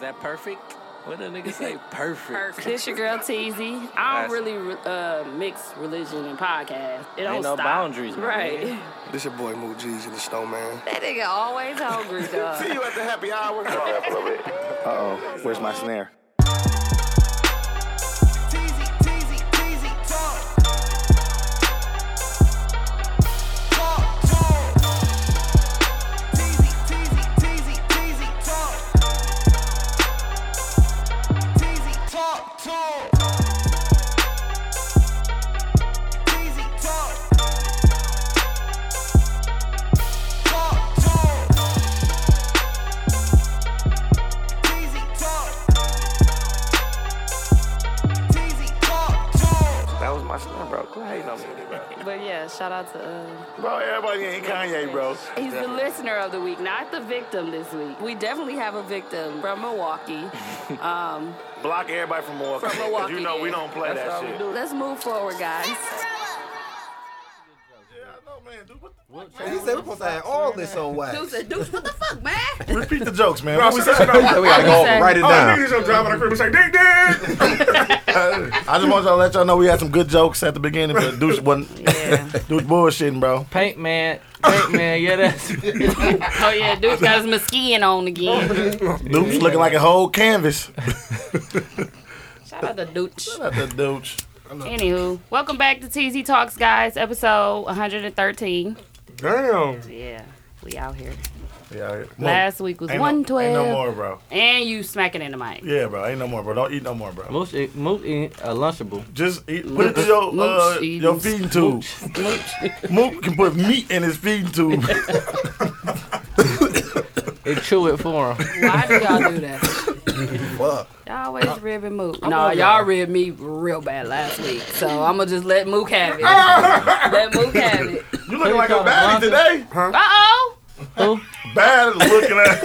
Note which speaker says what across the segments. Speaker 1: that perfect? What the nigga say? Perfect.
Speaker 2: Perfect.
Speaker 3: This your girl Teasy. I
Speaker 1: That's-
Speaker 3: don't really uh, mix religion and podcast. It don't
Speaker 1: Ain't no
Speaker 3: stop.
Speaker 1: boundaries, my
Speaker 3: right?
Speaker 1: nigga.
Speaker 4: This your boy Moot G's and the Snowman.
Speaker 2: That nigga always hungry, dog.
Speaker 5: See you at the happy hour.
Speaker 6: Uh oh, where's my snare?
Speaker 7: Teasy, teasy, teasy, talk. Talk, talk. Teasy, teasy, teasy, teasy, talk. Teasy, talk, talk. Teasy, talk. Talk, talk. Teasy, talk. Teasy, talk, talk.
Speaker 1: That was my son, bro. Quit hating on me, bro.
Speaker 3: But yeah, shout out to. Uh,
Speaker 5: bro, everybody ain't Kanye, bro.
Speaker 3: he's the listener of the week, not the victim this week. We definitely have a victim from Milwaukee.
Speaker 5: Block everybody from Milwaukee.
Speaker 3: From
Speaker 5: 'cause
Speaker 3: Milwaukee,
Speaker 5: you know we
Speaker 3: yeah.
Speaker 5: don't play
Speaker 1: That's all
Speaker 5: that
Speaker 1: we
Speaker 5: shit.
Speaker 1: do.
Speaker 3: Let's move forward, guys.
Speaker 5: Yeah, I know, man. Dude, what the
Speaker 6: He said we're supposed to have all this on
Speaker 3: Dude
Speaker 6: wax.
Speaker 3: said, "Dude, what the fuck, man?
Speaker 5: Repeat the jokes, man. What we
Speaker 6: we
Speaker 5: said?
Speaker 6: gotta go
Speaker 3: Say-
Speaker 6: write it
Speaker 5: Oh,
Speaker 6: down.
Speaker 5: niggas just driving our crib. It's like, ding, ding.
Speaker 6: I just want y'all to let y'all know we had some good jokes at the beginning, but douche wasn't
Speaker 3: Yeah.
Speaker 6: douche bullshitting, bro.
Speaker 1: Paint man, paint man, yeah, that's
Speaker 3: oh yeah, dude got his mosquitoing on again.
Speaker 6: Douche looking like a whole canvas.
Speaker 3: Shout out to Dooch.
Speaker 6: Not the douche.
Speaker 3: Anywho, welcome back to TZ Talks, guys. Episode 113.
Speaker 5: Damn.
Speaker 3: Yeah, we out here.
Speaker 6: Yeah,
Speaker 3: Last week was
Speaker 6: Ain't no-
Speaker 3: 112.
Speaker 6: Ain't no more, bro.
Speaker 3: And you smacking in the mic.
Speaker 6: Yeah, bro. Ain't no more, bro. Don't eat no more, bro.
Speaker 1: Moose, eat- Moose eat a lunchable.
Speaker 6: Just eat, put it to your uh,
Speaker 3: Mooch eats.
Speaker 6: your feeding tube. Mook can put meat in his feeding tube.
Speaker 1: It chew it for him.
Speaker 3: Why do y'all do that? Y'all
Speaker 6: Uh,
Speaker 3: always rib and Mook. No, y'all ribbed me real bad last week. So I'm going to just let Mook have it. let Mook have it.
Speaker 6: You looking like a
Speaker 1: Who you
Speaker 6: baddie
Speaker 1: calling
Speaker 6: today? Huh?
Speaker 3: Uh oh.
Speaker 1: Who?
Speaker 6: Bad looking at.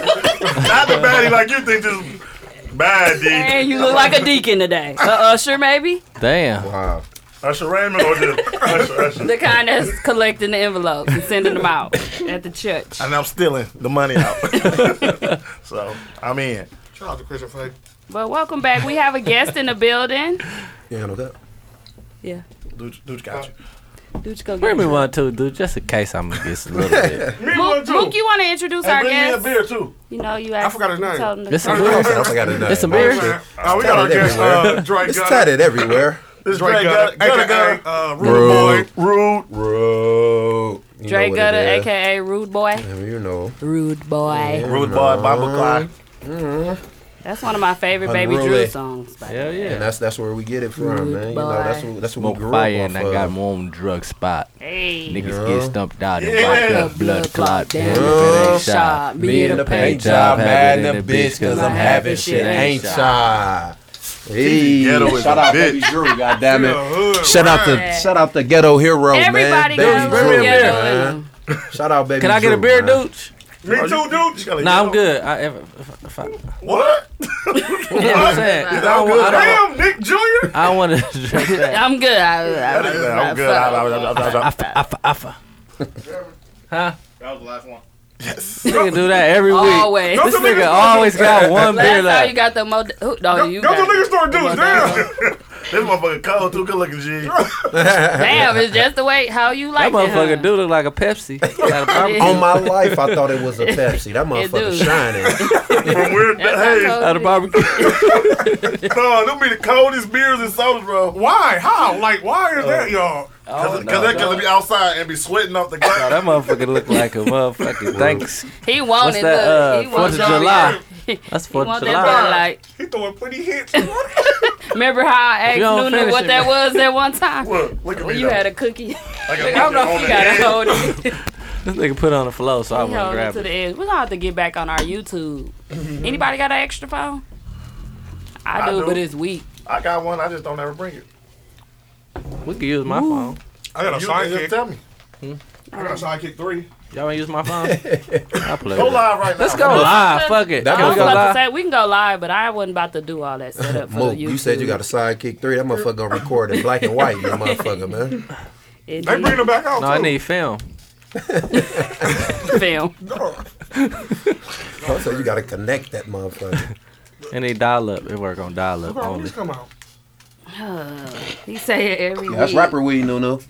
Speaker 6: Not the baddie like you think, just bad dude.
Speaker 3: And you look like a deacon today. Uh, usher, maybe?
Speaker 1: Damn.
Speaker 6: Usher Raymond or just Usher, Usher.
Speaker 3: The kind that's collecting the envelopes and sending them out at the church.
Speaker 6: And I'm stealing the money out. so I'm in.
Speaker 5: Shout out to Christian Faith.
Speaker 3: But welcome back. We have a guest in the building.
Speaker 4: Yeah, no doubt.
Speaker 3: Yeah.
Speaker 6: Dude, dude got you.
Speaker 3: Dude, go
Speaker 1: Bring
Speaker 3: get
Speaker 1: me
Speaker 3: Mook,
Speaker 1: one too, dude, just in case I'm just a little bit.
Speaker 6: Me one
Speaker 3: Mook,
Speaker 6: too.
Speaker 3: you want to introduce
Speaker 6: Hey,
Speaker 3: our
Speaker 6: bring me a
Speaker 3: guest?
Speaker 6: beer too.
Speaker 3: You know, you asked.
Speaker 5: forgot his
Speaker 3: you
Speaker 5: name.
Speaker 3: told him to
Speaker 1: It's a
Speaker 3: come.
Speaker 1: beer.
Speaker 8: I forgot his name.
Speaker 1: It's a beer.
Speaker 6: Oh,
Speaker 5: Uh, we got our guest, uh, Drake
Speaker 8: It's
Speaker 5: Gunner.
Speaker 8: tatted everywhere.
Speaker 6: This
Speaker 5: Drake
Speaker 6: Drake
Speaker 5: Gunner,
Speaker 6: got
Speaker 5: aka,
Speaker 6: got
Speaker 5: uh, Rude Boy.
Speaker 6: rude.
Speaker 8: Bro. You know
Speaker 3: Dre
Speaker 8: what it
Speaker 3: Gutter,
Speaker 8: is.
Speaker 3: aka Rude Boy.
Speaker 8: I mean, you know.
Speaker 3: Rude Boy.
Speaker 6: Rude boy, Bible Clyde.
Speaker 8: Mm-hmm.
Speaker 3: That's one of my favorite Baby
Speaker 8: Unruly.
Speaker 3: Drew songs. by the
Speaker 1: Hell
Speaker 8: And
Speaker 1: yeah.
Speaker 8: that's that's where we get it from,
Speaker 3: Rude
Speaker 8: man. You know, that's
Speaker 3: boy.
Speaker 8: what, that's what we
Speaker 1: Smoke
Speaker 8: grew
Speaker 1: fire
Speaker 8: up
Speaker 1: and I
Speaker 8: off
Speaker 1: got
Speaker 8: of.
Speaker 1: my own drug spot.
Speaker 3: Hey.
Speaker 1: Niggas
Speaker 8: Yeah.
Speaker 1: get stumped out and
Speaker 5: Yeah.
Speaker 1: wiped up, blood clot,
Speaker 3: Yeah.
Speaker 1: damn, if it ain't shot.
Speaker 3: Shot. Be in a paint
Speaker 1: job,
Speaker 8: mad
Speaker 1: having
Speaker 8: in
Speaker 1: the bitch, 'cause
Speaker 3: I'm having shit,
Speaker 1: ain't
Speaker 8: shy. Hey,
Speaker 6: Ghetto is
Speaker 8: shout
Speaker 6: a
Speaker 8: out
Speaker 6: bitch.
Speaker 8: Baby Drew, goddamn
Speaker 5: The
Speaker 8: it.
Speaker 5: hood.
Speaker 8: Shout out to
Speaker 3: Yeah.
Speaker 8: shout out to ghetto hero,
Speaker 3: Everybody
Speaker 8: man. Baby
Speaker 3: goes
Speaker 8: Drew,
Speaker 3: to ghetto.
Speaker 8: man. Shout out, baby.
Speaker 1: Can I get a
Speaker 8: Drew,
Speaker 1: beer,
Speaker 8: man.
Speaker 1: dude?
Speaker 5: Me too, dude.
Speaker 6: gotta
Speaker 1: Nah,
Speaker 6: yell.
Speaker 1: I'm good. I, if, if, if I, you know
Speaker 6: What?
Speaker 1: what I'm saying? 'Cause I don't, wa- I don't,
Speaker 5: Damn, Nick Jr.
Speaker 1: I don't want to drink that.
Speaker 3: I'm good. I, I,
Speaker 6: I'm good. I- I- I- I- I- I-
Speaker 1: Alpha, alpha, alpha. Huh?
Speaker 5: That was the last one.
Speaker 1: Nigga do that every week.
Speaker 3: always.
Speaker 1: This
Speaker 5: Don't the
Speaker 1: nigga
Speaker 5: niggas-
Speaker 1: always got one beer
Speaker 3: Last time you
Speaker 1: left.
Speaker 3: got the mo. Who, no, you
Speaker 5: Go to
Speaker 3: got
Speaker 5: the nigga store, dudes. Damn.
Speaker 6: This motherfucker cold too. Good looking G.
Speaker 3: Damn, it's just the way how you
Speaker 1: That
Speaker 3: like it.
Speaker 1: motherfucker
Speaker 3: huh?
Speaker 1: do look like a Pepsi. Got a barbecue.
Speaker 8: On my life, I thought it was a Pepsi. That
Speaker 3: do.
Speaker 8: motherfucker shining.
Speaker 6: From weird.
Speaker 3: That's
Speaker 6: Hey,
Speaker 3: how
Speaker 1: Out of barbecue.
Speaker 6: no, them be the coldest beers and sodas, bro. Uh,
Speaker 5: Why? How? Like, why is that, y'all?
Speaker 6: Cause, cause that cause be outside and be sweating off the
Speaker 1: No,
Speaker 6: glass.
Speaker 1: that motherfucker look like a motherfucking thanks.
Speaker 3: He
Speaker 1: What's
Speaker 3: wanted
Speaker 1: that? Uh,
Speaker 3: he
Speaker 1: Fourth
Speaker 3: wanted
Speaker 1: of July. That's
Speaker 3: He
Speaker 1: Fourth of
Speaker 3: wanted
Speaker 1: July.
Speaker 3: that like.
Speaker 5: He throwing pretty hits.
Speaker 3: Remember how I asked
Speaker 1: You don't
Speaker 3: Nunu
Speaker 1: finish
Speaker 3: what
Speaker 1: it,
Speaker 3: that
Speaker 1: man.
Speaker 3: was at one time?
Speaker 6: Look, look at
Speaker 3: When
Speaker 6: me.
Speaker 3: you
Speaker 6: though.
Speaker 3: had a cookie.
Speaker 6: Like a
Speaker 3: I
Speaker 6: nigga
Speaker 3: don't know if
Speaker 6: on
Speaker 3: you
Speaker 6: the
Speaker 3: gotta
Speaker 6: end.
Speaker 3: hold it.
Speaker 1: This nigga put on a flow, so I
Speaker 3: He
Speaker 1: want to
Speaker 3: held it
Speaker 1: grab
Speaker 3: to the
Speaker 1: it.
Speaker 3: edge. We're gonna have to get back on our YouTube. Anybody got an extra phone? I,
Speaker 6: I
Speaker 3: do,
Speaker 6: do.
Speaker 3: but it's weak.
Speaker 6: I got one. I just don't ever bring it.
Speaker 1: We can use my phone.
Speaker 5: I got a
Speaker 6: You just
Speaker 5: sidekick.
Speaker 6: tell me.
Speaker 3: Hmm?
Speaker 5: I got a sidekick three.
Speaker 1: Y'all wanna use my phone? I play.
Speaker 6: Go
Speaker 1: with it.
Speaker 6: live right now.
Speaker 1: Let's go live. Fuck it.
Speaker 8: That
Speaker 3: I
Speaker 1: Can we
Speaker 3: was
Speaker 1: go
Speaker 3: about to
Speaker 1: live?
Speaker 3: say we can go live, but I wasn't about to do all that setup for
Speaker 8: Mook,
Speaker 3: the YouTube.
Speaker 8: you said you got a sidekick three. That motherfucker gonna record in black and white, you motherfucker, man.
Speaker 3: It
Speaker 5: They bring
Speaker 3: needs
Speaker 5: him back out,
Speaker 1: No, I
Speaker 5: too.
Speaker 1: need film.
Speaker 3: film.
Speaker 8: So you gotta connect that motherfucker.
Speaker 9: And they dial up. They work on dial up
Speaker 4: Bro,
Speaker 9: only.
Speaker 4: these come out.
Speaker 3: He say it every
Speaker 8: That's
Speaker 3: week.
Speaker 8: rapper weed, Nuno.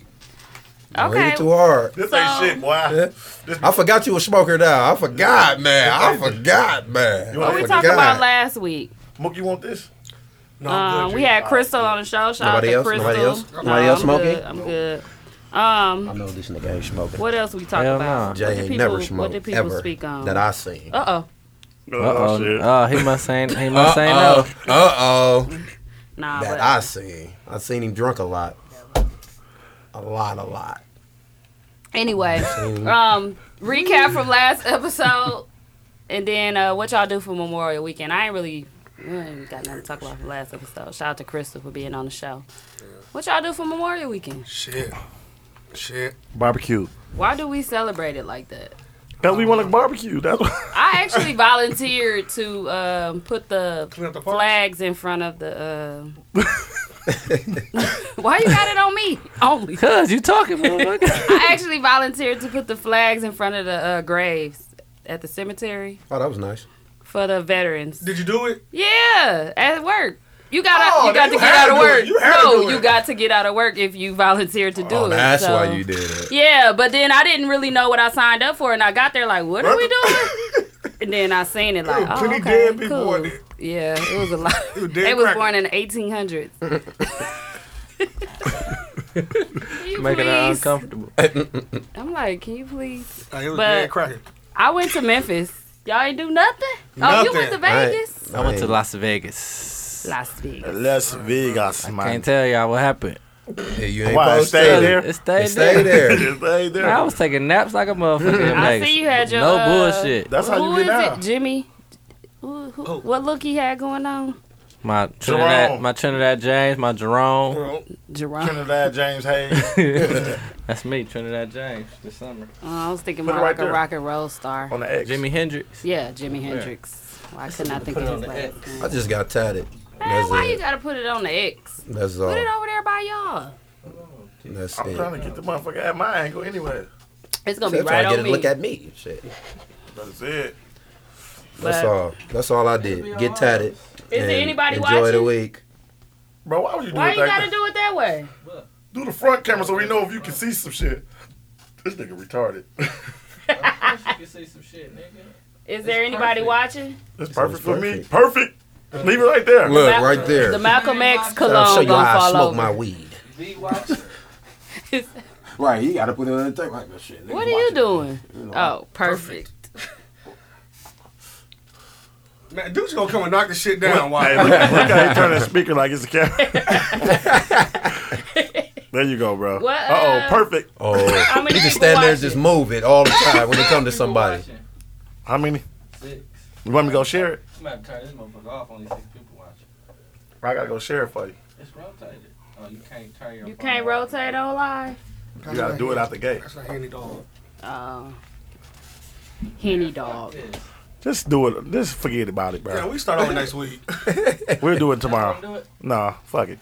Speaker 8: Don't hit
Speaker 3: Okay.
Speaker 8: it too hard.
Speaker 6: This ain't
Speaker 3: So-
Speaker 6: shit, boy.
Speaker 8: I forgot you a smoker now. I forgot, man. I forgot, man.
Speaker 6: You wanna-
Speaker 8: I
Speaker 3: What we
Speaker 8: forgot.
Speaker 3: talked about last week?
Speaker 6: Mook, you want this?
Speaker 4: No, I'm
Speaker 3: Um,
Speaker 4: good,
Speaker 3: we
Speaker 4: G.
Speaker 3: had Crystal on the show. Shout
Speaker 8: Nobody
Speaker 3: out
Speaker 8: else?
Speaker 3: to Crystal.
Speaker 8: Nobody else?
Speaker 3: No,
Speaker 8: Nobody else
Speaker 3: I'm
Speaker 8: smoking?
Speaker 3: Good. I'm good. Um,
Speaker 8: I know this nigga ain't smoking.
Speaker 3: what else we talked
Speaker 9: Hell nah.
Speaker 3: about?
Speaker 8: Jay
Speaker 3: What
Speaker 8: ain't
Speaker 3: the people,
Speaker 8: never smoked
Speaker 3: What did people
Speaker 8: ever
Speaker 3: speak on?
Speaker 8: that I seen.
Speaker 3: uh oh.
Speaker 6: Oh,
Speaker 9: Uh oh.
Speaker 6: shit.
Speaker 9: Oh, he must ain't. He must ain't know.
Speaker 8: Uh oh.
Speaker 3: Nah,
Speaker 8: That
Speaker 3: but
Speaker 8: I seen. I seen him drunk a lot. A lot, a lot.
Speaker 3: anyway. um, recap from last episode, and then uh, what y'all do for Memorial Weekend. I ain't really we ain't got nothing to talk about from last episode. Shout out to Crystal for being on the show. What y'all do for Memorial Weekend?
Speaker 4: Shit. Shit.
Speaker 6: Barbecue.
Speaker 3: Why do we celebrate it like that?
Speaker 6: Cause we want to barbecue. That's why.
Speaker 3: I actually volunteered to um, put the
Speaker 4: Clean up the parks?
Speaker 3: flags in front of the. Uh... Why you got it on me? Only
Speaker 9: Cuz you talking, motherfucker.
Speaker 3: I actually volunteered to put the flags in front of the uh, graves at the cemetery
Speaker 8: Oh, that was nice.
Speaker 3: for the veterans.
Speaker 4: Did you do it?
Speaker 3: Yeah, at work. You gotta,
Speaker 4: Oh,
Speaker 3: you got
Speaker 4: then
Speaker 3: to
Speaker 4: you
Speaker 3: get
Speaker 4: had
Speaker 3: out of
Speaker 4: to do it.
Speaker 3: work.
Speaker 4: You had to
Speaker 3: no,
Speaker 4: do it.
Speaker 3: you got to get out of work if you volunteered to do
Speaker 8: Oh,
Speaker 3: it.
Speaker 8: that's
Speaker 3: so-
Speaker 8: why you did it.
Speaker 3: Yeah, but then I didn't really know what I signed up for, and I got there like, what are we doing? and then I seen it like,
Speaker 4: There were
Speaker 3: oh,
Speaker 4: plenty
Speaker 3: okay,
Speaker 4: dead people
Speaker 3: cool.
Speaker 4: out there.
Speaker 3: Yeah, it was a lot.
Speaker 4: It was dead
Speaker 3: they was
Speaker 4: crackers.
Speaker 3: born in the 1800s. Can you
Speaker 9: Making her
Speaker 3: please?
Speaker 9: uncomfortable.
Speaker 3: I'm like, can you please?
Speaker 6: Oh,
Speaker 4: Like, it was
Speaker 3: But-
Speaker 4: dead cracking.
Speaker 3: I went to Memphis. Y'all ain't do nothing. Oh, you
Speaker 4: Nothing.
Speaker 3: went to
Speaker 8: I ain't-
Speaker 3: Vegas.
Speaker 9: I went to
Speaker 8: ain't-
Speaker 9: Las Vegas.
Speaker 3: Las Vegas.
Speaker 6: Las Vegas,
Speaker 9: Can't tell y'all what happened.
Speaker 8: Yeah, you ain't
Speaker 6: Why,
Speaker 8: supposed
Speaker 6: stay
Speaker 8: to.
Speaker 6: there?
Speaker 9: It stayed,
Speaker 8: It stayed
Speaker 9: there.
Speaker 8: there.
Speaker 6: Just stay there.
Speaker 9: I was taking naps like a motherfucker. in
Speaker 3: I
Speaker 9: Vegas.
Speaker 3: see you had your,
Speaker 9: no
Speaker 3: uh,
Speaker 9: bullshit.
Speaker 6: That's how
Speaker 3: Who
Speaker 6: you
Speaker 3: is
Speaker 6: get Oh.
Speaker 3: it,
Speaker 6: out.
Speaker 3: Jimmy? Who, who, what look he had going on?
Speaker 9: My Trinidad,
Speaker 6: Jerome.
Speaker 9: my Trinidad James, my Jerome.
Speaker 3: Jerome.
Speaker 6: Trinidad James Hayes.
Speaker 9: That's me, Trinidad James. This summer,
Speaker 3: Oh, I was thinking
Speaker 6: Put it
Speaker 3: more
Speaker 6: right
Speaker 3: like a
Speaker 6: there.
Speaker 3: rock and roll star.
Speaker 6: on the X.
Speaker 9: Jimi Hendrix.
Speaker 3: Yeah, Jimi Hendrix. Why I could not think of his last name.
Speaker 8: I just got tatted.
Speaker 3: Man,
Speaker 8: That's
Speaker 3: why you
Speaker 8: it.
Speaker 3: gotta put it on the X?
Speaker 8: That's
Speaker 3: Put it
Speaker 8: all.
Speaker 3: over there by y'all.
Speaker 8: That's
Speaker 6: I'm
Speaker 8: it.
Speaker 6: trying to get the motherfucker at my angle anyway.
Speaker 3: It's gonna be
Speaker 8: That's
Speaker 3: right
Speaker 8: why I
Speaker 3: on
Speaker 8: get a
Speaker 3: me.
Speaker 8: look at me. Shit.
Speaker 6: That's it.
Speaker 3: But-
Speaker 8: That's all. That's all I did. Get tatted.
Speaker 3: Is
Speaker 8: and
Speaker 3: there anybody
Speaker 8: enjoy
Speaker 3: watching?
Speaker 8: the week.
Speaker 6: Bro, why would you do
Speaker 3: Why
Speaker 6: it
Speaker 3: you
Speaker 6: like
Speaker 3: gotta
Speaker 6: that?
Speaker 3: do it that way?
Speaker 6: Do the front camera so we know if you can see some shit. This nigga retarded.
Speaker 3: Is there anybody watching?
Speaker 6: That's perfect for me.
Speaker 8: perfect.
Speaker 6: Perfect. Leave it right there.
Speaker 8: Look
Speaker 3: Mal-
Speaker 8: right there.
Speaker 3: The Malcolm X
Speaker 8: I'll show
Speaker 3: cologne
Speaker 8: you how
Speaker 3: gonna
Speaker 8: I
Speaker 3: fall
Speaker 8: smoke
Speaker 3: over.
Speaker 8: my weed.
Speaker 3: It's-
Speaker 8: Right, you gotta put it on the tape like that shit.
Speaker 3: what are you doing? Oh, perfect.
Speaker 4: Man, dude's gonna come and knock the shit
Speaker 6: Hey,
Speaker 4: down. Why?
Speaker 6: look, look how he turned that speaker like it's a camera. there you go, bro.
Speaker 3: What,
Speaker 6: Uh oh,
Speaker 3: uh,
Speaker 6: perfect.
Speaker 8: Oh,
Speaker 3: How many
Speaker 8: you just
Speaker 3: people
Speaker 8: stand there
Speaker 3: watching?
Speaker 8: and just move it all the time when it comes to somebody.
Speaker 6: How many?
Speaker 9: Six.
Speaker 6: You want me to go share it?
Speaker 9: I'm about to turn this motherfucker off. Only six people watching.
Speaker 6: I gotta go share it for you.
Speaker 9: It's rotated. Oh, you can't turn your.
Speaker 3: You can't rotate on live.
Speaker 6: You gotta do it out the gate.
Speaker 4: That's not handy, dog.
Speaker 3: Oh. Henny dog.
Speaker 6: Just do it. Just forget about it,
Speaker 4: Yeah,
Speaker 6: bro.
Speaker 4: we start over next week.
Speaker 6: We'll do it tomorrow.
Speaker 9: it.
Speaker 6: Nah, fuck it.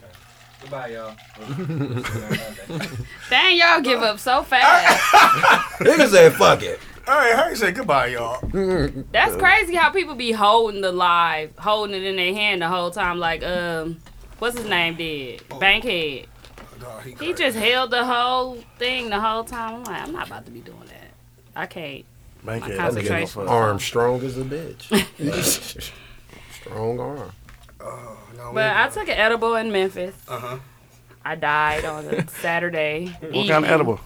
Speaker 9: Goodbye, y'all.
Speaker 3: Dang, y'all give up so fast.
Speaker 8: Nigga said, fuck it. Mm-hmm.
Speaker 4: All right, Harry said goodbye, y'all.
Speaker 3: That's crazy how people be holding the live, holding it in their hand the whole time. Like, um, what's his name did? Bankhead.
Speaker 4: Dog, Oh. he
Speaker 3: He
Speaker 4: crazy.
Speaker 3: just held the whole thing the whole time. I'm like, I'm not about to be doing that. I can't.
Speaker 6: Thank you.
Speaker 3: My
Speaker 6: That nigga
Speaker 3: concentration.
Speaker 6: go fuck.
Speaker 8: Arm strong as a bitch. strong arm.
Speaker 4: Oh, No,
Speaker 3: But I took an edible in Memphis.
Speaker 4: uh huh.
Speaker 3: I died on a Saturday.
Speaker 6: Uh-huh. What kind of edible?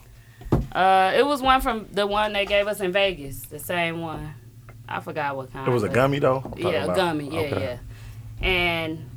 Speaker 3: Uh, it was one from the one they gave us in Vegas. The same one. I forgot what kind.
Speaker 6: It was a
Speaker 3: but-
Speaker 6: gummy though. I'm talking
Speaker 3: Yeah,
Speaker 6: about.
Speaker 3: gummy. Yeah,
Speaker 6: Okay.
Speaker 3: yeah. And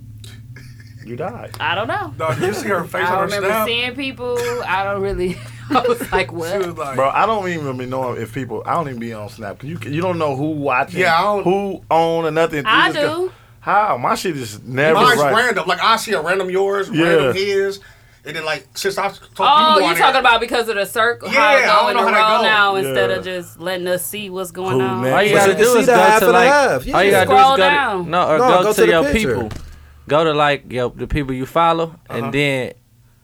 Speaker 6: You died.
Speaker 3: I don't know.
Speaker 4: Dog, you see her face
Speaker 3: I
Speaker 4: on her
Speaker 3: remember
Speaker 4: snap?
Speaker 3: seeing people. I don't really. I was like,
Speaker 4: She was
Speaker 3: what?
Speaker 4: like,
Speaker 6: Bro, I don't even be knowing if people. I don't even be on Snap. You you don't know who watching.
Speaker 4: Yeah, I don't-
Speaker 6: who own or nothing. You
Speaker 3: I
Speaker 6: just go-
Speaker 3: do.
Speaker 6: How my shit is never
Speaker 4: mine's
Speaker 6: right.
Speaker 4: random. Like I see a random yours,
Speaker 6: Yeah.
Speaker 4: random his, and then like since I talked
Speaker 3: Oh,
Speaker 4: to
Speaker 3: you
Speaker 4: you, on
Speaker 3: talking
Speaker 4: there,
Speaker 3: about because of the circle?
Speaker 4: Yeah,
Speaker 3: how
Speaker 4: I
Speaker 3: it
Speaker 4: don't
Speaker 3: go
Speaker 4: know
Speaker 3: in the
Speaker 4: how that
Speaker 3: row
Speaker 4: go.
Speaker 3: now instead
Speaker 6: Yeah.
Speaker 3: of just letting us see what's going
Speaker 6: Who
Speaker 3: on.
Speaker 6: next?
Speaker 9: All you
Speaker 6: But
Speaker 9: gotta
Speaker 6: you
Speaker 8: can
Speaker 9: do
Speaker 8: see
Speaker 9: is
Speaker 8: the
Speaker 9: go
Speaker 8: half
Speaker 9: to
Speaker 8: and
Speaker 9: like.
Speaker 8: half.
Speaker 9: All you
Speaker 8: Yeah.
Speaker 9: gotta do is go
Speaker 3: Scroll
Speaker 9: to
Speaker 3: down.
Speaker 9: no,
Speaker 8: No,
Speaker 9: or go,
Speaker 8: go
Speaker 9: to,
Speaker 8: to the
Speaker 9: your
Speaker 8: picture.
Speaker 9: people. Go to like your the people you follow, and then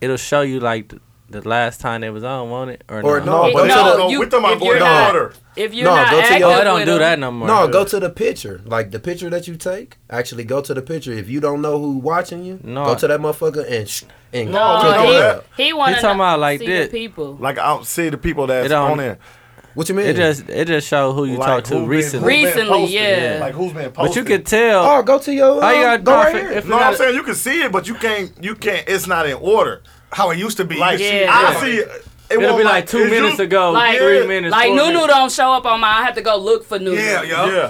Speaker 9: it'll show you like the,
Speaker 1: the last time they was on, won't it?
Speaker 8: Or no,
Speaker 3: Hey,
Speaker 8: but
Speaker 3: no,
Speaker 8: no, no,
Speaker 3: you-
Speaker 6: we're talking about
Speaker 3: if you're
Speaker 6: going
Speaker 3: not-
Speaker 6: harder.
Speaker 3: If you're
Speaker 8: No,
Speaker 3: not
Speaker 8: go to your-
Speaker 3: active
Speaker 1: Oh, I don't
Speaker 3: with
Speaker 1: do
Speaker 3: them-
Speaker 1: that no more.
Speaker 8: no, go to the picture. Like the picture that you take. Actually, go to the picture. If you don't know who watching you,
Speaker 1: No.
Speaker 8: go to that motherfucker and sh- and
Speaker 3: No,
Speaker 8: click on
Speaker 3: he-
Speaker 8: that.
Speaker 3: he, wanna
Speaker 1: He talking about like
Speaker 3: see
Speaker 1: this.
Speaker 3: The people.
Speaker 6: Like I don't see the people that's
Speaker 1: It don't-
Speaker 6: on there.
Speaker 8: What you mean?
Speaker 1: It just it just show who you
Speaker 6: Like,
Speaker 1: talk
Speaker 6: who
Speaker 1: to
Speaker 6: been-
Speaker 1: recently.
Speaker 6: who been
Speaker 3: Recently,
Speaker 6: posted.
Speaker 3: yeah.
Speaker 6: Like who's been posted?
Speaker 1: But you could tell.
Speaker 8: oh, go to your. Um,
Speaker 1: How you
Speaker 6: uh,
Speaker 1: got
Speaker 8: go right
Speaker 1: confident-
Speaker 8: here.
Speaker 1: if
Speaker 6: No,
Speaker 1: you
Speaker 6: I'm
Speaker 1: got-
Speaker 6: saying you can see it, but you can't. You can't. It's not in order.
Speaker 4: How it used to be.
Speaker 6: Like
Speaker 3: Yeah.
Speaker 6: I see. It
Speaker 1: It'll
Speaker 6: won't,
Speaker 1: be like two
Speaker 6: is
Speaker 1: minutes
Speaker 6: you-
Speaker 1: ago,
Speaker 3: Like,
Speaker 1: three minutes.
Speaker 3: like
Speaker 1: four
Speaker 3: Nunu
Speaker 1: minutes.
Speaker 3: don't show up on mine. I have to go look for Nunu.
Speaker 4: Yeah, yo.
Speaker 6: Yeah.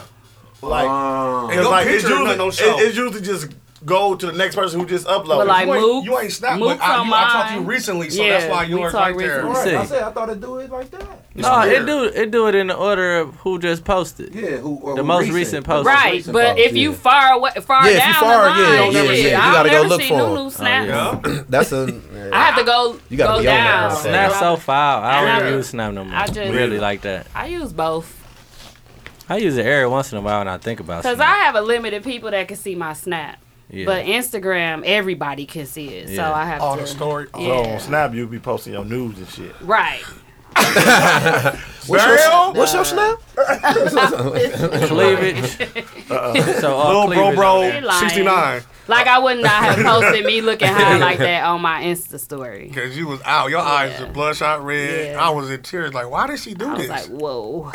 Speaker 6: Like
Speaker 4: Your
Speaker 3: Um, Uh-huh.
Speaker 6: it's like it's
Speaker 4: picture
Speaker 6: usually,
Speaker 4: ain't no
Speaker 6: it-
Speaker 4: show.
Speaker 6: it's usually just go to the next person who just uploaded.
Speaker 3: But like
Speaker 4: you, ain't,
Speaker 3: Mook,
Speaker 4: you ain't snap,
Speaker 3: Mook
Speaker 4: but I,
Speaker 3: from
Speaker 4: you, I talked to you
Speaker 3: mine.
Speaker 4: recently, so
Speaker 3: Yeah,
Speaker 4: that's why
Speaker 3: we
Speaker 4: yours
Speaker 3: talked
Speaker 4: right there.
Speaker 3: recently.
Speaker 1: Right, I
Speaker 8: said I thought it'd do it like that.
Speaker 1: No,
Speaker 6: weird.
Speaker 1: it do it do it in the order of who just posted.
Speaker 8: Yeah, who or
Speaker 1: The
Speaker 8: who
Speaker 1: most recent post.
Speaker 3: Right,
Speaker 8: Recent
Speaker 3: but
Speaker 8: post,
Speaker 3: if you
Speaker 8: yeah.
Speaker 3: far away, far
Speaker 8: Yeah, if you
Speaker 3: down
Speaker 8: far,
Speaker 3: the
Speaker 8: yeah,
Speaker 3: line,
Speaker 8: yeah,
Speaker 3: shit,
Speaker 8: yeah. You
Speaker 3: I'll
Speaker 8: gotta go
Speaker 3: never
Speaker 8: look
Speaker 3: see
Speaker 8: for 'em.
Speaker 3: Nunu snap.
Speaker 8: That's a.
Speaker 3: I have to go
Speaker 8: You gotta
Speaker 3: go
Speaker 8: be on that
Speaker 3: down.
Speaker 8: motherfucker.
Speaker 1: Snap's so foul. I don't
Speaker 3: I-
Speaker 1: use Snap no more.
Speaker 3: I just-
Speaker 1: really like that.
Speaker 3: I use both
Speaker 1: I use it every once in a while when I think about.
Speaker 3: because
Speaker 1: Snap.
Speaker 3: I have a limited people that can see my snap.
Speaker 1: Yeah.
Speaker 3: But Instagram, everybody can see it,
Speaker 1: Yeah.
Speaker 3: so I have
Speaker 4: All
Speaker 3: to.
Speaker 4: the story.
Speaker 6: So
Speaker 3: Yeah.
Speaker 6: on Snap, you be posting your news and shit.
Speaker 3: Right.
Speaker 8: What's your, what's your snap?
Speaker 1: cleavage.
Speaker 6: Uh-uh.
Speaker 1: so uh,
Speaker 4: Little
Speaker 1: all cleavage.
Speaker 4: bro,
Speaker 3: They
Speaker 4: bro,
Speaker 3: lying.
Speaker 4: sixty nine.
Speaker 3: Like I would not have posted me looking high like that on my Insta story.
Speaker 4: Cause you was out, your eyes were bloodshot red.
Speaker 3: Yeah.
Speaker 4: I was in tears. Like, why did she do
Speaker 3: I was
Speaker 4: this?
Speaker 3: like, whoa.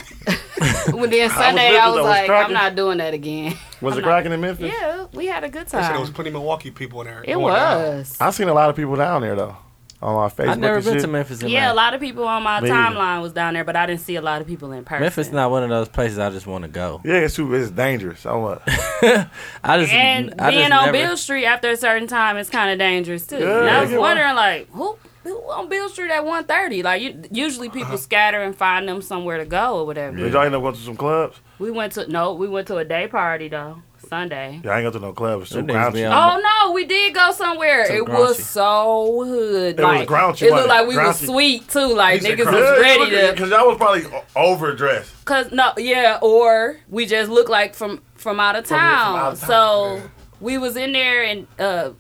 Speaker 3: when then Sunday,
Speaker 6: lifted,
Speaker 3: I
Speaker 6: I
Speaker 3: was
Speaker 6: was
Speaker 3: like, I'm
Speaker 6: cracking.
Speaker 3: not doing that again.
Speaker 6: Was it cracking in Memphis?
Speaker 3: yeah, we had a good
Speaker 4: They said there was
Speaker 3: time.
Speaker 4: plenty of Milwaukee people in there.
Speaker 3: It
Speaker 4: going down.
Speaker 3: was.
Speaker 6: I seen a lot of people down there though on my Facebook.
Speaker 1: Oh, I've never
Speaker 6: and
Speaker 1: been
Speaker 6: shit.
Speaker 1: to Memphis. In
Speaker 3: Yeah,
Speaker 1: yeah,
Speaker 3: a lot of people on my
Speaker 6: Me either.
Speaker 3: timeline was down there, but I didn't see a lot of people in person.
Speaker 1: Memphis. Not one of those places I just want to go.
Speaker 6: Yeah, it's too. It's dangerous. I'm uh,
Speaker 1: I just
Speaker 3: And
Speaker 1: I just
Speaker 3: being on
Speaker 1: never,
Speaker 3: Bill Street after a certain time is kind of dangerous too.
Speaker 6: Yeah,
Speaker 3: and I was
Speaker 6: yeah.
Speaker 3: wondering, like, who, who on Bill Street at 1.30? Like, you, usually people scatter and find them somewhere to go or whatever.
Speaker 6: Did Uh-huh. y'all end up going to some clubs?
Speaker 3: We went to no, we went to a day party though Sunday.
Speaker 6: Yeah, I ain't go to no club. It's too
Speaker 1: Them niggas be
Speaker 6: grouchy.
Speaker 1: on- Um,
Speaker 3: Oh no, we did go somewhere.
Speaker 1: to
Speaker 3: It
Speaker 1: Grouchy.
Speaker 3: was so hood.
Speaker 6: It was
Speaker 3: like,
Speaker 6: Grouchy,
Speaker 3: It
Speaker 6: wasn't
Speaker 3: looked
Speaker 6: it?
Speaker 3: like we was
Speaker 6: Grouchy.
Speaker 3: sweet too. Like
Speaker 4: said
Speaker 3: Oh, niggas
Speaker 4: Grouchy.
Speaker 3: was ready to.
Speaker 6: Because y'all was probably o- overdressed.
Speaker 3: Cause no, yeah, or we just looked like from from out of town.
Speaker 6: out of town,
Speaker 3: so
Speaker 6: yeah.
Speaker 3: we was in there, and uh,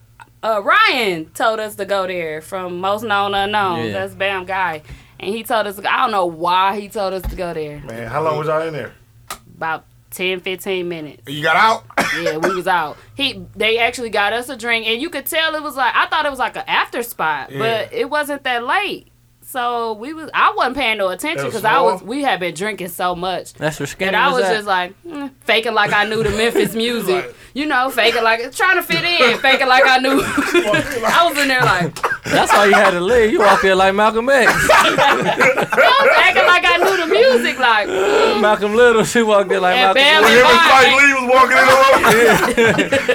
Speaker 3: uh, Ryan told us to go there from most known unknown.
Speaker 1: Yeah.
Speaker 3: That's Bam guy, and he told us. to go- I don't know why he told us to go there.
Speaker 6: Man, how long was y'all in there?
Speaker 3: About 10, 15 minutes.
Speaker 4: You got out.
Speaker 3: yeah, we was out. He they actually got us a drink, and you could tell it was like I thought it was like an after spot, but it wasn't that late. So we was I wasn't paying no attention
Speaker 6: It was
Speaker 3: because I was
Speaker 6: small?
Speaker 3: we had been drinking so much.
Speaker 1: That's for skinny.
Speaker 3: And I was
Speaker 1: that?
Speaker 3: just like mm, faking like I knew the Memphis music, you know, faking like trying to fit in, faking like I knew. I was in there like
Speaker 1: That's why you had to leave. You walk in like Malcolm X,
Speaker 3: I was acting like I knew the music, like mm,
Speaker 1: Malcolm Little. She walked in like
Speaker 3: and
Speaker 1: Malcolm.
Speaker 3: Bam
Speaker 6: When him and Spike
Speaker 3: and
Speaker 6: Lee was walking in the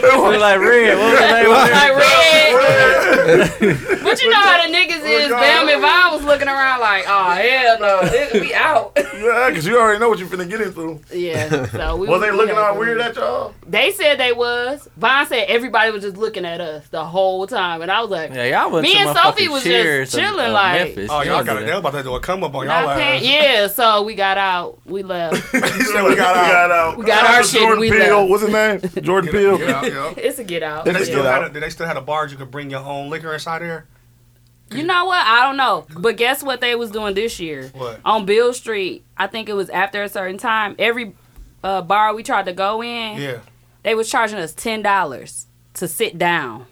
Speaker 6: room.
Speaker 1: She like red. What was the name of that?
Speaker 3: like red. But you know how the niggas is, Bam and Vine was looking around like, oh hell no, this- we out.
Speaker 6: Yeah, because you already know what you're finna get into.
Speaker 3: yeah, so we
Speaker 6: Was they
Speaker 3: we
Speaker 6: looking
Speaker 3: had
Speaker 6: all
Speaker 3: to
Speaker 6: weird
Speaker 3: leave.
Speaker 6: at y'all?
Speaker 3: They said they was. Vine said everybody was just looking at us the whole time, and I was like,
Speaker 1: Yeah, y'all went
Speaker 3: Me
Speaker 1: to
Speaker 3: and
Speaker 1: motherfucking
Speaker 3: Sophie was
Speaker 1: Cheers
Speaker 3: just
Speaker 1: uh, of-
Speaker 3: chilling,
Speaker 1: of
Speaker 3: like-
Speaker 1: Memphis.
Speaker 4: Oh, y'all
Speaker 1: don't
Speaker 4: got it.
Speaker 1: do that.
Speaker 4: They was about to do a come up on y'all.
Speaker 3: I
Speaker 4: ass.
Speaker 3: can't- yeah, so we got out. We left.
Speaker 4: he said we got out.
Speaker 3: We got our shit and
Speaker 6: Jordan
Speaker 3: we
Speaker 6: Peele.
Speaker 3: left.
Speaker 6: What's his name? Jordan Peele.
Speaker 4: Get out, yo.
Speaker 3: it's a get out.
Speaker 4: Did they
Speaker 3: Yeah.
Speaker 4: still
Speaker 6: Get
Speaker 4: had
Speaker 6: out.
Speaker 4: a, did they still had a bar you could bring your own liquor inside there?
Speaker 3: You know what? I don't know. But guess what they was doing this year?
Speaker 4: What?
Speaker 3: On Bill Street, I think it was after a certain time, every uh, bar we tried to go in,
Speaker 4: Yeah.
Speaker 3: they was charging us $10 to sit down.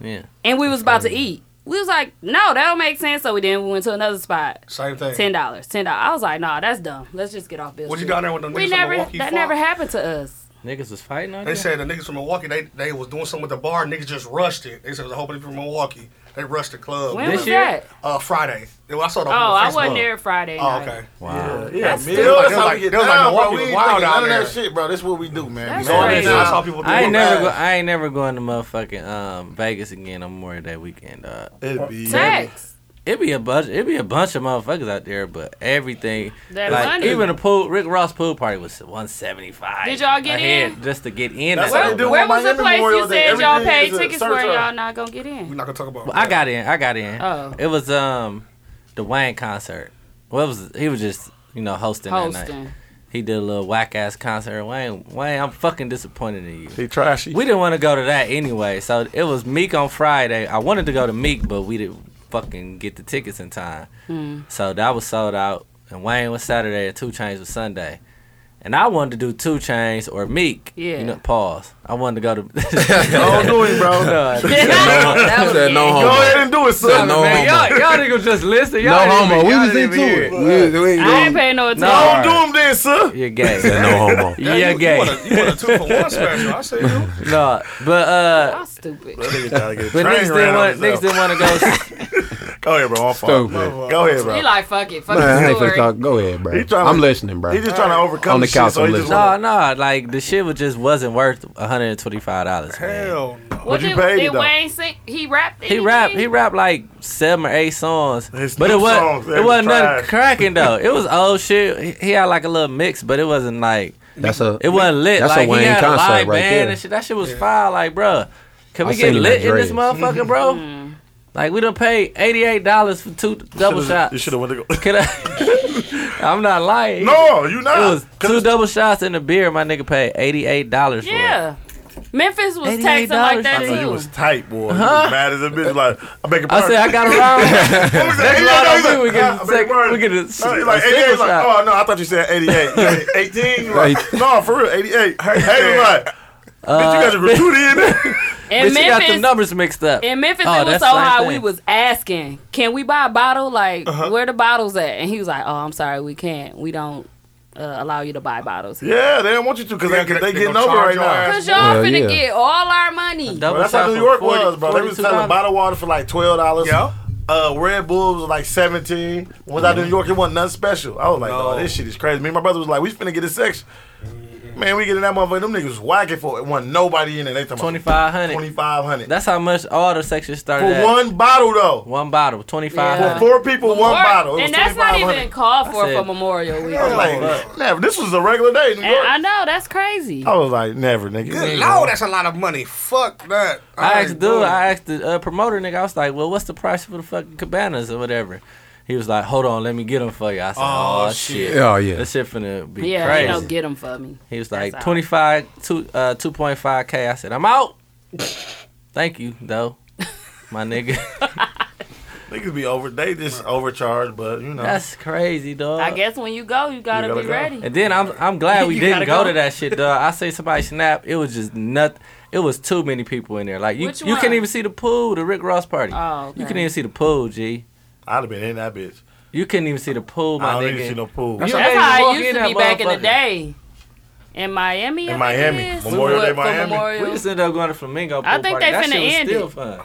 Speaker 1: Yeah.
Speaker 3: And we was about to eat. We was like, no, that don't make sense. So we then we went to another spot.
Speaker 4: Same thing.
Speaker 3: Ten dollars, ten dollars. I was like, nah, that's dumb. Let's just get off Bill
Speaker 4: What you
Speaker 3: Street.
Speaker 4: down there with them
Speaker 3: we
Speaker 4: niggas
Speaker 3: never
Speaker 4: from
Speaker 3: that
Speaker 4: Milwaukee? for?
Speaker 3: never happened to us.
Speaker 1: Niggas was fighting on
Speaker 4: They
Speaker 1: you.
Speaker 4: said the niggas from Milwaukee, they they was doing something with the bar. Niggas just rushed it. They said it was a whole bunch of people from Milwaukee. They rushed the club.
Speaker 3: When
Speaker 1: This
Speaker 3: was
Speaker 1: year?
Speaker 3: that?
Speaker 4: Uh, Friday. It- I saw the.
Speaker 3: Oh, I
Speaker 4: Facebook.
Speaker 3: wasn't there Friday.
Speaker 4: Oh,
Speaker 3: night.
Speaker 4: okay.
Speaker 1: Wow.
Speaker 6: Yeah,
Speaker 3: That's
Speaker 6: man.
Speaker 3: stupid.
Speaker 6: That's
Speaker 4: They
Speaker 6: how
Speaker 4: was
Speaker 6: we get
Speaker 4: like- they
Speaker 6: down,
Speaker 4: was like
Speaker 6: bro.
Speaker 4: Milwaukee
Speaker 6: We
Speaker 4: was
Speaker 6: ain't
Speaker 4: wild
Speaker 6: thinking
Speaker 4: out
Speaker 6: none of that
Speaker 4: there.
Speaker 6: shit, bro. That's what we do, man. We
Speaker 3: That's
Speaker 6: go in
Speaker 3: crazy.
Speaker 6: there.
Speaker 4: I saw people.
Speaker 1: I ain't
Speaker 4: doing that.
Speaker 1: never go. I ain't never going to motherfucking um, Vegas again. I'm worried that weekend. Uh,
Speaker 6: It'd be
Speaker 3: Sex.
Speaker 1: it be a bunch. It be a bunch of motherfuckers out there, but everything.
Speaker 3: That
Speaker 1: like
Speaker 3: money.
Speaker 1: even the pool, Rick Ross pool party was 175.
Speaker 3: Did y'all get in?
Speaker 1: Just to get in.
Speaker 6: That's
Speaker 1: that
Speaker 6: how they do
Speaker 1: motherfucker.
Speaker 3: Where
Speaker 6: on
Speaker 3: was
Speaker 6: Miami
Speaker 3: the place you
Speaker 6: Memorial Day,
Speaker 3: said y'all
Speaker 6: everything
Speaker 3: paid
Speaker 6: is a
Speaker 3: tickets for and
Speaker 6: surcharge.
Speaker 3: y'all not gonna get
Speaker 4: We're
Speaker 3: in?
Speaker 4: not gonna talk about.
Speaker 1: Well, I got in. I got in.
Speaker 3: Oh.
Speaker 1: It was um, the Wayne concert. Well, it was he was just you know hosting, that night.
Speaker 3: Hosting.
Speaker 1: He did a little whack ass concert. Wayne, Wayne, I'm fucking disappointed in you.
Speaker 6: He trashy.
Speaker 1: We didn't want to go to that anyway, so it was Meek on Friday. I wanted to go to Meek, but we did. fucking get the tickets in time. So that was sold out, and Wayne was Saturday, and Two Chains was Sunday. And I wanted to do Two Chains or Meek.
Speaker 3: Yeah.
Speaker 1: You know, pause. I wanted to go
Speaker 6: I
Speaker 1: to.
Speaker 6: don't do it, bro.
Speaker 1: No,
Speaker 3: That was
Speaker 8: Said no
Speaker 3: it.
Speaker 8: homo.
Speaker 6: Go ahead and do it,
Speaker 8: Said
Speaker 6: son.
Speaker 8: no
Speaker 1: Man,
Speaker 8: homo.
Speaker 1: y'all, y'all niggas just listen. Y'all
Speaker 8: No
Speaker 1: didn't
Speaker 8: homo.
Speaker 1: even-
Speaker 8: We
Speaker 1: y'all
Speaker 8: was
Speaker 1: didn't
Speaker 8: into
Speaker 1: even
Speaker 8: it.
Speaker 1: hear
Speaker 8: We, we ain't
Speaker 3: I ain't
Speaker 8: doing
Speaker 3: paying no attention.
Speaker 1: No.
Speaker 6: Don't do them then, sir.
Speaker 1: You're gay.
Speaker 8: Said no homo.
Speaker 1: You're
Speaker 4: you, you, want
Speaker 1: gay.
Speaker 4: a, you want a two for one special? I say you.
Speaker 1: No, but uh,
Speaker 3: Y'all stupid.
Speaker 1: but niggas didn't want niggas didn't want to go. see-
Speaker 6: Go ahead, bro. I'm fine.
Speaker 10: Stupid.
Speaker 6: Go ahead,
Speaker 3: He
Speaker 6: bro.
Speaker 3: like fuck it, fuck
Speaker 10: Man, I
Speaker 3: the
Speaker 10: ain't finna
Speaker 3: story.
Speaker 10: talk. Go ahead, bro.
Speaker 6: He tryna-
Speaker 10: I'm listening, bro.
Speaker 6: He's just trying to overcome
Speaker 10: On the
Speaker 6: shit,
Speaker 10: couch,
Speaker 6: so
Speaker 10: I'm
Speaker 6: he just
Speaker 10: listening.
Speaker 1: No, no, like the shit was just wasn't worth 125 dollars.
Speaker 6: Hell no.
Speaker 3: What
Speaker 6: you
Speaker 3: did,
Speaker 6: paid it
Speaker 3: did
Speaker 6: though.
Speaker 3: Wayne sing? He rapped.
Speaker 1: He
Speaker 3: didn't
Speaker 1: rapped. He rapped like seven or eight songs,
Speaker 6: His
Speaker 1: but it
Speaker 6: new
Speaker 1: wasn't.
Speaker 6: songs, they
Speaker 1: It
Speaker 6: was
Speaker 1: wasn't nothing
Speaker 6: trash.
Speaker 1: cracking though. It was old shit. He- He had like a little mix, but it wasn't like
Speaker 8: That's a.
Speaker 1: it wasn't lit.
Speaker 8: That's a
Speaker 1: like
Speaker 8: Wayne
Speaker 1: he had a
Speaker 8: concert
Speaker 1: live
Speaker 8: right
Speaker 1: band
Speaker 8: there.
Speaker 1: and shit. That shit was fire. Like, bro, can
Speaker 8: I
Speaker 1: we
Speaker 8: seen
Speaker 1: get
Speaker 8: him
Speaker 1: lit
Speaker 8: in
Speaker 1: in this
Speaker 8: dreads.
Speaker 1: motherfucker, bro? Like, we done paid eighty eight dollars for two double
Speaker 6: Should've-
Speaker 1: shots.
Speaker 6: You should have went to go.
Speaker 1: Can I? I'm not lying.
Speaker 6: No, you
Speaker 1: It
Speaker 6: not.
Speaker 1: was two double shots and a beer. My nigga paid eighty eight dollars for it.
Speaker 3: Yeah. Memphis was
Speaker 1: $88
Speaker 3: taxing like that
Speaker 1: I
Speaker 6: So you
Speaker 3: too.
Speaker 6: was tight, boy. You was mad as a bitch. Like I beg your
Speaker 1: I
Speaker 6: pardon.
Speaker 1: said I got around.
Speaker 6: What was that?
Speaker 1: That's why I don't
Speaker 6: 88?
Speaker 1: do it. We get
Speaker 6: Nah,
Speaker 1: the
Speaker 6: I beg your
Speaker 1: sec-
Speaker 6: pardon.
Speaker 1: we get the-
Speaker 6: No, he's like
Speaker 1: a single
Speaker 6: 88. Like,
Speaker 1: shot.
Speaker 6: oh no, I thought you said 88. You like, 18. Like, no, for real, 88. Hey, hey, like, bitch, you
Speaker 1: Uh,
Speaker 6: got your gratuity in there.
Speaker 1: Bitch,
Speaker 3: And
Speaker 1: you got the
Speaker 3: Memphis,
Speaker 1: numbers mixed up.
Speaker 3: in Memphis,
Speaker 1: Oh,
Speaker 3: it was
Speaker 1: that's
Speaker 3: so
Speaker 1: the same
Speaker 3: high
Speaker 1: thing.
Speaker 3: we was asking, "Can we buy a bottle? Like,
Speaker 6: Uh-huh.
Speaker 3: where the bottles at?" And he was like, "Oh, I'm sorry, we can't. We don't uh, allow you to buy bottles."
Speaker 6: Yeah, they don't want you to because
Speaker 4: Yeah,
Speaker 6: they,
Speaker 4: 'cause
Speaker 6: they
Speaker 4: they
Speaker 6: getting
Speaker 4: gonna
Speaker 6: over right
Speaker 4: charge your
Speaker 6: now.
Speaker 4: ass.
Speaker 3: Cause y'all
Speaker 8: Hell
Speaker 3: finna
Speaker 8: yeah.
Speaker 3: get all our money.
Speaker 1: Double
Speaker 6: Bro, that's
Speaker 1: shot
Speaker 6: how New
Speaker 1: for
Speaker 6: York
Speaker 1: 40
Speaker 6: was, bro. They was
Speaker 1: $42.
Speaker 6: selling bottled water for like twelve dollars.
Speaker 4: Yeah.
Speaker 6: Uh, Red Bull was like seventeen. When I was out in New York, it wasn't nothing special. I was like,
Speaker 4: No.
Speaker 6: oh, this shit is crazy. Me and my brother was like, we finna get a section. Man, we get in that motherfucker. Them niggas was whacking for it. Wasn't nobody in there. They talking
Speaker 1: Twenty five hundred.
Speaker 6: twenty five hundred
Speaker 1: That's how much all the sections started.
Speaker 6: for
Speaker 1: at.
Speaker 6: one bottle though.
Speaker 1: One bottle, twenty five
Speaker 3: Yeah.
Speaker 6: For four people, one
Speaker 3: Or-
Speaker 6: bottle. It was
Speaker 3: and that's not
Speaker 6: 2500.
Speaker 3: even called for
Speaker 1: I said-
Speaker 3: for Memorial Week.
Speaker 6: I was like, never. This was a regular day. in New
Speaker 3: and
Speaker 6: York.
Speaker 3: I know that's crazy.
Speaker 6: I was like, never, nigga. We
Speaker 4: Good
Speaker 6: ain't
Speaker 4: lord, that's a lot of money. Fuck that.
Speaker 1: I
Speaker 4: ain't
Speaker 1: asked
Speaker 4: doing
Speaker 1: dude,
Speaker 4: it.
Speaker 1: I asked the uh, promoter nigga, I was like, well, what's the price for the fucking cabanas or whatever? He was like, hold on, let me get them for you. I said, oh,
Speaker 4: Oh,
Speaker 1: shit.
Speaker 8: Oh yeah.
Speaker 1: This shit finna be
Speaker 3: yeah,
Speaker 1: crazy.
Speaker 3: they don't get them for me.
Speaker 1: he was
Speaker 3: That's
Speaker 1: like,
Speaker 3: all.
Speaker 1: 25, two, uh, 2.5K. I said, I'm out. Thank you, though, my nigga.
Speaker 6: going. Niggas be over. They just overcharged, but you know.
Speaker 1: That's crazy, dog.
Speaker 3: I guess when you go, you gotta,
Speaker 6: You gotta
Speaker 3: be
Speaker 6: go.
Speaker 3: ready.
Speaker 1: And then I'm I'm glad we
Speaker 3: You
Speaker 1: didn't
Speaker 3: gotta
Speaker 1: go,
Speaker 3: go.
Speaker 1: to that shit, dog. I see somebody snap. It was just nothing. It was too many people in there. Like you,
Speaker 3: Which
Speaker 1: you
Speaker 3: one?
Speaker 1: couldn't even see the pool, the Rick Ross party.
Speaker 3: Oh,
Speaker 1: You
Speaker 3: okay.
Speaker 1: couldn't even see the pool, G.
Speaker 6: I'd have been in that bitch.
Speaker 1: You couldn't even see the pool, my
Speaker 6: I don't
Speaker 1: nigga.
Speaker 6: even see no pool.
Speaker 1: You
Speaker 3: That's
Speaker 1: can't even
Speaker 3: how
Speaker 1: walk
Speaker 3: it used
Speaker 1: in
Speaker 3: to
Speaker 1: that
Speaker 3: be back in the
Speaker 1: motherfucker.
Speaker 3: day. In Miami,
Speaker 6: In
Speaker 3: I think it
Speaker 6: Miami.
Speaker 3: is.
Speaker 6: Memorial
Speaker 3: For-
Speaker 6: Day,
Speaker 3: for
Speaker 6: Miami.
Speaker 3: Memorial.
Speaker 1: We just ended up going to Flamingo. Pool
Speaker 3: I think
Speaker 1: party.
Speaker 3: they
Speaker 1: that
Speaker 3: finna
Speaker 1: shit was
Speaker 3: end
Speaker 1: still
Speaker 3: it.
Speaker 1: fun.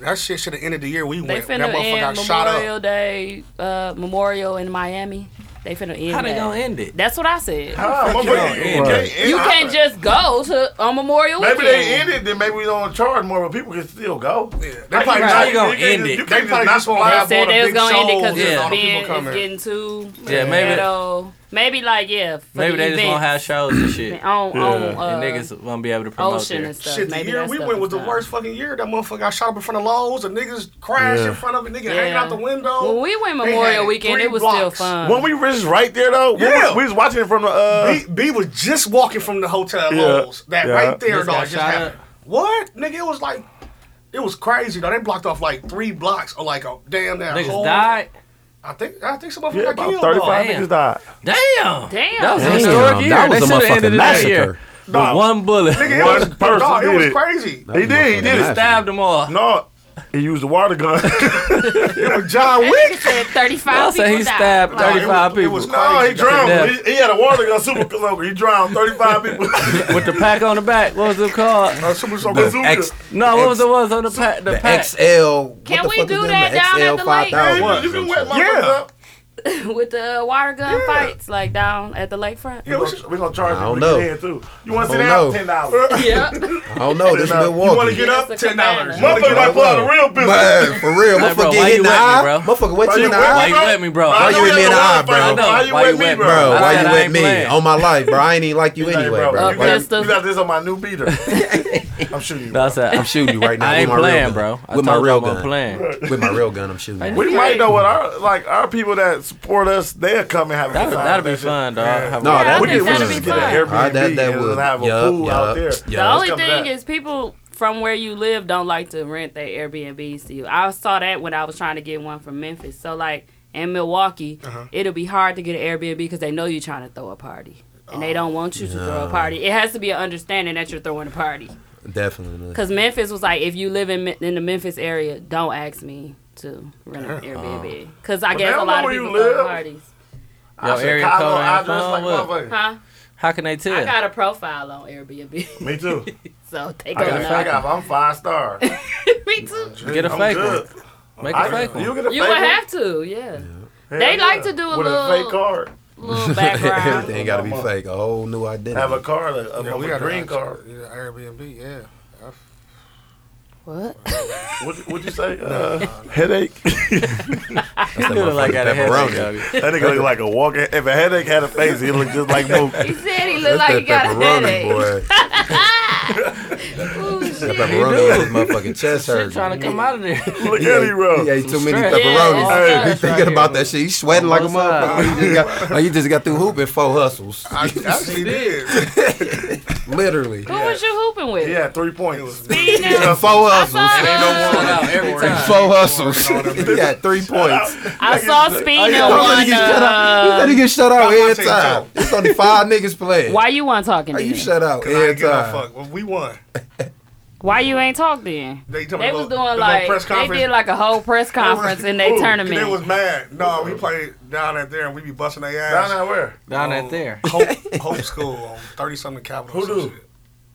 Speaker 4: That shit should have ended the year we
Speaker 3: They
Speaker 4: went.
Speaker 3: finna
Speaker 4: That motherfucker
Speaker 3: end
Speaker 4: got shot
Speaker 3: Memorial
Speaker 4: up.
Speaker 3: Day uh, Memorial in Miami. They finna end
Speaker 1: How they
Speaker 3: that.
Speaker 1: gonna end it?
Speaker 3: That's what I said.
Speaker 6: Ah, my
Speaker 1: you
Speaker 6: brother,
Speaker 1: don't
Speaker 6: you
Speaker 1: end
Speaker 6: can't end
Speaker 3: you
Speaker 6: it.
Speaker 3: can't just go to on Memorial
Speaker 6: Maybe
Speaker 3: weekend.
Speaker 6: they end it, then maybe we don't charge more, but people can still go.
Speaker 4: Yeah, they
Speaker 6: Like,
Speaker 4: probably
Speaker 6: you
Speaker 1: right.
Speaker 6: can't-
Speaker 1: How you gonna
Speaker 6: can't
Speaker 1: end
Speaker 6: just-
Speaker 1: it?
Speaker 6: You can't
Speaker 4: They probably
Speaker 6: just not
Speaker 4: just won't
Speaker 6: fly
Speaker 4: have
Speaker 6: up on
Speaker 3: said
Speaker 4: the
Speaker 3: they was
Speaker 4: big
Speaker 3: gonna end it because
Speaker 4: shows and
Speaker 1: Yeah.
Speaker 4: all
Speaker 3: it's,
Speaker 4: the people
Speaker 3: been,
Speaker 4: coming.
Speaker 3: it's getting too
Speaker 1: Yeah, maybe-
Speaker 3: ghetto. maybe like yeah, for
Speaker 1: Maybe
Speaker 3: the
Speaker 1: they just won't
Speaker 3: events
Speaker 1: have shows and shit.
Speaker 3: on on uh,
Speaker 1: and niggas won't be able to promote
Speaker 3: ocean
Speaker 1: there.
Speaker 3: and stuff.
Speaker 4: Shit, the
Speaker 3: maybe
Speaker 4: year
Speaker 3: that
Speaker 4: we
Speaker 3: stuff
Speaker 4: went
Speaker 3: is
Speaker 4: was the
Speaker 3: not.
Speaker 4: worst fucking year. That motherfucker got shot up in front of Lowe's. The niggas crashed in front of it. Nigga hanging out the window.
Speaker 3: When we went
Speaker 4: They
Speaker 3: Memorial
Speaker 4: had
Speaker 3: Weekend,
Speaker 4: three
Speaker 3: it was still
Speaker 4: blocks.
Speaker 3: fun.
Speaker 6: When we was right there though, when
Speaker 4: Yeah.
Speaker 6: we, we was watching it from the uh,
Speaker 4: B, B was just walking from the hotel
Speaker 6: Yeah.
Speaker 4: Lowe's. That
Speaker 6: Yeah.
Speaker 4: right there,
Speaker 1: Just got
Speaker 4: dog, just
Speaker 1: shot
Speaker 4: happened. What? Nigga, it was like, it was crazy, though. They blocked off like three blocks or like a damn that
Speaker 1: Niggas
Speaker 4: whole.
Speaker 1: died.
Speaker 4: I think, I think some of them
Speaker 6: yeah,
Speaker 4: got
Speaker 6: about
Speaker 4: killed.
Speaker 6: thirty
Speaker 4: dog.
Speaker 6: five
Speaker 1: Damn.
Speaker 6: niggas died.
Speaker 1: Damn.
Speaker 3: Damn.
Speaker 1: That was a
Speaker 8: Damn,
Speaker 1: historic year.
Speaker 8: that was
Speaker 1: they
Speaker 8: a
Speaker 1: shoulda
Speaker 8: motherfucking
Speaker 1: ended it that
Speaker 8: massacre.
Speaker 1: year.
Speaker 6: Nah.
Speaker 1: With one bullet.
Speaker 4: Nigga, it
Speaker 6: One
Speaker 4: was,
Speaker 6: person
Speaker 4: dog, it
Speaker 6: did
Speaker 4: was
Speaker 6: it.
Speaker 4: crazy.
Speaker 6: He did, he did
Speaker 8: Massacre.
Speaker 6: it.
Speaker 1: Stabbed them all.
Speaker 6: No, he used the water gun.
Speaker 4: It was John
Speaker 3: Nigga
Speaker 4: Wick.
Speaker 3: said 35
Speaker 1: I say he
Speaker 3: people died.
Speaker 1: stabbed
Speaker 4: Nah, it was-
Speaker 1: 35
Speaker 4: it
Speaker 1: people
Speaker 4: was
Speaker 6: no, he
Speaker 4: Crazy.
Speaker 6: drowned. He, he had a water gun super bazooka. He drowned thirty five people.
Speaker 1: with the pack on the back. What was it called?
Speaker 4: Uh,
Speaker 6: A super bazooka.
Speaker 8: X,
Speaker 1: No, what was the ones on the pack? The,
Speaker 8: the
Speaker 1: pack.
Speaker 8: XL.
Speaker 3: Can
Speaker 8: what the
Speaker 3: we
Speaker 8: fuck
Speaker 3: do
Speaker 8: is
Speaker 3: that down
Speaker 8: The
Speaker 3: at
Speaker 8: XL
Speaker 3: the lake?
Speaker 6: Yeah,
Speaker 8: 5000.
Speaker 6: you can wet my
Speaker 4: Yeah.
Speaker 6: yeah. up.
Speaker 3: With the water gun fights, like down at the lakefront.
Speaker 6: Yeah, we should, we gonna charge
Speaker 8: I don't
Speaker 6: people to
Speaker 8: know.
Speaker 6: get in too. You want to sit
Speaker 8: I
Speaker 6: down?
Speaker 8: don't
Speaker 6: Ten dollars.
Speaker 3: Yeah.
Speaker 8: I don't know. This is
Speaker 6: You
Speaker 8: Milwaukee.
Speaker 6: wanna get up?
Speaker 3: It's a
Speaker 4: Ten dollars.
Speaker 3: cabana.
Speaker 6: Motherfucker might pull out a real pistol.
Speaker 8: Man, for real,
Speaker 1: Hey, bro,
Speaker 8: motherfucker
Speaker 1: why
Speaker 8: get hit
Speaker 1: you
Speaker 8: in the
Speaker 1: wet me,
Speaker 8: eye.
Speaker 1: bro?
Speaker 8: Motherfucker wet
Speaker 6: Why
Speaker 8: you
Speaker 6: you
Speaker 8: in the
Speaker 6: wet
Speaker 1: Why
Speaker 8: eye.
Speaker 1: you with me, bro?
Speaker 6: Bro,
Speaker 8: Why
Speaker 6: I
Speaker 8: you
Speaker 6: know
Speaker 8: hit me in the
Speaker 6: had the
Speaker 8: eye,
Speaker 6: water
Speaker 8: bro?
Speaker 6: fight. Why you
Speaker 1: Why
Speaker 6: wet
Speaker 1: you
Speaker 6: me,
Speaker 1: wet me,
Speaker 8: Bro,
Speaker 6: bro?
Speaker 1: I
Speaker 8: why
Speaker 1: said
Speaker 8: you
Speaker 1: I
Speaker 8: with
Speaker 1: ain't
Speaker 8: me?
Speaker 1: playing.
Speaker 8: On my life, bro. I ain't even like you
Speaker 6: Hey,
Speaker 8: anyway, bro.
Speaker 6: You
Speaker 8: Why
Speaker 6: got,
Speaker 8: you-
Speaker 6: you
Speaker 3: Pistol.
Speaker 6: got this on my new beater. I'm shooting you.
Speaker 1: No, I said,
Speaker 8: I'm shooting you right now.
Speaker 1: I ain't
Speaker 8: with my real
Speaker 1: playing,
Speaker 8: gun.
Speaker 1: bro. I
Speaker 8: With my
Speaker 1: told
Speaker 8: real
Speaker 1: you I'm
Speaker 8: gun.
Speaker 1: playing.
Speaker 8: With my real gun, I'm shooting. you.
Speaker 6: We might know what our like our people that support us. They'll come and have a
Speaker 1: That,
Speaker 6: good time.
Speaker 1: that'd be
Speaker 6: That's it.
Speaker 1: fun, dog. Have
Speaker 8: No,
Speaker 1: a-
Speaker 8: that
Speaker 6: We
Speaker 3: think
Speaker 6: could we
Speaker 3: that'd
Speaker 6: should just
Speaker 3: be
Speaker 6: get an Airbnb
Speaker 3: fun.
Speaker 8: I- that- that
Speaker 6: and
Speaker 8: would-
Speaker 6: have a
Speaker 8: yup,
Speaker 6: pool out
Speaker 8: yup,
Speaker 6: there.
Speaker 8: yup.
Speaker 3: The
Speaker 8: Yeah,
Speaker 3: only
Speaker 6: come to
Speaker 3: thing
Speaker 6: that.
Speaker 3: is people from where you live don't like to rent their Airbnbs to you. I saw that when I was trying to get one from Memphis. So like in Milwaukee,
Speaker 6: Uh-huh.
Speaker 3: it'll be hard to get an Airbnb because they know you're trying to throw a party. And they don't want you to throw a party. It has to be an understanding that you're throwing a party.
Speaker 8: Definitely.
Speaker 3: Because Memphis was like, if you live in Me- in the Memphis area, don't ask me to rent an Airbnb.
Speaker 6: Uh-huh.
Speaker 3: Because I
Speaker 6: But they
Speaker 3: guess a
Speaker 6: don't
Speaker 3: lot
Speaker 6: know
Speaker 3: of
Speaker 6: where you
Speaker 3: people go to
Speaker 6: live.
Speaker 3: parties.
Speaker 1: Your area code
Speaker 6: Chicago,
Speaker 1: on your
Speaker 6: I dress
Speaker 1: phone,
Speaker 6: like
Speaker 1: what?
Speaker 6: motherfucker.
Speaker 3: Huh?
Speaker 1: How can they tell?
Speaker 3: I got a profile on Airbnb,
Speaker 6: Me too.
Speaker 3: so they
Speaker 6: I
Speaker 3: go
Speaker 6: got, I got, I'm five star.
Speaker 3: Me too.
Speaker 1: Get a
Speaker 6: I'm
Speaker 1: fake
Speaker 6: good.
Speaker 1: one. Make a
Speaker 6: I,
Speaker 1: fake one.
Speaker 6: you get a
Speaker 3: You
Speaker 6: fake
Speaker 3: would
Speaker 6: one?
Speaker 3: have to, yeah. They
Speaker 6: Hell
Speaker 3: like
Speaker 6: yeah.
Speaker 3: to do a
Speaker 6: With
Speaker 3: little-
Speaker 6: a fake card.
Speaker 3: Little background.
Speaker 8: Everything got to be fake. A whole new identity.
Speaker 6: Have a card, a, a,
Speaker 4: Yeah, we
Speaker 6: a
Speaker 4: got
Speaker 6: green
Speaker 4: green
Speaker 6: card.
Speaker 4: car. Airbnb, yeah.
Speaker 3: what?
Speaker 6: What would you say? Uh, headache.
Speaker 8: That's that
Speaker 1: You look like I
Speaker 8: motherfucking
Speaker 1: got a headache,
Speaker 8: pepperoni.
Speaker 1: doggy.
Speaker 6: that nigga look like a walking. If a headache had a face, he look just like Mook.
Speaker 3: He said he
Speaker 8: That's
Speaker 3: looked like he
Speaker 8: that
Speaker 3: got a
Speaker 8: pepperoni,
Speaker 3: headache.
Speaker 8: boy.
Speaker 3: Ooh,
Speaker 8: That
Speaker 3: shit.
Speaker 8: pepperoni on his motherfucking chest
Speaker 1: Shit
Speaker 8: hurt.
Speaker 1: trying to come out of there.
Speaker 6: Look at him, bro.
Speaker 8: He ate too many
Speaker 1: stress.
Speaker 8: pepperonis.
Speaker 3: Yeah, it's
Speaker 8: He
Speaker 3: stress
Speaker 8: thinking
Speaker 1: right
Speaker 8: about
Speaker 1: here.
Speaker 8: that shit. He's sweating like a
Speaker 1: On both
Speaker 8: motherfucker. He just got, like he just got through hooping four hustles.
Speaker 4: I, actually did.
Speaker 8: Literally.
Speaker 3: Who was you hooping with?
Speaker 6: He had three points.
Speaker 3: Speed now?
Speaker 8: Yeah, Four hustles.
Speaker 3: I
Speaker 1: Pull out every time.
Speaker 8: Four hustles. he got three points.
Speaker 3: saw, I saw Speed in
Speaker 8: Don't let
Speaker 3: one.
Speaker 8: him get shut out. You
Speaker 3: Uh,
Speaker 8: let him get shut out
Speaker 4: I'm gonna
Speaker 8: every
Speaker 4: take
Speaker 8: time. It's only five niggas playing.
Speaker 3: why you want talking
Speaker 8: Are
Speaker 3: then?
Speaker 8: you shut out
Speaker 4: I
Speaker 8: every
Speaker 4: ain't give a
Speaker 8: time?
Speaker 4: fuck. Well, we won.
Speaker 3: Why you ain't talk then?
Speaker 4: They, told me
Speaker 3: They
Speaker 4: the
Speaker 3: was
Speaker 4: little- the
Speaker 3: doing
Speaker 4: little
Speaker 3: like
Speaker 4: press
Speaker 3: they
Speaker 4: conference.
Speaker 3: did like a whole press conference in their
Speaker 4: Ooh, They
Speaker 3: tournament.
Speaker 4: was mad. No, we played down at there and we be busting their ass.
Speaker 6: Down there where?
Speaker 1: Down at
Speaker 4: on
Speaker 1: there.
Speaker 4: Hope, Hope School on 30 something Capitol.
Speaker 6: Who
Speaker 4: some
Speaker 6: do?
Speaker 4: shit.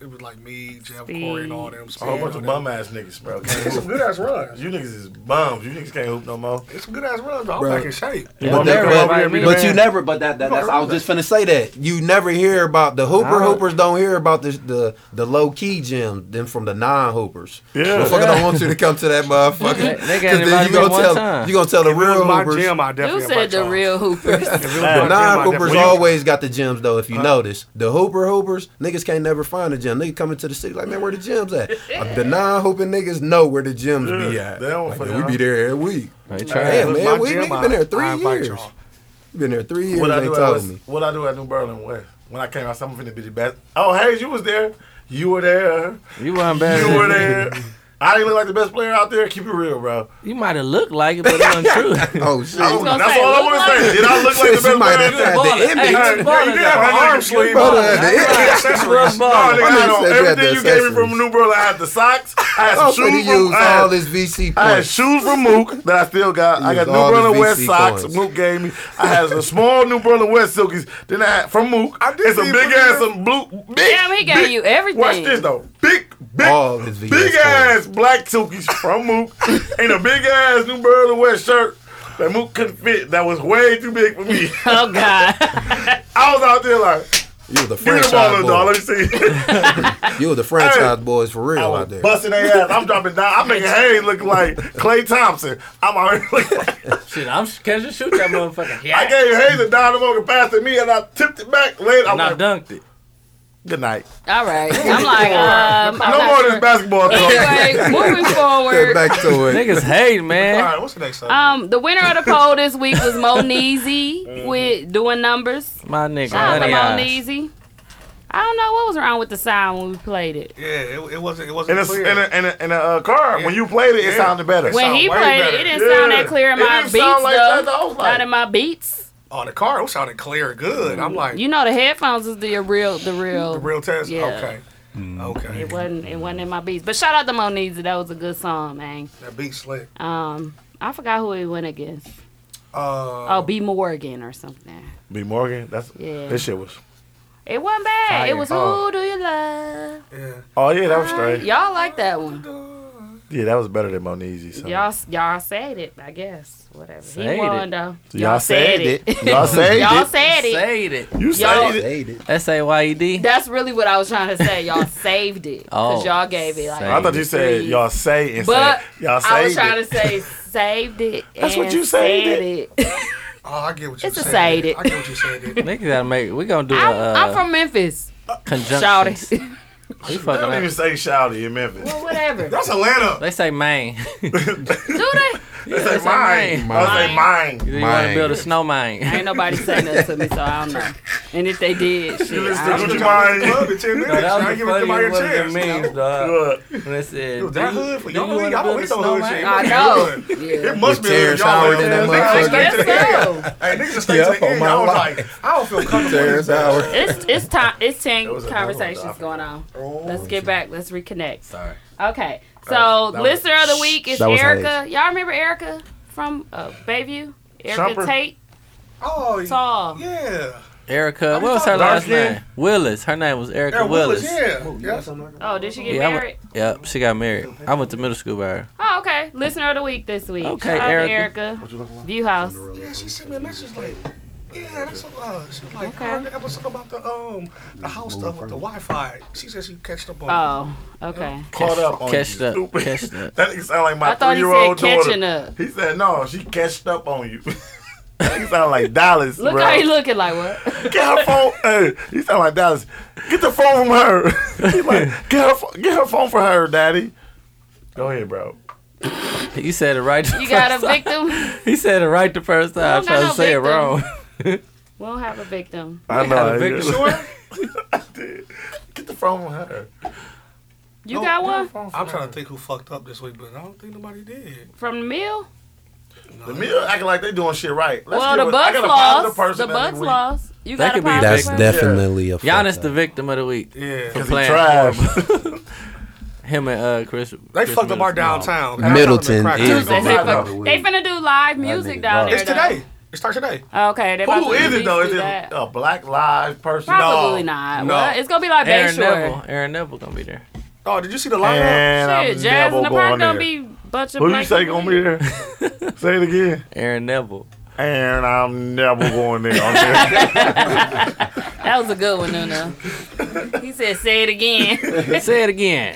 Speaker 4: It was like me, Jeff, Corey, and all them.
Speaker 6: A whole bunch of bum ass niggas, bro. Can't hoop.
Speaker 4: good ass runs.
Speaker 6: You niggas is bums. You niggas can't hoop no more.
Speaker 4: It's some good ass runs. though. I'm
Speaker 8: Bruh.
Speaker 4: back in shape.
Speaker 6: You
Speaker 1: Well,
Speaker 6: want me to come
Speaker 1: never
Speaker 6: over
Speaker 1: invite
Speaker 6: here and be
Speaker 1: me.
Speaker 6: the
Speaker 8: But you
Speaker 6: man?
Speaker 8: never. But that, that that's. I was just finna say that you never hear about the hooper
Speaker 1: Nah.
Speaker 8: hoopers. Don't hear about the the, the low key gym. Them from the non hoopers.
Speaker 6: Yeah.
Speaker 8: motherfucker don't want you to come to that
Speaker 1: They-
Speaker 8: motherfucker.
Speaker 1: they
Speaker 8: 'Cause
Speaker 1: got
Speaker 8: then
Speaker 1: invited
Speaker 8: you
Speaker 1: me
Speaker 8: gonna
Speaker 1: one
Speaker 8: tell
Speaker 1: time.
Speaker 8: you gonna tell the
Speaker 4: If it was
Speaker 8: real
Speaker 4: my
Speaker 8: hoopers.
Speaker 4: gym, I
Speaker 3: you
Speaker 4: definitely
Speaker 3: said
Speaker 4: invite
Speaker 3: the
Speaker 4: y'all.
Speaker 3: real hoopers.
Speaker 4: If it was my
Speaker 8: The
Speaker 4: gym, I
Speaker 8: non hoopers
Speaker 4: definitely-
Speaker 8: always got the gyms though. If you notice, the hooper hoopers niggas can't never find a gym. They come into the city like, man, where the gyms at? Uh, the non hooping niggas know where the gyms be
Speaker 6: Yeah,
Speaker 8: at.
Speaker 6: they don't
Speaker 8: Like,
Speaker 6: fuck
Speaker 8: man, we
Speaker 6: around.
Speaker 8: be there every week.
Speaker 1: They
Speaker 8: Hey,
Speaker 1: tried.
Speaker 4: If it was
Speaker 8: man,
Speaker 4: my
Speaker 8: we-
Speaker 4: gym,
Speaker 8: we been there
Speaker 4: I-
Speaker 8: three
Speaker 4: I invite
Speaker 8: years.
Speaker 4: y'all.
Speaker 8: Been there three years.
Speaker 6: What I
Speaker 8: They
Speaker 6: do at
Speaker 8: told
Speaker 6: West,
Speaker 8: me.
Speaker 6: What I do at New Berlin West. When I came out, I'm finna be the best. Oh, Hayes, you was there. You were there.
Speaker 1: You weren't better
Speaker 6: You
Speaker 1: than
Speaker 6: were
Speaker 1: me.
Speaker 6: there. I didn't look like the best player out there. Keep it real, bro.
Speaker 1: You might have looked like it, but it wasn't true.
Speaker 8: Oh shit.
Speaker 6: I was-
Speaker 3: gonna
Speaker 6: that's
Speaker 3: say,
Speaker 6: all I
Speaker 3: look
Speaker 6: want
Speaker 3: like-
Speaker 6: to say. Did I look like the
Speaker 8: She
Speaker 6: best
Speaker 8: might
Speaker 6: player?
Speaker 8: have
Speaker 6: out
Speaker 8: had
Speaker 6: there?
Speaker 1: Baller.
Speaker 8: the image.
Speaker 1: Hey,
Speaker 6: Hey,
Speaker 1: you baller,
Speaker 6: you did have
Speaker 1: dog.
Speaker 6: an arm
Speaker 1: You
Speaker 6: sleeve
Speaker 1: baller.
Speaker 6: on.
Speaker 8: Brother, the
Speaker 1: That's right.
Speaker 6: Accessories. No,
Speaker 1: Baller.
Speaker 6: nigga, I had on
Speaker 8: She said you had
Speaker 6: everything
Speaker 8: the
Speaker 6: you gave me from
Speaker 8: accessories. Oh,
Speaker 6: New Berlin. I had the socks. I had
Speaker 8: I'm
Speaker 6: some
Speaker 8: finna
Speaker 6: shoes
Speaker 8: use
Speaker 6: from. I had-
Speaker 8: all his VC
Speaker 6: I had
Speaker 8: points.
Speaker 6: shoes from Mook that I still got. I got
Speaker 8: used
Speaker 6: New
Speaker 8: all the
Speaker 6: Berlin West
Speaker 8: VC
Speaker 6: socks
Speaker 8: coins.
Speaker 6: Mook gave me. I had a small New Berlin West silkies. Then I had from Mook.
Speaker 4: I did
Speaker 6: it's a
Speaker 4: see
Speaker 6: big
Speaker 4: you
Speaker 6: ass,
Speaker 4: put
Speaker 6: some blue. Big,
Speaker 3: Damn, he gave
Speaker 6: big-
Speaker 3: you everything.
Speaker 6: Watch this though. Big, big,
Speaker 8: All his VS
Speaker 6: big
Speaker 8: coins.
Speaker 6: ass black silkies from Mook, and a big ass New Berlin West shirt. That Mook couldn't fit. That was way too big for me.
Speaker 3: Oh God.
Speaker 6: I was out there like,
Speaker 8: You was the
Speaker 6: give me the ball,
Speaker 8: franchise
Speaker 6: little dog. Let
Speaker 8: boy.
Speaker 6: me see.
Speaker 8: You was the franchise
Speaker 6: Hey.
Speaker 8: boys for
Speaker 6: I
Speaker 8: real out
Speaker 6: was
Speaker 8: there.
Speaker 6: busting their ass. I'm dropping down. I'm making Hayes look like Clay Thompson. I'm out here looking like
Speaker 1: Shit, I'm catching shoot that motherfucker.
Speaker 6: I
Speaker 1: Yeah.
Speaker 6: gave Hayes a dynamo and passed it to me, and I tipped it back. Later, I'm
Speaker 1: And I
Speaker 6: like,
Speaker 1: dunked it.
Speaker 6: good night.
Speaker 3: All right. I'm like, um, I'm
Speaker 6: no
Speaker 3: not
Speaker 6: more of
Speaker 3: sure.
Speaker 6: this basketball talk.
Speaker 3: Anyway, moving
Speaker 8: Get
Speaker 3: forward.
Speaker 8: back to it.
Speaker 1: Niggas hate,
Speaker 4: All
Speaker 1: man.
Speaker 4: right, what's the next subject?
Speaker 3: Um, the winner of the poll this week was Monizy with doing numbers.
Speaker 1: My nigga,
Speaker 3: Shout out
Speaker 1: honey
Speaker 3: to
Speaker 1: eyes.
Speaker 3: Monizy. I don't know what was wrong with the sound when we played it.
Speaker 4: yeah, it, it wasn't. It
Speaker 6: In
Speaker 4: wasn't
Speaker 6: a,
Speaker 4: clear.
Speaker 6: in a, in a, in a uh, car, when you played it, it
Speaker 4: Yeah.
Speaker 6: sounded better.
Speaker 3: When he
Speaker 4: way
Speaker 3: played it,
Speaker 4: better.
Speaker 3: it didn't sound
Speaker 6: Yeah.
Speaker 3: that clear in
Speaker 6: It
Speaker 3: my
Speaker 6: didn't
Speaker 3: beats
Speaker 6: sound like
Speaker 3: though.
Speaker 6: that, though. I was like-
Speaker 3: Not in my beats.
Speaker 4: on the car, it sounded clear, good. I'm like,
Speaker 3: You know the headphones is the real the real
Speaker 4: the real test.
Speaker 3: Yeah.
Speaker 4: Okay,
Speaker 1: Mm-hmm.
Speaker 4: okay.
Speaker 3: It wasn't it wasn't in my beats. But shout out to Monizy. That was a good song, man.
Speaker 4: That beat slick.
Speaker 3: Um I forgot who he went against.
Speaker 4: Uh,
Speaker 3: Oh, B Morgan or something.
Speaker 6: B Morgan, that's
Speaker 3: Yeah.
Speaker 6: this shit was.
Speaker 3: It wasn't bad. It
Speaker 1: Fire.
Speaker 3: was
Speaker 6: Oh.
Speaker 3: Who Do You Love? Uh,
Speaker 4: yeah.
Speaker 6: Oh yeah, that was straight.
Speaker 3: Y'all like that one.
Speaker 6: Yeah, that was better than Monizy. So.
Speaker 3: Y'all y'all said it, I guess. Whatever.
Speaker 1: Said it.
Speaker 3: he won though.
Speaker 6: So y'all said it. Y'all said
Speaker 3: y'all
Speaker 6: it.
Speaker 3: said it.
Speaker 1: Saved it.
Speaker 6: You
Speaker 3: Y'all-
Speaker 6: said it.
Speaker 1: S A Y E D.
Speaker 3: That's really what I was trying to say. Y'all saved it. Because
Speaker 1: Oh.
Speaker 3: y'all gave it like
Speaker 1: Saved
Speaker 6: I thought you said
Speaker 3: Please.
Speaker 6: y'all say and
Speaker 3: But
Speaker 6: said y'all
Speaker 3: I was
Speaker 6: saved
Speaker 3: trying
Speaker 6: it.
Speaker 3: to say saved it.
Speaker 6: That's what
Speaker 3: and
Speaker 6: you saved
Speaker 3: it.
Speaker 4: Oh, I get what you
Speaker 3: It's a
Speaker 4: said.
Speaker 3: said it.
Speaker 4: I get what you said. It.
Speaker 1: Nigga gotta make. We gonna do a
Speaker 3: I'm, I'm
Speaker 1: uh,
Speaker 3: from Memphis.
Speaker 1: conjunction.
Speaker 3: Shout it.
Speaker 6: They
Speaker 1: We
Speaker 6: don't
Speaker 1: fucking.
Speaker 6: even
Speaker 1: up.
Speaker 6: say shouty in Memphis.
Speaker 3: Well, whatever.
Speaker 4: That's Atlanta.
Speaker 1: They say main.
Speaker 3: Do they?
Speaker 6: They say
Speaker 1: That's
Speaker 6: mine. I say mine.
Speaker 1: You wanna
Speaker 8: Mine.
Speaker 1: build a snow mine?
Speaker 3: Ain't nobody saying that to me, so I don't know. And if they did, shit,
Speaker 6: You listen to
Speaker 3: I-
Speaker 6: Gucci
Speaker 4: Mind. Club
Speaker 6: Mane.
Speaker 4: in 10 minutes.
Speaker 1: No, that
Speaker 4: I
Speaker 1: was
Speaker 4: ain't
Speaker 1: the
Speaker 4: giving somebody a
Speaker 1: funniest
Speaker 4: chance.
Speaker 1: fucking memes, dog.
Speaker 6: Look,
Speaker 1: When they said,
Speaker 4: Dude, that
Speaker 1: "Do you-
Speaker 4: hood for
Speaker 1: do
Speaker 4: y'all
Speaker 1: you wanna
Speaker 4: hood. Y'all
Speaker 1: build
Speaker 4: hate
Speaker 1: a
Speaker 4: some hood
Speaker 1: snowman?"
Speaker 4: shit.
Speaker 3: I know. Yeah.
Speaker 4: It must
Speaker 8: With
Speaker 4: be a
Speaker 8: Terrence
Speaker 4: y'all
Speaker 8: Howard
Speaker 4: way
Speaker 8: in
Speaker 4: of
Speaker 8: that
Speaker 4: doing it. Niggas just
Speaker 8: motherfucker.
Speaker 4: stay to the
Speaker 3: Yes,
Speaker 4: end. Hey, niggas just stay
Speaker 8: Yeah,
Speaker 4: to the
Speaker 8: on
Speaker 4: end.
Speaker 8: my
Speaker 4: I was
Speaker 8: life.
Speaker 4: like, I don't feel comfortable. with
Speaker 8: Terrence
Speaker 4: this.
Speaker 8: Howard.
Speaker 3: It's it's time. It's ten
Speaker 6: That was a- that was a
Speaker 3: conversations
Speaker 6: doppel-
Speaker 3: going on.
Speaker 4: Oh.
Speaker 3: Let's get back. Let's reconnect.
Speaker 1: Sorry. Uh,
Speaker 3: Okay. So
Speaker 6: was- that was-
Speaker 3: listener of the week is
Speaker 8: That was
Speaker 3: Erica. Y'all remember Erica from uh, Bayview? Erica
Speaker 6: Shumper.
Speaker 3: Tate.
Speaker 4: Oh,
Speaker 3: Tall.
Speaker 4: yeah.
Speaker 1: Erica, what was
Speaker 4: talking
Speaker 1: her
Speaker 4: about
Speaker 1: last
Speaker 6: dark
Speaker 1: name? Willis. Her name was Erica
Speaker 4: Yeah,
Speaker 1: Willis.
Speaker 4: Willis, yeah. Yes.
Speaker 3: Oh, did she get
Speaker 1: Yeah, I
Speaker 3: married?
Speaker 1: went- Yep, she got married. I went to middle school by her.
Speaker 3: Oh, okay. Listener of the week this week.
Speaker 1: Okay,
Speaker 3: Shout out to
Speaker 1: Erica.
Speaker 3: Erica. View House.
Speaker 4: Yeah, she sent me a message like, yeah, that's a uh, she was like,
Speaker 3: Okay.
Speaker 4: I heard the episode about the um the house stuff with the Wi-Fi. She said she catched up on.
Speaker 3: Oh, okay.
Speaker 6: caught up on
Speaker 1: Catched
Speaker 6: you.
Speaker 1: up,
Speaker 6: stupid.
Speaker 1: catched up.
Speaker 6: That nigga sound like my
Speaker 3: I thought he
Speaker 6: three-year-old
Speaker 3: said
Speaker 6: daughter.
Speaker 3: catching up.
Speaker 6: He said, no, she catched up on you. that nigga sound like Dallas,
Speaker 3: Look
Speaker 6: bro.
Speaker 3: how he looking like what?
Speaker 6: Get her phone. Hey, he sound like Dallas. Get the phone from her. He like, get her, pho- get her phone for her, daddy. Go ahead, bro.
Speaker 1: You said it right. the
Speaker 3: You got a
Speaker 1: first time.
Speaker 3: victim?
Speaker 1: He said it right the first time. I
Speaker 3: We don't got
Speaker 1: tried to
Speaker 3: no
Speaker 1: say
Speaker 3: victim.
Speaker 1: it wrong.
Speaker 3: We don't have a victim.
Speaker 6: I
Speaker 1: got
Speaker 6: know.
Speaker 1: a picture.
Speaker 6: I did. Get the phone from her.
Speaker 3: You got one
Speaker 4: I'm trying to think who fucked up this week, but I don't think nobody did.
Speaker 3: from the mill?
Speaker 6: The media acting like they doing shit right. Let's
Speaker 3: well,
Speaker 6: give
Speaker 3: the
Speaker 6: it- I
Speaker 3: Bucks
Speaker 6: got a positive
Speaker 3: lost.
Speaker 6: person
Speaker 3: The
Speaker 6: every
Speaker 3: Bucks
Speaker 6: week.
Speaker 3: lost. You
Speaker 1: That
Speaker 3: got a
Speaker 1: could be a
Speaker 3: positive
Speaker 1: victim.
Speaker 8: That's
Speaker 3: person?
Speaker 8: definitely a
Speaker 1: Giannis,
Speaker 8: fuck
Speaker 1: the
Speaker 8: up.
Speaker 1: victim of the week.
Speaker 4: Yeah,
Speaker 6: Cause he
Speaker 1: Playing
Speaker 6: trash.
Speaker 1: Him and uh, Chris.
Speaker 4: they
Speaker 1: Chris
Speaker 4: fucked up our
Speaker 1: Middleton.
Speaker 4: downtown.
Speaker 8: Middleton
Speaker 4: Crack-
Speaker 8: is
Speaker 4: It's
Speaker 3: Tuesday. They,
Speaker 8: Yeah.
Speaker 3: fuck-
Speaker 4: today.
Speaker 8: Yeah.
Speaker 3: they finna do live music
Speaker 8: nigga
Speaker 3: down there.
Speaker 8: garbage.
Speaker 4: It's
Speaker 3: though.
Speaker 4: today. It starts today.
Speaker 3: Okay. they about
Speaker 6: Who
Speaker 3: to
Speaker 6: is
Speaker 3: at
Speaker 6: it though?
Speaker 3: least
Speaker 6: Is
Speaker 3: do
Speaker 6: it
Speaker 3: that.
Speaker 6: a black live person?
Speaker 3: Probably
Speaker 4: No.
Speaker 3: not.
Speaker 4: No.
Speaker 3: What? It's gonna be like Bay
Speaker 1: Aaron
Speaker 3: Shore.
Speaker 1: Neville. Aaron Neville gonna be there.
Speaker 4: Oh, did you see the lineup?
Speaker 6: And I'm
Speaker 3: Shit, Jazz in
Speaker 6: never
Speaker 3: the Park
Speaker 6: going
Speaker 3: gonna
Speaker 6: there.
Speaker 3: be bunch of.
Speaker 6: Who you
Speaker 3: black
Speaker 6: say
Speaker 3: people.
Speaker 6: gonna be there? say it again.
Speaker 1: Aaron Neville.
Speaker 6: And I'm never going there. I'm there.
Speaker 3: That was a good one, Nuno. he said, "Say it again."
Speaker 1: say it again.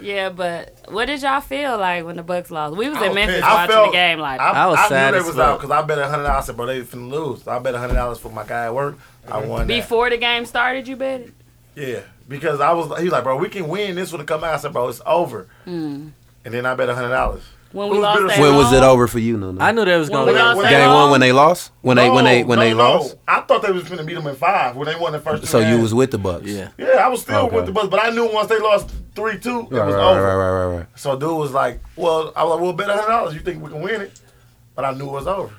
Speaker 3: yeah, but what did y'all feel like when the Bucks lost? We was
Speaker 4: I
Speaker 3: in
Speaker 4: was
Speaker 3: Memphis
Speaker 4: pissed.
Speaker 6: I
Speaker 3: watching
Speaker 6: felt-
Speaker 3: the game. Like,
Speaker 6: I,
Speaker 1: I was
Speaker 6: I
Speaker 1: sad
Speaker 6: knew
Speaker 1: as
Speaker 6: they was
Speaker 1: fuck.
Speaker 6: out because I bet a hundred dollars. I said, bro, they finna lose. So I bet a hundred dollars for my guy at work. I
Speaker 3: Mm-hmm.
Speaker 6: won that.
Speaker 3: before the game started, you bet. it?
Speaker 6: Yeah, because I was. He was like, bro, we can win. This would have come out. I said, bro, it's over.
Speaker 3: Hmm.
Speaker 6: And then I bet a hundred dollars.
Speaker 3: Mm-hmm. When we
Speaker 6: Who's
Speaker 3: lost
Speaker 6: bitter-
Speaker 3: that
Speaker 8: When was it
Speaker 3: home-
Speaker 8: over for you, Nuno?
Speaker 1: I knew they was
Speaker 3: When
Speaker 1: gonna.
Speaker 3: we lost
Speaker 6: Game
Speaker 3: that
Speaker 8: Game
Speaker 3: home?
Speaker 8: one when they lost. When they when they when
Speaker 6: No,
Speaker 8: they
Speaker 6: no, no.
Speaker 8: lost.
Speaker 6: I thought they was finna beat them in five when they won the first.
Speaker 8: So
Speaker 6: two
Speaker 8: you
Speaker 6: games.
Speaker 8: was with the Bucks.
Speaker 1: yeah.
Speaker 6: Yeah, I was still
Speaker 8: Okay.
Speaker 6: with the Bucks, but I knew once they lost three two, it
Speaker 8: Right,
Speaker 6: was
Speaker 8: right,
Speaker 6: over.
Speaker 8: right, right, right, right.
Speaker 6: So dude was like, "Well, I was like, we'll bet a hundred dollars. You think we can win it?" But I knew it was over.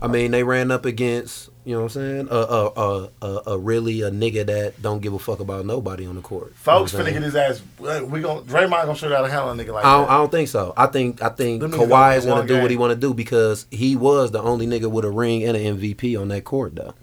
Speaker 8: I mean, they ran up against you know what I'm saying, a a a a, a really a nigga that don't give a fuck about nobody on the court.
Speaker 6: Folks
Speaker 8: you know what
Speaker 6: finna
Speaker 8: I'm
Speaker 6: get
Speaker 8: saying?
Speaker 6: his ass. uh, We gon' Draymond gonna show you how to handle a nigga like
Speaker 8: I don't, I
Speaker 6: that.
Speaker 8: don't think so. I think I think
Speaker 6: Them niggas
Speaker 8: Kawhi
Speaker 6: don't
Speaker 8: is gonna
Speaker 6: won
Speaker 8: do what he
Speaker 6: game.
Speaker 8: want to do because he was the only nigga with a ring and an MVP on that court though.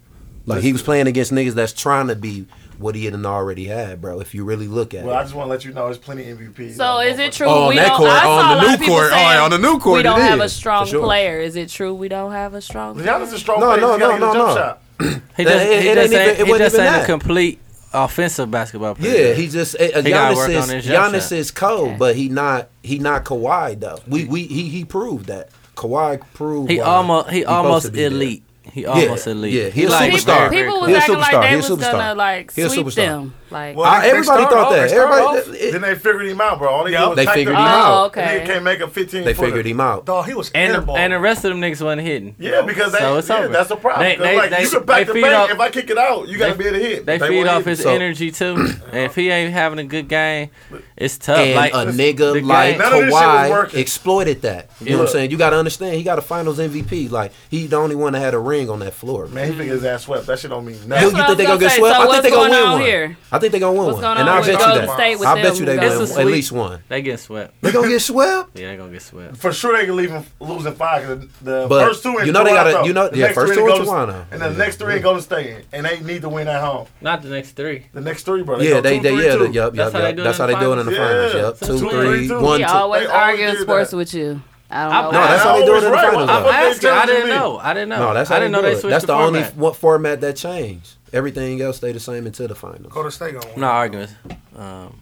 Speaker 8: Like he was playing against niggas that's trying to be what he hadn't already had, bro. If you really look at
Speaker 6: Well, I
Speaker 8: it,
Speaker 6: just want to let you know, there's plenty of MVPs.
Speaker 3: So is it true?
Speaker 8: Oh, on
Speaker 3: we
Speaker 8: that
Speaker 3: don't,
Speaker 8: court,
Speaker 3: I saw
Speaker 8: on the
Speaker 3: a lot
Speaker 8: new
Speaker 3: of people
Speaker 8: court, oh,
Speaker 3: saying
Speaker 8: on the new court
Speaker 3: we
Speaker 8: it
Speaker 3: don't have
Speaker 8: is,
Speaker 3: a strong
Speaker 8: for sure.
Speaker 3: player. Is it true we don't have a strong? player?
Speaker 6: Giannis is a strong.
Speaker 8: No,
Speaker 6: player.
Speaker 8: no,
Speaker 6: He's gotta
Speaker 8: no,
Speaker 6: get a
Speaker 8: no,
Speaker 6: jump
Speaker 8: no.
Speaker 6: shot.
Speaker 1: He
Speaker 8: That-
Speaker 1: just,
Speaker 8: it-
Speaker 1: he
Speaker 8: it
Speaker 1: just ain't,
Speaker 8: ain't even- it
Speaker 1: he
Speaker 8: wasn't
Speaker 1: just
Speaker 8: even
Speaker 1: ain't a
Speaker 8: that.
Speaker 1: complete offensive basketball player.
Speaker 8: yeah, he just uh,
Speaker 1: gotta
Speaker 8: Giannis
Speaker 1: work
Speaker 8: is
Speaker 1: on his jump
Speaker 8: Giannis
Speaker 1: shot.
Speaker 8: is cold,
Speaker 3: Okay.
Speaker 8: but he not he not Kawhi though. We we he he proved that Kawhi proved
Speaker 1: He
Speaker 8: why
Speaker 1: almost he
Speaker 8: supposed to
Speaker 1: almost
Speaker 8: be there.
Speaker 1: elite. He almost elite.
Speaker 8: yeah, he a
Speaker 1: like
Speaker 8: superstar.
Speaker 1: very, very
Speaker 3: People
Speaker 1: cool.
Speaker 3: was
Speaker 8: He a
Speaker 3: acting
Speaker 8: superstar.
Speaker 3: like they
Speaker 8: He a
Speaker 3: was
Speaker 8: superstar.
Speaker 3: gonna like
Speaker 8: He a
Speaker 3: sweep
Speaker 8: superstar.
Speaker 3: them. Like
Speaker 4: Well,
Speaker 8: I-
Speaker 4: they
Speaker 8: everybody
Speaker 4: start
Speaker 8: thought
Speaker 4: off-
Speaker 8: that.
Speaker 4: they start
Speaker 8: Everybody-
Speaker 4: off-
Speaker 8: it-
Speaker 6: Then they figured him out, bro. All they,
Speaker 4: Yeah.
Speaker 6: do is
Speaker 8: They
Speaker 6: attack
Speaker 8: figured
Speaker 6: the
Speaker 8: him
Speaker 6: league.
Speaker 8: out.
Speaker 3: Oh,
Speaker 6: And
Speaker 3: okay.
Speaker 6: They can't make a 15.
Speaker 8: They
Speaker 6: footer.
Speaker 8: figured him out.
Speaker 4: Dog, he was
Speaker 1: And the,
Speaker 4: airball.
Speaker 1: and the rest of them niggas wasn't hitting.
Speaker 6: Yeah, because they,
Speaker 1: So it's
Speaker 6: yeah,
Speaker 1: over.
Speaker 6: that's a problem.
Speaker 1: They-
Speaker 6: 'Cause,
Speaker 1: they-
Speaker 6: like,
Speaker 1: they-
Speaker 6: you can back
Speaker 1: they
Speaker 6: the
Speaker 1: feed
Speaker 6: paint.
Speaker 1: off-
Speaker 6: if I kick it out, you got to be able to hit.
Speaker 1: They,
Speaker 6: But
Speaker 1: feed
Speaker 6: won't
Speaker 1: off
Speaker 6: hit
Speaker 1: his
Speaker 6: it.
Speaker 8: So-
Speaker 1: energy too. and if he ain't having a good game, it's tough.
Speaker 8: And
Speaker 1: like
Speaker 8: a
Speaker 1: the
Speaker 8: nigga like
Speaker 1: game-
Speaker 6: None of this shit was
Speaker 8: Kawhi
Speaker 6: working.
Speaker 8: exploited that. You know what I'm saying? You got to understand, he got a Finals MVP. Like he the only one that had a ring on that floor. Man.
Speaker 6: Man, he figured his ass swept. That shit don't mean
Speaker 8: You,
Speaker 6: nothing.
Speaker 3: what I
Speaker 8: you think they
Speaker 3: was
Speaker 8: gonna get
Speaker 3: gonna
Speaker 8: swept?
Speaker 3: say. So
Speaker 8: I think they
Speaker 3: what's
Speaker 8: gonna
Speaker 3: going
Speaker 8: win
Speaker 3: on
Speaker 8: one.
Speaker 3: here?
Speaker 8: I think they gonna win
Speaker 3: What's
Speaker 8: one,
Speaker 3: going
Speaker 8: and
Speaker 3: on
Speaker 8: I
Speaker 3: with
Speaker 8: bet
Speaker 3: Golden
Speaker 8: you
Speaker 3: State
Speaker 8: that.
Speaker 3: with
Speaker 8: I
Speaker 3: them
Speaker 8: bet you they
Speaker 3: guys?
Speaker 8: win
Speaker 1: It's a
Speaker 8: at
Speaker 1: sweep.
Speaker 8: least one.
Speaker 1: They get swept.
Speaker 8: They gonna get swept.
Speaker 1: Yeah, they gonna get swept.
Speaker 6: For sure, they can leave him losing five. Cause the
Speaker 8: But
Speaker 6: first two in
Speaker 8: you know they
Speaker 6: Toronto,
Speaker 8: gotta- you know-
Speaker 6: the
Speaker 8: yeah,
Speaker 6: next
Speaker 8: first
Speaker 6: three
Speaker 8: two in
Speaker 6: Golden-
Speaker 8: Toronto.
Speaker 6: and the next three in Golden State, and they need to win at home.
Speaker 1: Not the next three.
Speaker 6: The next three, bro.
Speaker 8: Yeah,
Speaker 6: go
Speaker 8: they,
Speaker 6: two,
Speaker 8: they
Speaker 6: three,
Speaker 8: yeah,
Speaker 6: two.
Speaker 8: the-
Speaker 1: That's
Speaker 8: yup, yup,
Speaker 1: how they
Speaker 8: yup.
Speaker 1: do it
Speaker 8: That's
Speaker 1: in
Speaker 8: how they
Speaker 1: the
Speaker 8: do it in the
Speaker 6: finals.
Speaker 8: finals. Yup,
Speaker 6: Yeah.
Speaker 8: two,
Speaker 6: Two,
Speaker 8: three,
Speaker 6: three, two.
Speaker 8: one,
Speaker 3: He
Speaker 8: two.
Speaker 3: always
Speaker 6: They always
Speaker 3: arguing
Speaker 6: do
Speaker 3: sports
Speaker 6: that.
Speaker 3: with you. I
Speaker 1: I-
Speaker 3: don't know.
Speaker 1: no,
Speaker 3: why.
Speaker 8: that's
Speaker 6: And
Speaker 8: how
Speaker 6: I
Speaker 8: they do it
Speaker 6: was
Speaker 8: in the
Speaker 6: right.
Speaker 8: finals,
Speaker 6: I
Speaker 8: though.
Speaker 1: I'm
Speaker 6: thought they
Speaker 1: asking. I
Speaker 6: changed
Speaker 1: didn't
Speaker 6: me.
Speaker 1: know. I didn't know.
Speaker 8: No, that's how
Speaker 1: I
Speaker 8: they
Speaker 1: didn't know
Speaker 8: do
Speaker 1: they
Speaker 8: it.
Speaker 1: switched
Speaker 8: That's the
Speaker 1: the
Speaker 8: only
Speaker 1: format.
Speaker 8: what format that changed. Everything else stayed the same until the
Speaker 4: Go
Speaker 8: finals.
Speaker 4: to State gonna win.
Speaker 1: I'm not arguing. Um,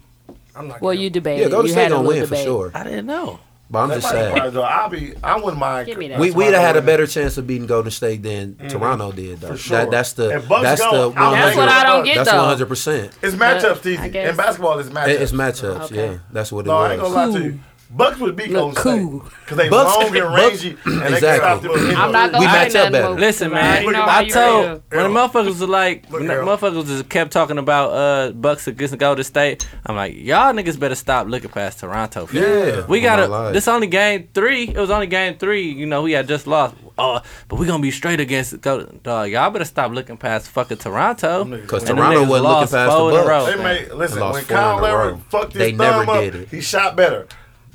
Speaker 4: I'm not.
Speaker 3: Well,
Speaker 4: giving
Speaker 3: you
Speaker 4: up.
Speaker 3: debated.
Speaker 8: Yeah, Golden
Speaker 3: you
Speaker 8: State
Speaker 3: had a
Speaker 8: gonna
Speaker 3: little
Speaker 8: win for
Speaker 3: debate.
Speaker 8: sure.
Speaker 1: I didn't know.
Speaker 8: But I'm
Speaker 6: That
Speaker 8: just
Speaker 6: might be
Speaker 8: saying.
Speaker 6: surprised, though. I'll be. I wouldn't mind.
Speaker 3: Give me that.
Speaker 8: We
Speaker 6: That's
Speaker 8: we'd
Speaker 6: why I
Speaker 8: have had a
Speaker 6: wouldn't.
Speaker 8: better chance of beating Golden State than Toronto did, though.
Speaker 6: Mm-hmm. For sure.
Speaker 8: That, that's the
Speaker 6: If Bucks
Speaker 8: that's
Speaker 6: go,
Speaker 8: the
Speaker 6: I'll
Speaker 8: one
Speaker 3: That's
Speaker 6: take
Speaker 8: hundred.
Speaker 3: what I don't get
Speaker 8: That's one
Speaker 3: though.
Speaker 8: hundred percent.
Speaker 6: It's matchups,
Speaker 3: I
Speaker 6: TZ.
Speaker 3: guess.
Speaker 6: In basketball, it's matchups.
Speaker 8: It's matchups.
Speaker 3: Okay.
Speaker 8: Yeah, that's what it
Speaker 6: no, I ain't
Speaker 8: was.
Speaker 6: gonna lie to you. Bucks would beat Golden
Speaker 3: Look
Speaker 6: State
Speaker 3: cool.
Speaker 6: because they
Speaker 8: Bucks-
Speaker 6: long and
Speaker 8: Bucks-
Speaker 6: rangy and they can stop
Speaker 8: Exactly.
Speaker 6: them. you
Speaker 3: I'm
Speaker 6: know.
Speaker 3: not gonna
Speaker 8: We
Speaker 3: say
Speaker 8: match up
Speaker 3: nothing
Speaker 8: better.
Speaker 3: more,
Speaker 1: Listen,
Speaker 3: 'cause I
Speaker 1: man,
Speaker 3: already know how
Speaker 1: I
Speaker 3: you feel.
Speaker 1: told when the
Speaker 6: Errol.
Speaker 1: motherfuckers were like, when the
Speaker 6: Errol.
Speaker 1: motherfuckers just kept talking about uh Bucks against Golden State. I'm like, y'all niggas better stop looking past Toronto. fam. we
Speaker 8: Yeah, on my
Speaker 1: gotta.
Speaker 8: life.
Speaker 1: This only game three. It was only game three. You know, we had just lost. Oh, but we gonna be straight against Go- dog. Y'all better stop looking past fucking Toronto.
Speaker 8: Because
Speaker 1: And them
Speaker 8: Toronto
Speaker 1: niggas
Speaker 8: wasn't looking
Speaker 1: lost
Speaker 8: past the
Speaker 1: four in a
Speaker 8: Bucks.
Speaker 1: row,
Speaker 6: They
Speaker 1: fam.
Speaker 6: made listen
Speaker 8: Lost
Speaker 6: when
Speaker 8: four in
Speaker 6: Kyle
Speaker 8: a
Speaker 6: Lowry
Speaker 8: row.
Speaker 6: fucked his
Speaker 8: They
Speaker 6: thumb
Speaker 8: never
Speaker 6: up,
Speaker 8: did it.
Speaker 6: he shot better.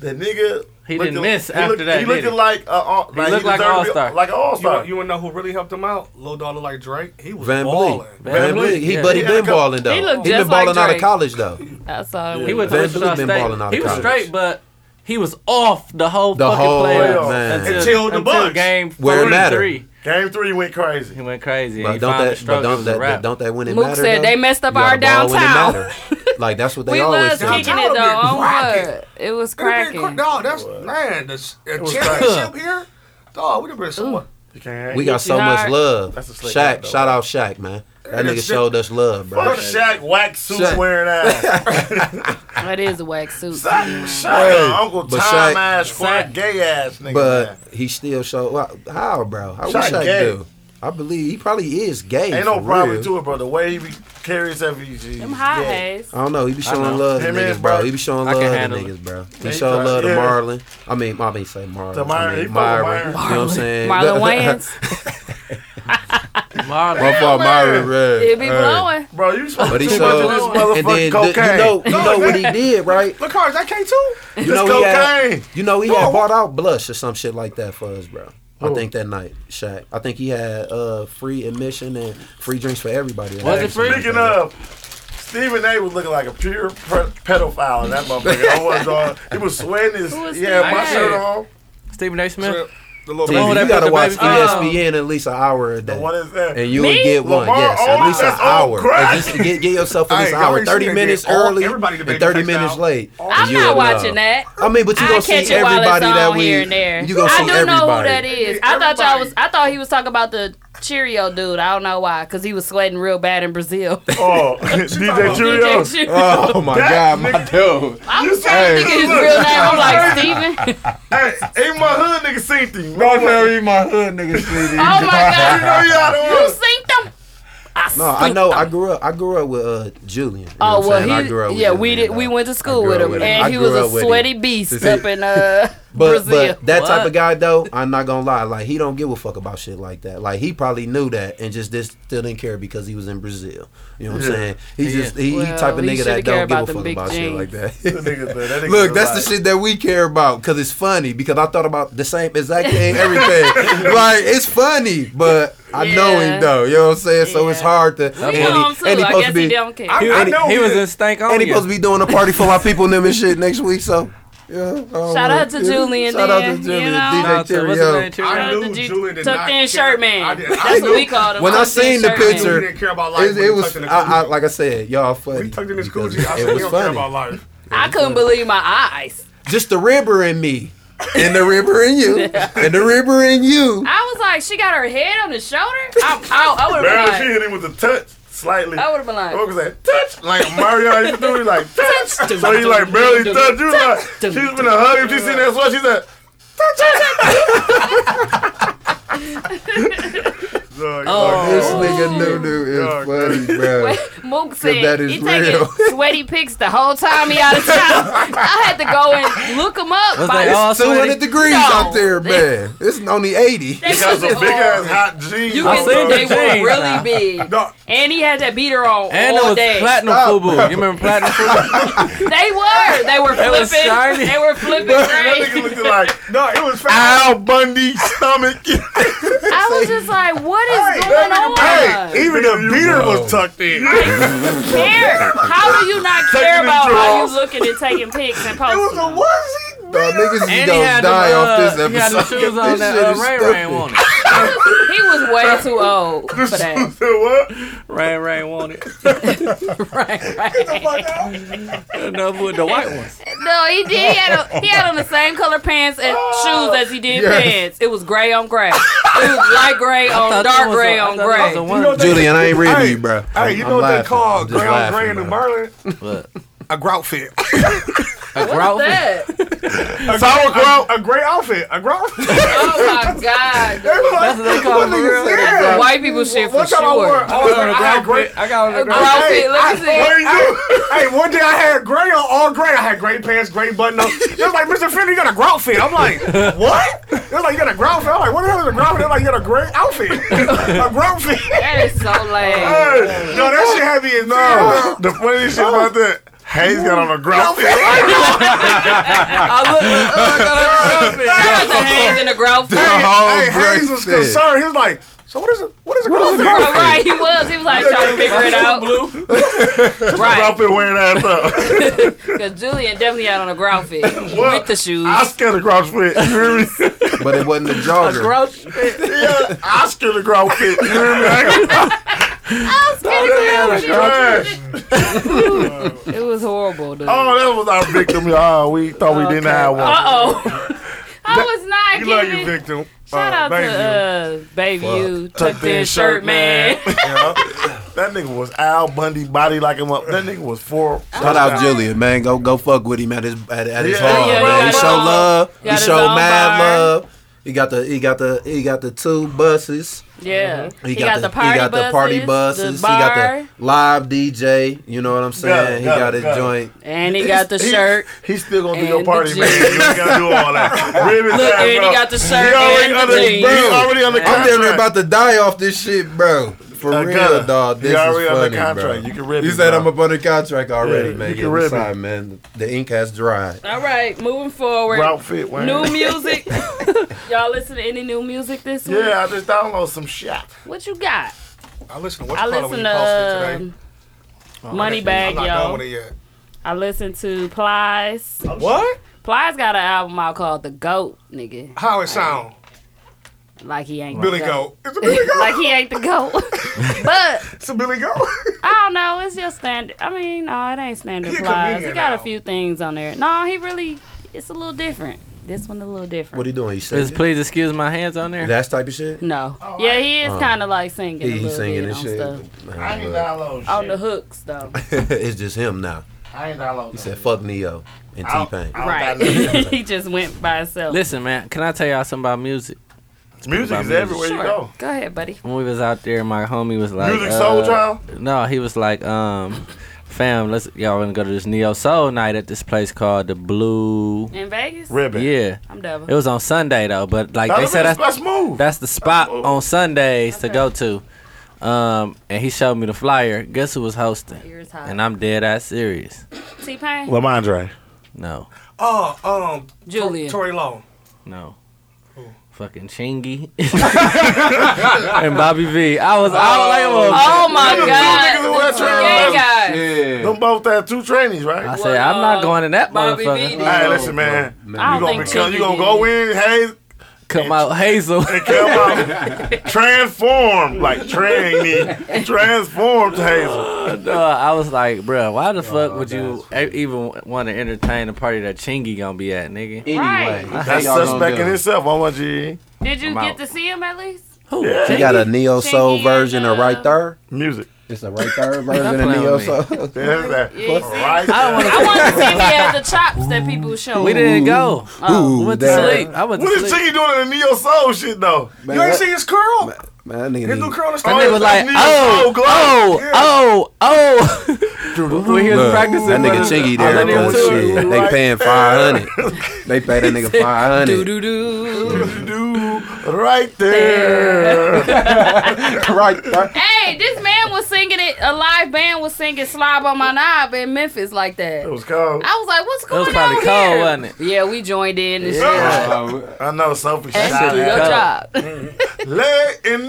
Speaker 6: The nigga
Speaker 1: He
Speaker 6: looked
Speaker 1: didn't
Speaker 6: a-
Speaker 1: miss
Speaker 6: he
Speaker 1: after
Speaker 6: looked-
Speaker 1: that,
Speaker 6: He
Speaker 1: did
Speaker 6: looked
Speaker 1: he?
Speaker 6: like a, uh, like
Speaker 1: looked
Speaker 6: deserved to
Speaker 1: like an
Speaker 6: be-
Speaker 1: all-star.
Speaker 6: Like an all
Speaker 4: You,
Speaker 6: star.
Speaker 4: you wanna know who really helped him out? Lil Dollar like Drake. He was
Speaker 8: Van
Speaker 4: balling.
Speaker 8: Bleek. Van
Speaker 1: Bleek,
Speaker 8: Bleek. He
Speaker 1: yeah.
Speaker 8: but he
Speaker 1: He
Speaker 4: had a
Speaker 8: been
Speaker 6: couple-
Speaker 8: balling though.
Speaker 3: He looked
Speaker 8: been
Speaker 3: just like
Speaker 8: balling out
Speaker 3: Drake.
Speaker 8: of college though.
Speaker 3: That's all.
Speaker 1: He went to
Speaker 8: Van
Speaker 1: Wichita
Speaker 8: Vliet been balling out
Speaker 1: State.
Speaker 8: of
Speaker 1: He was
Speaker 8: college.
Speaker 1: straight, but he was off the whole
Speaker 8: The
Speaker 1: fucking
Speaker 8: whole
Speaker 1: playoff
Speaker 8: man.
Speaker 1: until,
Speaker 6: Until the
Speaker 1: until
Speaker 6: Bucks.
Speaker 1: game
Speaker 8: Where it
Speaker 1: four and
Speaker 8: mattered.
Speaker 1: three.
Speaker 6: Game three went crazy.
Speaker 1: He went crazy.
Speaker 8: But
Speaker 1: he
Speaker 8: don't
Speaker 1: found
Speaker 8: that,
Speaker 1: the
Speaker 8: but
Speaker 1: stroke. It
Speaker 8: don't
Speaker 1: was a
Speaker 8: that,
Speaker 1: wrap.
Speaker 8: that don't that when it
Speaker 3: Mook
Speaker 8: matter?
Speaker 3: said
Speaker 8: though?
Speaker 3: they messed up
Speaker 8: You gotta
Speaker 3: our
Speaker 8: ball when it
Speaker 3: downtown.
Speaker 8: matter. like that's what they
Speaker 3: We
Speaker 8: always
Speaker 3: was
Speaker 8: say.
Speaker 3: kicking it
Speaker 4: Downtown
Speaker 3: though
Speaker 4: been
Speaker 3: on
Speaker 4: cracking.
Speaker 3: wood. It was
Speaker 4: Cracking.
Speaker 3: cracking.
Speaker 4: Dog, that's man. The s- a
Speaker 6: was
Speaker 4: championship here. Dog, we'd have been somewhat.
Speaker 6: You can't-
Speaker 8: We got so
Speaker 3: Nah.
Speaker 8: much love.
Speaker 6: That's a slick
Speaker 8: Shaq,
Speaker 6: one, though.
Speaker 8: shout out Shaq, man. That
Speaker 6: Yeah,
Speaker 8: nigga
Speaker 6: shit.
Speaker 8: showed us love, bro.
Speaker 6: Fuck Shaq whack suit
Speaker 8: Shaq.
Speaker 6: wearing ass.
Speaker 3: That is a wax suit.
Speaker 6: Shaq, Shaq Uncle
Speaker 8: but
Speaker 6: Tom
Speaker 8: Shaq-
Speaker 6: ass, flat gay ass nigga.
Speaker 8: But
Speaker 6: man.
Speaker 8: he still showed well, how, bro. I wish
Speaker 6: Shaq
Speaker 8: Shaq
Speaker 6: gay.
Speaker 8: do. I believe he probably is gay.
Speaker 6: ain't no
Speaker 8: for
Speaker 6: problem
Speaker 8: real.
Speaker 6: to it, bro. The way he be carries everything.
Speaker 3: Them high hays.
Speaker 8: I don't know. He be showing
Speaker 1: know.
Speaker 8: love to
Speaker 6: Him
Speaker 8: niggas,
Speaker 6: and
Speaker 8: bro.
Speaker 6: Bert.
Speaker 8: He be showing
Speaker 1: I
Speaker 8: love
Speaker 1: can
Speaker 8: to
Speaker 1: handle
Speaker 8: niggas, bro. He
Speaker 6: He
Speaker 8: showed
Speaker 6: tried-
Speaker 8: love to
Speaker 6: yeah.
Speaker 8: Marlon. I mean, I mean, say Marlon.
Speaker 6: To Myron,
Speaker 8: I
Speaker 6: he
Speaker 8: mean,
Speaker 6: fuck with
Speaker 8: Myron.
Speaker 6: Myron.
Speaker 8: You know what I'm saying?
Speaker 3: Marlon Wayans.
Speaker 1: Marlon,
Speaker 8: My fault, Myron. Red.
Speaker 3: It be
Speaker 8: Hey.
Speaker 3: blowing.
Speaker 6: Bro, you smoking
Speaker 8: But he
Speaker 6: too much of this
Speaker 8: showed,
Speaker 6: motherfucking
Speaker 8: and then the-
Speaker 6: cocaine.
Speaker 8: you know, you know what he did, right?
Speaker 6: Look, Cards, I can't too.
Speaker 8: You
Speaker 6: this
Speaker 8: know he
Speaker 6: cocaine.
Speaker 8: had, you know he had bought out blush or some shit like that for us, bro. I think that night, Shaq. I think he had uh, free admission and free drinks for everybody.
Speaker 1: Was it free?
Speaker 6: Speaking of, Stephen A was looking like a pure pre- pedophile in that motherfucker. I was on. He was sweating his.
Speaker 3: Who was
Speaker 6: He had my
Speaker 1: Stephen A?
Speaker 6: shirt on.
Speaker 1: Stephen A. Smith.
Speaker 4: The little
Speaker 8: See,
Speaker 1: Come
Speaker 8: you
Speaker 1: on, that
Speaker 8: gotta
Speaker 1: picture,
Speaker 8: watch E
Speaker 1: baby.
Speaker 3: E
Speaker 8: ESPN at least an hour a
Speaker 6: The
Speaker 8: day.
Speaker 6: What is that?
Speaker 8: and you
Speaker 3: Me?
Speaker 8: would get one.
Speaker 6: Lamar
Speaker 8: yes, at
Speaker 6: Odom
Speaker 8: least an
Speaker 6: is on
Speaker 8: hour.
Speaker 6: crack.
Speaker 8: And Just to get, get yourself at
Speaker 4: Hey,
Speaker 8: least an
Speaker 4: y'all
Speaker 8: hour.
Speaker 4: ain't seen
Speaker 8: Thirty
Speaker 4: that
Speaker 8: minutes
Speaker 4: game. All-
Speaker 8: early
Speaker 4: everybody
Speaker 8: and
Speaker 4: debating
Speaker 8: thirty
Speaker 4: the
Speaker 8: minutes
Speaker 4: touchdown.
Speaker 8: late.
Speaker 3: I'm not watching that.
Speaker 8: I mean, but you
Speaker 3: I
Speaker 8: gonna see
Speaker 3: catch it while it's
Speaker 8: everybody that
Speaker 3: on
Speaker 8: we.
Speaker 3: here and there.
Speaker 8: You gonna
Speaker 3: I
Speaker 8: see
Speaker 3: do
Speaker 8: everybody.
Speaker 3: know who that is. I thought y'all
Speaker 4: Everybody.
Speaker 3: was. I thought he was talking about the Cheerio dude. I don't know why, because he was sweating real bad in Brazil.
Speaker 6: Oh, DJ
Speaker 3: DJ
Speaker 6: Cheerios.
Speaker 3: Cheerio.
Speaker 8: Oh my
Speaker 6: That
Speaker 8: god, my dude.
Speaker 3: I was trying to think of his real name. I'm like Steven.
Speaker 6: Hey, ain't my hood nigga seen thing.
Speaker 8: Don't tell me my hood niggas see
Speaker 3: Oh my
Speaker 6: Oh,
Speaker 3: god,
Speaker 6: yeah, the
Speaker 3: you
Speaker 6: one.
Speaker 3: synced them. I
Speaker 8: No, I know. I grew up. I grew up with uh, Julian. You know
Speaker 3: Oh
Speaker 8: what
Speaker 3: well,
Speaker 8: I'm saying? I grew up
Speaker 3: he,
Speaker 8: with
Speaker 3: yeah,
Speaker 8: Julian,
Speaker 3: we did.
Speaker 8: though.
Speaker 3: We went to school
Speaker 8: grew
Speaker 3: with
Speaker 8: up
Speaker 3: him,
Speaker 8: with him.
Speaker 3: and
Speaker 8: I
Speaker 3: he
Speaker 8: grew
Speaker 3: was a
Speaker 8: up with him.
Speaker 3: sweaty beast
Speaker 8: See?
Speaker 3: up in uh,
Speaker 8: But
Speaker 3: Brazil.
Speaker 8: but that type
Speaker 1: What?
Speaker 8: of guy though, I'm not gonna lie. Like he don't give a fuck about shit like that. Like he probably knew that and just this still didn't care because he was in Brazil. You know what I'm saying? He just he, he
Speaker 3: Well,
Speaker 8: type of
Speaker 3: he
Speaker 8: nigga
Speaker 3: shoulda
Speaker 8: that
Speaker 3: care
Speaker 8: don't give
Speaker 3: about
Speaker 8: a
Speaker 3: them
Speaker 8: fuck
Speaker 3: big
Speaker 8: about shit
Speaker 3: jeans.
Speaker 8: like that.
Speaker 6: Niggas, man, that nigga
Speaker 8: Look, that's
Speaker 6: alive.
Speaker 8: the shit that we care about because it's funny because I thought about the same exact thing, everything. like, it's funny, but I know
Speaker 3: Yeah.
Speaker 8: him though. You know what I'm saying? So it's
Speaker 3: Yeah.
Speaker 8: hard to.
Speaker 3: we
Speaker 8: and
Speaker 3: know him too.
Speaker 8: and
Speaker 3: I
Speaker 8: supposed
Speaker 3: guess
Speaker 8: to be,
Speaker 3: he don't care.
Speaker 6: I-
Speaker 1: He,
Speaker 6: I
Speaker 1: and-
Speaker 6: know
Speaker 1: he
Speaker 6: he
Speaker 1: was
Speaker 6: is.
Speaker 1: in stank on
Speaker 8: and he supposed to be doing a party for my people and them and shit next week. So, yeah. oh,
Speaker 3: Shout out
Speaker 8: yeah.
Speaker 3: to Julian
Speaker 8: Shout out
Speaker 3: then,
Speaker 8: to
Speaker 3: you
Speaker 8: Julian,
Speaker 3: know?
Speaker 8: DJ Cheerio.
Speaker 4: I
Speaker 3: Shout out
Speaker 4: knew
Speaker 3: to Ju-
Speaker 4: Julian did
Speaker 3: tucked
Speaker 4: not
Speaker 3: in
Speaker 4: care.
Speaker 3: shirt man.
Speaker 4: I did- I
Speaker 3: That's
Speaker 4: knew-
Speaker 3: what we called him.
Speaker 8: When I
Speaker 3: tucked in
Speaker 8: seen the
Speaker 3: shirt
Speaker 8: picture-
Speaker 4: We
Speaker 3: man.
Speaker 4: didn't care about life.
Speaker 8: It,
Speaker 4: when
Speaker 8: it
Speaker 4: we
Speaker 8: was,
Speaker 4: tucked in
Speaker 8: I,
Speaker 4: his
Speaker 8: I,
Speaker 4: coochie.
Speaker 8: like I said, y'all funny.
Speaker 4: we tucked in his
Speaker 8: because
Speaker 4: coochie. I
Speaker 8: It
Speaker 4: said we
Speaker 8: was
Speaker 4: don't care about
Speaker 8: funny.
Speaker 4: life.
Speaker 3: I couldn't believe my eyes.
Speaker 8: Just the river in me. And the river in you. And the river in you.
Speaker 3: I was like, she got her head on his shoulder. I, I, I would have
Speaker 6: Barely she
Speaker 3: been like,
Speaker 6: hit him with a touch, slightly.
Speaker 3: I would have been like,
Speaker 6: What was that? Touch! Like Mario used to do, he like, touch! So he like barely touch. You like, she's gonna hug him. She's sitting there, so she's like, touch!
Speaker 3: Oh.
Speaker 6: Dog, dog.
Speaker 8: This nigga Nunu
Speaker 6: Dog,
Speaker 8: is funny, bro.
Speaker 3: Mook said,
Speaker 8: that is
Speaker 3: he taking
Speaker 8: real."
Speaker 3: sweaty pics the whole time he out of town. I had to go and look him up.
Speaker 1: Was
Speaker 3: by-
Speaker 1: they all
Speaker 8: It's 200
Speaker 1: sweaty?
Speaker 8: degrees
Speaker 3: No.
Speaker 8: out there, man. It's only 80.
Speaker 3: They
Speaker 6: He got
Speaker 3: was
Speaker 6: some big ass
Speaker 3: all-
Speaker 6: hot jeans.
Speaker 3: You
Speaker 6: on,
Speaker 3: can
Speaker 1: seen
Speaker 3: see
Speaker 6: dog.
Speaker 3: they
Speaker 1: the
Speaker 3: were
Speaker 1: jeans
Speaker 3: really
Speaker 1: now.
Speaker 3: big.
Speaker 6: Dog,
Speaker 3: And he had that beater on
Speaker 1: And it
Speaker 3: all
Speaker 1: was
Speaker 3: day.
Speaker 1: platinum
Speaker 8: Stop.
Speaker 1: FUBU. You remember platinum FUBU?
Speaker 3: They were. They were
Speaker 1: It was shiny.
Speaker 3: flipping. They were flipping
Speaker 6: That
Speaker 3: great.
Speaker 6: nigga looked like, no, it was Al Bundy's stomach.
Speaker 3: I was just like, what is going on?
Speaker 6: hey, even the beater
Speaker 8: Bro.
Speaker 6: was tucked in.
Speaker 3: care. How do you not care
Speaker 6: Taking
Speaker 3: about
Speaker 6: the
Speaker 3: how
Speaker 6: drawers.
Speaker 3: you looking and taking pics and posting? them?
Speaker 6: was
Speaker 8: Dog, niggas is
Speaker 1: And he
Speaker 8: gonna
Speaker 1: had them,
Speaker 8: die
Speaker 1: uh,
Speaker 8: off this
Speaker 1: he had the
Speaker 8: episode.
Speaker 1: shoes on
Speaker 8: This
Speaker 1: that
Speaker 8: shit
Speaker 1: uh,
Speaker 8: is
Speaker 1: Ray Ray
Speaker 8: stupid.
Speaker 1: wanted.
Speaker 3: He was way too old for that.
Speaker 6: what?
Speaker 1: Ray Ray wanted.
Speaker 3: Right, right.
Speaker 1: No, with the white ones.
Speaker 3: No, he did. He had, on- he had on the same color pants and
Speaker 6: Oh,
Speaker 3: shoes as he did
Speaker 8: Yes.
Speaker 3: pants. It was gray on gray. It was light gray on dark gray on
Speaker 6: Oh,
Speaker 3: gray.
Speaker 8: Julian, I ain't reading
Speaker 6: Hey,
Speaker 8: you, bro.
Speaker 6: Hey, you know what they call ground grain in Merlin?
Speaker 1: What?
Speaker 6: A grout fit.
Speaker 1: A grout?
Speaker 3: That.
Speaker 6: Sauerkraut. A, great outfit. A great outfit.
Speaker 3: Oh my god.
Speaker 1: That's what they call it.
Speaker 3: That's white people shit for
Speaker 6: One time I wore,
Speaker 3: sure.
Speaker 6: I was like, I had gray.
Speaker 9: I got on the ground.
Speaker 3: Outfit,
Speaker 6: Hey,
Speaker 3: let me see.
Speaker 6: Hey, hey, one day I had gray on, all gray. I had gray pants, gray button up. They was like, Mr. Fender, you got a grout fit. I'm like, what? They was like, you got a grout fit. I'm like, what the hell is a grout fit? They're like, you got a gray outfit. a grout fit. hey,
Speaker 3: That is so lame.
Speaker 6: no, that shit had me in No, the funniest shit about that, Hayes got on a grout fit.
Speaker 3: I look, look, look, look, look. I got the hands in the growth.
Speaker 6: Hey,
Speaker 3: Right,
Speaker 6: hey, Hayes was concerned. He was like, so what is it? What is a grout fit?
Speaker 3: right, he was. He was like trying to figure it out.
Speaker 6: Grout
Speaker 3: Right,
Speaker 6: fit wearing ass up.
Speaker 3: because Julian definitely out on a growl fit with the shoes.
Speaker 6: I scared a grout fit. You hear me?
Speaker 8: But it wasn't a jogger.
Speaker 6: Yeah, I scared a grout fit. You hear me? I ain't gonna- Trash.
Speaker 3: It was horrible, dude. Uh
Speaker 6: Oh, that was our victim, y'all. We thought we didn't have one.
Speaker 3: oh. I was not
Speaker 6: We love you,
Speaker 3: kidding.
Speaker 6: victim.
Speaker 3: Shout
Speaker 6: Uh,
Speaker 3: out
Speaker 6: thank
Speaker 3: to uh, Baby You, Tucked
Speaker 6: you.
Speaker 3: In Shirt Man.
Speaker 6: Yeah. That nigga was Al Bundy body like him up. That nigga was four.
Speaker 8: Shout out Julian, man. Go go fuck with him at his at, at his
Speaker 6: Yeah,
Speaker 8: hall,
Speaker 6: yeah,
Speaker 8: man.
Speaker 6: yeah.
Speaker 8: He show love.
Speaker 3: Got
Speaker 8: He
Speaker 3: his
Speaker 8: show
Speaker 3: own
Speaker 8: mad
Speaker 3: bar.
Speaker 8: love. He got the he got the he got the two buses.
Speaker 3: Yeah.
Speaker 8: He, got, the, he got the party buses.
Speaker 3: the
Speaker 8: he got
Speaker 3: bar,
Speaker 8: the live DJ. You know what I'm saying?
Speaker 6: it,
Speaker 8: he
Speaker 6: got
Speaker 8: got
Speaker 6: it,
Speaker 8: his
Speaker 6: got it.
Speaker 8: joint.
Speaker 3: and he got the
Speaker 6: He-
Speaker 3: shirt.
Speaker 6: He's still gonna do
Speaker 3: And
Speaker 6: your
Speaker 3: the
Speaker 6: party,
Speaker 3: jeans.
Speaker 6: man. You ain't gotta do all that. Ribbon
Speaker 3: Look,
Speaker 6: time,
Speaker 3: and
Speaker 6: bro.
Speaker 3: he got the shirt
Speaker 6: He already
Speaker 3: and
Speaker 6: under,
Speaker 3: the jeans.
Speaker 6: he already under
Speaker 8: I'm
Speaker 6: contract.
Speaker 8: damn near about to die off this shit, bro. For
Speaker 6: I
Speaker 8: real,
Speaker 6: gotta.
Speaker 8: dog. This
Speaker 6: You
Speaker 8: is
Speaker 6: already under
Speaker 8: funny,
Speaker 6: contract.
Speaker 8: bro.
Speaker 6: You can rib
Speaker 8: You
Speaker 6: me,
Speaker 8: said
Speaker 6: bro.
Speaker 8: I'm up under contract already,
Speaker 6: Yeah,
Speaker 8: man.
Speaker 6: you
Speaker 8: Get
Speaker 6: can rib me.
Speaker 8: inside, man. The ink has dried.
Speaker 3: All right, moving forward.
Speaker 6: Grout fit, Wayne.
Speaker 3: New music. Y'all listen to any new music this week?
Speaker 6: Yeah, I just downloaded some shit.
Speaker 3: What you got?
Speaker 4: I listen to what
Speaker 3: I
Speaker 4: you call it when
Speaker 3: listen
Speaker 4: you posted
Speaker 6: Oh,
Speaker 4: today.
Speaker 3: to um, Moneybag,
Speaker 4: I'm not done with
Speaker 3: yo.
Speaker 4: it yet.
Speaker 3: I listen to Plies.
Speaker 4: What?
Speaker 3: Plies got an album out called The Goat, nigga.
Speaker 4: How it sound?
Speaker 3: Like he ain't
Speaker 4: Billy
Speaker 3: the
Speaker 4: Goat. It's a Billy Goat.
Speaker 3: like he ain't the goat. but
Speaker 4: It's a Billy Goat.
Speaker 3: I don't know. It's just standard. I mean, no, it ain't standard
Speaker 4: He a
Speaker 3: Plies. He
Speaker 4: comedian
Speaker 3: got a
Speaker 4: now.
Speaker 3: few things on there. No, he really. It's a little different. This one a little different.
Speaker 8: What are you doing? You
Speaker 1: Just
Speaker 8: singing?
Speaker 1: please excuse my hands on there.
Speaker 8: That type of shit.
Speaker 3: No.
Speaker 6: Oh.
Speaker 3: yeah, he is kind of like singing.
Speaker 8: Uh, He,
Speaker 3: a
Speaker 8: he
Speaker 3: little
Speaker 8: singing
Speaker 3: bit
Speaker 8: and
Speaker 3: on
Speaker 8: shit.
Speaker 6: I
Speaker 3: Stuff.
Speaker 6: ain't
Speaker 8: Man, look.
Speaker 6: downloading
Speaker 3: On the
Speaker 6: shit.
Speaker 3: hooks, though.
Speaker 8: it's just him now.
Speaker 6: I ain't downloading.
Speaker 8: He said, "Fuck Neo and T
Speaker 6: I'll-
Speaker 8: Pain."
Speaker 6: I'll
Speaker 3: right.
Speaker 6: download it.
Speaker 3: he just went by himself.
Speaker 1: Listen, man, can I tell y'all something about music?
Speaker 6: Music
Speaker 1: About
Speaker 6: is
Speaker 1: music.
Speaker 6: everywhere you go.
Speaker 3: Go ahead, buddy.
Speaker 1: When we was out there, my homie was like,
Speaker 6: Music Soul
Speaker 1: uh,
Speaker 6: Child?
Speaker 1: No, he was like, um, fam, let's y'all wanna go to this neo soul night at this place called the Blue.
Speaker 3: In Vegas?
Speaker 6: Ribbon.
Speaker 1: Yeah,
Speaker 3: I'm
Speaker 1: it
Speaker 3: Devil.
Speaker 1: was on Sunday though, but like they
Speaker 6: Now,
Speaker 1: said,
Speaker 6: let's,
Speaker 1: that's
Speaker 6: let's move.
Speaker 1: that's the spot on Sundays to go to. Um, and he showed me the flyer. Guess who was hosting?
Speaker 3: Yours hot.
Speaker 1: And I'm dead ass serious.
Speaker 3: T-Pain?
Speaker 6: Lamondre.
Speaker 1: No,
Speaker 6: Uh,
Speaker 4: Oh, um,
Speaker 3: Julia.
Speaker 4: Tory Long.
Speaker 1: no. Fucking Chingy and Bobby V. I was, I was like, well,
Speaker 3: oh, my
Speaker 6: Remember the two niggas who had
Speaker 3: God. The
Speaker 6: trainers?
Speaker 3: gay guy.
Speaker 6: Them both had two trainees, right?
Speaker 1: I said, I'm not going in that
Speaker 3: Bobby
Speaker 1: motherfucker.
Speaker 3: V.
Speaker 6: hey, listen, man.
Speaker 3: I
Speaker 6: You
Speaker 3: don't
Speaker 6: gonna
Speaker 3: think so.
Speaker 6: become, you gonna go in, hey,
Speaker 1: Come out Hazel.
Speaker 6: come out, transform, like trainee, transform to Hazel.
Speaker 1: no, I was like, bruh, why the fuck would you e- even want to entertain the party that Chingy gonna be at, nigga?
Speaker 3: Right.
Speaker 6: That's suspect in itself. I'm on G
Speaker 3: Did you
Speaker 1: I'm
Speaker 3: get
Speaker 1: out.
Speaker 3: to see him at least?
Speaker 1: Who?
Speaker 6: Yeah.
Speaker 8: He got a neo soul
Speaker 3: Chingy
Speaker 8: version
Speaker 3: and,
Speaker 8: of
Speaker 3: uh,
Speaker 8: right there.
Speaker 6: music.
Speaker 8: It's a right there version of
Speaker 1: playing
Speaker 8: neo
Speaker 1: with me.
Speaker 8: soul.
Speaker 6: That's that.
Speaker 3: Yeah, you see him?
Speaker 6: Right.
Speaker 1: I don't want
Speaker 3: I wanted to see if he had the chops that people show.
Speaker 1: We didn't go.
Speaker 3: Oh.
Speaker 1: We went to
Speaker 8: that-
Speaker 1: sleep. I went to
Speaker 6: What is
Speaker 1: sleep.
Speaker 6: Chingy doing in the neo soul shit though?
Speaker 8: Man,
Speaker 6: you ain't
Speaker 8: that-
Speaker 6: seen his curl?
Speaker 8: Man, that nigga
Speaker 6: his
Speaker 8: need-
Speaker 6: new curl is
Speaker 1: That nigga was like, oh, oh, oh, oh. when he was
Speaker 8: Look,
Speaker 1: practicing,
Speaker 8: that nigga
Speaker 1: with us,
Speaker 8: Chingy
Speaker 1: I
Speaker 8: there
Speaker 1: let him
Speaker 8: doing
Speaker 1: do it.
Speaker 8: shit. They paying five hundred. They pay that nigga five hundred
Speaker 3: Do-do-do.
Speaker 6: do right there.
Speaker 8: right there.
Speaker 3: Hey, this man was singing it. A live band was singing "Slob on My Knob" in Memphis like that.
Speaker 6: it was cold.
Speaker 3: I was like, "What's
Speaker 1: That
Speaker 3: going
Speaker 1: was
Speaker 3: on
Speaker 1: probably cold,
Speaker 3: here?"
Speaker 1: wasn't it?
Speaker 3: Yeah, we joined in and shit.
Speaker 6: I know Sophie
Speaker 3: That's
Speaker 6: shot
Speaker 3: your
Speaker 1: cold.
Speaker 6: at
Speaker 3: job.
Speaker 6: Lay in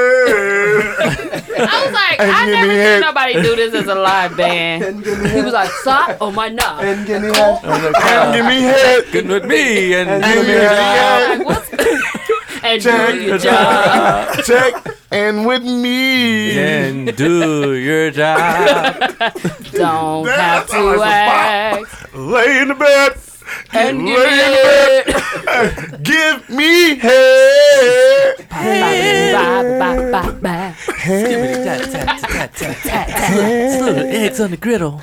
Speaker 6: the bed.
Speaker 3: I was like,
Speaker 6: give
Speaker 3: I
Speaker 6: me
Speaker 3: never
Speaker 6: head.
Speaker 3: seen nobody do this as a live band. he was like, "Slop on my knob."
Speaker 8: And give me that.
Speaker 6: Come give me head.
Speaker 1: Good with me and
Speaker 6: Give me
Speaker 3: I'm
Speaker 6: head.
Speaker 3: like, what's and
Speaker 6: Check
Speaker 3: do
Speaker 6: your
Speaker 3: your job.
Speaker 6: job. Check and with me.
Speaker 1: and do your job.
Speaker 3: Don't
Speaker 6: That
Speaker 3: have
Speaker 6: sounds like some
Speaker 3: to ask.
Speaker 6: Lay in the bed.
Speaker 3: And
Speaker 6: Lay
Speaker 3: give me
Speaker 6: in the bed. Give me head.
Speaker 3: Bye, bye, bye, bye.
Speaker 1: Eggs on the griddle.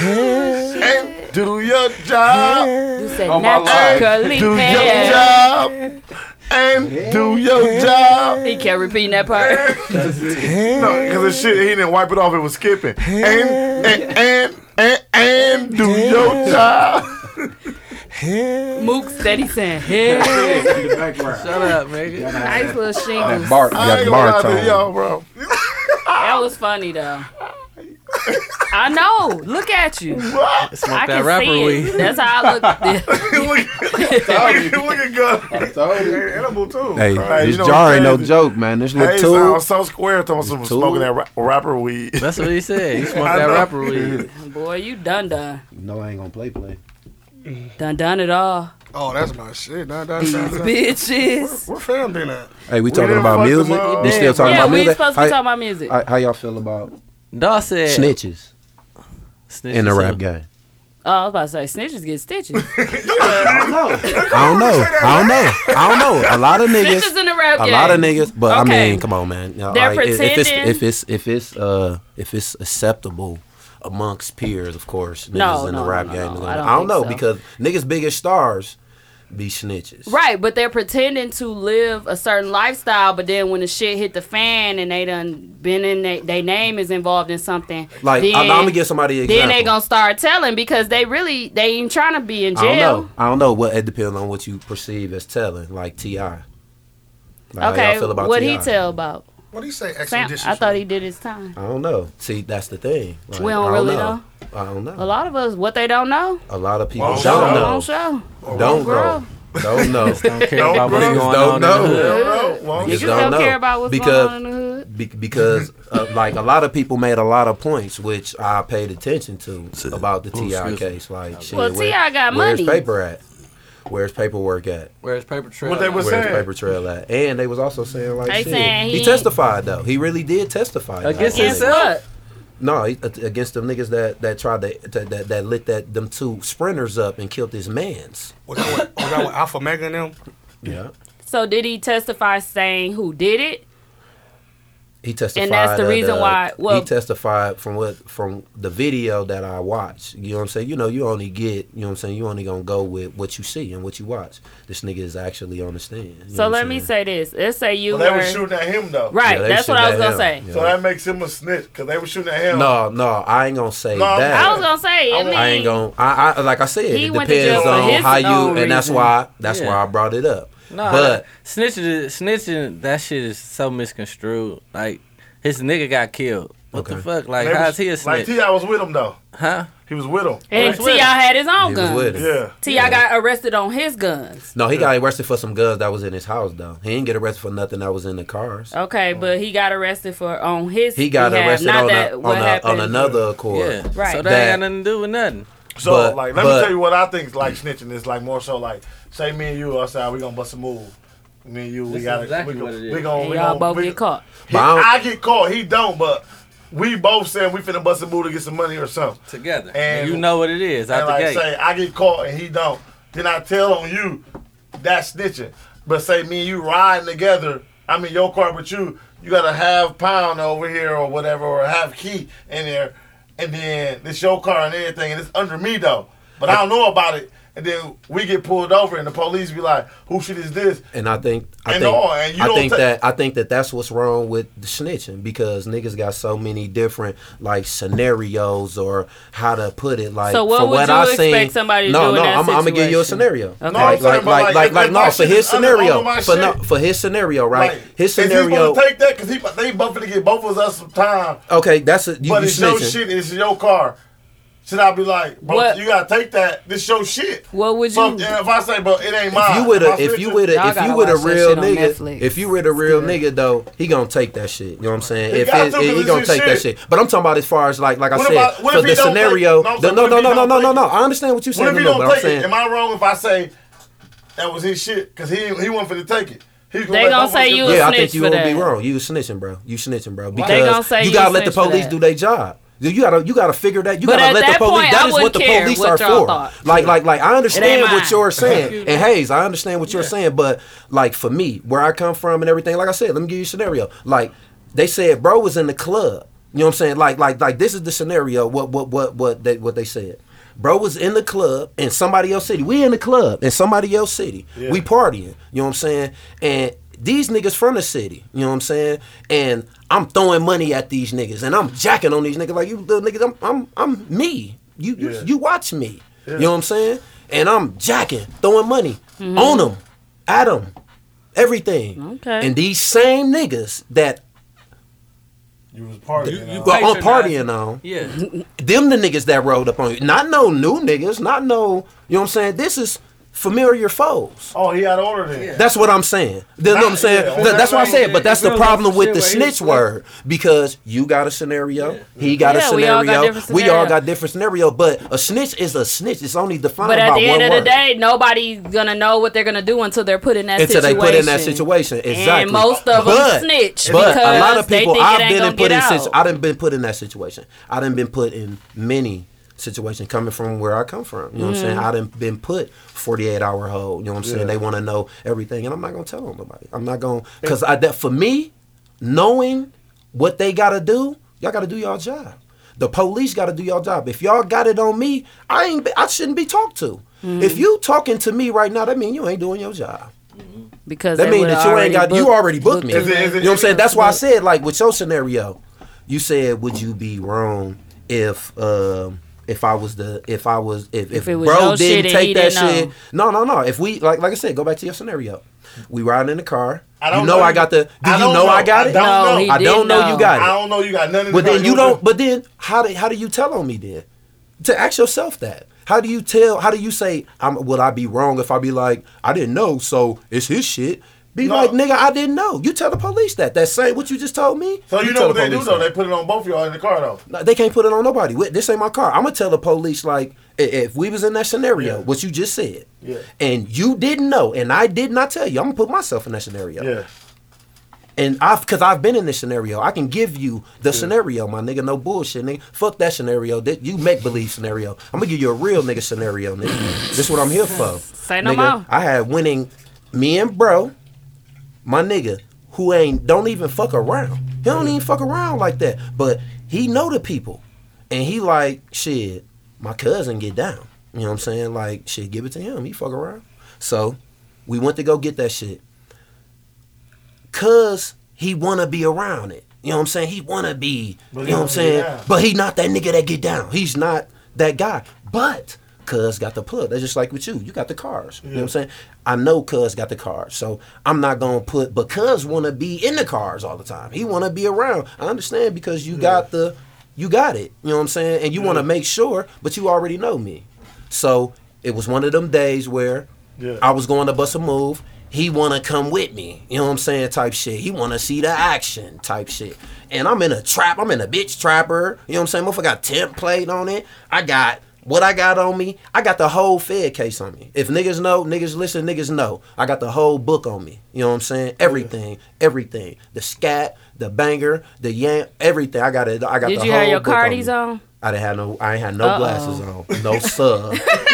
Speaker 6: And Do your job.
Speaker 3: You said
Speaker 5: Oh, my life.
Speaker 3: naturally.
Speaker 6: Do your
Speaker 3: hair.
Speaker 6: job. And do your job.
Speaker 3: He kept repeating that part.
Speaker 6: No, because the shit, he didn't wipe it off. It was skipping. And, and, and, and, and do your job.
Speaker 3: Mook steady saying, hey.
Speaker 1: Shut up, nigga.
Speaker 3: Nice little shingles.
Speaker 6: Bart, I ain't gonna lie to y'all, bro.
Speaker 3: That was funny, though. I know. Look at you. I
Speaker 1: Smoke
Speaker 3: can
Speaker 1: that rapper
Speaker 3: see it.
Speaker 1: weed.
Speaker 3: That's how I look.
Speaker 6: Look at God.
Speaker 4: Edible too.
Speaker 8: Hey,
Speaker 6: Hey,
Speaker 8: this
Speaker 6: you know
Speaker 8: jar ain't no
Speaker 6: what I'm saying?
Speaker 8: joke, man. This
Speaker 6: Hey, sounds
Speaker 8: little tool.
Speaker 6: so square. Thomas was
Speaker 8: Tool?
Speaker 6: smoking that ra- rapper weed.
Speaker 1: That's what he said. He smoked
Speaker 6: I
Speaker 1: that
Speaker 6: know.
Speaker 1: rapper weed.
Speaker 3: Boy, you done done.
Speaker 8: No, I ain't gonna play play.
Speaker 3: Done done it all.
Speaker 4: Oh, that's my shit. Nah, nah, nah, nah.
Speaker 3: Bitches.
Speaker 4: Where fam been at?
Speaker 8: Hey, we talking
Speaker 6: done
Speaker 8: about
Speaker 6: fucked them
Speaker 8: music?
Speaker 6: all.
Speaker 8: We still talking
Speaker 3: yeah,
Speaker 8: about
Speaker 3: we
Speaker 8: music?
Speaker 3: supposed to be talking about music.
Speaker 8: How, how y'all feel about
Speaker 1: Dawg said
Speaker 8: snitches
Speaker 1: snitches
Speaker 8: in the
Speaker 1: too.
Speaker 8: rap game?
Speaker 3: oh, I was about to say, snitches get stitches.
Speaker 8: I don't know. I don't know. I don't know. A lot of
Speaker 3: snitches
Speaker 8: niggas.
Speaker 3: in the rap
Speaker 8: A
Speaker 3: game.
Speaker 8: lot of niggas. But I
Speaker 3: Okay.
Speaker 8: mean, come on, man. They're
Speaker 3: They're
Speaker 8: If it's
Speaker 3: pretending-
Speaker 8: if it's if it's uh if it's acceptable amongst peers, of course, niggas
Speaker 3: No,
Speaker 8: in
Speaker 3: no,
Speaker 8: the rap
Speaker 3: no,
Speaker 8: game.
Speaker 3: no, no.
Speaker 8: is gonna-
Speaker 3: I don't
Speaker 8: I don't
Speaker 3: think
Speaker 8: know
Speaker 3: so.
Speaker 8: because niggas biggest stars be snitches.
Speaker 3: Right, but they're pretending to live a certain lifestyle, but then when the shit hit the fan and they done been in, they, they name is involved in something.
Speaker 8: Like
Speaker 3: then,
Speaker 8: I'm gonna give somebody an example.
Speaker 3: Then they gonna start telling because they really they ain't trying to be in
Speaker 8: I don't
Speaker 3: jail.
Speaker 8: know. I don't know what it depends on what you perceive as telling, like Ti. Like, how
Speaker 3: Okay,
Speaker 8: y'all feel about
Speaker 3: what he
Speaker 8: T.I.?
Speaker 3: tell about?
Speaker 4: What do you say?
Speaker 3: Sam,
Speaker 4: Extradition.
Speaker 3: I thought he did his time.
Speaker 8: I don't know. See, that's the thing. Like,
Speaker 3: We don't
Speaker 8: I
Speaker 3: really
Speaker 8: know. I don't know.
Speaker 3: A lot of us, what they don't know,
Speaker 8: A lot of people
Speaker 4: Won't
Speaker 8: don't
Speaker 4: show.
Speaker 3: don't
Speaker 8: know.
Speaker 3: show.
Speaker 8: Don't
Speaker 3: grow.
Speaker 8: know. Don't know.
Speaker 1: Don't care about what's
Speaker 8: Niggas
Speaker 1: going
Speaker 8: don't
Speaker 1: on
Speaker 8: know.
Speaker 1: in the hood.
Speaker 4: Bro, well,
Speaker 8: Niggas
Speaker 3: You don't,
Speaker 8: know.
Speaker 3: care about what's
Speaker 8: because,
Speaker 3: going on in the hood.
Speaker 8: be- because uh, like a lot of people made a lot of points, which I paid attention to about the Ti
Speaker 1: excuse
Speaker 8: case. Like, shit,
Speaker 3: Well,
Speaker 8: where-
Speaker 3: T.I. got
Speaker 8: where's
Speaker 3: money.
Speaker 8: paper at? Where's paperwork at?
Speaker 1: Where's paper trail?
Speaker 4: What they was
Speaker 8: Where's
Speaker 4: saying?
Speaker 8: paper trail at? And they was also saying like,
Speaker 3: They
Speaker 8: shit,
Speaker 3: saying
Speaker 8: he,
Speaker 3: he-
Speaker 8: testified though. He really did testify
Speaker 1: Against
Speaker 8: Like,
Speaker 3: Guess
Speaker 1: himself?
Speaker 3: what?
Speaker 8: No, he, a- against them niggas that that tried to, to that that lit that them two sprinters up and killed his mans.
Speaker 4: Was that with- was Oh, that with Alpha Mega and them?
Speaker 8: Yeah,
Speaker 3: So did he testify saying who did it?
Speaker 8: he testified,
Speaker 3: the
Speaker 8: at,
Speaker 3: reason
Speaker 8: uh,
Speaker 3: why- well-
Speaker 8: he testified from what from the video that I watched. You know what I'm saying? You know, you only get you know what I'm saying. You only gonna go with what you see and what you watch. This nigga is actually on the stand. you know
Speaker 3: So
Speaker 8: what
Speaker 3: let
Speaker 8: I'm
Speaker 3: me
Speaker 8: saying?
Speaker 3: say this. Let's say you
Speaker 6: Well, they
Speaker 3: were
Speaker 6: were shooting at him though.
Speaker 3: right.
Speaker 8: Yeah, they
Speaker 3: that's what
Speaker 8: should
Speaker 3: I was
Speaker 8: let
Speaker 3: gonna say.
Speaker 8: him.
Speaker 6: So that makes him a snitch because they were shooting at him.
Speaker 8: No, no, I ain't gonna say
Speaker 6: No, I'm
Speaker 8: that.
Speaker 3: I was gonna say. I, mean,
Speaker 8: I ain't gonna. I, I like I said,
Speaker 3: He
Speaker 8: it
Speaker 3: went to jail
Speaker 8: depends
Speaker 3: for
Speaker 8: on
Speaker 3: his
Speaker 8: how you,
Speaker 3: own
Speaker 8: and that's
Speaker 3: reason.
Speaker 8: why that's why
Speaker 1: Yeah.
Speaker 8: I brought it up.
Speaker 1: Nah,
Speaker 8: but
Speaker 1: snitching, is- snitching, that shit is so misconstrued. Like his nigga got killed. What the
Speaker 8: Okay.
Speaker 1: fuck? Like
Speaker 6: They
Speaker 1: how's
Speaker 6: was-
Speaker 1: he a
Speaker 6: Like
Speaker 1: snitch?
Speaker 6: T.I. was with him though.
Speaker 1: huh?
Speaker 6: He was with him.
Speaker 3: and
Speaker 1: He was with
Speaker 3: Ti had his own
Speaker 8: he was with
Speaker 3: guns.
Speaker 8: him.
Speaker 6: Yeah.
Speaker 3: Ti got arrested on his guns.
Speaker 8: No, he got arrested for some guns that was in his house though. He didn't get arrested for nothing that was in the cars.
Speaker 3: Okay, but he got arrested for on his.
Speaker 8: He got
Speaker 3: behalf,
Speaker 8: arrested
Speaker 3: not
Speaker 8: on,
Speaker 3: that
Speaker 8: a,
Speaker 3: what
Speaker 8: on, a,
Speaker 3: happened.
Speaker 8: on another accord.
Speaker 1: Yeah.
Speaker 3: Right.
Speaker 1: So that,
Speaker 8: That-
Speaker 1: ain't got nothing to do with nothing.
Speaker 6: So
Speaker 8: But-
Speaker 6: like, let
Speaker 8: but-
Speaker 6: me tell you what I think. Like snitching is like more so like, say me and you outside, we gonna bust a move. Me and you, we
Speaker 5: This is
Speaker 6: gotta,
Speaker 5: exactly
Speaker 6: we,
Speaker 5: what it
Speaker 6: gonna,
Speaker 5: is.
Speaker 6: we gonna,
Speaker 3: And
Speaker 6: we
Speaker 3: y'all
Speaker 6: gonna,
Speaker 3: both
Speaker 6: we,
Speaker 3: get caught.
Speaker 6: He,
Speaker 8: But I don't-
Speaker 6: I get caught, he don't. But we both saying we finna bust a move to get some money or something.
Speaker 1: Together.
Speaker 6: And-
Speaker 1: you know what it is. Out
Speaker 6: And
Speaker 1: the
Speaker 6: like
Speaker 1: gate.
Speaker 6: say I get caught and he don't, then I tell on you, that's snitching. But say me and you riding together, I'm in your car with you, you got a half pound over here or whatever, or a half key in there, and then it's your car and everything, and it's under me though. But I don't know about it. And then we get pulled over and the police be like, who shit is this?
Speaker 8: And I think I
Speaker 6: And
Speaker 8: think,
Speaker 6: all, and you
Speaker 8: I
Speaker 6: don't
Speaker 8: think
Speaker 6: ta-
Speaker 8: that I think that that's what's wrong with the snitching because niggas got so many different like scenarios or how to put it. Like
Speaker 3: So what
Speaker 8: from
Speaker 3: would
Speaker 8: what
Speaker 3: you
Speaker 8: I
Speaker 3: expect
Speaker 8: seen-
Speaker 3: somebody to
Speaker 8: no,
Speaker 3: do in
Speaker 8: no,
Speaker 3: that
Speaker 8: I'm, I'm gonna give you a
Speaker 3: situation?
Speaker 8: scenario.
Speaker 3: Okay. No,
Speaker 6: I'm
Speaker 8: Like,
Speaker 6: saying, but
Speaker 8: like,
Speaker 6: like,
Speaker 8: like, like,
Speaker 6: if
Speaker 8: like,
Speaker 6: my
Speaker 8: no, for
Speaker 6: shit
Speaker 8: his
Speaker 6: is under- under
Speaker 8: scenario,
Speaker 6: my
Speaker 8: for no,
Speaker 6: shit-
Speaker 8: for his scenario, right?
Speaker 6: Like,
Speaker 8: his
Speaker 6: Is he
Speaker 8: scenario.
Speaker 6: gonna take that? Cause he, they both gonna get both of us some time.
Speaker 8: Okay, that's a, you,
Speaker 6: But
Speaker 8: you
Speaker 6: it's your
Speaker 8: snitching.
Speaker 6: shit. It's your car. Should I be like, bro,
Speaker 3: What-
Speaker 6: you gotta take that? This your shit.
Speaker 3: What would
Speaker 6: So,
Speaker 3: you?
Speaker 6: and if I say, but it ain't mine.
Speaker 8: If you with
Speaker 6: my
Speaker 8: a if
Speaker 6: future-
Speaker 8: you with a
Speaker 3: Y'all
Speaker 8: if you
Speaker 3: gotta
Speaker 8: with a
Speaker 3: watch that
Speaker 8: real
Speaker 3: shit on
Speaker 8: nigga
Speaker 3: Netflix.
Speaker 8: if you with a real nigga though he gonna take that shit you know what I'm saying
Speaker 6: He
Speaker 8: if
Speaker 6: got
Speaker 8: it,
Speaker 6: to 'cause
Speaker 8: he
Speaker 6: it's
Speaker 8: gonna
Speaker 6: his
Speaker 8: take that
Speaker 6: shit.
Speaker 8: shit but I'm talking about as far as like like I
Speaker 6: What
Speaker 8: said
Speaker 6: about- what
Speaker 8: for
Speaker 6: if he
Speaker 8: the
Speaker 6: don't take-
Speaker 8: scenario
Speaker 6: no, I'm
Speaker 8: no
Speaker 6: saying,
Speaker 8: no
Speaker 6: what
Speaker 8: no
Speaker 6: if
Speaker 8: no
Speaker 6: he
Speaker 8: no
Speaker 6: don't
Speaker 8: no no
Speaker 6: take
Speaker 8: no I understand what you
Speaker 6: What
Speaker 8: saying
Speaker 6: if
Speaker 8: no
Speaker 6: he
Speaker 8: no,
Speaker 6: don't
Speaker 8: but I'm
Speaker 6: take it? Am
Speaker 8: saying
Speaker 6: I wrong if I say that was his shit? Cause he he went for to take it. He
Speaker 3: They gonna say you a
Speaker 8: yeah I
Speaker 3: snitch
Speaker 8: think you
Speaker 3: for
Speaker 8: would be
Speaker 3: that.
Speaker 8: wrong you snitching bro you snitching bro because
Speaker 3: gonna say
Speaker 8: you
Speaker 3: you
Speaker 8: gotta
Speaker 3: a
Speaker 8: let the
Speaker 3: snitch for
Speaker 8: police
Speaker 3: that.
Speaker 8: do their job. You gotta you gotta figure that you
Speaker 3: But
Speaker 8: gotta
Speaker 3: at
Speaker 8: let
Speaker 3: that
Speaker 8: the police
Speaker 3: point, I
Speaker 8: that is what
Speaker 3: wouldn't
Speaker 8: the
Speaker 3: care
Speaker 8: police
Speaker 3: what
Speaker 8: are
Speaker 3: y'all
Speaker 8: for.
Speaker 3: thought.
Speaker 8: Like like like I understand
Speaker 3: ain't
Speaker 8: what
Speaker 3: mine.
Speaker 8: you're saying. and Hayes, I understand what you're saying, but like for me, where I come from and everything, like I said, let me give you a scenario. Like they said bro was in the club. You know what I'm saying? Like like like this is the scenario what what what what they what they said. Bro was in the club in somebody else city. We in the club in somebody else city.
Speaker 11: Yeah.
Speaker 8: We partying. You know what I'm saying? And these niggas from the city. You know what I'm saying? And I'm throwing money at these niggas and I'm jacking on these niggas like you little niggas. I'm I'm I'm me. You you,
Speaker 11: Yeah.
Speaker 8: you watch me.
Speaker 11: Yeah.
Speaker 8: You know what I'm saying? And I'm jacking, throwing money
Speaker 3: Mm-hmm.
Speaker 11: Mhm.
Speaker 8: on them, at them, everything.
Speaker 11: Okay.
Speaker 8: And these same niggas that
Speaker 12: You was partying.
Speaker 8: you,
Speaker 12: on.
Speaker 8: well, I'm partying on.
Speaker 1: Yeah.
Speaker 8: Them the niggas that rolled up on you. Not no new niggas. Not no. You know what I'm saying? This is familiar foes.
Speaker 12: Oh, he had order then.
Speaker 8: That's what I'm saying. That's what I'm saying.
Speaker 12: yeah.
Speaker 8: Th- that's what I said. But that's the
Speaker 12: Well, that's
Speaker 8: problem with
Speaker 12: shit
Speaker 8: the
Speaker 12: where he
Speaker 8: snitch
Speaker 12: was-
Speaker 8: word because you got a scenario, he got a
Speaker 3: Yeah, we all got
Speaker 8: scenario,
Speaker 3: different
Speaker 8: we all
Speaker 3: scenario.
Speaker 8: got different scenario. But a snitch is a snitch. It's only defined
Speaker 3: But at
Speaker 8: by
Speaker 3: the
Speaker 8: one
Speaker 3: end of
Speaker 8: word.
Speaker 3: the day, nobody's gonna know what they're gonna do until they're put in that
Speaker 8: until
Speaker 3: situation.
Speaker 8: they put in that situation. Exactly.
Speaker 3: And most of them
Speaker 8: But-
Speaker 3: snitch
Speaker 8: But
Speaker 3: because
Speaker 8: a lot of people,
Speaker 3: they think it
Speaker 8: I've
Speaker 3: ain't
Speaker 8: been
Speaker 3: gonna
Speaker 8: in put
Speaker 3: get
Speaker 8: in.
Speaker 3: out.
Speaker 8: Situ- I done been put in that situation. I done been put in many situations coming from where I come from. You know what I'm saying?
Speaker 3: Mm.
Speaker 11: Mhm.
Speaker 8: I done been put 48 hour hold. You know what I'm saying?
Speaker 11: Yeah.
Speaker 8: They want to know everything, and I'm not gonna tell them nobody. I'm not gonna because I that for me, knowing what they gotta do, y'all gotta do y'all job. The police gotta do y'all job. If y'all got it on me, I ain't. Be, I shouldn't be talked to.
Speaker 3: Mm.
Speaker 8: If you talking to me right now, that mean you ain't doing your job.
Speaker 3: because
Speaker 8: That
Speaker 3: they
Speaker 8: means
Speaker 3: would've
Speaker 8: that you ain't
Speaker 3: already
Speaker 8: got you
Speaker 3: booked-
Speaker 8: already booked me.
Speaker 3: Is it- is it-
Speaker 8: you know what I'm saying? That's why I said like with your scenario, you said would you be wrong if um if I was the if I was if if,
Speaker 11: If it was
Speaker 8: bro
Speaker 11: your shit
Speaker 8: didn't
Speaker 11: and
Speaker 8: take
Speaker 11: he
Speaker 8: that
Speaker 11: didn't
Speaker 8: shit.
Speaker 11: know.
Speaker 8: No, no, no. If we like like I said, go back to your scenario. We riding in the car.
Speaker 12: I don't
Speaker 8: you know,
Speaker 12: know
Speaker 8: I
Speaker 12: you-
Speaker 8: got the. Do
Speaker 12: I
Speaker 8: you
Speaker 12: don't
Speaker 8: know, I
Speaker 12: know.
Speaker 8: got
Speaker 12: I
Speaker 8: it?
Speaker 12: don't No, know. he
Speaker 8: I don't
Speaker 12: didn't
Speaker 8: know you
Speaker 12: know.
Speaker 8: got it.
Speaker 12: I don't know you got nothing to
Speaker 8: But
Speaker 12: do
Speaker 8: then
Speaker 12: with
Speaker 8: you
Speaker 12: it.
Speaker 8: don't. But then how do how do you tell on me then? To ask yourself that. How do you tell? How do you say? I'm, would I be wrong if I be like I didn't know? So it's his shit. Be like nigga, I didn't know. You tell the police that. That same what you just told me.
Speaker 12: So you, know
Speaker 8: tell
Speaker 12: what
Speaker 8: the
Speaker 12: they do
Speaker 8: police
Speaker 12: though?
Speaker 8: that.
Speaker 12: They put it on both of y'all in the car though.
Speaker 8: No, they can't put it on nobody. Wait, This ain't my car. I'm gonna tell the police like i- if we was in that scenario, what you just said,
Speaker 12: Yeah.
Speaker 8: and you didn't know, and I did not tell you. I'm gonna put myself in that scenario.
Speaker 12: Yeah.
Speaker 8: And I've because I've been in this scenario. I can give you the scenario, my nigga. No bullshit, nigga. Fuck that scenario. That you make believe scenario. I'm gonna give you a real nigga scenario, nigga. this is what I'm here for.
Speaker 3: Say no
Speaker 8: Nigga,
Speaker 3: more.
Speaker 8: I had winning me and bro, my nigga, who ain't don't even fuck around. He don't even fuck around like that. But he know the people. And he like, shit, my cousin get down. You know what I'm saying? Like, shit, give it to him. He fuck around. So we went to go get that shit. Cause he wanna be around it. You know what I'm saying? He wanna be,
Speaker 11: But he
Speaker 8: you know what I'm
Speaker 11: don't get
Speaker 8: saying?
Speaker 11: down.
Speaker 8: But he not that nigga that get down. He's not that guy. But Cuz got the plug. That's just like with you. You got the cars. You know what I'm saying? I know Cuz got the cars. So I'm not gonna put but Cuz wanna be in the cars all the time. He wanna be around. I understand because you got the you got it. You know what I'm saying? And you wanna make sure, but you already know me. So it was one of them days where
Speaker 11: Yeah.
Speaker 8: I was going to bust a move. He wanna come with me, you know what I'm saying? Type shit. He wanna see the action, type shit. And I'm in a trap. I'm in a bitch trapper. You know what I'm saying? Motherfucker got template on it. I got what I got on me. I got the whole Fed case on me. If niggas know, niggas listen, niggas know. I got the whole book on me. You know what I'm saying? Everything, everything. The scat, the banger, the yam, everything. I got it. I got
Speaker 3: Did
Speaker 8: the
Speaker 3: you
Speaker 8: whole
Speaker 3: have your
Speaker 8: book on me.
Speaker 3: Cardis on?
Speaker 8: I didn't have no. I ain't had no
Speaker 3: Uh-oh.
Speaker 8: glasses on, no sub,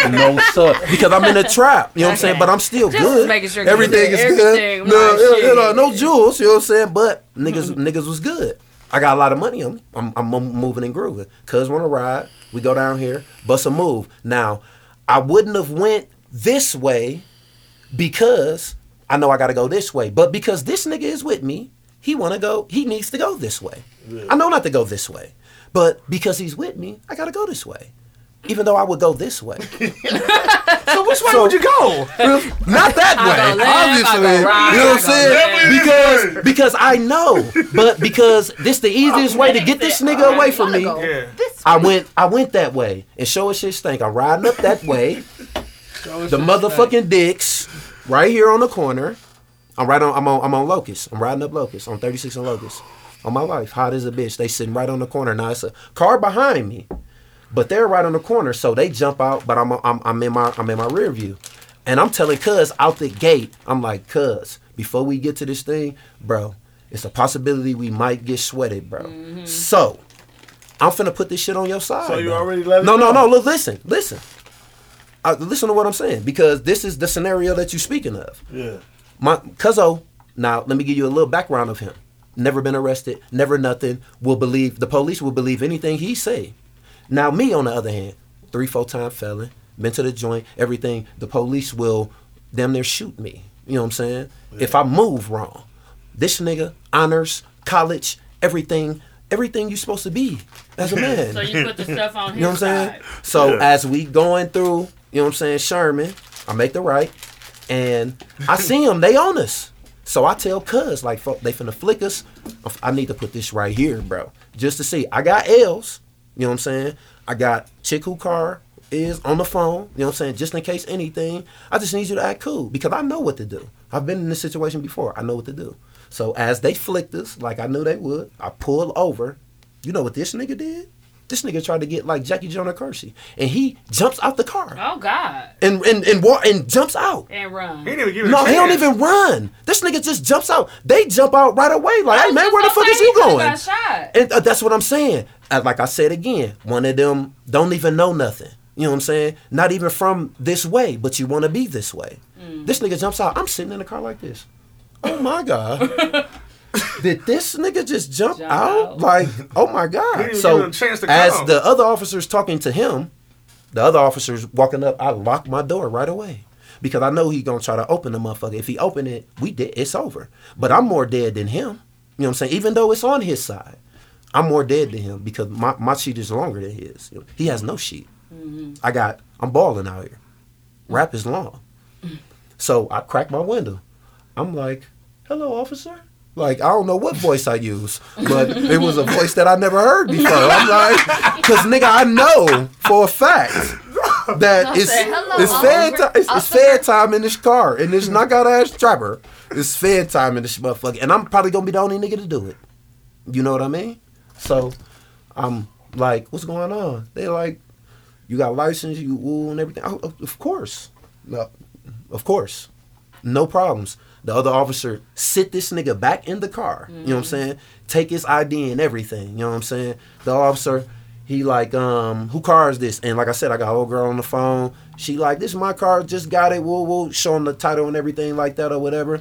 Speaker 8: no sub, because I'm in a trap. You know what I'm saying? But I'm still
Speaker 11: Just
Speaker 8: good.
Speaker 11: making sure you did
Speaker 8: everything is
Speaker 11: everything, like,
Speaker 8: good. No, you know, you
Speaker 11: shit. Mm-hmm.
Speaker 8: know, no jewels. You know what I'm saying? But niggas, niggas was good. I got a lot of money on me. I'm, I'm mo- moving and grooving. Cuz want to ride. We go down here, bust a move. Now, I wouldn't have went this way because I know I got to go this way. But because this nigga is with me, he want to go. He needs to go this way. I know not to go this way, but because he's with me, I got to go this way. Even though I would go this way. so
Speaker 6: which way would you go?
Speaker 8: Not that
Speaker 6: I go
Speaker 8: way,
Speaker 6: left, I
Speaker 8: obviously.
Speaker 6: go right,
Speaker 8: you know what I'm
Speaker 6: I go
Speaker 8: saying?
Speaker 6: left.
Speaker 8: Because because I know, but because this the easiest way to get this nigga away from me. I went I went that way and show us shit stink. I'm riding up that way.
Speaker 1: Oh,
Speaker 8: the motherfucking dicks right here on the corner. I'm right on. I'm on. I'm on Locust. I'm riding up Locust on 36 and Locust. On my life, hot as a bitch. They sitting right on the corner. Now it's a car behind me, but they're right on the corner, so they jump out. But I'm I'm, I'm in my I'm in my rear view, and I'm telling Cuz out the gate. I'm like Cuz, before we get to this thing, bro, it's a possibility we might get sweated, bro. So. I'm finna put this shit on your side.
Speaker 12: So you
Speaker 8: bro.
Speaker 12: already let it
Speaker 8: No, no,
Speaker 12: know.
Speaker 8: no. Look, listen, listen. I, listen to what I'm saying because this is the scenario that you're speaking of.
Speaker 12: Yeah.
Speaker 8: My Cuzzo, now let me give you a little background of him. Never been arrested, never nothing. Will believe the police will believe anything he say. Now me on the other hand, three, four time felon, been to the joint, everything. The police will damn near shoot me. You know what I'm saying? If I move wrong, this nigga honors college, everything, everything you supposed to be as a man.
Speaker 3: So you put the stuff on his
Speaker 8: You know what I'm saying?
Speaker 3: side.
Speaker 8: So
Speaker 3: Yeah.
Speaker 8: as we going through, you know what I'm saying, Sherman, I make the right, and I see them. They on us. So I tell Cuz like fuck, they finna flick us. I need to put this right here, bro, just to see. I got L's. You know what I'm saying? I got chick who car is on the phone. You know what I'm saying? Just in case anything, I just need you to act cool because I know what to do. I've been in this situation before. I know what to do. So as they flicked us, like I knew they would, I pull over. You know what this nigga did? This nigga tried to get like Jackie Jonah Kersey, and he jumps out the car
Speaker 3: Oh God.
Speaker 8: and and and, wa- and jumps out.
Speaker 3: And run.
Speaker 8: No, he don't even run. This nigga just jumps out. They jump out right away. Like, hey man, where the fuck is he going?
Speaker 3: Got shot.
Speaker 8: And uh, that's what I'm saying. Uh, like I said again, one of them don't even know nothing. You know what I'm saying? Not even from this way, but you want to be this way.
Speaker 3: Mm.
Speaker 8: This nigga jumps out. I'm sitting in the car like this. Oh my god. Did this nigga just jump, out? Like, oh my
Speaker 6: He
Speaker 8: god!
Speaker 6: didn't
Speaker 8: So,
Speaker 6: give him a chance to
Speaker 8: as
Speaker 6: come.
Speaker 8: the other officers talking to him, the other officers walking up, I lock my door right away because I know he gonna try to open the motherfucker. If he open it, we dead. It's over. But I'm more dead than him. You know what I'm saying? Even though it's on his side, I'm more dead than him because my my sheet is longer than his. You know, He has no sheet.
Speaker 3: Mm-hmm.
Speaker 8: I got. I'm balling out here. Rap is long. So I crack my window. I'm like, hello, officer. Like I don't know what voice I use, but it was a voice that I never heard before. I'm like, cause nigga, I know for a fact that
Speaker 6: I
Speaker 8: it's
Speaker 6: said, "Hello,
Speaker 8: it's fed
Speaker 6: officer-
Speaker 8: time it's, it's
Speaker 6: officer."
Speaker 8: fed time in this car in this knockout ass trapper. It's fed time in this motherfucker, and I'm probably gonna be the only nigga to do it. You know what I mean? So I'm like, what's going on? They like, you got license, you woo and everything. Oh, of- of course, no, of course, no problems. The other officer sit this nigga back in the car. You know what I'm saying? Take his ID and everything. You know what I'm saying? The officer, he like, um, who car is this? And like I said, I got old girl on the phone. She like, this is my car. Just got it. Woo woo. Showing the title and everything like that or whatever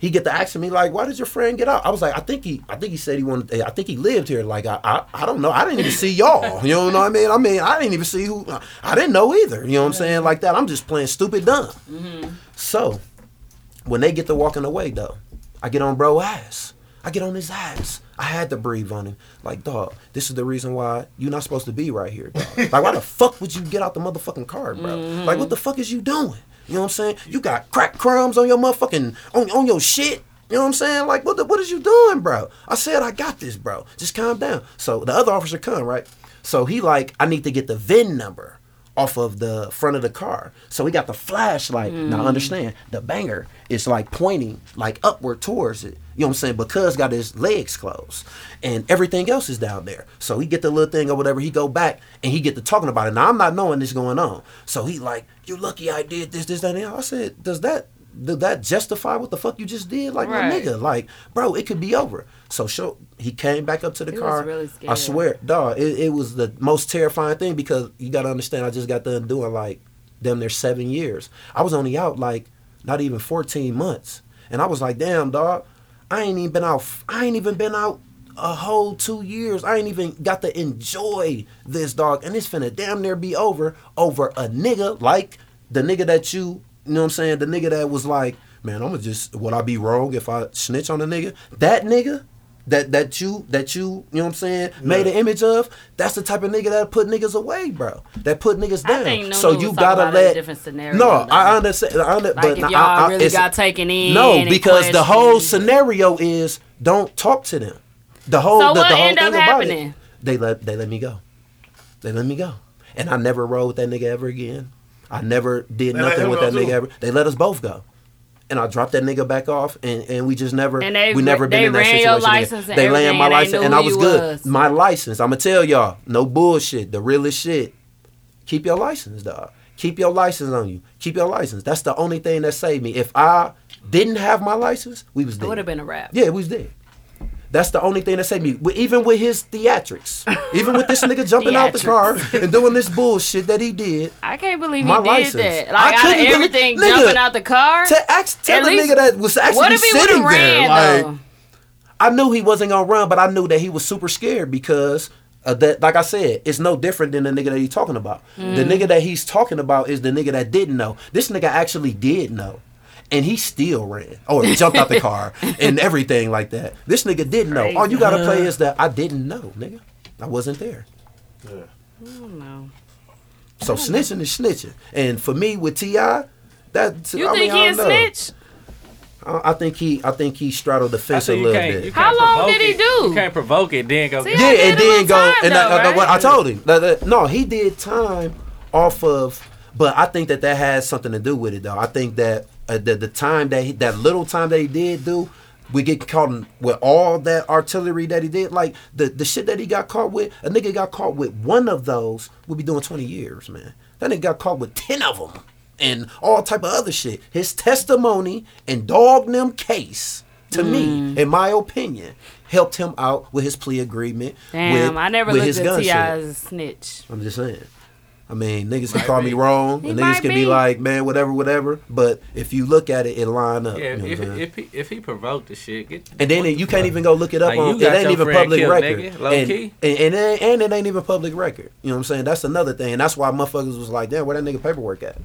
Speaker 8: he get to asking me like, "Why did your friend get out?" I was like, "I think he, I think he said he wanted, eh, I think he lived here. Like, I, I, I don't know. I didn't even see y'all. You know what I mean? I mean, I didn't even see who. I didn't know either. You know what I'm saying? Like that. I'm just playing stupid dumb.
Speaker 3: Mm-hmm.
Speaker 8: So, when they get to walking away though, I get on bro ass. I get on his ass. I had to breathe on him. Like, dog, this is the reason why you're not supposed to be right here, dog. Like, why the fuck would you get out the motherfucking car, bro? Like, what the fuck is you doing? You know what I'm saying? You got crack crumbs on your motherfucking on, on your shit. You know what I'm saying? Like, what the, what is you doing, bro? I said I got this, bro. Just calm down. So the other officer come, right? So he like, I need to get the VIN number off of the front of the car. So he got the flashlight. Now
Speaker 6: Mm.
Speaker 8: understand, the banger is like pointing like upward towards it. You know what I'm saying? Because got his legs closed and everything else is down there. So he get the little thing or whatever, he go back and he get to talking about it. Now I'm not knowing this going on. So he like, You lucky I did this, this, that, and the other." I said, Does that did that justify what the fuck you just did? Like my
Speaker 6: Right.
Speaker 8: nigga, like, bro, it could be over. So show he came back up to the
Speaker 6: He was
Speaker 8: car.
Speaker 6: really
Speaker 8: I
Speaker 6: scared.
Speaker 8: swear, dog, it, it was the most terrifying thing because you gotta understand I just got done doing like damn near seven years. I was only out like not even fourteen months. And I was like, damn, dog, I ain't even been out I ain't even been out a whole two years. I ain't even got to enjoy this dog. And it's finna damn near be over over a nigga like the nigga that you you know what I'm saying? The nigga that was like, man, I'ma just would I be wrong if I snitch on a nigga? That nigga that that you that you you know what I'm saying made an image of. That's the type of nigga that put niggas away, bro. That put niggas down.
Speaker 3: I think
Speaker 8: so
Speaker 3: Nunu
Speaker 8: you
Speaker 3: was
Speaker 8: gotta
Speaker 3: talking about it in
Speaker 8: let
Speaker 3: a different scenario,
Speaker 8: No,
Speaker 3: though.
Speaker 8: I understand. I under,
Speaker 3: Like
Speaker 8: but
Speaker 3: if
Speaker 8: nah, I-
Speaker 3: y'all
Speaker 8: I-
Speaker 3: really
Speaker 8: it's-
Speaker 3: got taken in
Speaker 8: No,
Speaker 3: and
Speaker 8: because the
Speaker 3: questioned.
Speaker 8: whole scenario is don't talk to them. Oh, The whole
Speaker 3: So
Speaker 8: the,
Speaker 3: what
Speaker 8: the whole
Speaker 3: end up
Speaker 8: thing about it,
Speaker 3: happening?
Speaker 8: They let they let me go. They let me go, and I never rode with that nigga ever again. I never did
Speaker 6: They let
Speaker 8: nothing
Speaker 6: him
Speaker 8: with
Speaker 6: go
Speaker 8: that nigga
Speaker 6: too.
Speaker 8: ever. They let us both go. And I dropped that nigga back off, and, and we just never
Speaker 3: And they-
Speaker 8: we never been
Speaker 3: they
Speaker 8: in that
Speaker 3: ran
Speaker 8: situation.
Speaker 3: your
Speaker 8: again.
Speaker 3: license and
Speaker 8: they ran
Speaker 3: everything,
Speaker 8: my
Speaker 3: and they
Speaker 8: license,
Speaker 3: knew
Speaker 8: and I
Speaker 3: who
Speaker 8: was
Speaker 3: you
Speaker 8: good.
Speaker 3: was.
Speaker 8: My license, I'ma tell y'all, no bullshit, the realest shit. Keep your license, dog. Keep your license on you. Keep your license. That's the only thing that saved me. If I didn't have my license, we was
Speaker 3: It
Speaker 8: dead.
Speaker 3: would have been a wrap.
Speaker 8: Yeah, we was dead. That's the only thing that saved me. Wi- Even with his theatrics, even with this nigga jumping out the car and doing this bullshit that he did,
Speaker 3: I can't believe
Speaker 8: My
Speaker 3: he did
Speaker 8: license.
Speaker 3: that.
Speaker 8: I
Speaker 3: Like out
Speaker 8: couldn't
Speaker 3: of
Speaker 8: believe-
Speaker 3: everything
Speaker 8: Nigga,
Speaker 3: jumping out the car.
Speaker 8: to ask, tell
Speaker 3: At
Speaker 8: the
Speaker 3: least-
Speaker 8: nigga that was actually
Speaker 3: What if he would've
Speaker 8: sitting there.
Speaker 3: ran,
Speaker 8: like,
Speaker 3: though?
Speaker 8: I knew he wasn't gonna run, but I knew that he was super scared because Uh, that, like I said, it's no different than the nigga that he's talking about. The
Speaker 11: Mm.
Speaker 8: nigga that he's talking about is the nigga that didn't know. This nigga actually did know, and he still ran or jumped out the car and everything like that. This nigga didn't know. All you gotta play is that I didn't know, nigga. I wasn't there.
Speaker 12: Yeah.
Speaker 3: No.
Speaker 8: So snitching is snitching, and for me with Ti, that
Speaker 3: You
Speaker 8: I
Speaker 3: think
Speaker 8: mean, I
Speaker 3: he a
Speaker 8: don't know.
Speaker 3: snitch?
Speaker 8: I I think he, I think he straddled the fence a
Speaker 1: think you
Speaker 8: little
Speaker 1: can't-
Speaker 8: bit.
Speaker 1: you
Speaker 3: How long
Speaker 1: provoke
Speaker 3: did he
Speaker 1: it.
Speaker 3: do?
Speaker 1: You can't provoke it, then go.
Speaker 8: yeah, and then go and I,
Speaker 1: though,
Speaker 8: I- I- what I
Speaker 1: right?
Speaker 8: told him. that- that- no, he did time off of, but I think that that has something to do with it though. I think that uh, the the time that he, that little time that he did do. We get caught in, with all that artillery that he did, like the, the shit that he got caught with. A nigga got caught with one of those, we be doing twenty years, man. That nigga got caught with ten of them and all type of other shit. His testimony and dog them case, to me, in my opinion, helped him out with his plea agreement.
Speaker 3: Damn,
Speaker 8: with,
Speaker 3: I never
Speaker 8: with
Speaker 3: looked
Speaker 8: his
Speaker 3: at
Speaker 8: gun
Speaker 3: Ti
Speaker 8: shit.
Speaker 3: as a snitch.
Speaker 8: I'm just saying. I mean, niggas can call me wrong,
Speaker 3: He
Speaker 8: and
Speaker 3: might
Speaker 8: niggas can be.
Speaker 3: be.
Speaker 8: like, man, whatever, whatever. But if you look at it, it line up.
Speaker 1: Yeah,
Speaker 8: you know
Speaker 1: if,
Speaker 8: what I'm saying?
Speaker 1: if he if he provoked the shit, get
Speaker 8: and then you can't even go look it up
Speaker 1: Like, you
Speaker 8: on. It
Speaker 1: got
Speaker 8: ain't
Speaker 1: your
Speaker 8: even
Speaker 1: friend
Speaker 8: public
Speaker 1: killed,
Speaker 8: record.
Speaker 1: nigga, low
Speaker 8: and,
Speaker 1: key.
Speaker 8: And, and, it- and it ain't even public record. You know what I'm saying? That's another thing. And that's why motherfuckers was like, damn, where that nigga paperwork at?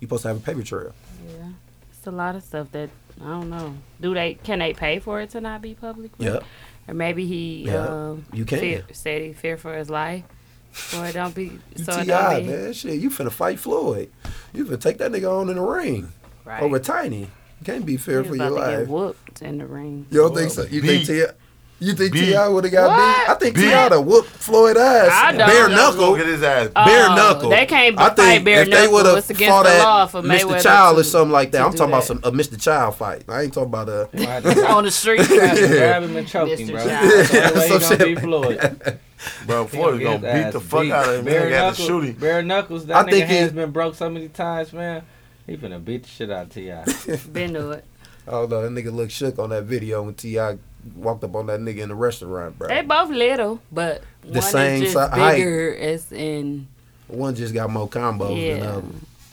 Speaker 8: You supposed to have a paper trail.
Speaker 3: Yeah, it's a lot of stuff that I don't know. Do they can they pay for it to not be public?
Speaker 8: Yep.
Speaker 3: Or maybe he
Speaker 8: Yeah,
Speaker 3: um,
Speaker 8: you can.
Speaker 3: fear, said he fear for his life, so it don't be so
Speaker 8: Ti
Speaker 3: it don't be.
Speaker 8: man, shit, you finna fight Floyd. You finna take that nigga on in the ring
Speaker 3: Right.
Speaker 8: over Tiny. You can't be fair
Speaker 3: He
Speaker 8: for
Speaker 3: was
Speaker 8: your
Speaker 3: about to get
Speaker 8: life.
Speaker 3: whooped in the ring.
Speaker 8: You don't think so? You think Ti? You think
Speaker 3: Beat.
Speaker 8: Ti would have got
Speaker 3: What?
Speaker 8: beat? I think
Speaker 3: Beat.
Speaker 8: Ti would have whooped Floyd ass.
Speaker 3: I don't. Y'all
Speaker 8: Bare knuckle.
Speaker 12: Get his ass.
Speaker 8: Bare
Speaker 3: Oh,
Speaker 8: knuckle.
Speaker 3: they can't
Speaker 8: I
Speaker 3: fight
Speaker 8: think
Speaker 3: bare
Speaker 8: if they
Speaker 3: knuckle.
Speaker 8: would've
Speaker 3: It's against
Speaker 8: fought
Speaker 3: the
Speaker 8: at
Speaker 3: law for
Speaker 8: Mr.
Speaker 3: Mayweather
Speaker 8: Child or
Speaker 3: to-
Speaker 8: something like that.
Speaker 3: to
Speaker 8: I'm
Speaker 3: do
Speaker 8: talking about
Speaker 3: that.
Speaker 8: some a Mr. Child fight. I ain't talking about a
Speaker 3: On the street, grab him, grab him and choke him, bro. That's the only way he gonna beat Floyd.
Speaker 12: Bro,
Speaker 1: He
Speaker 12: Floyd
Speaker 1: get
Speaker 12: gonna
Speaker 1: his
Speaker 12: beat the
Speaker 1: ass
Speaker 12: fuck out of him.
Speaker 1: Bare
Speaker 12: Nigga had to
Speaker 1: knuckle-
Speaker 12: shoot him.
Speaker 1: Bare knuckles. That
Speaker 12: I
Speaker 1: nigga
Speaker 12: think he-
Speaker 1: has been broke so many times, man. He finna beat the shit out of Ti.
Speaker 3: Been to it.
Speaker 8: Oh no, that nigga looked shook on that video when Ti walked up on that nigga in the restaurant, bro.
Speaker 3: They both little, but
Speaker 8: The
Speaker 3: one
Speaker 8: same
Speaker 3: is
Speaker 8: si-
Speaker 3: just
Speaker 8: height.
Speaker 3: bigger. As in
Speaker 8: One just got more combos than
Speaker 3: Yeah.
Speaker 8: the other.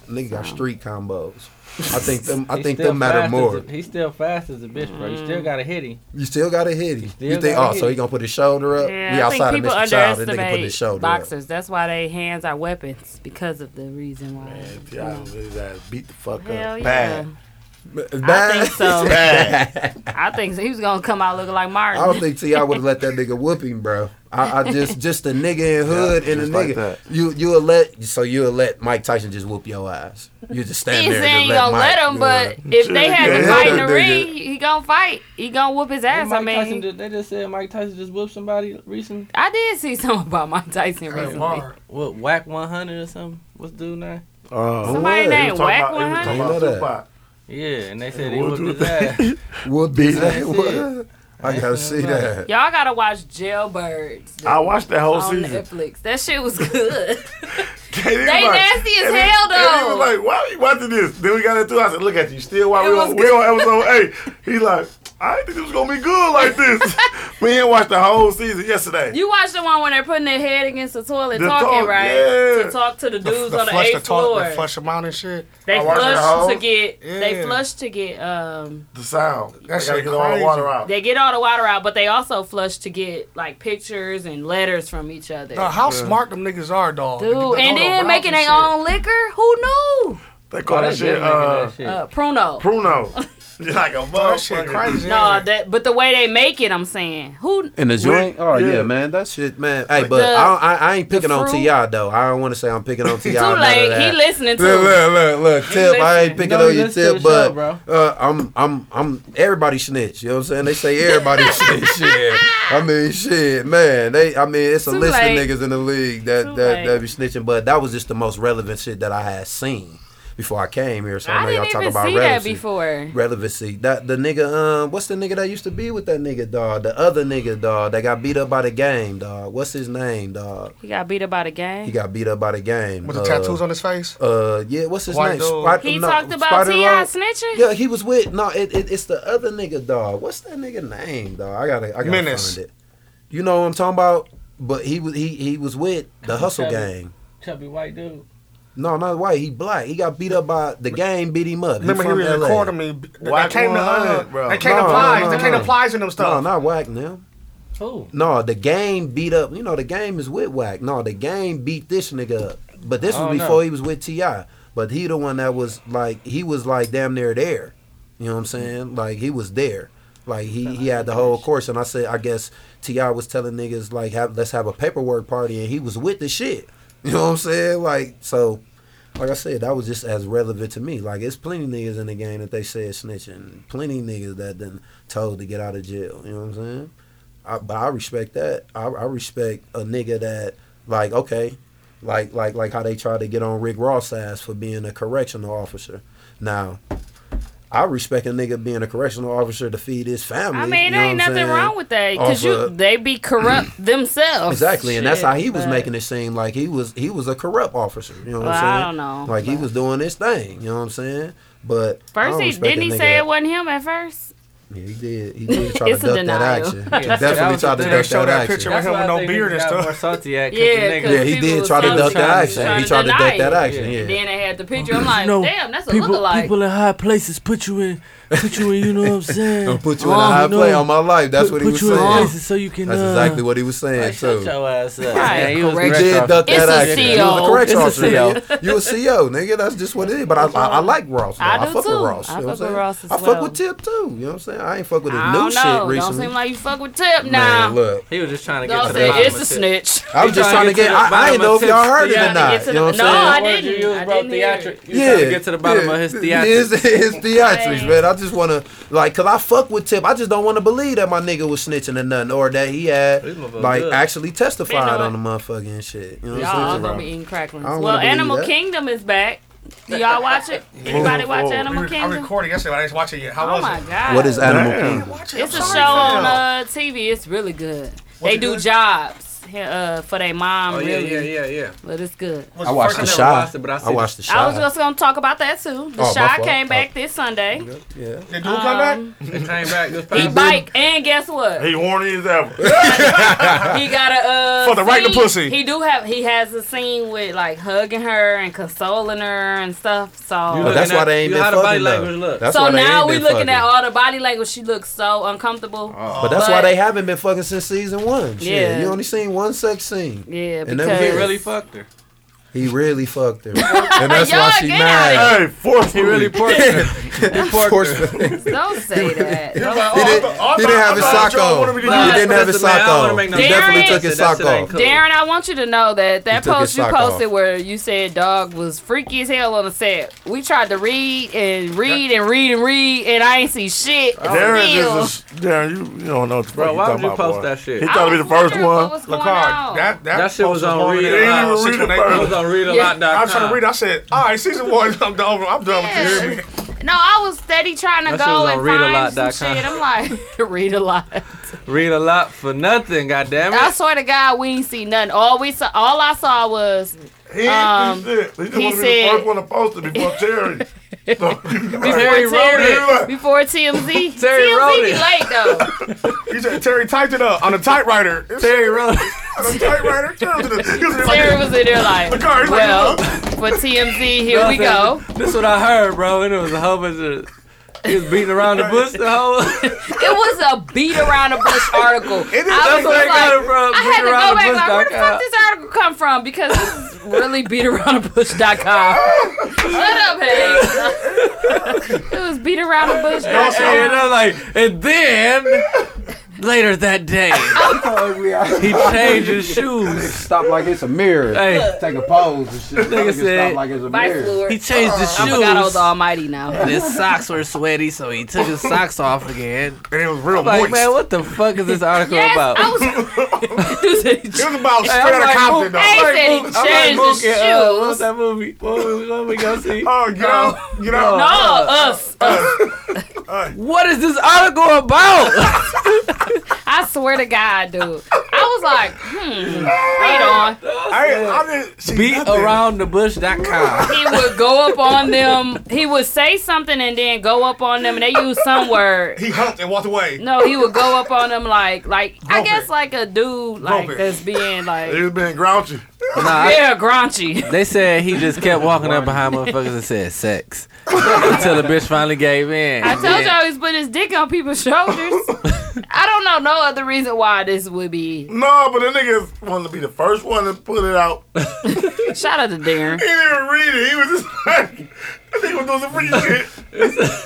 Speaker 8: Nigga got street combos. I think them. I
Speaker 1: He
Speaker 8: think
Speaker 1: still
Speaker 8: them matter
Speaker 1: fast as
Speaker 8: more.
Speaker 1: a- He still fast as a bitch, bro. You still gotta hit him.
Speaker 8: You still gotta hit him.
Speaker 1: still
Speaker 8: You think?
Speaker 1: gotta
Speaker 8: Oh,
Speaker 1: hit
Speaker 8: so he
Speaker 1: him.
Speaker 8: gonna put his shoulder up?
Speaker 3: Yeah,
Speaker 8: we
Speaker 3: I think
Speaker 8: outside of
Speaker 3: people
Speaker 8: Mr. Child. That nigga put his
Speaker 3: underestimate
Speaker 8: shoulder
Speaker 3: boxers. That's why they hands are weapons because of the reason why.
Speaker 12: Yeah, his ass beat the fuck
Speaker 3: Hell
Speaker 12: up.
Speaker 3: yeah.
Speaker 8: up.
Speaker 3: I think so.
Speaker 12: Bad.
Speaker 3: I think so. he was gonna come out looking like Martin.
Speaker 8: I don't think Ti would have let that nigga whoop him, bro. I, I just just a nigga in hood and a
Speaker 12: just like
Speaker 8: nigga.
Speaker 12: that.
Speaker 8: you you'll let so you'll let Mike Tyson just whoop your ass. You just stand
Speaker 3: He's
Speaker 8: there.
Speaker 3: saying
Speaker 8: and just
Speaker 3: you gonna
Speaker 8: let Mike,
Speaker 3: let him,
Speaker 8: you
Speaker 3: but
Speaker 8: know.
Speaker 3: if they have to
Speaker 8: Yeah,
Speaker 3: fight in
Speaker 8: that
Speaker 3: the ring,
Speaker 8: nigga.
Speaker 3: he gonna fight. He gonna whoop his ass. I
Speaker 1: Mike
Speaker 3: mean,
Speaker 1: Tyson did- they just said Mike Tyson just whooped somebody recently.
Speaker 3: I did see something about Mike Tyson recently.
Speaker 1: What whack one hundred or something? What's dude name?
Speaker 12: Uh,
Speaker 3: Somebody
Speaker 12: he was
Speaker 3: named
Speaker 12: talking
Speaker 3: Wack
Speaker 12: about- he was
Speaker 3: 100?
Speaker 12: talking
Speaker 1: You
Speaker 12: about
Speaker 1: know that.
Speaker 12: Tupac.
Speaker 1: Yeah, and they said
Speaker 12: And
Speaker 1: he
Speaker 12: we'll
Speaker 1: whooped
Speaker 12: do
Speaker 1: his ass.
Speaker 8: Whoop his ass. What? I gotta
Speaker 1: That's
Speaker 8: see
Speaker 1: what I'm
Speaker 8: that.
Speaker 3: Y'all gotta watch Jailbirds.
Speaker 12: I watched that whole
Speaker 3: on
Speaker 12: season.
Speaker 3: Netflix. That shit was good.
Speaker 12: They
Speaker 3: nasty as hell,
Speaker 12: And he
Speaker 3: though.
Speaker 12: was like, "Why are you watching this?" Then we got into. it. I said, "Look at you, still watching."
Speaker 3: It
Speaker 12: We, on-
Speaker 3: was
Speaker 12: we on episode eight. He like, "I didn't think it was gonna be good like this." we didn't watch the whole season yesterday.
Speaker 3: You watched the one when they're putting their head against the toilet
Speaker 12: The
Speaker 3: talking,
Speaker 12: talk,
Speaker 3: right?
Speaker 12: yeah.
Speaker 3: To talk to the dudes
Speaker 4: the
Speaker 3: on the
Speaker 4: flush the
Speaker 3: eighth
Speaker 4: toilet,
Speaker 3: floor.
Speaker 4: the flush them out and shit.
Speaker 3: They
Speaker 12: I watched it
Speaker 3: flush
Speaker 12: all.
Speaker 3: to get. They
Speaker 12: Yeah.
Speaker 3: flush to get. Um,
Speaker 12: The sound. That
Speaker 4: shit
Speaker 12: gotta get all the
Speaker 4: crazy.
Speaker 12: water out.
Speaker 3: they get all the water out, but they also flush to get like pictures and letters from each other.
Speaker 4: Dog, how smart them niggas are, dog.
Speaker 3: Dude, and then making their own liquor. Who knew?
Speaker 12: They call
Speaker 4: Oh,
Speaker 12: that
Speaker 4: they
Speaker 12: shit
Speaker 4: did make it
Speaker 12: uh,
Speaker 4: that
Speaker 3: Uh, Pruno.
Speaker 12: Pruno. like a motherfucker.
Speaker 4: crazy.
Speaker 3: No, that, but the way they make it, I'm saying. Who?
Speaker 8: In the joint? Oh yeah.
Speaker 12: yeah.
Speaker 8: man, that shit, man. Hey, but
Speaker 3: The-
Speaker 8: I, I I ain't picking on
Speaker 3: fruit-
Speaker 8: Ti though. I don't want to say I'm picking on Ti.
Speaker 3: Too
Speaker 8: none of
Speaker 3: late.
Speaker 8: that.
Speaker 3: He listening to
Speaker 8: Look,
Speaker 3: him.
Speaker 8: look, look, look.
Speaker 3: He
Speaker 8: Tip, I ain't
Speaker 3: listening.
Speaker 8: picking
Speaker 3: No,
Speaker 8: on
Speaker 3: he
Speaker 8: you,
Speaker 3: listen to
Speaker 8: Tip,
Speaker 3: the show,
Speaker 8: but uh, I'm I'm I'm everybody snitch. You know what I'm saying? They say everybody snitch. Shit. I mean, shit, man. They, I mean, it's a
Speaker 11: Too
Speaker 8: list
Speaker 11: late.
Speaker 8: of niggas in the league that
Speaker 11: Too
Speaker 8: that,
Speaker 11: late.
Speaker 8: that be snitching. But that was just the most relevant shit that I had seen before I came here. So I,
Speaker 3: I
Speaker 8: know y'all
Speaker 3: didn't
Speaker 8: talk
Speaker 3: even
Speaker 8: about
Speaker 3: see that
Speaker 8: relevancy
Speaker 3: before.
Speaker 8: relevancy. That the nigga, um, what's the nigga that used to be with that nigga dog? The other nigga dog that got beat up by the game dog. What's his name dog?
Speaker 3: He got beat up by the game.
Speaker 8: He got beat up by the game.
Speaker 4: With the tattoos on his face?
Speaker 8: Uh, yeah. What's his
Speaker 4: White
Speaker 8: name?
Speaker 4: dude.
Speaker 3: He
Speaker 8: no,
Speaker 3: talked about
Speaker 8: Spider
Speaker 3: T.I.
Speaker 8: Lord.
Speaker 3: snitching?
Speaker 8: Yeah, he was with. No, it, it, it's the other nigga dog. What's that nigga name dog? I gotta, I gotta
Speaker 4: Menace.
Speaker 8: find it. You know what I'm talking about? But he was he he was with the Hustle
Speaker 1: Chubby-
Speaker 8: Gang.
Speaker 1: Chubby white dude.
Speaker 8: No, not white. He black. He got beat up by the game. Beat him up.
Speaker 4: Remember he
Speaker 8: from
Speaker 4: was
Speaker 8: LA.
Speaker 4: recording me. They
Speaker 12: Whack
Speaker 4: came to, uh,
Speaker 12: 100, bro.
Speaker 4: they came
Speaker 8: No,
Speaker 4: to
Speaker 8: no,
Speaker 4: Plies.
Speaker 8: no,
Speaker 4: They came
Speaker 8: no.
Speaker 4: to Plies and them stuff.
Speaker 8: No, not whack them.
Speaker 1: Who?
Speaker 8: No, the game beat up. You know, the game is with Wack. No, the game beat this nigga up. But this
Speaker 1: Oh,
Speaker 8: was
Speaker 1: no.
Speaker 8: before he was with Ti. But he the one that was like he was like damn near there. You know what I'm saying? Like he was there. Like he, he had the whole course, and I said I guess Ti was telling niggas like have, let's have a paperwork party, and he was with the shit. You know what I'm saying? Like so, like I said, that was just as relevant to me. Like it's plenty niggas in the game that they said snitching, plenty niggas that then told to get out of jail. You know what I'm saying? I, but I respect that. I, I respect a nigga that like okay, like like like how they tried to get on Rick Ross ass for being a correctional officer. Now, I respect a nigga being a correctional officer to feed his family.
Speaker 3: I mean,
Speaker 8: you
Speaker 3: there
Speaker 8: know
Speaker 3: ain't
Speaker 8: what I'm
Speaker 3: nothing
Speaker 8: saying?
Speaker 3: wrong with that because
Speaker 8: Off
Speaker 3: you
Speaker 8: of-
Speaker 3: they be corrupt themselves.
Speaker 8: Exactly, and that's
Speaker 3: Oh, Shit,
Speaker 8: how he was
Speaker 3: but-
Speaker 8: making it seem like he was he was a corrupt officer. You know what
Speaker 3: Well,
Speaker 8: I'm
Speaker 3: I don't
Speaker 8: saying?
Speaker 3: know,
Speaker 8: Like he was doing this thing. You know what I'm saying? But
Speaker 3: First,
Speaker 8: I don't
Speaker 3: he
Speaker 8: respect
Speaker 3: didn't
Speaker 8: a
Speaker 3: he say
Speaker 8: nigga that-
Speaker 3: it wasn't him at first.
Speaker 8: Yeah, he did. He did try to
Speaker 3: It's a
Speaker 8: duck that
Speaker 3: denial.
Speaker 8: action.
Speaker 3: Yeah.
Speaker 8: He
Speaker 3: That's-
Speaker 9: that
Speaker 8: definitely
Speaker 9: was
Speaker 8: tried
Speaker 9: the
Speaker 8: to
Speaker 9: thing. They
Speaker 8: duck
Speaker 9: showed
Speaker 8: that
Speaker 9: that
Speaker 8: action.
Speaker 9: picture with him with no beard and stuff. More salty at 'cause
Speaker 3: Yeah,
Speaker 9: the nigga-
Speaker 3: 'cause
Speaker 8: Yeah, he
Speaker 3: people
Speaker 8: did
Speaker 3: was
Speaker 8: try to
Speaker 3: so
Speaker 8: duck the
Speaker 3: trying-
Speaker 8: action.
Speaker 3: trying
Speaker 8: He tried to duck
Speaker 3: deny
Speaker 8: that
Speaker 3: it.
Speaker 8: action, yeah.
Speaker 3: And then they had the picture. I'm like, damn, that's a
Speaker 1: people,
Speaker 3: lookalike.
Speaker 1: People in high places put you in, put you in. You know what I'm saying?
Speaker 8: I'll put you in a high play on my life. That's what he was
Speaker 1: Oh, Put you in
Speaker 8: saying.
Speaker 1: places so you can.
Speaker 8: That's
Speaker 1: uh,
Speaker 8: exactly what he was saying
Speaker 1: Shut
Speaker 8: too.
Speaker 1: your ass up.
Speaker 3: Right.
Speaker 1: Yeah, he was
Speaker 8: He
Speaker 3: Correct.
Speaker 8: did
Speaker 1: correct
Speaker 8: duck
Speaker 3: It's
Speaker 8: that
Speaker 3: a E
Speaker 8: action. You was
Speaker 3: CO.
Speaker 8: a correct
Speaker 1: It's a
Speaker 8: officer.
Speaker 1: CO.
Speaker 8: nigga. You a CO, nigga. That's just what it is. But I, I, I like Ross. though.
Speaker 3: I do
Speaker 8: fuck
Speaker 3: too.
Speaker 8: with Ross.
Speaker 3: I
Speaker 8: you
Speaker 3: fuck
Speaker 8: know what I'm
Speaker 3: with
Speaker 8: saying?
Speaker 3: Ross as
Speaker 8: I
Speaker 3: well.
Speaker 8: fuck with Tip too. You know what I'm saying? I ain't fuck with his
Speaker 3: I
Speaker 8: new
Speaker 3: don't
Speaker 8: shit
Speaker 3: know. Don't
Speaker 8: recently.
Speaker 3: seem like you fuck with Tip now.
Speaker 8: Man, look.
Speaker 1: He was just trying to get
Speaker 3: Don't
Speaker 1: to
Speaker 3: say
Speaker 1: the bottom
Speaker 3: it's
Speaker 1: of
Speaker 3: a
Speaker 1: it.
Speaker 3: snitch.
Speaker 8: I was
Speaker 1: You
Speaker 8: just trying to get.
Speaker 1: the
Speaker 8: I, I
Speaker 1: bottom
Speaker 8: didn't know
Speaker 1: of
Speaker 8: if y'all
Speaker 1: his
Speaker 8: heard it
Speaker 1: theatrics.
Speaker 8: or
Speaker 3: get
Speaker 8: not.
Speaker 3: to
Speaker 8: You know what
Speaker 3: the-
Speaker 8: I'm
Speaker 3: No,
Speaker 8: saying?
Speaker 3: I
Speaker 1: Words
Speaker 3: didn't.
Speaker 1: You used,
Speaker 3: I
Speaker 1: bro,
Speaker 3: didn't hear
Speaker 1: theatric.
Speaker 3: it.
Speaker 1: You trying to get to the bottom
Speaker 8: yeah.
Speaker 1: of his
Speaker 8: His,
Speaker 1: theatrics.
Speaker 8: his theatrics,
Speaker 3: Right.
Speaker 8: man. I just want to, like, because I fuck with Tip. I just don't want to believe that my nigga was snitching or nothing, or that he had,
Speaker 1: These motherfuckers
Speaker 8: like,
Speaker 1: good.
Speaker 8: actually testified
Speaker 3: Man,
Speaker 8: on the motherfucking shit. You know what
Speaker 3: Y'all all
Speaker 8: I'm
Speaker 3: gonna be
Speaker 8: saying?
Speaker 3: eating cracklings.
Speaker 8: I don't
Speaker 3: Well,
Speaker 8: wanna believe
Speaker 3: Animal
Speaker 8: that.
Speaker 3: Kingdom is back. Do y'all watch it? Anybody watch Animal
Speaker 4: We re- I
Speaker 3: Kingdom?
Speaker 4: recorded yesterday. but I didn't watch it yet. How
Speaker 3: oh
Speaker 4: was
Speaker 3: my
Speaker 4: it?
Speaker 3: god!
Speaker 8: What is Animal
Speaker 6: Damn.
Speaker 8: Kingdom?
Speaker 4: Watch it.
Speaker 3: It's
Speaker 4: I'm
Speaker 3: a
Speaker 4: sorry,
Speaker 3: show on
Speaker 4: fam.
Speaker 3: uh, TV. It's really good.
Speaker 4: What
Speaker 3: they
Speaker 4: you
Speaker 3: do
Speaker 4: doing?
Speaker 3: jobs uh, for their mom,
Speaker 9: Oh, yeah,
Speaker 3: really.
Speaker 9: yeah, yeah, yeah.
Speaker 3: But it's good.
Speaker 4: Was
Speaker 8: I
Speaker 4: it
Speaker 8: watched
Speaker 4: first time-
Speaker 8: the
Speaker 9: never
Speaker 8: shot.
Speaker 9: watched it, but I
Speaker 8: I
Speaker 9: seen
Speaker 8: watched the
Speaker 3: I was
Speaker 8: shot.
Speaker 3: just gonna talk about that too. The
Speaker 8: Oh, my
Speaker 3: Shy
Speaker 8: fault.
Speaker 3: came back
Speaker 8: Oh.
Speaker 3: this Sunday. Um,
Speaker 8: Yeah.
Speaker 4: Did Dude come back?
Speaker 9: It came back this
Speaker 3: He
Speaker 9: past
Speaker 3: bike and guess what?
Speaker 12: He horny as ever.
Speaker 3: he got a uh,
Speaker 6: For the right to
Speaker 3: scene-
Speaker 6: pussy.
Speaker 3: He do have. He has a scene with like hugging her and consoling her and stuff.
Speaker 1: You
Speaker 8: But
Speaker 3: So.
Speaker 1: look-
Speaker 8: Oh, that's
Speaker 1: looking
Speaker 8: why
Speaker 1: at-
Speaker 8: they ain't
Speaker 1: Oh, you
Speaker 8: been
Speaker 1: how the body
Speaker 8: fucking
Speaker 1: language
Speaker 8: though.
Speaker 1: look.
Speaker 8: That's
Speaker 3: So
Speaker 8: why they ain't
Speaker 3: now we
Speaker 8: been
Speaker 3: looking at
Speaker 8: fucking.
Speaker 3: all the body language. She looks so uncomfortable.
Speaker 8: But that's why
Speaker 3: But-
Speaker 8: they haven't been fucking since season one.
Speaker 3: Yeah.
Speaker 8: Shit, you only seen one sex scene.
Speaker 3: Yeah,
Speaker 8: And that was
Speaker 3: because
Speaker 9: He really fucked her.
Speaker 8: He really fucked her, and that's
Speaker 3: Y'all
Speaker 8: why she
Speaker 3: get
Speaker 8: mad.
Speaker 12: Hey, forcefully.
Speaker 9: He really porked her. He porked her.
Speaker 8: Forcefully.
Speaker 3: don't say that.
Speaker 12: He was
Speaker 3: Don't-
Speaker 12: like, oh, I
Speaker 8: He didn't-
Speaker 12: thought- I
Speaker 8: he didn't
Speaker 12: thought-
Speaker 8: have
Speaker 12: I
Speaker 8: his
Speaker 12: thought
Speaker 8: sock
Speaker 12: y'all
Speaker 8: on.
Speaker 12: wanted me to
Speaker 8: He
Speaker 12: do
Speaker 3: Nah.
Speaker 12: that.
Speaker 8: didn't have his
Speaker 9: Listen, man,
Speaker 8: sock
Speaker 9: I don't wanna
Speaker 8: on.
Speaker 9: make no
Speaker 8: He definitely
Speaker 3: Darren-
Speaker 8: took his
Speaker 9: That
Speaker 8: sock
Speaker 9: shit ain't
Speaker 8: off.
Speaker 9: cool.
Speaker 3: Darren, I want you to know that that
Speaker 8: took
Speaker 3: post
Speaker 8: his
Speaker 3: you
Speaker 8: sock
Speaker 3: posted
Speaker 8: off.
Speaker 3: where you said dog was freaky as hell on the set. We tried to read and read and read and read, and I ain't see shit.
Speaker 6: Oh.
Speaker 12: Darren,
Speaker 3: Still.
Speaker 12: is a, Darren, you, you don't know what the
Speaker 1: Bro,
Speaker 12: fuck
Speaker 1: why
Speaker 12: you
Speaker 1: would
Speaker 12: talking
Speaker 1: you
Speaker 12: about,
Speaker 1: post
Speaker 12: boy.
Speaker 1: that shit?
Speaker 12: He
Speaker 3: I
Speaker 12: thought to be the
Speaker 3: was
Speaker 12: first
Speaker 3: wondering
Speaker 12: one.
Speaker 3: what was going
Speaker 4: Lacard,
Speaker 3: on.
Speaker 4: that, that,
Speaker 1: That shit
Speaker 4: post
Speaker 1: was on
Speaker 4: horny.
Speaker 1: Read
Speaker 4: They didn't
Speaker 12: Aloud.
Speaker 4: even read it
Speaker 12: I
Speaker 4: first.
Speaker 1: I was on
Speaker 4: I was trying to read. it. I said, all right, season one. I'm done. with- I'm done with this.
Speaker 3: No, I was steady trying to
Speaker 1: That shit
Speaker 3: go
Speaker 1: was
Speaker 3: and
Speaker 1: on readalot
Speaker 3: find some
Speaker 1: dot com.
Speaker 3: shit. I'm like, read a lot.
Speaker 1: Read a lot for nothing, goddamn
Speaker 3: I
Speaker 1: it.
Speaker 3: swear to God, we ain't see nothing. All we saw, all I saw was
Speaker 12: He ain't
Speaker 3: Um,
Speaker 12: do shit. He just
Speaker 3: he
Speaker 12: wanted to be the
Speaker 3: said-
Speaker 12: first one to post it before Terry.
Speaker 1: Terry
Speaker 3: before
Speaker 1: wrote
Speaker 3: Terry-
Speaker 1: it.
Speaker 3: before TMZ.
Speaker 1: Terry
Speaker 3: TMZ
Speaker 1: wrote
Speaker 3: be
Speaker 1: it.
Speaker 3: late though.
Speaker 6: He said Terry typed it up on a typewriter. It's
Speaker 1: Terry wrote it.
Speaker 6: on a typewriter. Terry was in the- he was in like-
Speaker 3: Terry was in there like,
Speaker 6: car is like-
Speaker 3: well, for TMZ, here we go.
Speaker 1: This is what I heard, bro. And it was a whole bunch of. He was beating around the bush the whole. That's
Speaker 3: It was a beat around the bush article. I was
Speaker 1: where they got
Speaker 3: like,
Speaker 1: it from.
Speaker 3: I had
Speaker 1: Beating
Speaker 3: to
Speaker 1: around
Speaker 3: go
Speaker 1: the
Speaker 3: back
Speaker 1: bush.
Speaker 3: like, where
Speaker 1: dot com.
Speaker 3: the fuck this article come from? Because this is really beataroundthebush.com. Shut up, hey. it was beat around the bush. dot com.
Speaker 1: And I'm like, and then later that day,
Speaker 3: Oh.
Speaker 1: he changed his shoes.
Speaker 10: Stop like it's a mirror.
Speaker 1: Hey,
Speaker 10: Take a pose and shit.
Speaker 1: Nigga said-
Speaker 10: it's a
Speaker 3: Vice Lord.
Speaker 1: he changed his
Speaker 3: I forgot I was
Speaker 1: shoes.
Speaker 3: almighty now.
Speaker 1: And his socks were sweaty, so he took his socks off again.
Speaker 6: And it was real
Speaker 1: Like,
Speaker 6: moist.
Speaker 1: man, what the fuck is this article
Speaker 3: Yes,
Speaker 1: about?
Speaker 3: I was.
Speaker 6: It was about straight
Speaker 1: I'm
Speaker 6: out of
Speaker 1: like,
Speaker 6: Compton, though.
Speaker 3: Hey, said he
Speaker 1: Mook-
Speaker 3: changed his
Speaker 1: Mook and, uh, what's
Speaker 3: shoes.
Speaker 1: that movie? What we, what we gonna see? uh,
Speaker 6: Oh, get out. Get out.
Speaker 3: No, us. us.
Speaker 1: What is this article about?
Speaker 3: I swear to God, dude. I was like, hmm, wait on.
Speaker 6: I, ain't- I didn't see nothing.
Speaker 1: BeatAroundTheBush.com.
Speaker 3: he would go up on them. He would say something and then go up on them, and they use some word.
Speaker 6: He humped and walked away.
Speaker 3: No, he would go up on them like, like I guess like a dude like
Speaker 6: Grumpy.
Speaker 3: that's being
Speaker 12: He
Speaker 3: like,
Speaker 12: was being grouchy.
Speaker 1: Nah, I-
Speaker 3: yeah, graunchy.
Speaker 1: they said he just kept walking up behind motherfuckers and said sex until the bitch finally gave in.
Speaker 3: I told y'all he's putting his dick on people's shoulders. I don't know no other reason why this would be.
Speaker 12: No, but the niggas wanted to be the first one to put it out.
Speaker 3: Shout out to Darren.
Speaker 12: He didn't even read it. He was just like, I think was doing some freaky shit.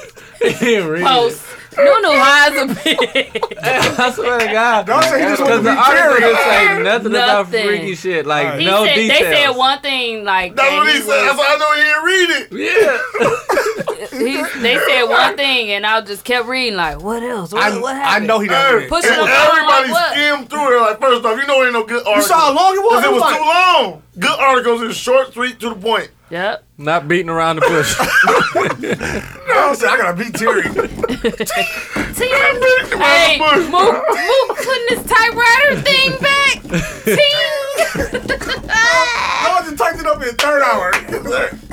Speaker 3: Post. Nunu highs a
Speaker 1: I swear to God.
Speaker 6: Don't say he just wanted to
Speaker 1: Because
Speaker 6: be
Speaker 1: the article
Speaker 6: Jerry.
Speaker 1: didn't say nothing, about
Speaker 3: Nothing.
Speaker 1: freaky shit. Like,
Speaker 3: He
Speaker 1: no
Speaker 3: said,
Speaker 1: details.
Speaker 3: They said one thing like
Speaker 12: That's
Speaker 3: that
Speaker 12: what he
Speaker 3: he
Speaker 12: said. That's why I know he didn't read it.
Speaker 1: Yeah.
Speaker 3: was- he- they said one thing, and I just kept reading like, what else? What,
Speaker 6: I,
Speaker 3: what
Speaker 6: I
Speaker 3: happened?
Speaker 6: know he done did
Speaker 12: Hey,
Speaker 6: it.
Speaker 3: Pushing
Speaker 12: and
Speaker 3: them down
Speaker 12: everybody
Speaker 3: like what?
Speaker 12: skimmed through it. Like, first off, you know ain't no good article.
Speaker 6: You saw how long it was?
Speaker 12: Because it was
Speaker 6: like,
Speaker 12: too long. Good articles is short, sweet, to the point.
Speaker 3: Yep.
Speaker 1: Not beating around the bush.
Speaker 6: I said, I gotta beat Terry.
Speaker 3: Team.
Speaker 12: Around
Speaker 3: Hey,
Speaker 12: the bush.
Speaker 3: move, move, putting this typewriter thing back. Team.
Speaker 6: I just typed it up in the third hour.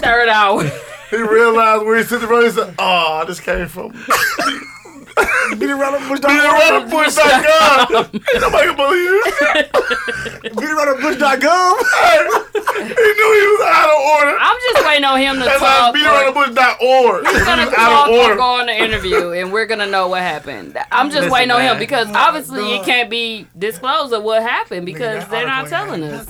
Speaker 3: Third hour.
Speaker 12: He realized where he sitting around. He said, "Oh, I just came from being
Speaker 6: beat around the bush, dot
Speaker 12: around the bush like God. Ain't nobody can believe it.
Speaker 6: Beat around the bush, dot gum.
Speaker 12: He knew he was out of order.
Speaker 3: I'm just waiting on him to
Speaker 12: That's why
Speaker 3: talk.
Speaker 12: it's beat around the bush dot org. He
Speaker 3: He's gonna
Speaker 12: was
Speaker 3: talk
Speaker 12: out of
Speaker 3: or
Speaker 12: order.
Speaker 3: go on the interview, and we're gonna know what happened. I'm just
Speaker 1: Listen,
Speaker 3: waiting on him
Speaker 1: man.
Speaker 12: Oh
Speaker 3: because obviously it can't be disclosed of what happened because they're not telling us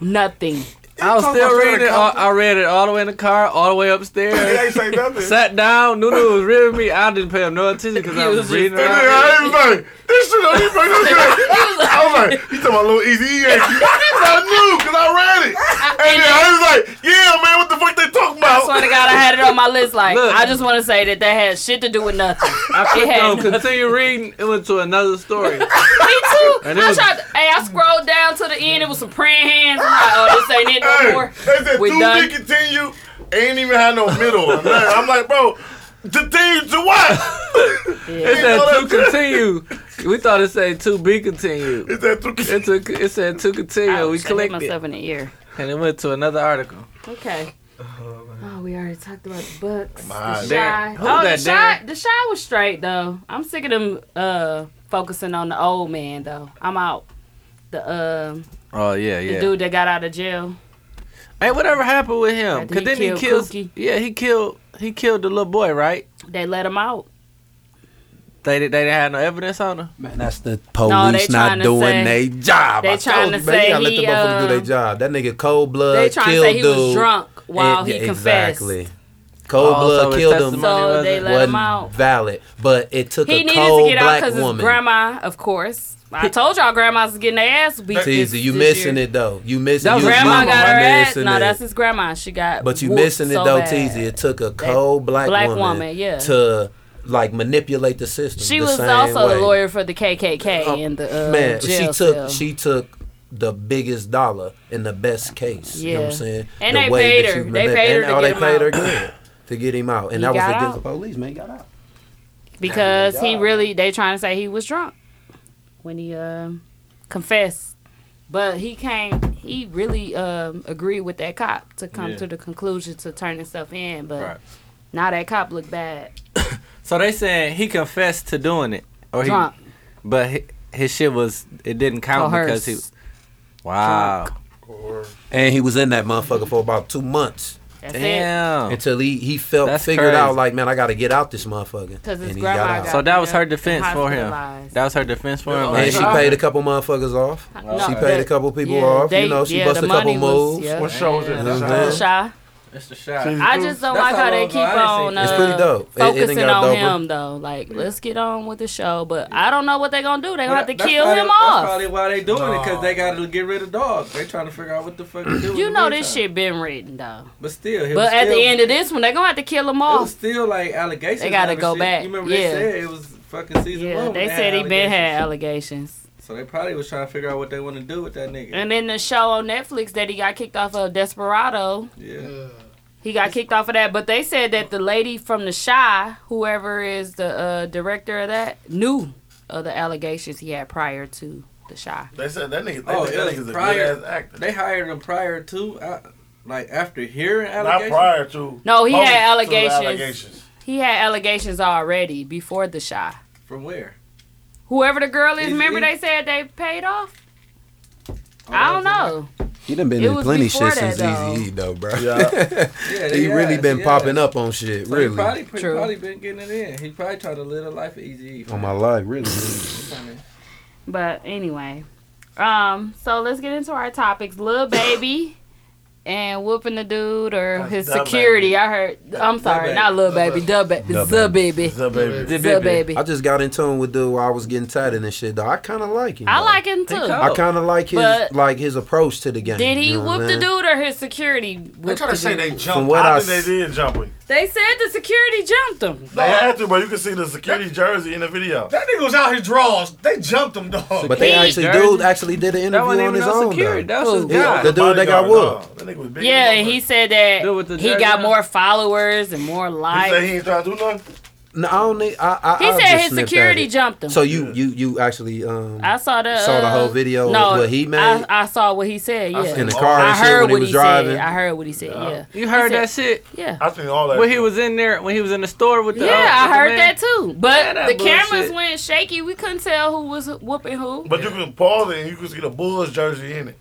Speaker 3: nothing.
Speaker 1: I was
Speaker 6: talking
Speaker 1: still
Speaker 6: about
Speaker 1: reading it. all- I read it all the way in the car, all the way
Speaker 6: They
Speaker 1: upstairs.
Speaker 6: ain't say nothing.
Speaker 1: Sat down. Nunu was reading me. I didn't pay him no attention because I
Speaker 3: He
Speaker 1: was,
Speaker 3: was
Speaker 1: reading
Speaker 12: And
Speaker 1: it.
Speaker 12: then I was like, this shit don't even make no sense. I was like, you talking about little easy E Yankee? I knew because I read it. And then I was like, yeah, man, what the fuck they talking
Speaker 3: I
Speaker 12: about?
Speaker 3: swear to God, I had it on my list. Like
Speaker 1: Look.
Speaker 3: I just want to say that that had shit to do with nothing.
Speaker 1: I
Speaker 3: It
Speaker 1: clicked
Speaker 3: had
Speaker 1: on continue reading. It went to another story.
Speaker 3: Me too.
Speaker 1: And it
Speaker 3: I
Speaker 1: was-
Speaker 3: tried. To, hey, I scrolled down to the end. It was some praying hands. I'm like, oh, this ain't it no
Speaker 12: Hey,
Speaker 3: more.
Speaker 12: they said
Speaker 3: We
Speaker 12: two
Speaker 3: done.
Speaker 12: did continue, ain't even had no middle. or nothing. I'm like, bro, continue to what?
Speaker 1: It said to continue. We thought it said to be continued.
Speaker 12: Is that two continue?
Speaker 1: It took. It said to continue.
Speaker 3: Ouch,
Speaker 1: we
Speaker 3: I hit
Speaker 1: clicked it,
Speaker 3: myself in the ear.
Speaker 1: and it went to another article.
Speaker 3: Okay. Oh, we already talked about the Bucks.
Speaker 12: My
Speaker 3: The
Speaker 1: damn.
Speaker 3: shy.
Speaker 1: Who
Speaker 3: Oh, the
Speaker 1: that
Speaker 3: shy.
Speaker 1: damn?
Speaker 3: The shy was straight though. I'm sick of them uh, focusing on the old man though. I'm out. The um
Speaker 1: Oh yeah,
Speaker 3: the
Speaker 1: yeah.
Speaker 3: dude that got out of jail.
Speaker 1: Hey, whatever happened with him?
Speaker 3: After
Speaker 1: Cause
Speaker 3: he
Speaker 1: then
Speaker 3: killed
Speaker 1: he kills.
Speaker 3: Kookie.
Speaker 1: Yeah, he killed. He killed the little boy, right?
Speaker 3: They let him out.
Speaker 1: They they didn't have no evidence on him.
Speaker 8: Man, that's the
Speaker 3: No, they
Speaker 8: police
Speaker 3: trying
Speaker 8: not
Speaker 3: to
Speaker 8: doing
Speaker 3: say-
Speaker 8: their job.
Speaker 3: they
Speaker 8: I
Speaker 3: trying
Speaker 8: told
Speaker 3: to
Speaker 8: you, man,
Speaker 3: say
Speaker 8: you gotta let
Speaker 3: he,
Speaker 8: the motherfucker do
Speaker 3: uh,
Speaker 8: their job. That nigga cold blood
Speaker 3: they trying to
Speaker 8: killed
Speaker 3: say he
Speaker 8: dude.
Speaker 3: was drunk while
Speaker 8: And-
Speaker 3: he
Speaker 8: yeah,
Speaker 3: confessed.
Speaker 8: Exactly. Cold
Speaker 1: Oh, so
Speaker 8: blood
Speaker 1: his
Speaker 8: killed him.
Speaker 1: testimony
Speaker 3: So they
Speaker 1: wasn't-
Speaker 3: let him
Speaker 8: wasn't
Speaker 3: out.
Speaker 8: valid, but it took
Speaker 3: He
Speaker 8: a
Speaker 3: needed
Speaker 8: cold
Speaker 3: to get out
Speaker 8: black
Speaker 3: because his
Speaker 8: woman.
Speaker 3: grandma, of course. I told y'all grandma's is getting their ass beat. this-
Speaker 8: Teaser, you
Speaker 3: this
Speaker 8: missing
Speaker 3: year.
Speaker 8: it though. You missing.
Speaker 1: That was
Speaker 8: you
Speaker 1: his
Speaker 3: Grandma
Speaker 1: mama,
Speaker 3: got
Speaker 8: you
Speaker 3: her ass.
Speaker 8: missing
Speaker 3: No,
Speaker 8: it.
Speaker 3: that's his grandma. She got.
Speaker 8: But you
Speaker 3: whooped
Speaker 8: missing it
Speaker 3: so
Speaker 8: though,
Speaker 3: bad.
Speaker 8: Teasy. It took a cold black,
Speaker 3: black
Speaker 8: woman,
Speaker 3: woman, yeah.
Speaker 8: to like manipulate the system.
Speaker 3: She
Speaker 8: the
Speaker 3: was
Speaker 8: same
Speaker 3: also
Speaker 8: way.
Speaker 3: the lawyer for the KKK
Speaker 8: Oh,
Speaker 3: in the uh,
Speaker 8: Man,
Speaker 3: jail
Speaker 8: she took
Speaker 3: cell.
Speaker 8: she took the biggest dollar in the best case. You know what I'm
Speaker 3: Yeah.
Speaker 8: saying?
Speaker 3: And
Speaker 8: the
Speaker 3: they
Speaker 8: way
Speaker 3: paid
Speaker 8: that
Speaker 3: her.
Speaker 8: you
Speaker 3: They
Speaker 8: relate-
Speaker 3: paid her
Speaker 8: and
Speaker 3: to
Speaker 8: all
Speaker 3: get
Speaker 8: they
Speaker 3: him
Speaker 8: paid her
Speaker 3: out.
Speaker 8: good to get him out.
Speaker 3: He
Speaker 8: And that was
Speaker 3: got
Speaker 8: against
Speaker 3: out.
Speaker 8: the police, man. He got out.
Speaker 3: because he really they trying to say he was drunk when he um confessed, but he came. He really um, agreed with that cop to come
Speaker 1: Yeah.
Speaker 3: to the conclusion to turn himself in, but
Speaker 1: Right.
Speaker 3: now that cop looked bad,
Speaker 1: So they saying he confessed to doing it, or he,
Speaker 3: drunk.
Speaker 1: but hi- his shit was it didn't count because
Speaker 3: Coerced.
Speaker 1: he. Wow.
Speaker 8: And he was in that motherfucker for about two months
Speaker 3: That's it.
Speaker 1: Damn.
Speaker 8: until he he felt
Speaker 1: That's
Speaker 8: figured
Speaker 1: crazy.
Speaker 8: out like, man, I got to get out this motherfucker.
Speaker 3: Because his
Speaker 8: And he got
Speaker 3: grandma
Speaker 8: out.
Speaker 3: got
Speaker 1: So that was her
Speaker 3: and
Speaker 1: defense for him.
Speaker 3: hospitalized.
Speaker 1: That was her defense for him.
Speaker 8: and
Speaker 1: Like,
Speaker 8: she paid a couple motherfuckers off.
Speaker 3: No,
Speaker 8: she
Speaker 3: the-
Speaker 8: paid a couple people
Speaker 3: yeah,
Speaker 8: off.
Speaker 3: they-
Speaker 8: you know, she
Speaker 3: yeah,
Speaker 8: busted
Speaker 3: the
Speaker 8: a couple
Speaker 3: money was-
Speaker 8: moves.
Speaker 3: yeah.
Speaker 12: What show is
Speaker 8: You
Speaker 12: it?
Speaker 8: know what I'm saying?
Speaker 3: Shy.
Speaker 1: It's the shot.
Speaker 3: I just don't
Speaker 1: That's
Speaker 3: like
Speaker 1: how
Speaker 3: how they
Speaker 1: long
Speaker 3: keep
Speaker 1: ago I ain't
Speaker 3: on.
Speaker 1: seen
Speaker 3: Uh,
Speaker 1: it.
Speaker 8: It's pretty dope. It- it ain't
Speaker 3: Focusing on
Speaker 8: got doper.
Speaker 3: him though, like let's get on with the show. But I don't know what they're gonna do. They're gonna have to
Speaker 1: That's
Speaker 3: kill
Speaker 1: probably-
Speaker 3: him
Speaker 1: that's
Speaker 3: off.
Speaker 1: probably why they doing it because they got to get rid of dogs. They trying to figure out what the fuck to do. in
Speaker 3: You
Speaker 1: the
Speaker 3: know this
Speaker 1: meantime.
Speaker 3: shit been written though.
Speaker 1: But still, it was
Speaker 3: But at
Speaker 1: still-
Speaker 3: the end of this one, they're gonna have to kill him
Speaker 1: It was
Speaker 3: off.
Speaker 1: still like allegations.
Speaker 3: They gotta
Speaker 1: and
Speaker 3: go
Speaker 1: shit.
Speaker 3: back.
Speaker 1: You remember
Speaker 3: Yeah.
Speaker 1: they said it was fucking season one.
Speaker 3: Yeah,
Speaker 1: when
Speaker 3: they
Speaker 1: had
Speaker 3: said he been
Speaker 1: allegations.
Speaker 3: had allegations.
Speaker 1: So they probably was trying to figure out what they want to do with that nigga.
Speaker 3: And then the show on Netflix that he got kicked off of Desperado.
Speaker 1: yeah.
Speaker 3: He got kicked off of that, but they said that the lady from the shy, whoever is the uh, director of that, knew of the allegations he had prior to the shy.
Speaker 12: They said that nigga, they
Speaker 1: Oh,
Speaker 12: think
Speaker 1: it
Speaker 12: that
Speaker 1: was
Speaker 12: nigga's a
Speaker 1: prior-
Speaker 12: good ass actor.
Speaker 1: They hired him prior to, uh, like after hearing
Speaker 12: Not
Speaker 1: allegations.
Speaker 12: prior to.
Speaker 3: No, he
Speaker 12: Post to the
Speaker 3: had allegations.
Speaker 12: allegations.
Speaker 3: He had allegations already before the shy.
Speaker 1: From where?
Speaker 3: Whoever the girl is,
Speaker 1: Is-
Speaker 3: remember
Speaker 1: is-
Speaker 3: they said they paid off. I don't know.
Speaker 8: He done been
Speaker 3: It
Speaker 8: in
Speaker 3: was
Speaker 8: plenty
Speaker 3: before
Speaker 8: shit
Speaker 3: that,
Speaker 8: since
Speaker 3: though.
Speaker 8: Easy E though, bro.
Speaker 6: Yeah.
Speaker 13: Yeah,
Speaker 8: he
Speaker 13: yeah,
Speaker 8: really been
Speaker 13: yeah.
Speaker 8: popping up on shit,
Speaker 13: So
Speaker 8: really.
Speaker 13: He probably, he
Speaker 3: True.
Speaker 13: probably been getting it in. He probably tried to live a life of easy.
Speaker 8: on my life, really.
Speaker 3: But anyway, um, so let's get into our topics. Lil baby and whooping the dude or
Speaker 6: That's
Speaker 3: his
Speaker 6: Da
Speaker 3: security.
Speaker 6: Baby.
Speaker 3: I heard. I'm sorry,
Speaker 13: Baby.
Speaker 3: not little baby, the baby,
Speaker 8: Da
Speaker 3: the baby,
Speaker 6: What's up, baby?
Speaker 1: The
Speaker 3: the
Speaker 1: baby.
Speaker 3: baby.
Speaker 8: I just got in tune with dude while I was getting tatted and shit though. I kinda like him.
Speaker 3: I
Speaker 8: though.
Speaker 3: like him too.
Speaker 8: I kinda like his
Speaker 3: But-
Speaker 8: like his approach to the game.
Speaker 3: Did
Speaker 8: you
Speaker 3: he
Speaker 8: know what
Speaker 3: whoop
Speaker 8: I'm
Speaker 3: the
Speaker 8: saying?
Speaker 3: dude or his security?
Speaker 5: They
Speaker 3: Whooped
Speaker 5: try to
Speaker 3: the
Speaker 5: say
Speaker 3: dude?
Speaker 5: they
Speaker 8: From
Speaker 5: jumped.
Speaker 8: what I,
Speaker 6: I
Speaker 8: s-
Speaker 6: think they did jump him.
Speaker 3: They said the security jumped him.
Speaker 6: They had to, but you can see the security jersey in the video.
Speaker 5: That nigga was out his draws. They jumped him, dog.
Speaker 8: but they
Speaker 3: He-
Speaker 8: actually
Speaker 13: Jersey.
Speaker 8: dude actually did an
Speaker 13: That
Speaker 8: interview
Speaker 13: wasn't
Speaker 8: on
Speaker 13: even
Speaker 8: his
Speaker 13: no
Speaker 8: own
Speaker 13: security.
Speaker 8: though.
Speaker 13: That was his
Speaker 8: Yeah,
Speaker 13: guy.
Speaker 8: the dude that got
Speaker 6: Bodyguard,
Speaker 8: whooped.
Speaker 6: dog. That nigga was big.
Speaker 3: Yeah,
Speaker 6: as a
Speaker 3: and he said that
Speaker 13: Dude with the
Speaker 3: he
Speaker 13: jersey
Speaker 3: got
Speaker 13: on.
Speaker 3: more followers and
Speaker 6: motherfucker.
Speaker 3: more
Speaker 6: He said
Speaker 3: likes.
Speaker 6: he ain't trying to do nothing.
Speaker 8: No, I don't need I I
Speaker 3: He
Speaker 8: I
Speaker 3: said
Speaker 8: just
Speaker 3: his
Speaker 8: sniffed at
Speaker 3: security
Speaker 8: it.
Speaker 3: jumped him.
Speaker 8: So you you you actually um
Speaker 3: I saw the
Speaker 8: Saw the
Speaker 3: uh,
Speaker 8: whole video of what he made?
Speaker 3: I, I saw what he said. Yeah,
Speaker 8: in the car and
Speaker 3: I
Speaker 8: shit
Speaker 3: heard
Speaker 8: when he
Speaker 3: what
Speaker 8: was
Speaker 3: he
Speaker 8: driving.
Speaker 3: said. I heard what he said.
Speaker 1: Oh.
Speaker 3: Yeah,
Speaker 13: You heard
Speaker 3: said-
Speaker 13: that shit
Speaker 3: yeah,
Speaker 6: I think all that.
Speaker 13: when he was in there when he was in the store with
Speaker 3: yeah.
Speaker 13: the. uh,
Speaker 3: I
Speaker 13: with the
Speaker 3: heard
Speaker 13: man?
Speaker 3: that too. But
Speaker 13: Yeah, that
Speaker 3: the cameras
Speaker 13: bullshit.
Speaker 3: went shaky. We couldn't tell who was whooping who.
Speaker 6: But you can pause it and you can see the Bulls jersey in it.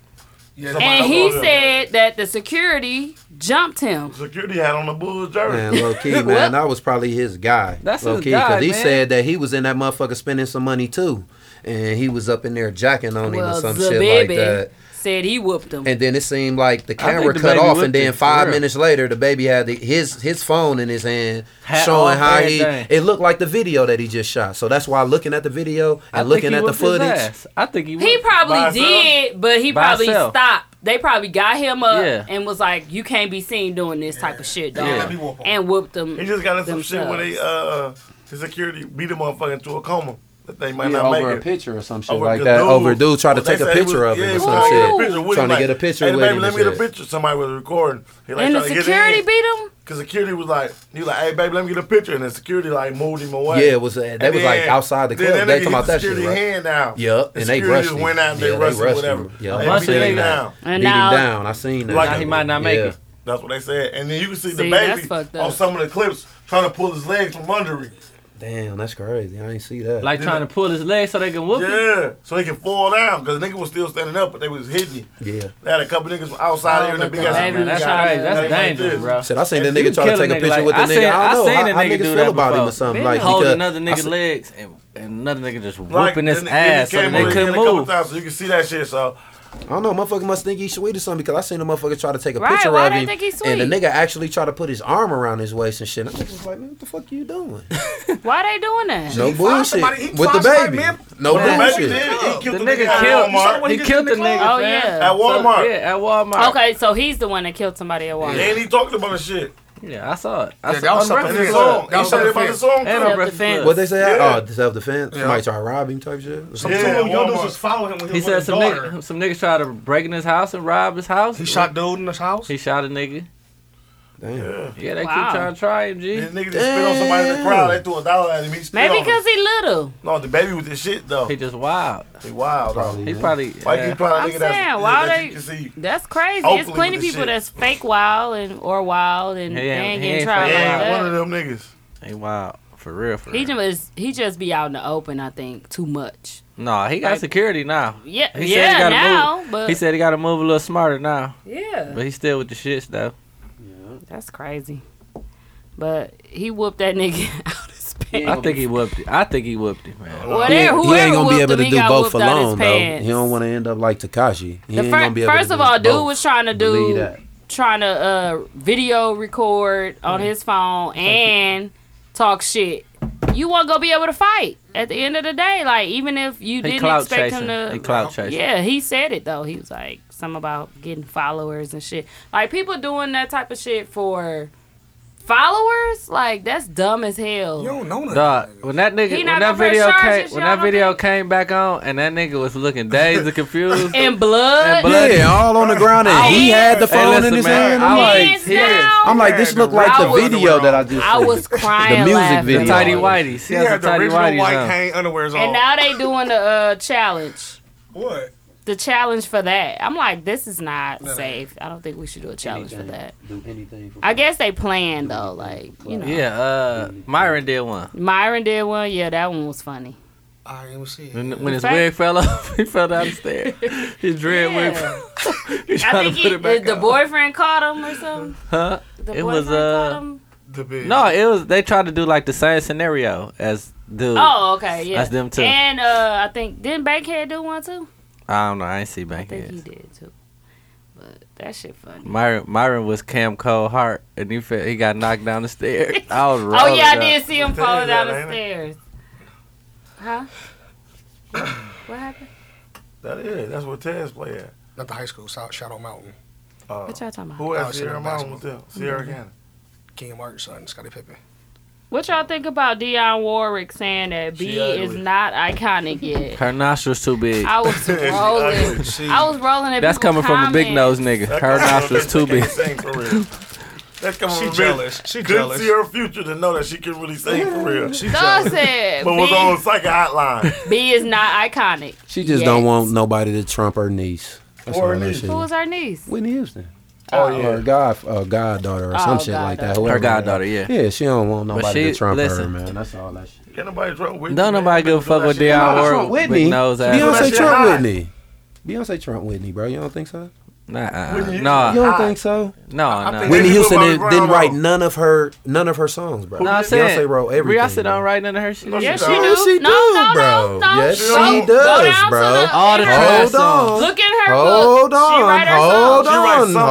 Speaker 5: Yeah,
Speaker 6: Somebody
Speaker 3: And
Speaker 6: else
Speaker 3: he
Speaker 6: on there.
Speaker 3: said that the security jumped him.
Speaker 6: security had on the Bulls jersey.
Speaker 8: Man, low key, man, that was probably his guy.
Speaker 13: That's
Speaker 8: low
Speaker 13: his
Speaker 8: key,
Speaker 13: guy,
Speaker 8: he
Speaker 13: man.
Speaker 8: said that he was in that motherfucker spending some money too, and he was up in there jacking on him or
Speaker 3: Well,
Speaker 8: some
Speaker 3: the
Speaker 8: shit
Speaker 3: baby
Speaker 8: like that.
Speaker 3: said he whooped him.
Speaker 8: And then it seemed like the
Speaker 1: I think
Speaker 8: camera
Speaker 1: the
Speaker 8: cut
Speaker 1: baby
Speaker 8: off,
Speaker 1: whipped
Speaker 8: and then
Speaker 1: it, for
Speaker 8: five
Speaker 1: real.
Speaker 8: minutes later, the baby had the, his his phone in his hand,
Speaker 1: Hat
Speaker 8: showing
Speaker 1: off,
Speaker 8: how
Speaker 1: everything.
Speaker 8: he. It looked like the video that he just shot. So that's why looking at the video
Speaker 1: I think
Speaker 8: and looking
Speaker 1: he
Speaker 8: at the
Speaker 1: whooped his
Speaker 8: footage,
Speaker 1: ass. I think he.
Speaker 3: He
Speaker 1: whooped-
Speaker 3: probably
Speaker 6: By himself?
Speaker 3: did, but he
Speaker 1: By
Speaker 3: probably
Speaker 1: himself.
Speaker 3: stopped. They probably got him up
Speaker 1: Yeah.
Speaker 3: and was like, "You can't be seen doing this type of shit, dog,"
Speaker 5: Yeah, let me whoop him.
Speaker 3: and whooped him.
Speaker 6: He just got in some shit when they
Speaker 3: themselves.
Speaker 6: uh the security beat the motherfucker into a coma. That they might
Speaker 14: Yeah,
Speaker 6: not
Speaker 14: over a
Speaker 6: make it.
Speaker 14: picture or some shit
Speaker 6: Over
Speaker 14: like
Speaker 6: the
Speaker 14: that.
Speaker 6: dude-
Speaker 8: over dude tried to
Speaker 6: they
Speaker 8: take a
Speaker 6: said he
Speaker 8: picture
Speaker 6: was-
Speaker 8: of him
Speaker 6: yeah,
Speaker 8: or
Speaker 6: he was
Speaker 8: some
Speaker 6: trying to get a
Speaker 8: shit.
Speaker 6: picture with him,
Speaker 8: Trying to
Speaker 6: like,
Speaker 8: get a picture
Speaker 6: hey,
Speaker 8: with
Speaker 6: baby,
Speaker 8: him
Speaker 6: Let
Speaker 8: and
Speaker 6: me get a
Speaker 8: shit.
Speaker 6: picture. Somebody was recording. He like
Speaker 3: and the
Speaker 6: trying to get in.
Speaker 3: security beat him.
Speaker 6: Cause security was like, he like, hey baby, let me get a picture, and the security like moved him away.
Speaker 8: Yeah, it was. Uh, they was like outside the club. They talking about that shit, right?
Speaker 6: Hand out.
Speaker 8: Yup,
Speaker 6: The
Speaker 8: and they
Speaker 6: security
Speaker 8: rushed
Speaker 6: just
Speaker 8: him.
Speaker 6: went out. and They
Speaker 8: Yeah, they
Speaker 6: rushed him.
Speaker 8: rushed
Speaker 6: Whatever.
Speaker 8: him. Yeah,
Speaker 6: They
Speaker 1: they
Speaker 6: beat
Speaker 1: rushed
Speaker 6: him
Speaker 1: him.
Speaker 6: down.
Speaker 3: And
Speaker 8: beat
Speaker 3: now-
Speaker 8: him down. I seen that.
Speaker 6: Like,
Speaker 8: shit.
Speaker 6: he
Speaker 1: might not make
Speaker 8: Yeah.
Speaker 1: it.
Speaker 6: That's what they said. And then you can see,
Speaker 3: See,
Speaker 6: the
Speaker 3: that's
Speaker 6: baby
Speaker 3: fucked
Speaker 6: on
Speaker 3: up.
Speaker 6: some of the clips trying to pull his legs from under him.
Speaker 8: Damn, that's crazy. I ain't see that.
Speaker 1: like trying to pull his leg so they can whoop him.
Speaker 6: Yeah, so he can fall down because nigga was still standing up, but they was hitting him.
Speaker 8: yeah.
Speaker 6: They had a couple niggas from outside
Speaker 3: Oh,
Speaker 6: here in the
Speaker 3: but
Speaker 6: big
Speaker 3: the
Speaker 6: ass.
Speaker 3: baby
Speaker 6: big
Speaker 3: was
Speaker 1: That's
Speaker 6: guy.
Speaker 3: Yeah.
Speaker 1: crazy.
Speaker 6: Like
Speaker 1: That's dangerous,
Speaker 6: this.
Speaker 1: bro.
Speaker 8: Said I seen that
Speaker 6: If you
Speaker 8: nigga try to
Speaker 1: kill a
Speaker 8: take a
Speaker 1: nigga
Speaker 8: picture
Speaker 1: like-
Speaker 8: with the
Speaker 1: I
Speaker 8: nigga.
Speaker 1: seen-
Speaker 8: I
Speaker 1: I
Speaker 8: don't know.
Speaker 1: seen
Speaker 8: How,
Speaker 1: a
Speaker 8: how
Speaker 1: nigga
Speaker 8: niggas
Speaker 1: do
Speaker 8: feel
Speaker 1: that
Speaker 8: about him
Speaker 1: before.
Speaker 8: or something.
Speaker 1: Like
Speaker 8: Like
Speaker 1: holding
Speaker 8: because
Speaker 1: another
Speaker 8: I
Speaker 1: nigga
Speaker 8: seen-
Speaker 1: legs and, and another nigga just whooping
Speaker 6: Like,
Speaker 1: his
Speaker 6: and the- and
Speaker 1: ass
Speaker 6: he
Speaker 1: so the
Speaker 6: came
Speaker 1: nigga
Speaker 6: over here
Speaker 1: couldn't
Speaker 6: a couple
Speaker 1: move.
Speaker 6: times, so you can see that shit. So
Speaker 8: I don't know. Motherfucker must think he's sweet or something because I seen a motherfucker try to take a
Speaker 3: Right,
Speaker 8: picture
Speaker 3: why
Speaker 8: of
Speaker 3: they
Speaker 8: him,
Speaker 3: think he's
Speaker 8: and the
Speaker 3: sweet?
Speaker 8: nigga actually tried to put his arm around his waist and shit. And I was like, man, what the fuck are you doing?
Speaker 3: Why they doing that?
Speaker 8: No
Speaker 5: found
Speaker 8: bullshit
Speaker 5: somebody- he
Speaker 8: with the
Speaker 5: found somebody,
Speaker 8: baby.
Speaker 5: man.
Speaker 8: No
Speaker 6: Well, the baby
Speaker 8: bullshit.
Speaker 6: did. He killed
Speaker 1: The
Speaker 6: the
Speaker 1: nigga
Speaker 6: nigga
Speaker 1: killed.
Speaker 6: at Walmart.
Speaker 13: He killed the nigga.
Speaker 3: Oh,
Speaker 13: fam.
Speaker 3: yeah.
Speaker 6: At Walmart.
Speaker 1: So, yeah, at Walmart.
Speaker 3: Okay, so he's the one that killed somebody at Walmart.
Speaker 6: And he talked about the shit.
Speaker 1: Yeah, I saw it. I
Speaker 5: Yeah,
Speaker 1: saw
Speaker 5: that was
Speaker 1: it.
Speaker 5: something
Speaker 6: And
Speaker 5: Yeah,
Speaker 6: the
Speaker 5: yeah.
Speaker 6: song.
Speaker 5: That
Speaker 6: He
Speaker 5: was
Speaker 6: said about the song
Speaker 1: And
Speaker 6: too.
Speaker 1: on breath
Speaker 3: Self-defense.
Speaker 1: Plus.
Speaker 8: What they say?
Speaker 6: Yeah.
Speaker 8: Oh, self defense. Somebody try to rob him type shit.
Speaker 5: Some
Speaker 6: Yeah,
Speaker 5: two young dudes
Speaker 6: Walmart.
Speaker 5: was following him when he
Speaker 1: He
Speaker 5: was with
Speaker 1: said
Speaker 5: his
Speaker 1: some
Speaker 5: daughter.
Speaker 1: nigga, some niggas tried to break in his house and rob his house.
Speaker 5: He shot dude in his house.
Speaker 1: He shot a nigga.
Speaker 8: Damn.
Speaker 1: Yeah, they
Speaker 3: Wow.
Speaker 1: keep trying to try him, G.
Speaker 6: And the nigga just spit on somebody in the crowd. They threw a dollar at him. He spit
Speaker 3: Maybe
Speaker 6: on him.
Speaker 3: because he little.
Speaker 6: No, the baby with this shit though.
Speaker 1: He just wild.
Speaker 6: He wild. Probably.
Speaker 1: He probably.
Speaker 6: Why
Speaker 1: yeah.
Speaker 6: you probably
Speaker 3: I'm
Speaker 6: nigga that's-
Speaker 3: saying,
Speaker 6: yeah,
Speaker 3: why
Speaker 6: that
Speaker 3: they-
Speaker 6: you can see.
Speaker 3: That's crazy. There's
Speaker 6: Oakland
Speaker 3: plenty
Speaker 6: with
Speaker 3: of
Speaker 6: the
Speaker 3: people
Speaker 6: shit.
Speaker 3: that's fake wild and or wild and
Speaker 1: He
Speaker 3: they
Speaker 1: ain't-
Speaker 3: ain't
Speaker 1: he
Speaker 3: getting
Speaker 1: ain't
Speaker 3: tried
Speaker 1: fake
Speaker 3: like
Speaker 1: wild.
Speaker 6: Yeah,
Speaker 3: that.
Speaker 6: one of them niggas.
Speaker 1: He wild. For real, for real.
Speaker 3: He just he just be out in the open, I think, too much.
Speaker 1: no, he got
Speaker 3: like-
Speaker 1: security now.
Speaker 3: Yeah,
Speaker 1: He said he
Speaker 3: yeah,
Speaker 1: gotta
Speaker 3: now, but
Speaker 1: He said he got to move a little smarter now,
Speaker 3: yeah,
Speaker 1: but he's still with the shits though.
Speaker 3: that's crazy. But he whooped that nigga out his
Speaker 1: I
Speaker 3: pants.
Speaker 1: think he whooped it. I think he whooped it, man.
Speaker 3: Well,
Speaker 8: He
Speaker 3: there,
Speaker 8: ain't,
Speaker 3: whoever
Speaker 8: he ain't gonna be
Speaker 3: whooped
Speaker 8: able
Speaker 3: him,
Speaker 8: to
Speaker 3: he
Speaker 8: do
Speaker 3: got
Speaker 8: both
Speaker 3: whooped
Speaker 8: for
Speaker 3: out his
Speaker 8: long though.
Speaker 3: pants.
Speaker 8: He don't want to end up like Takashi. He
Speaker 3: The
Speaker 8: ain't
Speaker 3: fir-
Speaker 8: gonna be able
Speaker 3: first
Speaker 8: to
Speaker 3: of
Speaker 8: do
Speaker 3: all, dude
Speaker 8: both.
Speaker 3: was trying to
Speaker 8: Believe
Speaker 3: do
Speaker 8: that.
Speaker 3: trying to uh, video record on his phone and talk shit. You won't go be able to fight at the end of the day. Like even if you
Speaker 1: He
Speaker 3: didn't
Speaker 1: clout
Speaker 3: expect
Speaker 1: chasing.
Speaker 3: him to, Oh,
Speaker 1: He clout chasing.
Speaker 3: Yeah, he said it though. He was like something about getting followers and shit. Like people doing that type of shit for followers, like that's dumb as hell.
Speaker 5: You don't know nothing.
Speaker 1: Dog, when that nigga,
Speaker 3: He
Speaker 1: when
Speaker 3: not
Speaker 1: that
Speaker 3: gonna press
Speaker 1: video
Speaker 3: charges,
Speaker 1: came,
Speaker 3: y'all
Speaker 1: when that
Speaker 3: don't
Speaker 1: video
Speaker 3: think?
Speaker 1: came back on, and that nigga was looking dazed and confused.
Speaker 3: and blood,
Speaker 1: And blood.
Speaker 8: Yeah, all on the ground, and he had the
Speaker 1: Hey,
Speaker 8: phone
Speaker 1: listen,
Speaker 8: in his
Speaker 1: man,
Speaker 8: hand.
Speaker 1: I
Speaker 8: I'm like,
Speaker 3: hands
Speaker 1: yeah.
Speaker 3: down.
Speaker 8: I'm like, this look like
Speaker 3: I
Speaker 8: the
Speaker 3: was-
Speaker 8: video that I just.
Speaker 3: I was crying.
Speaker 8: music
Speaker 3: laughing.
Speaker 1: the
Speaker 8: video.
Speaker 1: tidy whities.
Speaker 5: He
Speaker 1: He, has
Speaker 5: had
Speaker 1: the
Speaker 5: the
Speaker 1: tidy
Speaker 5: original
Speaker 1: whities
Speaker 5: white
Speaker 1: on.
Speaker 5: hang underwears on.
Speaker 3: And now they doing the uh, challenge.
Speaker 5: what?
Speaker 3: The challenge for that. I'm like, this is not safe. I don't think we should do a challenge for that.
Speaker 14: Do anything for
Speaker 3: I guess they planned though, like you know.
Speaker 1: Yeah, uh, Myron did one.
Speaker 3: Myron did one. Yeah, that one was funny.
Speaker 4: I didn't even see it.
Speaker 1: When, when his
Speaker 4: fact-
Speaker 1: wig fell off, he fell down the stairs. His dread wig.
Speaker 3: Yeah.
Speaker 1: fell off. he
Speaker 3: I
Speaker 1: tried
Speaker 3: think
Speaker 1: to put
Speaker 3: he,
Speaker 1: it back
Speaker 3: the
Speaker 1: on.
Speaker 3: boyfriend caught him or something.
Speaker 1: Huh?
Speaker 3: The
Speaker 1: it was
Speaker 3: boyfriend
Speaker 1: uh.
Speaker 3: caught him?
Speaker 1: No, it was. They tried to do like the same scenario as dude.
Speaker 3: Oh, okay, yeah.
Speaker 1: That's them too.
Speaker 3: And uh, I think didn't Bankhead do one too?
Speaker 1: I don't know. I ain't see
Speaker 3: I think
Speaker 1: Bankhead.
Speaker 3: he did too. But that shit funny.
Speaker 1: Myron, Myron was Cam Cold Heart, and he fe- he got knocked down the stairs. I was
Speaker 3: Oh yeah, I
Speaker 1: rolling
Speaker 3: did
Speaker 1: up.
Speaker 3: see him falling down the stairs. Huh? what happened?
Speaker 12: That is. That's where Tez play at.
Speaker 4: Not the high school, South Shadow Mountain.
Speaker 12: Uh,
Speaker 3: What y'all talking about? Mm-hmm.
Speaker 12: Who
Speaker 4: Oh,
Speaker 12: else?
Speaker 4: Sierra
Speaker 12: Sierra Mountain with them. Sierra Cannon.
Speaker 4: King Martin's son, Scottie Pippen.
Speaker 3: What y'all think about Dion Warwick saying that B
Speaker 1: She
Speaker 3: is
Speaker 1: ugly.
Speaker 3: not iconic yet?
Speaker 1: Her nostrils too big.
Speaker 3: I was rolling. I was rolling at
Speaker 1: That's
Speaker 3: people
Speaker 1: coming from a big nose
Speaker 3: comments.
Speaker 1: nigga. Her nostrils too big.
Speaker 12: That's coming
Speaker 4: She
Speaker 12: from a bitch
Speaker 4: jealous. She
Speaker 12: couldn't
Speaker 4: jealous.
Speaker 12: see her future to know that she can really sing for real.
Speaker 3: She jealous. said,
Speaker 12: but was
Speaker 3: "Bitch."
Speaker 12: on psychic hotline.
Speaker 3: B is not iconic.
Speaker 8: She just
Speaker 3: yet.
Speaker 8: don't want nobody to trump her niece. That's
Speaker 3: Or
Speaker 8: all that
Speaker 3: niece.
Speaker 8: shit.
Speaker 3: Who was her niece?
Speaker 8: Whitney Houston.
Speaker 3: Oh,
Speaker 8: Or god, uh, goddaughter or some
Speaker 3: Oh,
Speaker 8: shit like that.
Speaker 3: goddaughter.
Speaker 8: whoever
Speaker 1: Her goddaughter,
Speaker 8: that-
Speaker 1: yeah.
Speaker 8: Yeah, she don't want
Speaker 1: But
Speaker 8: nobody
Speaker 1: she-
Speaker 8: to trump her,
Speaker 1: listen.
Speaker 8: man. That's all that shit.
Speaker 12: Can't nobody trump Whitney.
Speaker 1: Don't nobody give a fuck with
Speaker 8: Nah,
Speaker 1: Deion
Speaker 8: Trump
Speaker 1: Warwick.
Speaker 8: Whitney.
Speaker 1: Big nose ass.
Speaker 8: Beyonce
Speaker 12: That
Speaker 8: Trump
Speaker 12: shit hot.
Speaker 8: Whitney. Beyonce Trump Whitney, bro. You don't think so?
Speaker 1: Nah,
Speaker 8: Whitney,
Speaker 1: nah.
Speaker 8: you don't think so?
Speaker 1: No, no.
Speaker 8: Whitney Houston didn't, didn't write none of her none of her songs, bro.
Speaker 1: No, I'm
Speaker 8: Beyonce
Speaker 1: saying
Speaker 8: wrote everything.
Speaker 1: Beyonce don't write none of her shit.
Speaker 8: No, she
Speaker 3: Yes, she
Speaker 8: don't.
Speaker 3: do.
Speaker 8: Yes, she
Speaker 3: no,
Speaker 8: do,
Speaker 3: no, no,
Speaker 8: bro.
Speaker 3: no.
Speaker 8: Yes,
Speaker 3: Go-
Speaker 8: she
Speaker 3: go down
Speaker 8: does,
Speaker 3: to
Speaker 8: bro.
Speaker 3: the-
Speaker 8: All the
Speaker 3: in her-
Speaker 8: Hold on.
Speaker 3: Look at her
Speaker 8: Hold
Speaker 3: book. She
Speaker 8: on,
Speaker 3: write her
Speaker 8: hold
Speaker 3: songs.
Speaker 8: on,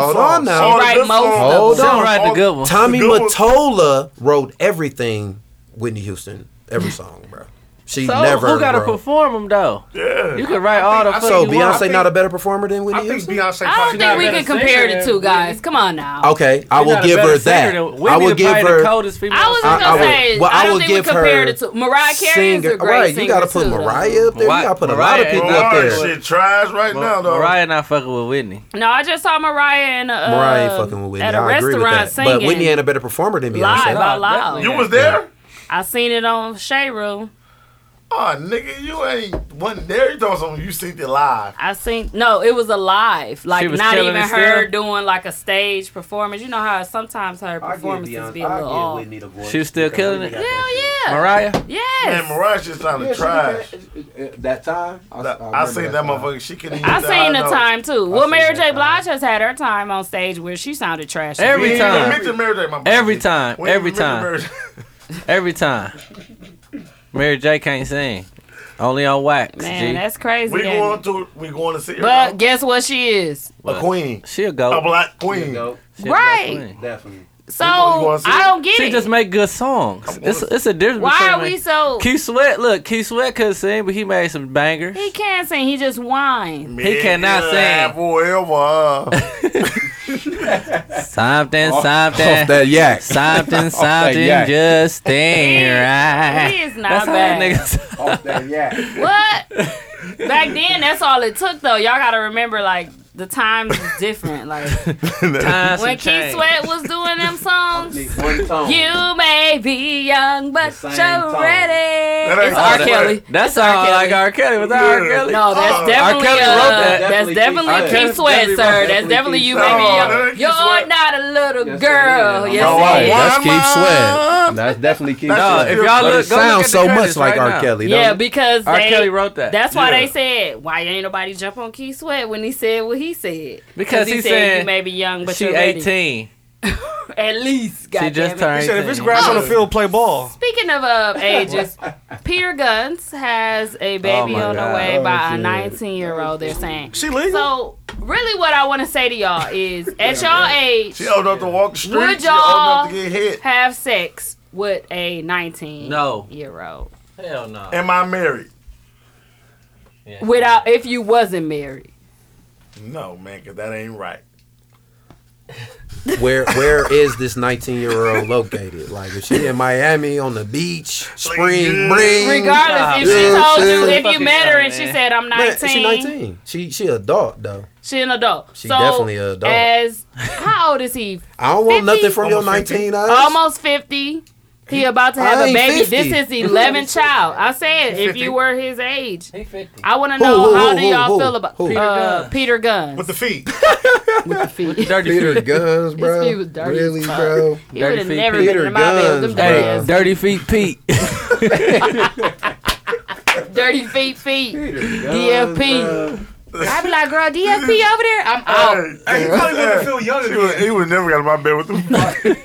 Speaker 8: hold on now.
Speaker 3: She write most of them.
Speaker 8: Hold
Speaker 1: She
Speaker 8: on,
Speaker 1: write the good ones.
Speaker 8: Tommy
Speaker 1: The good ones.
Speaker 8: Mottola wrote everything Whitney Houston, every song, bro. She
Speaker 1: So
Speaker 8: never.
Speaker 1: who gotta
Speaker 8: wrote.
Speaker 1: perform them though?
Speaker 12: Yeah,
Speaker 1: you can write all the. fuck
Speaker 8: So
Speaker 1: you want.
Speaker 8: Beyonce not a better performer than Whitney Houston.
Speaker 4: Beyonce
Speaker 3: I don't
Speaker 1: She not
Speaker 3: think
Speaker 1: a
Speaker 3: we
Speaker 1: better
Speaker 3: can compare
Speaker 1: singer
Speaker 3: the two
Speaker 1: than
Speaker 3: guys. Come on now.
Speaker 8: Okay, I
Speaker 1: She
Speaker 8: will
Speaker 1: not a
Speaker 8: give
Speaker 1: better
Speaker 8: her
Speaker 1: singer
Speaker 8: that.
Speaker 1: than
Speaker 8: I
Speaker 1: Whitney
Speaker 8: will
Speaker 1: to
Speaker 8: give
Speaker 1: play the
Speaker 8: her.
Speaker 1: coldest female
Speaker 3: I was just
Speaker 8: I-
Speaker 3: gonna
Speaker 8: I
Speaker 3: say,
Speaker 8: would- well,
Speaker 3: I,
Speaker 8: I
Speaker 3: don't
Speaker 8: would
Speaker 3: think we
Speaker 8: give
Speaker 3: compare
Speaker 8: her
Speaker 3: the two. Mariah Carey is
Speaker 8: Singer,
Speaker 3: a great
Speaker 8: right?
Speaker 3: singer
Speaker 8: You gotta put
Speaker 3: too, though.
Speaker 8: Mariah up there.
Speaker 1: Why-
Speaker 8: you gotta put a lot
Speaker 1: Mariah-
Speaker 8: of people up
Speaker 12: Mariah
Speaker 8: there.
Speaker 12: shit trash right now though.
Speaker 1: Mariah not fucking with Whitney.
Speaker 3: No, I just saw Mariah in a, uh,
Speaker 8: Mariah ain't fucking with Whitney.
Speaker 3: at a
Speaker 8: I agree with
Speaker 3: restaurant
Speaker 8: that.
Speaker 3: singing.
Speaker 8: But Whitney ain't a better performer than
Speaker 3: live,
Speaker 8: Beyonce.
Speaker 3: out loud.
Speaker 12: You was there?
Speaker 3: I seen it on Shea Room.
Speaker 12: Oh nigga, you ain't wasn't there. You talking something you seen it live.
Speaker 3: I seen no, it was a live, like
Speaker 1: She was
Speaker 3: not
Speaker 1: killing
Speaker 3: even
Speaker 1: it
Speaker 3: her
Speaker 1: still?
Speaker 3: doing like a stage performance. You know how sometimes her performances be a little off.
Speaker 8: the voice.
Speaker 1: She was still killing it.
Speaker 3: Hell yeah,
Speaker 1: Mariah.
Speaker 12: Man,
Speaker 3: Yes,
Speaker 12: Mariah just sounded trash.
Speaker 8: Uh, That time,
Speaker 12: I, seen that motherfucker. She couldn't even
Speaker 3: I
Speaker 12: say
Speaker 3: seen the
Speaker 12: know.
Speaker 3: time too. Well,
Speaker 8: seen
Speaker 3: Mary
Speaker 8: that
Speaker 3: J.
Speaker 8: time.
Speaker 3: Blige has had her time on stage where she sounded trash. as
Speaker 1: Every
Speaker 12: We
Speaker 3: hell.
Speaker 12: ain't even
Speaker 1: time.
Speaker 12: mentioned Mary J. my boy.
Speaker 1: Every time.
Speaker 12: We ain't
Speaker 1: Every
Speaker 12: even mentioned
Speaker 1: time.
Speaker 12: Mary J.
Speaker 1: Every time. Mary J can't sing. Only on wax.
Speaker 3: man,
Speaker 1: G.
Speaker 3: that's crazy.
Speaker 12: We
Speaker 3: ain't
Speaker 12: going
Speaker 3: it?
Speaker 12: to we going to see her.
Speaker 3: but
Speaker 12: though.
Speaker 3: guess what she is?
Speaker 12: a queen,
Speaker 1: She'll
Speaker 12: a
Speaker 1: go.
Speaker 12: black queen.
Speaker 1: She a black
Speaker 3: Right.
Speaker 1: queen.
Speaker 8: Definitely.
Speaker 3: So
Speaker 12: You wanna see
Speaker 3: Oh, I don't get
Speaker 1: She
Speaker 3: it.
Speaker 1: just make good songs. It's, it's a difference.
Speaker 3: Why
Speaker 1: between
Speaker 3: are we so?
Speaker 1: Keith Sweat, look, Keith Sweat could sing, but he made some bangers.
Speaker 3: He can sing. He just whines.
Speaker 1: He cannot
Speaker 12: Yeah,
Speaker 1: sing.
Speaker 12: Forever.
Speaker 1: Something,
Speaker 8: Off
Speaker 1: something,
Speaker 8: that yak.
Speaker 1: something,
Speaker 8: Off that
Speaker 1: something,
Speaker 8: yak.
Speaker 1: just
Speaker 3: He-
Speaker 1: ain't right.
Speaker 3: He is
Speaker 1: That's
Speaker 3: not
Speaker 1: how that
Speaker 3: bad.
Speaker 1: nigga.
Speaker 8: Off that yak.
Speaker 3: What? Back then, that's all it took, though. Y'all gotta remember, like the times is different. Like
Speaker 1: Times
Speaker 3: when
Speaker 1: have
Speaker 3: Keith
Speaker 1: changed.
Speaker 3: Sweat was doing them songs.
Speaker 8: One tone.
Speaker 3: You may be young, but
Speaker 8: The
Speaker 3: you're
Speaker 8: same tone.
Speaker 12: That
Speaker 3: ready.
Speaker 12: ain't
Speaker 3: It's
Speaker 12: R.
Speaker 3: R.
Speaker 1: that-
Speaker 3: Kelly.
Speaker 1: That sound like R. Kelly. Was that R.
Speaker 12: Yeah.
Speaker 1: Kelly?
Speaker 3: No, that's
Speaker 12: Oh.
Speaker 3: definitely
Speaker 1: R. Kelly
Speaker 3: uh,
Speaker 1: wrote that.
Speaker 3: That's
Speaker 8: Definitely Keith
Speaker 3: definitely
Speaker 8: Sweat.
Speaker 3: Keith Sweat,
Speaker 8: Definitely-
Speaker 3: sweat sir. That's
Speaker 8: definitely
Speaker 3: definitely
Speaker 8: Keith
Speaker 3: you,
Speaker 12: Sweat.
Speaker 3: baby.
Speaker 12: No,
Speaker 3: young.
Speaker 12: that ain't Keith
Speaker 3: You're
Speaker 12: Sweat.
Speaker 3: not a little
Speaker 8: Yes,
Speaker 3: girl.
Speaker 8: it is.
Speaker 12: No,
Speaker 3: Oh, Yes, it
Speaker 12: I-
Speaker 3: is.
Speaker 8: That's Keith Sweat. That's definitely Keith
Speaker 1: No,
Speaker 8: Sweat.
Speaker 1: if y'all
Speaker 8: But
Speaker 1: look,
Speaker 8: it
Speaker 1: go look at
Speaker 8: sounds
Speaker 1: the
Speaker 8: so
Speaker 1: credits
Speaker 8: much like
Speaker 1: right
Speaker 8: R.
Speaker 1: now.
Speaker 8: Kelly.
Speaker 3: Yeah,
Speaker 8: doesn't it?
Speaker 3: because
Speaker 1: R.
Speaker 3: they-
Speaker 1: Kelly wrote that.
Speaker 3: That's why they
Speaker 12: Yeah.
Speaker 3: said, "Why ain't nobody jump on Keith Sweat when he said what he said?"
Speaker 1: Because he
Speaker 3: said,
Speaker 1: said
Speaker 3: "You may be young, but
Speaker 1: she
Speaker 3: you're ready."
Speaker 1: 18.
Speaker 3: At least,
Speaker 1: She
Speaker 3: goddamn
Speaker 1: just
Speaker 3: it.
Speaker 1: turned.
Speaker 4: He said, if
Speaker 1: 18.
Speaker 4: it's grass on the field, play ball.
Speaker 3: Speaking of uh, ages, Peter Guns has
Speaker 8: Oh
Speaker 3: a baby
Speaker 1: my
Speaker 3: on the
Speaker 1: God.
Speaker 3: way by a
Speaker 8: shit.
Speaker 3: 19 year old. They're saying.
Speaker 4: She legal.
Speaker 3: So, really, what I want to say to y'all is, at y'all age,
Speaker 12: She old enough to walk the street.
Speaker 3: Would
Speaker 12: she old
Speaker 3: y'all-
Speaker 12: enough to get hit.
Speaker 3: have sex with a 19
Speaker 1: No.
Speaker 3: year old
Speaker 1: Hell no.
Speaker 12: Am I married?
Speaker 3: without if you wasn't married.
Speaker 12: No, man, cause that ain't right.
Speaker 8: Where where is this 19 year old located? Like if she in Miami on the beach, spring
Speaker 12: Like,
Speaker 8: break.
Speaker 3: Regardless, if she
Speaker 8: Yeah,
Speaker 3: told you,
Speaker 8: shit.
Speaker 3: if you met her and she said, "I'm
Speaker 8: Man,
Speaker 3: 19,"
Speaker 8: she 19. She she adult though.
Speaker 3: She an adult.
Speaker 8: She
Speaker 3: so
Speaker 8: definitely a adult.
Speaker 3: As how old is he?
Speaker 8: I don't want
Speaker 3: 50?
Speaker 8: nothing from your 19 eyes.
Speaker 3: Almost fifty. He about to have
Speaker 8: I
Speaker 3: a
Speaker 8: ain't
Speaker 3: baby.
Speaker 8: 50.
Speaker 3: This is eleventh child. I said if
Speaker 4: 50.
Speaker 3: you were his age,
Speaker 1: He 50.
Speaker 3: I want to
Speaker 8: Who,
Speaker 3: know
Speaker 8: who,
Speaker 3: how
Speaker 8: who,
Speaker 3: do
Speaker 8: who,
Speaker 3: y'all
Speaker 8: who,
Speaker 3: feel about
Speaker 8: who?
Speaker 3: uh, Peter Gunn
Speaker 4: With the feet.
Speaker 3: with the feet.
Speaker 1: Dirty
Speaker 8: Peter
Speaker 1: feet.
Speaker 8: Guns, bro.
Speaker 3: feet was dirty as
Speaker 8: really,
Speaker 3: fuck.
Speaker 8: bro.
Speaker 3: He would have
Speaker 1: Dirty feet,
Speaker 3: never
Speaker 8: Peter
Speaker 3: been in my bed with them
Speaker 8: Guns,
Speaker 3: dirty
Speaker 1: Hey,
Speaker 3: ass.
Speaker 1: dirty feet Pete.
Speaker 3: Dirty feet, feet. DFP. I be like, girl, DFP over there. I'm out.
Speaker 4: Hey, you probably wouldn't feel young
Speaker 12: He would,
Speaker 4: again.
Speaker 12: he would never got in my bed with them.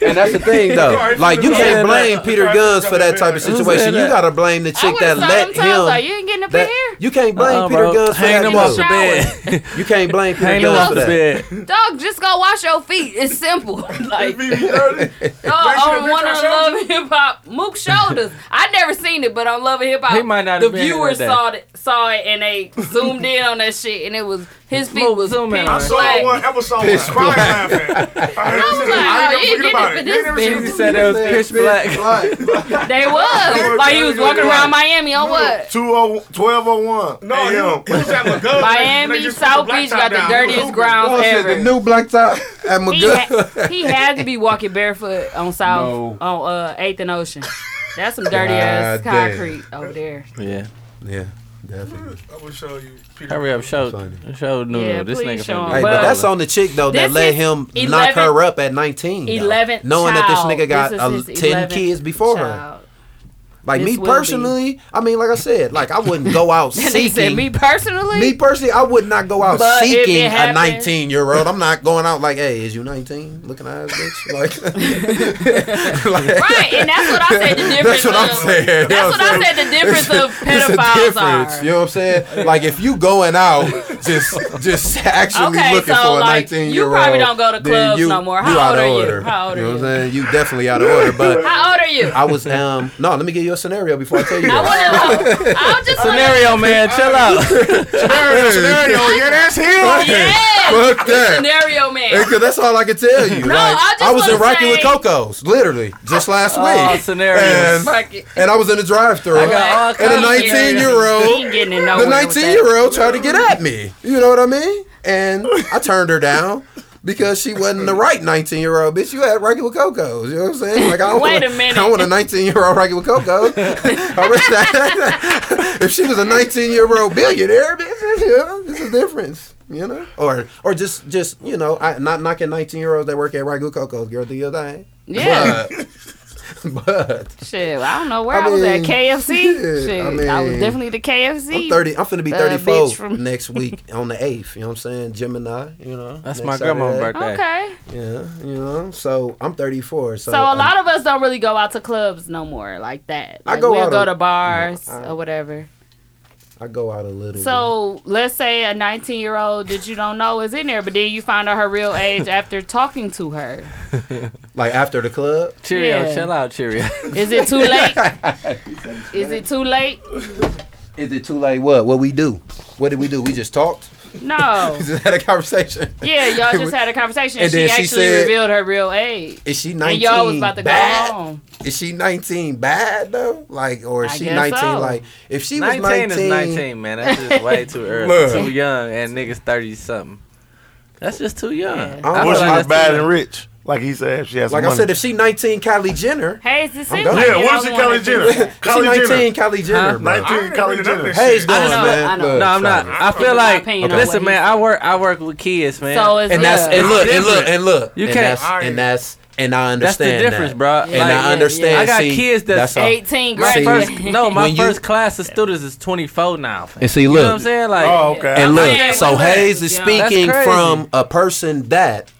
Speaker 8: And that's the thing, though. Like you can't blame Peter Goods for that type of situation. You gotta blame the
Speaker 3: I
Speaker 8: chick
Speaker 3: would
Speaker 8: that
Speaker 3: have told him
Speaker 8: let
Speaker 3: times like,
Speaker 8: him.
Speaker 3: you ain't getting up in
Speaker 8: That,
Speaker 3: here.
Speaker 8: you can't blame
Speaker 1: Uh-uh,
Speaker 8: Peter
Speaker 1: bro.
Speaker 8: Goods for
Speaker 1: Hang
Speaker 8: that.
Speaker 1: them
Speaker 8: either.
Speaker 1: off the
Speaker 3: Shower.
Speaker 1: bed.
Speaker 8: You can't blame Peter
Speaker 1: Hang them
Speaker 8: Goods
Speaker 1: off
Speaker 8: for
Speaker 1: the
Speaker 8: that.
Speaker 1: bed.
Speaker 3: Dog, just go wash your feet. It's simple. like,
Speaker 12: Be 30.
Speaker 3: dog,
Speaker 4: sure
Speaker 3: Oh, on
Speaker 4: they
Speaker 3: one
Speaker 4: try
Speaker 3: of
Speaker 4: shoulders.
Speaker 3: Love Hip Hop, Mook shoulders. I never seen it, but on Love and Hip Hop,
Speaker 1: He might not
Speaker 3: the
Speaker 1: have been here
Speaker 3: viewers
Speaker 1: that day.
Speaker 3: saw it, saw it, and they zoomed in on that shit, and it was his feet
Speaker 1: Mook,
Speaker 3: was
Speaker 1: zoom in
Speaker 3: pink
Speaker 1: on
Speaker 4: I
Speaker 1: it.
Speaker 4: saw
Speaker 3: black.
Speaker 4: one episode with Crying Laughing.
Speaker 3: I
Speaker 4: I
Speaker 3: was
Speaker 4: ain't never
Speaker 3: like,
Speaker 4: forget
Speaker 3: oh,
Speaker 4: about
Speaker 3: you
Speaker 4: it.
Speaker 3: did it for this
Speaker 1: He said it was pitch black.
Speaker 3: They was like he was walking around Miami on what?
Speaker 12: 1201.
Speaker 4: No, he was- he was at Lagoon. They
Speaker 3: Miami,
Speaker 4: just put
Speaker 3: South
Speaker 4: the blacktop
Speaker 3: Beach got the
Speaker 4: down.
Speaker 3: dirtiest grounds
Speaker 10: the
Speaker 3: ever.
Speaker 10: new blacktop at
Speaker 3: He,
Speaker 10: McGill.
Speaker 3: ha- he had to be walking barefoot on South on uh Eighth and Ocean. That's some dirty ass
Speaker 10: God damn.
Speaker 3: concrete over there.
Speaker 1: Yeah.
Speaker 10: Yeah, definitely.
Speaker 4: I will show you. Peter.
Speaker 1: Hurry up, show,
Speaker 10: Funny.
Speaker 1: show Nunu.
Speaker 3: Yeah,
Speaker 1: this
Speaker 3: please
Speaker 1: nigga
Speaker 3: show
Speaker 1: finna
Speaker 3: him.
Speaker 8: Hey,
Speaker 1: be-
Speaker 8: but
Speaker 3: But-
Speaker 8: that's on the chick though that
Speaker 3: This
Speaker 8: let
Speaker 3: is
Speaker 8: him knock
Speaker 3: 11
Speaker 8: her up at 19. though.
Speaker 3: Eleventh,
Speaker 8: knowing that this
Speaker 3: child.
Speaker 8: nigga got
Speaker 3: This
Speaker 8: a,
Speaker 3: is his
Speaker 8: 10
Speaker 3: 11th
Speaker 8: kids before her.
Speaker 3: child.
Speaker 8: Like
Speaker 3: This
Speaker 8: me
Speaker 3: will be.
Speaker 8: personally, I mean, like I said, like I wouldn't go out
Speaker 3: And he
Speaker 8: seeking.
Speaker 3: said, "Me personally,
Speaker 8: Me personally, I would not go out
Speaker 3: But if it
Speaker 8: seeking a
Speaker 3: happens-
Speaker 8: 19 year old. I'm not going out like, hey, is you 19? Looking at ass, bitch. Like, like-
Speaker 3: right?" And that's what I said. The difference.
Speaker 8: That's what I'm
Speaker 3: of-
Speaker 8: saying. You know
Speaker 3: That's what I said. The difference of
Speaker 8: It's a
Speaker 3: pedophiles
Speaker 8: difference,
Speaker 3: are.
Speaker 8: You know what I'm saying? Like if you going out, just just actually
Speaker 3: Okay,
Speaker 8: looking
Speaker 3: so,
Speaker 8: for a
Speaker 3: like,
Speaker 8: 19
Speaker 3: you
Speaker 8: year old.
Speaker 3: probably don't go to clubs no more. How old
Speaker 8: out of
Speaker 3: are you?
Speaker 8: order.
Speaker 3: How old are
Speaker 8: know what
Speaker 3: you?
Speaker 8: I'm saying? You definitely out of order. But
Speaker 3: How old are you?
Speaker 8: I was um no. Let me give you a scenario before I tell you.
Speaker 3: I
Speaker 8: that.
Speaker 3: want to know. I'll just
Speaker 1: Scenario man, chill out.
Speaker 6: Scenario, scenario, yeah, that's him.
Speaker 3: Wanna, yeah,
Speaker 8: Fuck that.
Speaker 3: scenario man.
Speaker 8: Because that's all I can tell you.
Speaker 3: No,
Speaker 8: like,
Speaker 3: I just
Speaker 8: was in
Speaker 3: wanna
Speaker 8: Rocky with
Speaker 3: say-
Speaker 8: Coco's, literally, just last
Speaker 1: All
Speaker 8: week.
Speaker 1: scenarios.
Speaker 8: And,
Speaker 3: Fuck it.
Speaker 8: and I was in the drive thru
Speaker 1: I got all
Speaker 8: And a
Speaker 1: kinds.
Speaker 3: night-
Speaker 8: 19 year
Speaker 3: He
Speaker 8: old
Speaker 3: ain't getting in
Speaker 8: the
Speaker 3: nowhere.
Speaker 8: 19
Speaker 3: old.
Speaker 8: year old tried to get at me. You know what I mean? And I turned her down because she wasn't the right 19 year old bitch. You had Rocky with Coco's. You know what I'm saying? Like I don't
Speaker 3: Wait
Speaker 8: want
Speaker 3: a minute.
Speaker 8: I want a 19 year old Rocky with Coco's. I wish that if she was a 19 year old billionaire, bitch, you know, this is difference. You know, or or just just you know, I not knocking 19 year olds that work at Rocky with Coco's. Girl, do your thing.
Speaker 3: Yeah.
Speaker 8: But, but
Speaker 3: Shit, I don't know where
Speaker 8: I
Speaker 3: I, was at.
Speaker 8: mean,
Speaker 3: KFC.
Speaker 8: shit,
Speaker 3: Shit,
Speaker 8: I
Speaker 3: I, was
Speaker 8: mean,
Speaker 3: definitely the KFC.
Speaker 8: I'm thirty. I'm finna be Mm,
Speaker 3: Uh,
Speaker 8: thirty four
Speaker 3: bitch from-
Speaker 8: next week on the eighth. You know what I'm saying? Gemini. You know.
Speaker 1: That's
Speaker 8: next
Speaker 1: my grandma's
Speaker 8: Saturday.
Speaker 1: birthday.
Speaker 3: Okay.
Speaker 8: Yeah. You know. So I'm thirty four. So,
Speaker 3: So, a lot of us don't really go out to clubs no more like that.
Speaker 8: I
Speaker 3: Like,
Speaker 8: go
Speaker 3: we'll
Speaker 8: out
Speaker 3: go
Speaker 8: a-
Speaker 3: to bars
Speaker 8: I-
Speaker 3: or whatever.
Speaker 8: I go out a little.
Speaker 3: So let's say a 19 year old that you don't know is in there, but then you find out her real age after talking to her.
Speaker 8: bit. like after the club.
Speaker 1: Cheerio,
Speaker 3: Yeah.
Speaker 1: chill out, Cheerio.
Speaker 3: Is it too late? Is it too late?
Speaker 8: Is it too late? What? What we do? What did we do? We just talked.
Speaker 3: No.
Speaker 8: We just had a conversation.
Speaker 3: Yeah, y'all just had a conversation.
Speaker 8: And
Speaker 3: And she
Speaker 8: then she
Speaker 3: actually
Speaker 8: said-
Speaker 3: revealed her real age.
Speaker 8: Is she
Speaker 3: And
Speaker 8: nineteen?
Speaker 3: y'all was about to go
Speaker 8: bad?
Speaker 3: home.
Speaker 8: Is she nineteen bad though? Like, or is
Speaker 3: I
Speaker 8: she
Speaker 3: guess
Speaker 8: nineteen?
Speaker 3: so.
Speaker 8: Like, if she was
Speaker 1: 19,
Speaker 8: nineteen,
Speaker 1: is 19, man. That's just way too early.
Speaker 8: Look.
Speaker 1: Too young, and niggas 30 something. That's just too young.
Speaker 3: Yeah.
Speaker 8: I
Speaker 1: feel
Speaker 8: wish
Speaker 12: Bush
Speaker 8: I
Speaker 1: that's
Speaker 12: was
Speaker 1: too
Speaker 12: bad
Speaker 1: young.
Speaker 12: and rich. Like he said, she has
Speaker 8: like
Speaker 12: money.
Speaker 8: I said, if she nineteen, Kylie Jenner.
Speaker 3: Hey, it's the same
Speaker 8: done.
Speaker 3: like
Speaker 12: yeah,
Speaker 3: you're
Speaker 12: where's
Speaker 3: the
Speaker 12: the
Speaker 3: only
Speaker 12: Kylie
Speaker 3: one that
Speaker 12: Jenner?
Speaker 3: thinks that.
Speaker 8: she
Speaker 12: Kylie Jenner.
Speaker 8: nineteen, Kylie Jenner.
Speaker 1: Huh?
Speaker 8: bro.
Speaker 12: 19, Kylie Jenner.
Speaker 8: Hey, it's
Speaker 3: I
Speaker 8: going,
Speaker 3: know, I
Speaker 8: man.
Speaker 3: know.
Speaker 8: Look,
Speaker 1: No, I'm not.
Speaker 8: stop it.
Speaker 1: I
Speaker 3: It's
Speaker 1: feel
Speaker 3: my
Speaker 1: like
Speaker 3: opinion on
Speaker 1: listen,
Speaker 3: what he
Speaker 1: man. I work. I work with kids, man.
Speaker 3: So it's
Speaker 8: and that's
Speaker 3: yeah.
Speaker 8: and look and look and look.
Speaker 1: You
Speaker 8: and
Speaker 1: can't-
Speaker 8: That's, and that's and I
Speaker 1: That's the
Speaker 8: understand
Speaker 1: difference,
Speaker 8: that.
Speaker 1: bro.
Speaker 8: And I understand.
Speaker 1: I got
Speaker 8: see,
Speaker 1: kids that's
Speaker 8: all.
Speaker 3: 18
Speaker 1: My
Speaker 8: See,
Speaker 3: graduates.
Speaker 1: first no, my
Speaker 8: When you-
Speaker 1: first class of students is 24 now. fam.
Speaker 8: And see,
Speaker 1: you know what
Speaker 8: look.
Speaker 1: I'm saying? Like,
Speaker 12: oh, okay.
Speaker 8: And
Speaker 3: Yeah,
Speaker 8: look, so
Speaker 3: yeah.
Speaker 8: Hayes is
Speaker 3: Yeah.
Speaker 8: speaking
Speaker 1: That's crazy.
Speaker 8: from a person that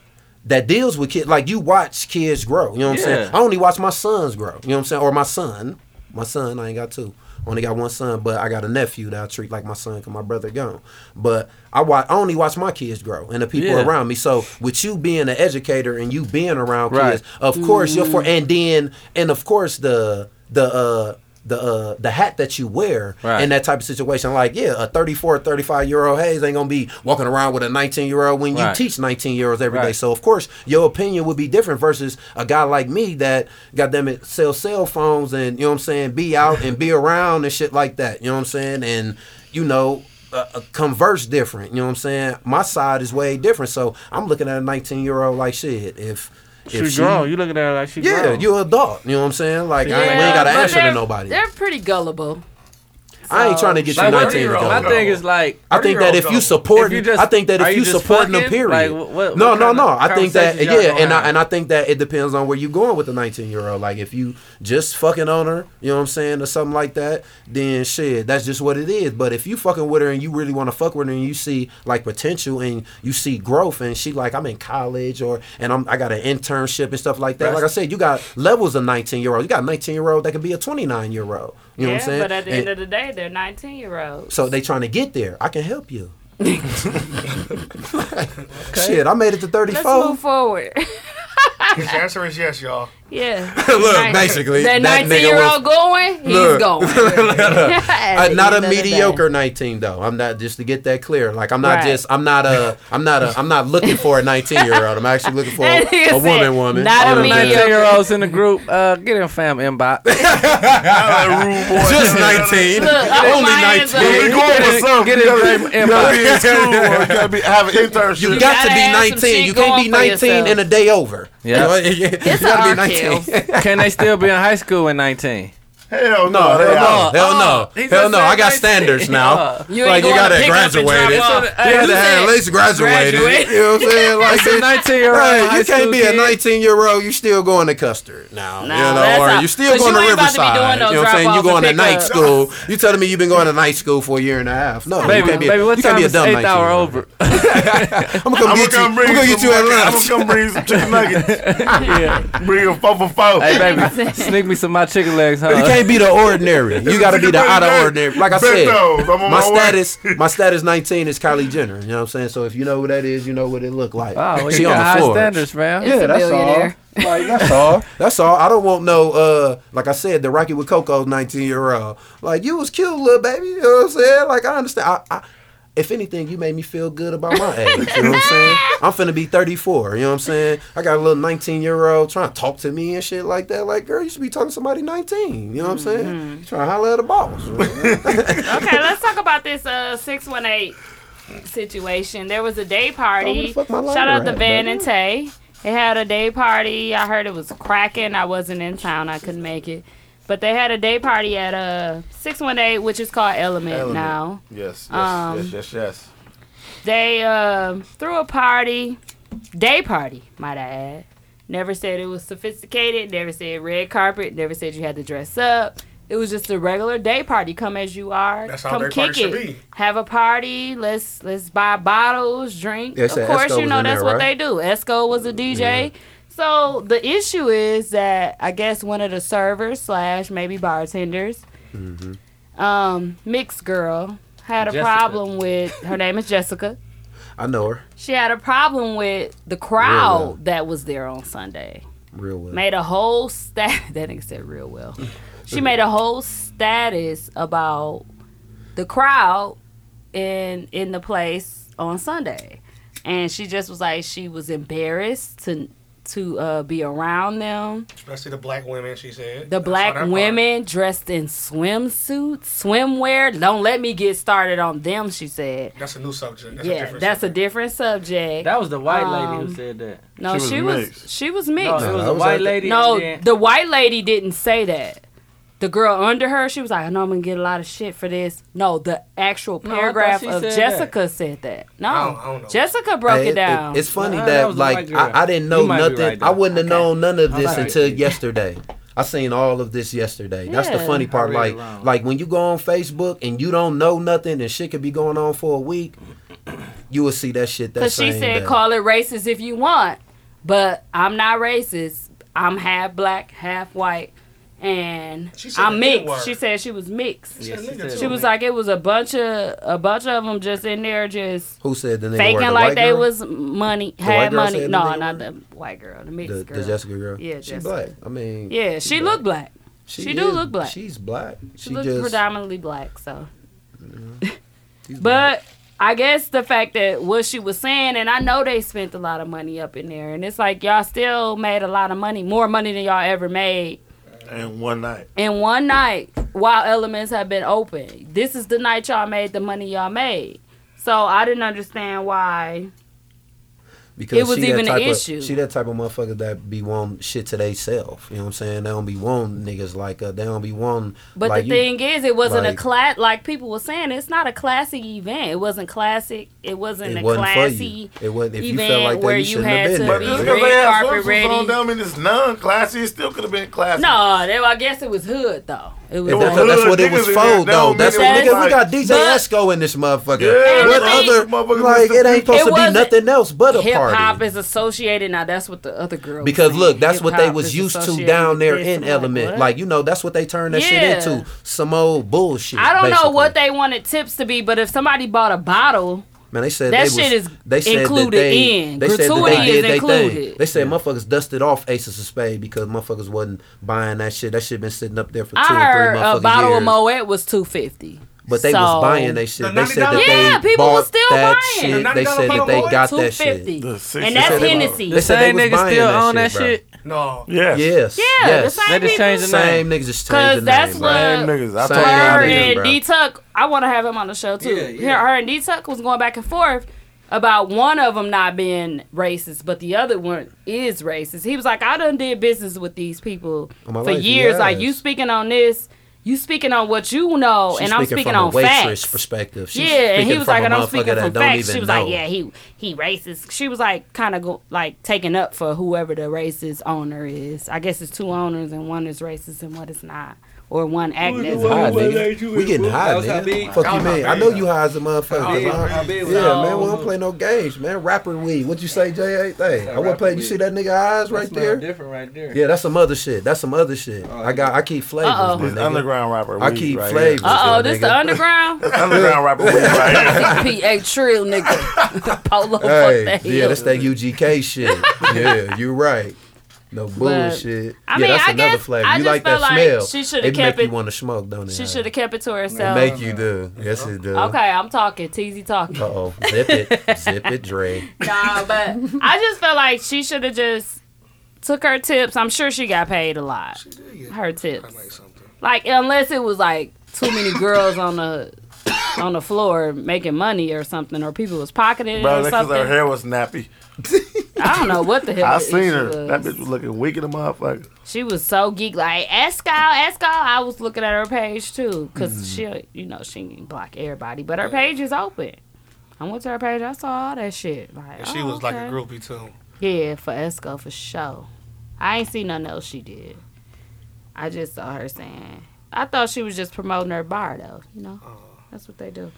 Speaker 8: that deals with kids. Like you watch kids grow. You know what I'm saying?
Speaker 1: Yeah.
Speaker 8: I only watch my sons grow. You know what I'm saying? Or my son, my son. I ain't got two. Only got one son, but I got a nephew that I treat like my son because my brother gone. But I watch. I only watch my kids grow and the people
Speaker 1: Yeah.
Speaker 8: around me. So with you being an educator and you being around
Speaker 1: Right.
Speaker 8: kids, of course you're
Speaker 1: Mm.
Speaker 8: for. And then and of course the the uh the uh the hat that you wear
Speaker 1: Right.
Speaker 8: in that type of situation. Like, yeah, a 34, 35 year old Hayes ain't gonna be walking around with a 19 year old when you
Speaker 1: Right.
Speaker 8: teach 19 year olds every day.
Speaker 1: Right.
Speaker 8: So, of course, your opinion would be different versus a guy like me that, goddamn it, sell cell phones and, you know what I'm saying, be out and be around and shit like that. You know what I'm saying? And, you know, uh, uh, converse different. You know what I'm saying? My side is way different. So, I'm looking at a 19 year old like shit. If, if she,
Speaker 1: You looking at her like she
Speaker 8: yeah, you're an adult. You know what I'm saying? Like, I, we ain't
Speaker 3: Yeah,
Speaker 8: got to
Speaker 3: but
Speaker 8: answer to
Speaker 3: they're-
Speaker 8: nobody.
Speaker 3: They're pretty gullible.
Speaker 8: I ain't trying to get you 19 to go.
Speaker 9: My thing is like,
Speaker 8: I think that if you support, I think that
Speaker 9: are
Speaker 8: if you,
Speaker 9: just
Speaker 8: supporting them,
Speaker 9: fucking?
Speaker 8: period.
Speaker 9: Like, what, what
Speaker 8: no,
Speaker 9: kind
Speaker 8: no,
Speaker 9: of
Speaker 8: no. I think that
Speaker 9: conversations y'all
Speaker 8: yeah,
Speaker 9: gonna
Speaker 8: and
Speaker 9: have?
Speaker 8: I and I think that it depends on where you going with the 19 year old. Like if you just fucking on her, you know what I'm saying, or something like that, then shit, that's just what it is. But if you fucking with her and you really want to fuck with her and you see like potential and you see growth and she like I'm in college or and I'm I got an internship and stuff like that.
Speaker 11: Right.
Speaker 8: Like I said, you got levels of 19 year old. You got 19 year old that can be a 29 year old. You know what I'm saying?
Speaker 3: But at the
Speaker 8: And-
Speaker 3: end of the day, they're 19 year olds.
Speaker 8: so they trying to get there. I can help you. Shit, I made it to
Speaker 3: Let's
Speaker 8: 34.
Speaker 3: move forward.
Speaker 4: His answer is yes, y'all.
Speaker 3: Yeah.
Speaker 8: Look, basically,
Speaker 3: that
Speaker 8: that
Speaker 3: 19
Speaker 8: nigga
Speaker 3: year
Speaker 8: was-
Speaker 3: old going, he's
Speaker 8: Look.
Speaker 3: going.
Speaker 8: Uh, not a
Speaker 3: Another day.
Speaker 8: mediocre 19 though. I'm not just to get that clear. Like I'm not
Speaker 3: Right.
Speaker 8: just I'm not a I'm not a I'm not looking for a 19 year old. I'm actually looking for
Speaker 9: That nigga
Speaker 8: a,
Speaker 9: said,
Speaker 8: woman woman.
Speaker 9: not a
Speaker 8: All them
Speaker 9: mediocre.
Speaker 8: things.
Speaker 9: year olds in the group, uh, get in fam inbox.
Speaker 8: Just 19.
Speaker 9: Look, I'm
Speaker 8: Only
Speaker 9: lying,
Speaker 8: 19.
Speaker 9: though. You gotta-
Speaker 12: Get
Speaker 9: Get
Speaker 12: it, gotta,
Speaker 9: it, Drake,
Speaker 12: you
Speaker 9: and
Speaker 12: gotta
Speaker 9: Mike.
Speaker 12: be in school or you gotta be have an internship.
Speaker 8: You got to be 19. You can't be 19 in a day over.
Speaker 9: Yeah.
Speaker 8: You, know, you
Speaker 9: It's
Speaker 8: gotta be
Speaker 9: our
Speaker 8: 19.
Speaker 9: Can they still be in high school in 19?
Speaker 12: Hell
Speaker 1: Uh,
Speaker 8: No, hell no, hell
Speaker 3: Oh,
Speaker 8: no,
Speaker 9: He
Speaker 8: hell
Speaker 9: just
Speaker 8: no.
Speaker 9: said
Speaker 8: I got
Speaker 9: 19.
Speaker 8: standards now.
Speaker 9: You
Speaker 8: like you
Speaker 9: ain't going to
Speaker 8: gotta
Speaker 9: pick up and
Speaker 8: graduate. You
Speaker 9: drop off.
Speaker 8: had to have at least graduated.
Speaker 9: Graduate.
Speaker 8: You know what I'm saying? Like
Speaker 9: It's a 19-year-old
Speaker 8: Right,
Speaker 9: high
Speaker 8: you can't
Speaker 9: school
Speaker 8: be a
Speaker 9: kid.
Speaker 8: 19 year old. You still going to Custard now.
Speaker 3: No,
Speaker 8: you
Speaker 3: that's
Speaker 8: know, or
Speaker 3: not-
Speaker 8: you still
Speaker 3: 'cause
Speaker 8: going
Speaker 3: you
Speaker 8: to
Speaker 3: ain't about to be
Speaker 8: Riverside.
Speaker 3: doing no
Speaker 8: you know what I'm saying? You
Speaker 3: drop-off
Speaker 8: going
Speaker 3: and
Speaker 8: to night
Speaker 3: pick-up.
Speaker 8: school. You telling me you've been going to night school for a year and a half? No, you
Speaker 9: Baby,
Speaker 8: can't be.
Speaker 9: baby, what
Speaker 8: you can't
Speaker 9: time
Speaker 8: be a
Speaker 9: is
Speaker 8: dumb
Speaker 9: eighth
Speaker 8: 19
Speaker 9: hour
Speaker 8: year old.
Speaker 9: over?
Speaker 8: I'm gonna come get you. I'm gonna get you at
Speaker 12: I'm
Speaker 8: lunch.
Speaker 12: gonna bring some chicken nuggets.
Speaker 9: yeah.
Speaker 12: Bring a four for four.
Speaker 9: Hey, baby, sneak me some of my chicken legs, huh?
Speaker 8: You can't be the Oh, ordinary. You got to be the out of ordinary. Like I said,
Speaker 12: Bentos, I'm on
Speaker 8: my
Speaker 12: my way.
Speaker 8: status, my status 19 is Kylie Jenner. You know what I'm saying? So if you know who that is, you know what it look like.
Speaker 9: Oh, well,
Speaker 8: she
Speaker 9: you
Speaker 8: on
Speaker 9: got
Speaker 8: the
Speaker 9: high
Speaker 8: floor.
Speaker 9: standards, man.
Speaker 8: Yeah, that's all. Like, that's all. That's all. I don't want no. uh Like I said, the Rocky with Coco's 19 year old. Like you was cute, little baby. You know what I'm saying? Like I understand. I, I, if anything, you made me feel good about my age. You know what I'm saying? I'm finna be 34. You know what I'm saying? I got a little 19 year old trying to talk to me and shit like that. Like, girl, you should be talking to somebody 19. You know what I'm saying? You trying to holler at a boss.
Speaker 3: okay, let's talk about this uh, 618 situation. There was a day
Speaker 8: Oh, where
Speaker 3: party.
Speaker 8: the fuck my lighter
Speaker 3: Shout out to
Speaker 8: at,
Speaker 3: Van
Speaker 8: baby?
Speaker 3: and Tay. They had a day party. I heard it was cracking. I wasn't in town. I couldn't make it. But they had a day party at uh, 618, which is called Element,
Speaker 12: Element.
Speaker 3: now.
Speaker 12: Yes, yes,
Speaker 3: Um,
Speaker 12: yes, yes, yes.
Speaker 3: They um threw a party, day party, might I add. Never said it was sophisticated. Never said red carpet. Never said you had to dress up. It was just a regular day party. Come as you are.
Speaker 4: That's how
Speaker 3: Come
Speaker 4: day
Speaker 3: kick
Speaker 4: parties
Speaker 3: it.
Speaker 4: should be.
Speaker 3: Have a party. Let's let's buy bottles, drink.
Speaker 8: They
Speaker 3: of
Speaker 8: said
Speaker 3: course,
Speaker 8: Esco
Speaker 3: you
Speaker 8: was
Speaker 3: know
Speaker 8: in
Speaker 3: that's
Speaker 8: there,
Speaker 3: what
Speaker 8: right?
Speaker 3: they do. Esco was a DJ. So the issue is that I guess one of the servers slash maybe bartenders
Speaker 13: Mm-hmm.
Speaker 3: um, mixed girl had a
Speaker 8: Jessica.
Speaker 3: problem with her name is Jessica.
Speaker 8: I know her
Speaker 3: She had a problem with the crowd that was there on Sunday.
Speaker 8: real well.
Speaker 3: Made a whole stat. That nigga said real well. she made a whole status about the crowd in in the place on Sunday, and she just was like she was embarrassed to to uh, be around them.
Speaker 4: Especially the black women, she said. I saw
Speaker 3: The
Speaker 4: that
Speaker 3: black
Speaker 4: part.
Speaker 3: women dressed in swimsuits, swimwear. Don't let me get started on them, she said.
Speaker 4: That's a new subject. That's a
Speaker 3: yeah,
Speaker 4: different
Speaker 3: that's a different subject.
Speaker 9: That was the white lady
Speaker 3: Um,
Speaker 9: who said that.
Speaker 3: No, she was she was mixed.
Speaker 9: No, it was a white lady.
Speaker 3: No,
Speaker 9: and then-
Speaker 3: the white lady didn't say that. The girl under her, she was like, "I know I'm gonna get a lot of shit for this." No, the actual
Speaker 9: No, I thought
Speaker 3: paragraph
Speaker 9: she
Speaker 3: of
Speaker 9: said
Speaker 3: Jessica said that. No,
Speaker 9: I don't- I don't know.
Speaker 3: Jessica broke
Speaker 8: Hey,
Speaker 3: it, down.
Speaker 8: it's funny
Speaker 3: Nah,
Speaker 8: that,
Speaker 3: was a white
Speaker 8: like
Speaker 3: girl.
Speaker 8: I, I didn't
Speaker 9: You
Speaker 8: know
Speaker 9: might be
Speaker 8: nothing.
Speaker 9: right, though.
Speaker 8: I wouldn't have known none of
Speaker 9: I
Speaker 8: this
Speaker 9: might
Speaker 8: until yesterday. I seen all of this yesterday. That's the
Speaker 9: Yeah.
Speaker 8: funny part.
Speaker 9: I read
Speaker 8: Like,
Speaker 9: it wrong.
Speaker 8: like when you go on Facebook and you don't know nothing, and shit could be going on for a week. You will see that shit. That
Speaker 3: Because she
Speaker 8: same
Speaker 3: said,
Speaker 8: day.
Speaker 3: call it racist if you want, but I'm not racist. I'm half black, half white, and
Speaker 2: said
Speaker 3: I'm
Speaker 2: the
Speaker 3: mixed.
Speaker 2: N-word.
Speaker 3: She said she was mixed.
Speaker 8: She said Yeah, she nigga
Speaker 3: she
Speaker 8: too.
Speaker 3: was like, it was a bunch of a bunch of them just in there, just
Speaker 8: Who said the nigga word?
Speaker 3: faking
Speaker 8: The
Speaker 3: like
Speaker 8: white
Speaker 3: they
Speaker 8: girl?
Speaker 3: was money,
Speaker 8: The white
Speaker 3: had
Speaker 8: girl
Speaker 3: money.
Speaker 8: said the
Speaker 3: No,
Speaker 8: nigga
Speaker 3: not the white girl, the mixed
Speaker 8: the,
Speaker 3: girl,
Speaker 8: the Jessica girl.
Speaker 3: Yeah,
Speaker 8: she
Speaker 3: Jessica.
Speaker 8: black. I mean,
Speaker 3: Yeah, she looked black. She, do
Speaker 8: is-
Speaker 3: look black.
Speaker 8: She's black.
Speaker 3: She,
Speaker 8: She
Speaker 3: looks
Speaker 8: just Mm-hmm.
Speaker 3: predominantly black, so. But I guess the fact that what she was saying, and I know they spent a lot of money up in there, and it's like y'all still made a lot of money, more money than y'all ever made
Speaker 12: And one night.
Speaker 3: in one night while elements have been open. This is the night y'all made the money y'all made. So I didn't understand why
Speaker 8: Because
Speaker 3: It was
Speaker 8: she that
Speaker 3: even an
Speaker 8: type of-
Speaker 3: issue.
Speaker 8: She that type of motherfucker that be wanting shit to they self. You know what I'm saying? They don't be wanting niggas like uh, they don't be wanting.
Speaker 3: But
Speaker 8: like
Speaker 3: the
Speaker 8: you.
Speaker 3: thing is, it wasn't
Speaker 8: like-
Speaker 3: a class like people were saying. It's not a classic event. It wasn't classic. It wasn't a
Speaker 8: It wasn't for
Speaker 3: classy
Speaker 8: you. It wasn't- if you felt
Speaker 3: event
Speaker 8: like that,
Speaker 3: where
Speaker 8: you
Speaker 3: you
Speaker 8: shouldn't have
Speaker 3: had
Speaker 8: been
Speaker 3: to
Speaker 8: there.
Speaker 3: be
Speaker 8: But
Speaker 12: Just because they
Speaker 3: red
Speaker 12: had
Speaker 3: carpet
Speaker 12: swimsuits on,
Speaker 3: ready.
Speaker 12: don't mean it's non-classy. It still could have been classy.
Speaker 3: No, they, I guess it was hood though. It was
Speaker 8: And that's,
Speaker 12: Hood
Speaker 8: that's what it
Speaker 12: niggas
Speaker 8: was
Speaker 12: in
Speaker 8: for,
Speaker 12: there, they
Speaker 8: though.
Speaker 12: don't
Speaker 8: That's what,
Speaker 3: make it
Speaker 8: nigga, we
Speaker 12: right.
Speaker 8: got DJ
Speaker 3: But-
Speaker 8: Esco in this motherfucker.
Speaker 12: Yeah,
Speaker 8: what
Speaker 3: and
Speaker 8: other
Speaker 12: the thing-
Speaker 8: like it ain't supposed
Speaker 3: It
Speaker 8: to be
Speaker 3: wasn't-
Speaker 8: nothing else but a
Speaker 3: Hip hop
Speaker 8: party.
Speaker 3: is associated now. That's what the other girl. was
Speaker 8: Because
Speaker 3: saying.
Speaker 8: look, that's what they
Speaker 3: Hip-hop
Speaker 8: was
Speaker 3: is
Speaker 8: used to
Speaker 3: associated
Speaker 8: down
Speaker 3: with
Speaker 8: there
Speaker 3: this.
Speaker 8: in
Speaker 3: I'm
Speaker 8: Element.
Speaker 3: what?
Speaker 8: Like you know, that's what they turned that
Speaker 3: Yeah.
Speaker 8: shit into. Some old bullshit.
Speaker 3: I don't know
Speaker 8: basically.
Speaker 3: what they wanted tips to be, but if somebody bought a bottle,
Speaker 8: Man, they said
Speaker 3: That
Speaker 8: they was-
Speaker 3: shit is
Speaker 8: they said that
Speaker 3: included
Speaker 8: they,
Speaker 3: in.
Speaker 8: They
Speaker 3: Gratuity
Speaker 8: said that they
Speaker 3: is
Speaker 8: did they thing.
Speaker 3: included.
Speaker 8: They said motherfuckers dusted off Aces of Spade because motherfuckers wasn't buying that shit. That shit been sitting up there for two
Speaker 3: I
Speaker 8: or
Speaker 3: heard
Speaker 8: three motherfucking
Speaker 3: a uh, bottle
Speaker 8: years.
Speaker 3: of Moet was two fifty.
Speaker 8: but they was buying that shit. They said that
Speaker 4: $90
Speaker 8: they
Speaker 3: Yeah, people
Speaker 8: bought
Speaker 3: was still
Speaker 8: that
Speaker 3: buying.
Speaker 8: shit. They
Speaker 4: $90
Speaker 8: said that they
Speaker 4: bottle of
Speaker 8: got
Speaker 3: two
Speaker 8: that
Speaker 3: fifty,
Speaker 8: shit.
Speaker 12: The six-
Speaker 3: and
Speaker 12: they
Speaker 3: that's
Speaker 12: said they-
Speaker 3: Hennessy.
Speaker 8: They
Speaker 9: The
Speaker 8: said they
Speaker 9: same
Speaker 8: was
Speaker 9: nigga
Speaker 8: buying
Speaker 9: still
Speaker 8: that shit,
Speaker 9: own that
Speaker 8: bro.
Speaker 9: shit.
Speaker 4: No.
Speaker 12: Yes.
Speaker 8: Yes.
Speaker 3: Yeah, the
Speaker 8: yes.
Speaker 9: They
Speaker 3: same
Speaker 9: just
Speaker 3: people.
Speaker 9: changed the name.
Speaker 8: Same niggas just
Speaker 3: Cause
Speaker 8: changing
Speaker 3: that's
Speaker 8: name,
Speaker 3: what
Speaker 8: bro.
Speaker 12: Same niggas. I
Speaker 8: Same
Speaker 12: told you
Speaker 3: her
Speaker 8: niggas,
Speaker 12: about
Speaker 8: name,
Speaker 3: and
Speaker 8: bro.
Speaker 3: D Tuck. I want to have him on the show too.
Speaker 9: Yeah, yeah.
Speaker 3: Her- Her and D Tuck was going back and forth about one of them not being racist, but the other one is racist. He was like, "I done did business with these people
Speaker 8: All Oh, my
Speaker 3: for
Speaker 8: life,
Speaker 3: years.
Speaker 8: yes.
Speaker 3: Like you speaking on this." You speaking on what you know,
Speaker 8: She's
Speaker 3: Oh, and I'm speaking on
Speaker 8: from a waitress
Speaker 3: facts.
Speaker 8: perspective. She's
Speaker 3: yeah, and he
Speaker 8: speaking
Speaker 3: was
Speaker 8: from
Speaker 3: like,
Speaker 8: a
Speaker 3: and I'm
Speaker 8: motherfucker
Speaker 3: speaking
Speaker 8: that
Speaker 3: from
Speaker 8: don't
Speaker 3: facts. She
Speaker 8: even
Speaker 3: was
Speaker 8: know.
Speaker 3: like, yeah, he he racist. She was like, kind of go like taking up for whoever the racist owner is. I guess it's two owners, and one is racist and one is not, or one acting as a
Speaker 8: High,
Speaker 9: Who was
Speaker 8: nigga.
Speaker 9: that you
Speaker 8: We
Speaker 9: was
Speaker 8: getting
Speaker 9: with?
Speaker 8: high,
Speaker 9: That was how
Speaker 8: nigga.
Speaker 9: big-
Speaker 8: Fuck you,
Speaker 4: was how
Speaker 8: man. I
Speaker 4: big.
Speaker 8: know you high as a
Speaker 9: How big-
Speaker 8: motherfucker.
Speaker 9: how
Speaker 8: man.
Speaker 9: big was
Speaker 8: Yeah,
Speaker 9: that?
Speaker 8: man. We don't play no games, man. Rapper weed. What you say, J? Hey, I would play. You see that nigga eyes right
Speaker 9: Smell
Speaker 8: there?
Speaker 9: Different right there.
Speaker 8: Yeah, that's some other shit. That's some other shit.
Speaker 9: Oh,
Speaker 8: I got. I keep flavors,
Speaker 3: Uh-oh.
Speaker 8: my
Speaker 12: This
Speaker 8: nigga.
Speaker 12: underground rapper.
Speaker 8: I
Speaker 12: weed
Speaker 8: keep
Speaker 12: right
Speaker 8: flavors.
Speaker 12: Here.
Speaker 3: Uh oh,
Speaker 8: my
Speaker 3: this
Speaker 8: nigga.
Speaker 3: the underground
Speaker 12: Underground rapper. Weed right here.
Speaker 3: PA trill nigga. Polo
Speaker 8: Hey,
Speaker 3: fuck the
Speaker 8: yeah,
Speaker 3: hell.
Speaker 8: that's that UGK shit. yeah, you right. No bullshit.
Speaker 3: I
Speaker 8: yeah,
Speaker 3: mean,
Speaker 8: that's
Speaker 3: I
Speaker 8: another
Speaker 3: guess-
Speaker 8: flavor.
Speaker 3: I
Speaker 8: you
Speaker 3: just
Speaker 8: like that
Speaker 3: felt like
Speaker 8: smell?
Speaker 3: she shoulda
Speaker 8: It
Speaker 3: kept
Speaker 8: make
Speaker 3: it-
Speaker 8: you want to smoke, don't it?
Speaker 3: She
Speaker 8: huh?
Speaker 3: should have kept it to
Speaker 8: It
Speaker 3: herself.
Speaker 8: make you do. Yes, it do.
Speaker 3: okay, I'm talking. Teasy talking.
Speaker 8: Uh oh, zip it, zip it, Dre.
Speaker 3: nah, but I just felt like she should have just took her tips. I'm sure she got paid a lot. Her tips.
Speaker 4: Like something.
Speaker 3: Like unless it was like too many girls on the on the floor making money or something, or people was pocketing it
Speaker 12: Bro,
Speaker 3: or
Speaker 12: because her
Speaker 3: something.
Speaker 12: hair was nappy.
Speaker 3: I don't know what the hell.
Speaker 12: I
Speaker 3: the
Speaker 12: seen
Speaker 3: issue
Speaker 12: her.
Speaker 3: was.
Speaker 12: That bitch was looking weak in the motherfucker.
Speaker 3: She was so geek, like Escal, Escal. I was looking at her page too, cause
Speaker 12: Mm-hmm.
Speaker 3: she, you know, she can block everybody, but her page is open. I went to her page. I saw all that shit. Like
Speaker 4: And she
Speaker 3: oh,
Speaker 4: was like a
Speaker 3: okay.
Speaker 4: groupie too.
Speaker 3: Yeah, for Esco for sure. I ain't seen nothing else she did. I just saw her saying. I thought she was just promoting her bar though. You know, that's what they do.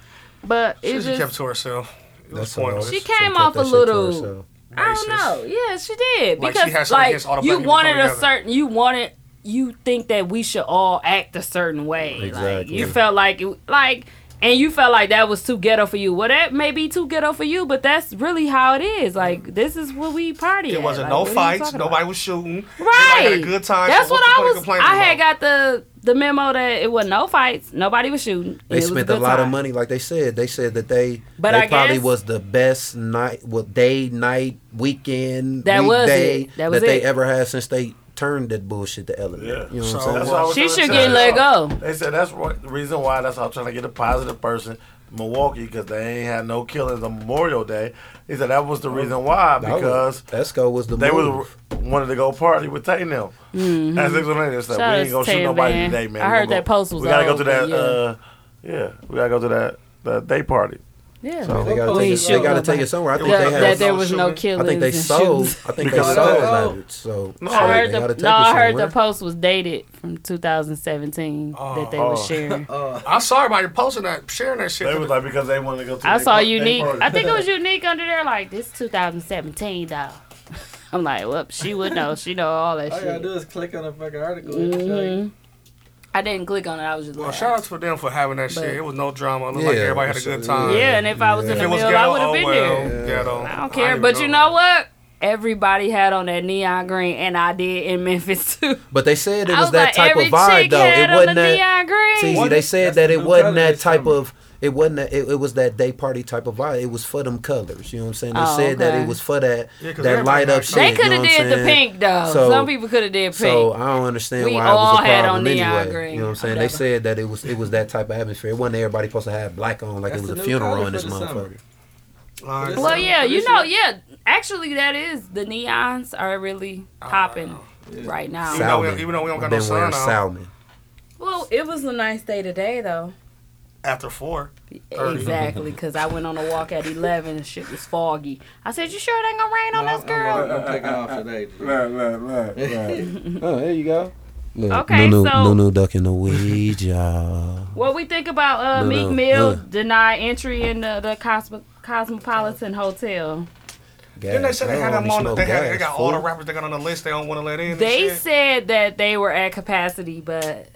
Speaker 3: But
Speaker 4: Oh. She
Speaker 3: it
Speaker 4: just kept
Speaker 3: just,
Speaker 4: to herself. It was
Speaker 8: That's all.
Speaker 4: pointless.
Speaker 3: she
Speaker 8: She
Speaker 3: came
Speaker 8: kept
Speaker 3: off a
Speaker 8: that shit to
Speaker 3: little.
Speaker 8: herself.
Speaker 3: I don't know. Yeah, she did
Speaker 4: Like, she
Speaker 3: because
Speaker 4: had something
Speaker 3: like,
Speaker 4: against all the
Speaker 3: you
Speaker 4: black people
Speaker 3: wanted a
Speaker 4: together.
Speaker 3: certain. You wanted. You think that we should all act a certain way. Like,
Speaker 8: Exactly.
Speaker 3: you felt like it, like, and you felt like that was too ghetto for you. Well, that may be too ghetto for you, but that's really how it is. Like this is what we party.
Speaker 4: Mm. It
Speaker 3: at.
Speaker 4: wasn't
Speaker 3: Like,
Speaker 4: no
Speaker 3: what are you
Speaker 4: fights.
Speaker 3: talking about?
Speaker 4: Nobody was shooting.
Speaker 3: Right.
Speaker 4: Everybody had a good time.
Speaker 3: That's
Speaker 4: so
Speaker 3: what,
Speaker 4: what's the point of complaining
Speaker 3: I was. I had
Speaker 4: about?
Speaker 3: got the the memo that it wasn't no fights. Nobody was shooting. and
Speaker 8: They
Speaker 3: it was
Speaker 8: spent a,
Speaker 3: good
Speaker 8: lot of
Speaker 3: time.
Speaker 8: money, like they said. They said that they,
Speaker 3: But
Speaker 8: they
Speaker 3: I
Speaker 8: probably
Speaker 3: guess-
Speaker 8: was the best night, well, day, night, weekend,
Speaker 3: That was
Speaker 8: weekday
Speaker 3: it. That was
Speaker 8: they
Speaker 3: it.
Speaker 8: ever had since they turned that bullshit to element.
Speaker 12: Yeah.
Speaker 8: You know
Speaker 4: So,
Speaker 8: what I'm
Speaker 12: That's
Speaker 8: saying?
Speaker 12: what I was
Speaker 3: She
Speaker 12: trying to
Speaker 3: should
Speaker 12: tell
Speaker 3: get
Speaker 12: you.
Speaker 3: let go.
Speaker 12: They said that's why- the reason why. That's how I'm trying to get a positive person. Milwaukee, because they ain't had no killings on Memorial Day. He said that was the reason why
Speaker 8: That was-
Speaker 12: because
Speaker 8: Esco was the
Speaker 12: they
Speaker 8: move.
Speaker 12: was wanted to go party with Tay now. That's exactly what they said.
Speaker 3: Mm-hmm. Shout
Speaker 12: we
Speaker 3: out
Speaker 12: ain't gonna
Speaker 3: to
Speaker 12: shoot
Speaker 3: Tay,
Speaker 12: nobody
Speaker 3: man.
Speaker 12: today, man.
Speaker 3: I
Speaker 12: We
Speaker 3: heard
Speaker 12: gonna
Speaker 3: that
Speaker 12: go-
Speaker 3: post was
Speaker 12: We gotta go to
Speaker 3: over,
Speaker 12: that.
Speaker 3: yeah.
Speaker 12: Uh, yeah, we gotta go to that that day party.
Speaker 3: Yeah.
Speaker 8: they gotta
Speaker 3: We
Speaker 8: take,
Speaker 3: ain't
Speaker 8: it, they
Speaker 3: shooting
Speaker 8: gotta take
Speaker 3: nobody.
Speaker 8: it somewhere. I think
Speaker 3: that,
Speaker 8: they
Speaker 3: that
Speaker 8: had.
Speaker 3: there was no
Speaker 4: I
Speaker 3: killings.
Speaker 8: I think they
Speaker 3: and
Speaker 8: sold.
Speaker 3: shootings.
Speaker 8: I think they
Speaker 12: Because-
Speaker 8: sold
Speaker 9: Oh.
Speaker 8: that. So
Speaker 12: No,
Speaker 3: I
Speaker 8: shit, they
Speaker 3: heard
Speaker 8: gotta
Speaker 3: the
Speaker 8: take
Speaker 3: no. I
Speaker 8: it
Speaker 3: heard the
Speaker 8: somewhere.
Speaker 3: post was dated from 2017 that they
Speaker 12: Oh.
Speaker 3: was sharing.
Speaker 4: I saw everybody posting that, sharing that shit.
Speaker 12: They was like because they wanted to go. to
Speaker 3: I
Speaker 12: that
Speaker 3: saw
Speaker 12: par- that
Speaker 3: unique.
Speaker 12: party.
Speaker 3: I think it was unique under there. Like this 2017 though. I'm like, well, she would know. She know all that
Speaker 9: All you gotta do
Speaker 3: shit. Mm-hmm.
Speaker 9: is click on the fucking article.
Speaker 3: I didn't click on it. I was just
Speaker 4: well,
Speaker 3: like,
Speaker 4: shout out to them for having that shit. It was no drama. It looked like
Speaker 8: Yeah,
Speaker 4: everybody had a good
Speaker 8: absolutely.
Speaker 4: time.
Speaker 3: yeah. And if I was
Speaker 8: Yeah.
Speaker 4: If
Speaker 3: in the
Speaker 4: it was
Speaker 3: middle,
Speaker 4: ghetto,
Speaker 3: I would
Speaker 4: oh
Speaker 3: have been there.
Speaker 4: well, ghetto.
Speaker 3: I don't
Speaker 4: I
Speaker 3: care.
Speaker 4: didn't
Speaker 3: but
Speaker 4: know.
Speaker 3: you know what? Everybody had on that neon green, and I did in Memphis too.
Speaker 8: But they said it
Speaker 3: I
Speaker 8: was, that
Speaker 3: like,
Speaker 8: type
Speaker 3: every
Speaker 8: of vibe,
Speaker 3: chick
Speaker 8: though.
Speaker 3: Had
Speaker 8: It
Speaker 3: on
Speaker 8: wasn't
Speaker 3: the
Speaker 8: that.
Speaker 3: neon green.
Speaker 8: TZ,
Speaker 9: What?
Speaker 8: they said
Speaker 9: That's
Speaker 8: that
Speaker 9: the
Speaker 8: it
Speaker 9: new
Speaker 8: wasn't
Speaker 9: color
Speaker 8: that
Speaker 9: this
Speaker 8: type
Speaker 9: summer.
Speaker 8: of it wasn't that, it, it was that day party type of vibe. It was for them colors. You know what I'm saying? They
Speaker 3: Oh,
Speaker 8: said that
Speaker 3: okay.
Speaker 8: it was for that
Speaker 4: Yeah, 'cause
Speaker 8: that
Speaker 4: everybody
Speaker 8: light up
Speaker 4: had
Speaker 8: shit.
Speaker 3: They
Speaker 8: you
Speaker 3: could
Speaker 8: know
Speaker 3: have
Speaker 8: what I'm
Speaker 3: did the
Speaker 8: saying?
Speaker 3: pink though.
Speaker 8: So-
Speaker 3: Some people could have did pink.
Speaker 8: So I don't understand
Speaker 3: We
Speaker 8: why it was
Speaker 3: all
Speaker 8: a
Speaker 3: had
Speaker 8: problem
Speaker 3: on neon
Speaker 8: anyway.
Speaker 3: green,
Speaker 8: You know what I'm saying? They
Speaker 3: whatever.
Speaker 8: said that it was it was that type of atmosphere. It wasn't everybody supposed to have black on like
Speaker 9: That's
Speaker 8: it was
Speaker 9: the
Speaker 8: a
Speaker 9: new
Speaker 8: funeral
Speaker 9: color
Speaker 8: in
Speaker 9: for
Speaker 8: this
Speaker 9: the summer.
Speaker 8: motherfucker.
Speaker 4: All right.
Speaker 3: well, yeah, you know, yeah. actually, that is the neons are really popping right now.
Speaker 4: Oh, Even though we- even though we don't got no
Speaker 8: Been wearing
Speaker 4: sun out.
Speaker 8: salmon.
Speaker 3: Well, it was a nice day today, though.
Speaker 4: After four.
Speaker 3: Exactly, because I went on a walk at 11 and shit was foggy. I said, You sure it ain't gonna rain on this girl?
Speaker 1: I'm taking off today.
Speaker 12: Look, look, look, look.
Speaker 8: Oh, there you go. Look,
Speaker 3: Okay,
Speaker 8: Nunu,
Speaker 3: so-
Speaker 8: Nunu ducking the weed, y'all.
Speaker 3: What we think about uh,
Speaker 8: No,
Speaker 3: Meek
Speaker 8: no,
Speaker 3: Mill
Speaker 8: uh.
Speaker 3: deny entry in the, the Cosmo- Cosmopolitan Hotel?
Speaker 4: Then they said they had
Speaker 8: Gas.
Speaker 4: them on.
Speaker 8: Only
Speaker 4: the- They,
Speaker 8: smoke
Speaker 4: had, they
Speaker 8: gas,
Speaker 4: got all the
Speaker 8: fool.
Speaker 4: rappers they got on the list. They don't want to let in. and
Speaker 3: They
Speaker 4: shit.
Speaker 3: said that they were at capacity, but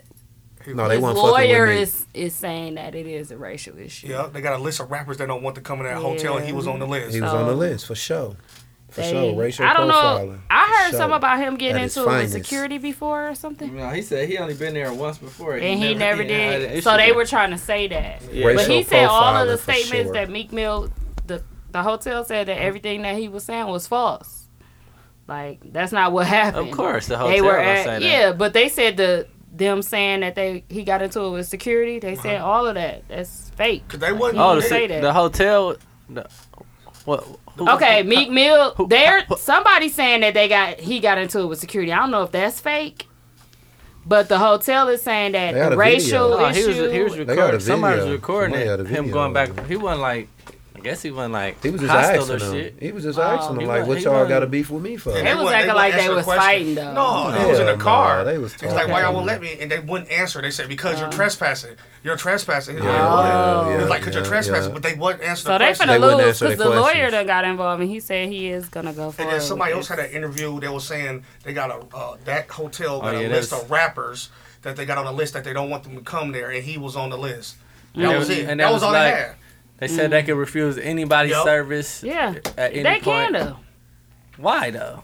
Speaker 8: No, they
Speaker 3: his
Speaker 8: weren't fucking
Speaker 3: lawyer
Speaker 8: with me.
Speaker 3: is, is saying that it is a racial issue.
Speaker 4: Yeah, they got a list of rappers they don't want to come in that hotel, and he was on the list.
Speaker 8: He was
Speaker 3: Oh.
Speaker 8: on the list for sure. For
Speaker 3: They-
Speaker 8: sure, racial
Speaker 3: I don't
Speaker 8: profiling.
Speaker 3: know. I heard
Speaker 8: For
Speaker 3: something
Speaker 8: sure.
Speaker 3: about him getting
Speaker 8: At his
Speaker 3: into it with
Speaker 8: finest.
Speaker 3: security before or something.
Speaker 1: No, he said he only been there once before,
Speaker 3: And he never did. So they were trying to say that.
Speaker 1: Yeah.
Speaker 3: But he
Speaker 8: Racial
Speaker 3: said all of the
Speaker 8: profiling for
Speaker 3: statements
Speaker 8: sure.
Speaker 3: that Meek Mill, the the hotel said
Speaker 1: Mm-hmm.
Speaker 3: that everything that he was saying was false. Like that's not what happened.
Speaker 1: Of course, the
Speaker 3: they
Speaker 1: hotel
Speaker 3: were
Speaker 1: don't
Speaker 3: at,
Speaker 1: say that.
Speaker 3: yeah, but they said the them saying that they he got into it with security. They said all of that. That's fake.
Speaker 4: 'Cause they wasn't.
Speaker 1: Oh, the,
Speaker 3: You can say that.
Speaker 1: Mm-hmm. the hotel. The, what? who-
Speaker 3: Okay, Meek Mill.
Speaker 1: who-
Speaker 3: There, somebody saying that they got he got into it with security. I don't know if that's fake, but the hotel is saying that
Speaker 8: They had
Speaker 3: the
Speaker 8: a video.
Speaker 3: racial
Speaker 1: No, Oh, he
Speaker 3: issue.
Speaker 1: was, he was
Speaker 8: got a
Speaker 1: recording. Somebody was
Speaker 8: video.
Speaker 1: recording
Speaker 8: Somebody
Speaker 1: it,
Speaker 8: got a
Speaker 1: him
Speaker 8: video
Speaker 1: going
Speaker 8: of
Speaker 1: back. He wasn't like. I guess he wasn't like.
Speaker 8: He was just
Speaker 1: hostile
Speaker 8: asking
Speaker 1: or
Speaker 8: them.
Speaker 1: shit.
Speaker 8: He was just
Speaker 3: Oh.
Speaker 8: asking
Speaker 1: He
Speaker 8: them, like,
Speaker 1: wa-
Speaker 8: what
Speaker 1: he
Speaker 8: y'all
Speaker 1: wasn't-
Speaker 8: got a beef with me for?
Speaker 4: And
Speaker 3: They was
Speaker 4: wouldn't-
Speaker 3: acting
Speaker 4: wouldn't
Speaker 3: like they
Speaker 4: answer the
Speaker 3: was
Speaker 4: question.
Speaker 3: fighting, though.
Speaker 4: No, they was in the
Speaker 8: Hell no,
Speaker 4: car.
Speaker 8: they was
Speaker 4: He's like, why y'all won't
Speaker 8: talking.
Speaker 4: let me? And they wouldn't answer. They said because
Speaker 3: Oh.
Speaker 4: you're trespassing. You're trespassing. He's
Speaker 8: yeah, yeah,
Speaker 4: like, 'cause you're
Speaker 8: yeah,
Speaker 4: trespassing,
Speaker 8: yeah.
Speaker 4: but they wouldn't answer
Speaker 3: so
Speaker 4: the
Speaker 3: they
Speaker 4: question.
Speaker 3: finna
Speaker 8: They wouldn't
Speaker 3: lose
Speaker 8: answer
Speaker 3: because
Speaker 8: their
Speaker 3: the lawyer
Speaker 8: questions.
Speaker 3: done got involved and he said he is gonna go for
Speaker 4: and
Speaker 3: it.
Speaker 4: then somebody else had an interview that was saying they got a uh, that hotel got
Speaker 1: Oh, yeah,
Speaker 4: a list
Speaker 1: that's-
Speaker 4: of rappers that they got on the list that they don't want them to come there, and he was on the list. That
Speaker 1: Yeah,
Speaker 4: was it.
Speaker 1: and
Speaker 4: that
Speaker 1: that
Speaker 4: was
Speaker 1: was
Speaker 4: all
Speaker 1: like-
Speaker 4: they had.
Speaker 1: They said they could refuse anybody's
Speaker 4: Yup.
Speaker 1: service.
Speaker 3: Mm. Yeah,
Speaker 1: At any
Speaker 3: they
Speaker 1: point.
Speaker 3: can though.
Speaker 1: Why though?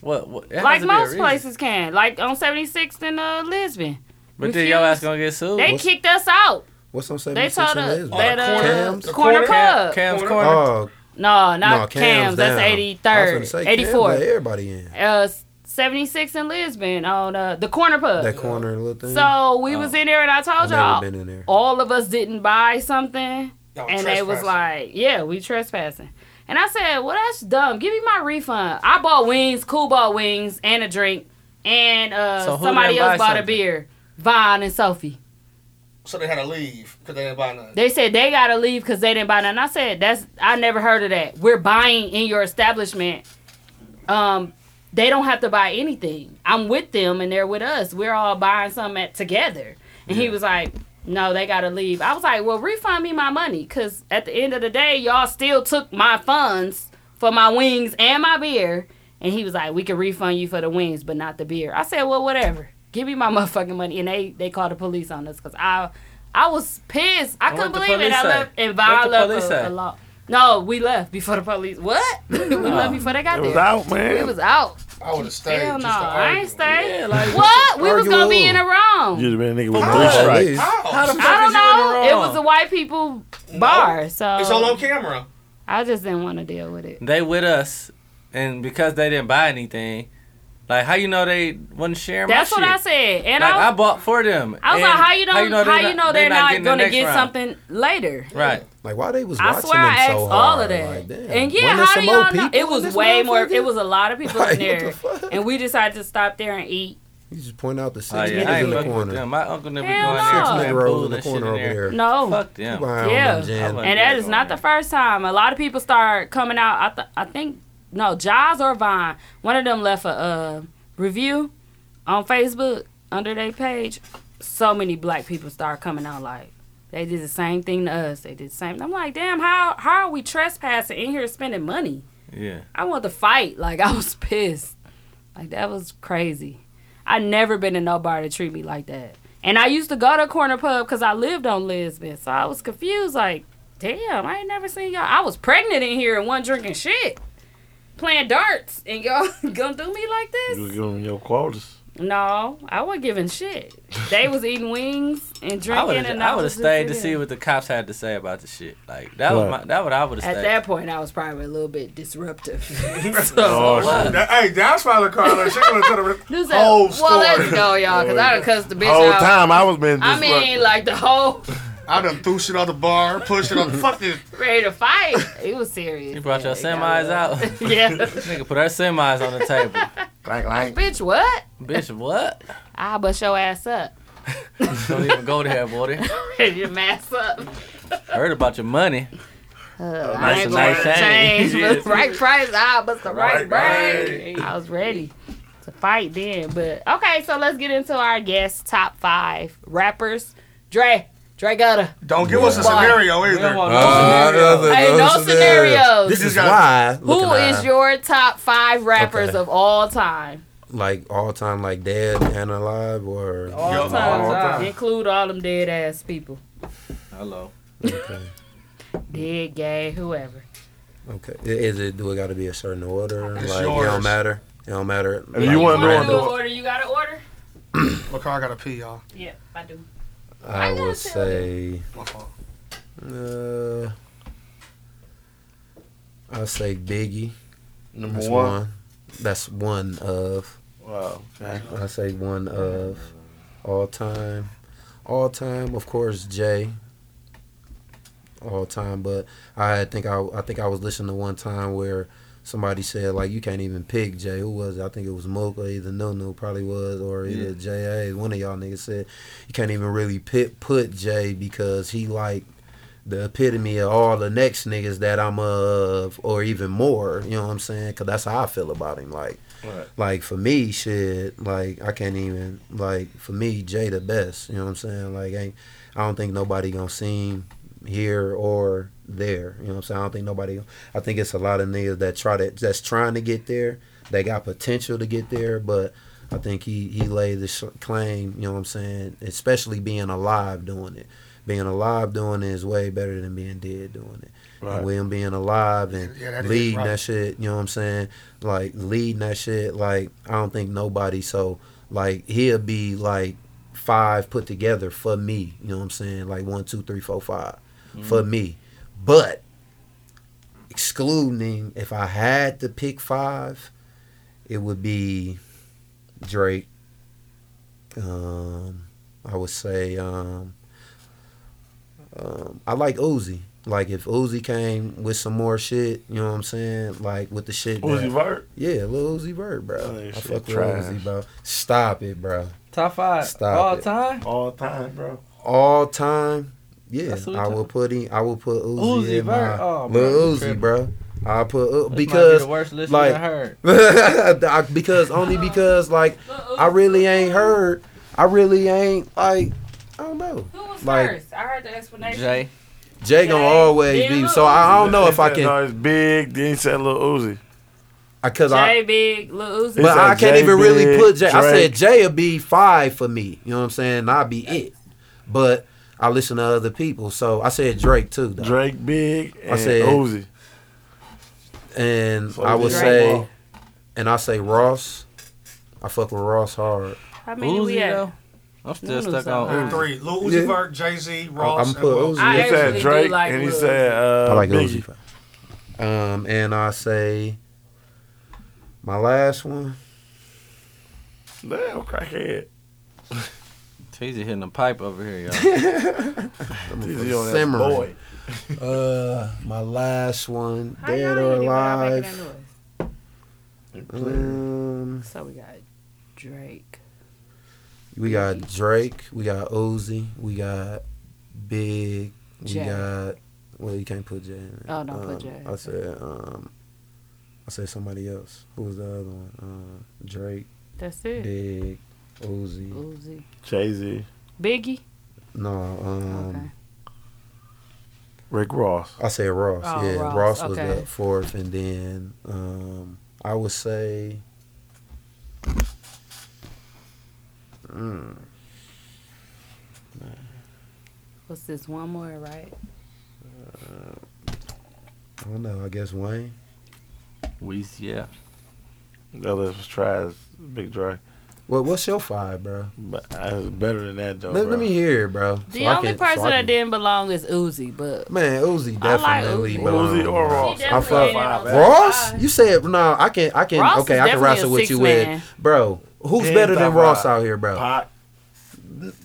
Speaker 1: What? what it has
Speaker 3: Like
Speaker 1: to be a
Speaker 3: most
Speaker 1: reason.
Speaker 3: places can. Like on 76th in uh, Lisbon,
Speaker 1: But then your
Speaker 3: refuse.
Speaker 1: ass gonna get sued.
Speaker 3: they
Speaker 8: What's-
Speaker 3: kicked us out.
Speaker 8: What's on
Speaker 3: They
Speaker 8: 76
Speaker 3: told
Speaker 8: in
Speaker 3: us
Speaker 8: Lisbon?
Speaker 3: that uh,
Speaker 8: Cam's?
Speaker 3: corner, pub.
Speaker 1: Cam, Cam's
Speaker 4: Corner. Uh,
Speaker 1: corner.
Speaker 8: Oh,
Speaker 3: No,
Speaker 8: no,
Speaker 3: not
Speaker 8: Cam's,
Speaker 3: Cam's. That's
Speaker 8: down.
Speaker 3: eighty
Speaker 8: I
Speaker 3: third,
Speaker 8: was finna say Cam's
Speaker 3: eighty fourth.
Speaker 8: let everybody in.
Speaker 3: uh, 76 in Lisbon on uh, the corner pub.
Speaker 8: That corner little thing. Oh.
Speaker 3: so we was in there and I
Speaker 8: I've
Speaker 3: told
Speaker 8: never
Speaker 3: y'all
Speaker 8: been in there.
Speaker 3: all of us didn't buy something
Speaker 4: Y'all
Speaker 3: and they was
Speaker 4: trespassing.
Speaker 3: like, "Yeah, we trespassing." And I said, "Well, that's dumb. Give me my refund. I bought wings, cool bought wings and a drink and uh
Speaker 1: So who
Speaker 3: somebody
Speaker 1: didn't buy
Speaker 3: else bought a
Speaker 1: something?
Speaker 3: beer. Vaughn and Sophie.
Speaker 4: so they had to leave because they didn't buy nothing.
Speaker 3: They said they gotta leave because they didn't buy nothing. I said that's I never heard of that. We're buying in your establishment. Um, they don't have to buy anything. I'm with them and they're with us. We're all buying something at, together. And he was like, "No, they gotta leave." I was like, "Well, refund me my money because at the end of the day, y'all still took my funds for my wings and my beer." And he was like, "We can refund you for the wings, but not the beer." I said, "Well, whatever. Give me my motherfucking money." And they they called the police on us because I I was pissed. I
Speaker 1: And
Speaker 3: couldn't
Speaker 1: what the
Speaker 3: believe it.
Speaker 1: police
Speaker 3: I
Speaker 1: say?
Speaker 3: left and Vaughn
Speaker 1: What the police
Speaker 3: left
Speaker 1: say?
Speaker 3: a, a lot. No, we left before the police. What? we left before they got
Speaker 12: It was
Speaker 3: there.
Speaker 12: out,
Speaker 3: We
Speaker 12: man.
Speaker 3: was out.
Speaker 4: I would have stayed.
Speaker 3: Hell
Speaker 4: just
Speaker 3: no,
Speaker 4: to
Speaker 3: I
Speaker 4: argue.
Speaker 3: ain't stay.
Speaker 1: Yeah, like
Speaker 3: What? We was
Speaker 8: argue
Speaker 3: gonna be
Speaker 8: over.
Speaker 3: in the wrong.
Speaker 12: You'd have been a nigga with
Speaker 8: Police
Speaker 12: blue stripes.
Speaker 8: strike.
Speaker 1: How the fuck
Speaker 3: I
Speaker 1: is
Speaker 3: don't
Speaker 1: you in the
Speaker 3: know. It
Speaker 1: wrong?
Speaker 3: was the white people bar, so
Speaker 4: It's all on camera.
Speaker 3: I just didn't want to deal with it.
Speaker 1: they with us, and because they didn't buy anything, like how you know they wasn't sharing
Speaker 3: That's
Speaker 1: my
Speaker 3: what I
Speaker 1: shit?
Speaker 3: said, and
Speaker 1: Like
Speaker 3: I,
Speaker 1: I bought for them.
Speaker 3: I was
Speaker 1: and
Speaker 3: like, how you know, how you know,
Speaker 1: they they
Speaker 3: they're, not,
Speaker 1: getting the
Speaker 3: gonna
Speaker 1: next
Speaker 3: get
Speaker 1: round?
Speaker 3: something later?
Speaker 1: Right.
Speaker 8: Like, why they was
Speaker 3: I
Speaker 8: watching
Speaker 3: swear I
Speaker 8: them
Speaker 3: asked
Speaker 8: so
Speaker 3: all
Speaker 8: hard?
Speaker 3: of that.
Speaker 8: Like, damn.
Speaker 3: and yeah,
Speaker 8: Wasn't
Speaker 3: how
Speaker 8: there
Speaker 3: do
Speaker 8: some old
Speaker 3: y'all know?
Speaker 8: people
Speaker 3: It
Speaker 8: in
Speaker 3: was
Speaker 8: this
Speaker 3: way more. It
Speaker 8: motherfucker?
Speaker 3: was a lot of people
Speaker 8: Like,
Speaker 3: in
Speaker 8: what
Speaker 3: there,
Speaker 8: the fuck?
Speaker 3: and we decided to stop there and eat.
Speaker 8: You just point out the six
Speaker 1: Oh, yeah, I ain't
Speaker 8: niggas in the
Speaker 1: fucking with
Speaker 8: corner.
Speaker 1: them. My uncle never
Speaker 3: Hell
Speaker 1: going
Speaker 3: no.
Speaker 1: there.
Speaker 3: Six
Speaker 1: playing
Speaker 8: nigga rolls
Speaker 1: pool
Speaker 8: in the
Speaker 1: and shit
Speaker 8: corner over here.
Speaker 3: No,
Speaker 1: Fuck them.
Speaker 8: Behind
Speaker 3: Yeah.
Speaker 8: them, Jan.
Speaker 1: I like
Speaker 3: and that
Speaker 1: that
Speaker 3: is
Speaker 1: going
Speaker 3: not
Speaker 1: on.
Speaker 3: the first time. A lot of people start coming out. I, th- I think no, Jaws or Vine. One of them left a uh, review on Facebook under their page. So many black people start coming out like they did the same thing to us. They did the same. I'm like, damn, how how are we trespassing in here spending money?
Speaker 1: Yeah.
Speaker 3: I want to fight. Like I was pissed. Like that was crazy. I never been in no bar to treat me like that. And I used to go to a corner pub because I lived on Lisbon, so I was confused. Like, damn, I ain't never seen y'all. I was pregnant in here and one drinking shit, playing darts, and y'all gonna do me like
Speaker 12: You would
Speaker 3: this?
Speaker 12: give them your quarters.
Speaker 3: No, I wasn't giving shit. They was eating wings and
Speaker 1: I
Speaker 3: drinking,
Speaker 1: would have
Speaker 3: and
Speaker 1: I would have
Speaker 3: was just
Speaker 1: stayed to
Speaker 3: sitting
Speaker 1: see
Speaker 3: there.
Speaker 1: what the cops had to say about the shit. Like that was
Speaker 12: Right.
Speaker 1: my that what I would have
Speaker 3: At
Speaker 1: stayed.
Speaker 3: that point, I was probably a little bit disruptive.
Speaker 12: Oh,
Speaker 3: so,
Speaker 12: shit.
Speaker 4: That- hey, that's why the car. Like, she would've told her-
Speaker 3: Dude said,
Speaker 4: Whole
Speaker 3: well,
Speaker 4: story.
Speaker 3: let's go, y'all, because I done cussed the bitch
Speaker 12: whole
Speaker 3: out.
Speaker 12: time I was being
Speaker 3: I mean,
Speaker 12: disruptive.
Speaker 3: like the whole
Speaker 4: I done threw shit out the bar, pushed it on the fuck this.
Speaker 3: Ready to fight? It was serious.
Speaker 1: You brought your
Speaker 3: Yeah, it
Speaker 1: semis
Speaker 3: got
Speaker 1: out.
Speaker 3: real. yeah.
Speaker 1: Nigga put her semis on the table.
Speaker 12: Like, like.
Speaker 3: Bitch, what?
Speaker 1: Bitch, what?
Speaker 3: I bust your ass up.
Speaker 1: Don't even go there, boy.
Speaker 3: Ready to mass up.
Speaker 1: Heard about your money.
Speaker 3: Uh,
Speaker 1: nice
Speaker 3: I ain't
Speaker 1: and
Speaker 3: going
Speaker 1: nice
Speaker 3: to
Speaker 1: change.
Speaker 3: change.
Speaker 1: Yes.
Speaker 3: but the right price, I bust the
Speaker 12: Right
Speaker 3: right, brain. I was ready to fight then. But okay, so let's get into our guest top five rappers. Dre, Dre Gutter.
Speaker 4: Don't give us a
Speaker 3: Why?
Speaker 4: scenario
Speaker 9: We don't
Speaker 4: either.
Speaker 9: want no scenario.
Speaker 3: Hey, no scenarios.
Speaker 8: This
Speaker 4: You
Speaker 8: is
Speaker 4: gotta-
Speaker 8: why.
Speaker 3: Who
Speaker 8: looking
Speaker 3: is
Speaker 8: at-
Speaker 3: your top five rappers
Speaker 8: Okay.
Speaker 3: of all time?
Speaker 8: like all time, like dead and alive, or
Speaker 3: All
Speaker 4: Yo,
Speaker 3: time.
Speaker 4: all time.
Speaker 3: Include all them dead ass people.
Speaker 1: Hello.
Speaker 8: okay,
Speaker 3: Dead, gay, whoever.
Speaker 8: okay. I- Is it? Do it got to be a certain order?
Speaker 4: It's
Speaker 8: like it
Speaker 4: yours.
Speaker 8: don't matter. It don't matter.
Speaker 12: If you wanna know
Speaker 3: Wanna
Speaker 12: I'm
Speaker 3: do an
Speaker 12: doing-
Speaker 3: order? You got an order?
Speaker 4: Look, I gotta pee, y'all.
Speaker 3: Yeah, I do.
Speaker 8: I
Speaker 3: gotta
Speaker 8: will
Speaker 3: tell
Speaker 8: say,
Speaker 4: My fault.
Speaker 8: uh, I'll say Biggie.
Speaker 12: Number
Speaker 8: That's
Speaker 12: one.
Speaker 8: one. That's one of.
Speaker 12: Wow. Okay.
Speaker 8: I say one of all time. All time, of course, Jay. All time, but I think I I think I was listening to one time where somebody said like you can't even pick Jay. Who was it? I think it was Mook or either No No probably was or either J A. One of y'all niggas said you can't even really pit, put Jay because he like the epitome of all the next niggas that I'm of or even more. You know what I'm saying? Cause that's how I feel about him. Like like for me, shit, like I can't even like for me, Jay the best. You know what I'm saying? Like ain't I don't think nobody gonna see him here or there. You know what I'm saying? I don't think nobody. I think it's a lot of niggas that try to that's trying to get there. They got potential to get there, but I think he he laid the sh- claim. You know what I'm saying? Especially being alive doing it. Being alive doing it is way better than being dead doing it.
Speaker 12: Right.
Speaker 8: And with him being alive and
Speaker 4: Yeah, that is
Speaker 8: leading
Speaker 4: right.
Speaker 8: that shit, you know what I'm saying? Like leading that shit, like I don't think nobody so like he'll be like five put together for me. You know what I'm saying? Like one, two, three, four, five for me. But excluding him, if I had to pick five, it would be Drake. Um, I would say um, um, I like Uzi. Like if Uzi came with some more shit, you know what I'm saying? Like with the shit. that-
Speaker 12: Uzi Vert.
Speaker 8: yeah, little Uzi Bird, bro.
Speaker 12: Oh,
Speaker 8: I
Speaker 12: that shit
Speaker 8: fuck with
Speaker 12: trash.
Speaker 8: Uzi, bro. Stop it, bro.
Speaker 9: Top five
Speaker 8: Stop
Speaker 9: all
Speaker 8: it.
Speaker 9: time.
Speaker 12: All time, bro.
Speaker 8: All time, yeah.
Speaker 9: That's who we
Speaker 8: I will
Speaker 9: talking-
Speaker 8: put in. I will put Uzi,
Speaker 9: Uzi
Speaker 8: in
Speaker 9: Vert?
Speaker 8: my
Speaker 9: Oh, bro,
Speaker 8: little
Speaker 9: you
Speaker 8: Uzi,
Speaker 9: tripping.
Speaker 8: bro. I put uh,
Speaker 9: This might be
Speaker 8: because
Speaker 9: the worst list
Speaker 8: like-
Speaker 9: I heard.
Speaker 8: I- because only because like I really ain't heard. I really ain't like I don't know.
Speaker 3: Who was
Speaker 8: Like-
Speaker 3: first? I heard the explanation.
Speaker 1: Jay.
Speaker 8: Jay gonna
Speaker 3: Jay,
Speaker 8: always
Speaker 3: then
Speaker 8: be
Speaker 3: Lil
Speaker 8: so I, I don't know
Speaker 12: He
Speaker 8: if I
Speaker 12: said,
Speaker 8: can
Speaker 12: No, it's big. Then he said Lil Uzi.
Speaker 8: because I
Speaker 3: Jay Big, Lil Uzi.
Speaker 12: It's
Speaker 8: But I
Speaker 12: like
Speaker 8: can't
Speaker 12: Jay
Speaker 8: even really
Speaker 12: Big,
Speaker 8: put Jay. I said
Speaker 12: Drake.
Speaker 8: Jay will be five for me. You know what I'm saying? I'll be it. But I listen to other people. So I said Drake too. Though.
Speaker 12: Drake Big and
Speaker 8: said-
Speaker 12: Uzi.
Speaker 8: And
Speaker 12: So
Speaker 8: I would
Speaker 12: Drake.
Speaker 8: say, and I say Ross. I fuck with Ross hard.
Speaker 3: How many we
Speaker 1: Uzi,
Speaker 3: at?
Speaker 1: though? I'm still
Speaker 3: Noodles
Speaker 1: stuck
Speaker 3: are
Speaker 1: on
Speaker 3: hot.
Speaker 1: Uzi.
Speaker 4: Three: Lil
Speaker 8: Yeah.
Speaker 4: Uzi Vert, Jay Z, Ross,
Speaker 8: I'm
Speaker 4: and
Speaker 8: put
Speaker 4: Will.
Speaker 3: I
Speaker 8: Uzi.
Speaker 12: He
Speaker 8: I,
Speaker 3: actually
Speaker 12: said
Speaker 3: do
Speaker 12: Drake
Speaker 3: like
Speaker 12: and he
Speaker 3: Lil
Speaker 12: said uh,
Speaker 8: I like
Speaker 12: Biggie.
Speaker 8: Uzi. Um, and I say my last one.
Speaker 12: Damn, crackhead.
Speaker 1: Teasy hitting the pipe over here, y'all.
Speaker 12: Uzi on that
Speaker 8: Simmering.
Speaker 12: boy.
Speaker 8: Uh, my last one,
Speaker 3: How
Speaker 8: dead
Speaker 3: y'all
Speaker 8: or
Speaker 3: even without making
Speaker 8: alive.
Speaker 3: that noise?
Speaker 8: Um,
Speaker 3: So we got Drake.
Speaker 8: We got Drake, we got Uzi, we got Big, we
Speaker 3: Jay.
Speaker 8: got well, you can't put Jay. In.
Speaker 3: Oh, don't put
Speaker 8: Um,
Speaker 3: Jay.
Speaker 8: I said, um, I said somebody else. Who was the other one? Um, Drake,
Speaker 3: That's it.
Speaker 8: Big, Uzi.
Speaker 3: Uzi.
Speaker 12: Jay Z.
Speaker 3: Biggie.
Speaker 8: No, um,
Speaker 3: Okay.
Speaker 12: Rick Ross.
Speaker 8: I said Ross.
Speaker 3: Oh,
Speaker 8: yeah,
Speaker 3: Ross,
Speaker 8: Ross, was
Speaker 3: okay.
Speaker 8: that fourth, and then um, I would say. Mm, uh,
Speaker 3: What's this? One more, right?
Speaker 8: I don't know. I guess Wayne.
Speaker 1: Weezy, yeah.
Speaker 12: That list was trash. Big Dre.
Speaker 8: Well, what's your five, bro?
Speaker 12: But I was better than that though.
Speaker 8: Let,
Speaker 12: bro.
Speaker 8: let me hear it, bro.
Speaker 3: The
Speaker 8: So I
Speaker 3: only
Speaker 8: can- so I
Speaker 3: person that
Speaker 8: can-
Speaker 3: didn't belong is Uzi, but
Speaker 8: Man, Uzi
Speaker 3: I like
Speaker 8: definitely
Speaker 3: Uzi.
Speaker 8: belongs.
Speaker 12: Uzi or Ross.
Speaker 8: I fuck
Speaker 12: ain't on top
Speaker 8: Ross. You said no. I can. I can.
Speaker 3: Ross is
Speaker 8: okay, I can
Speaker 3: definitely
Speaker 8: wrestle
Speaker 3: a
Speaker 8: with you
Speaker 3: six man.
Speaker 8: with, bro. Who's
Speaker 12: He ain't
Speaker 8: better than
Speaker 12: top
Speaker 8: Ross
Speaker 12: five.
Speaker 8: out here, bro?
Speaker 12: Pac.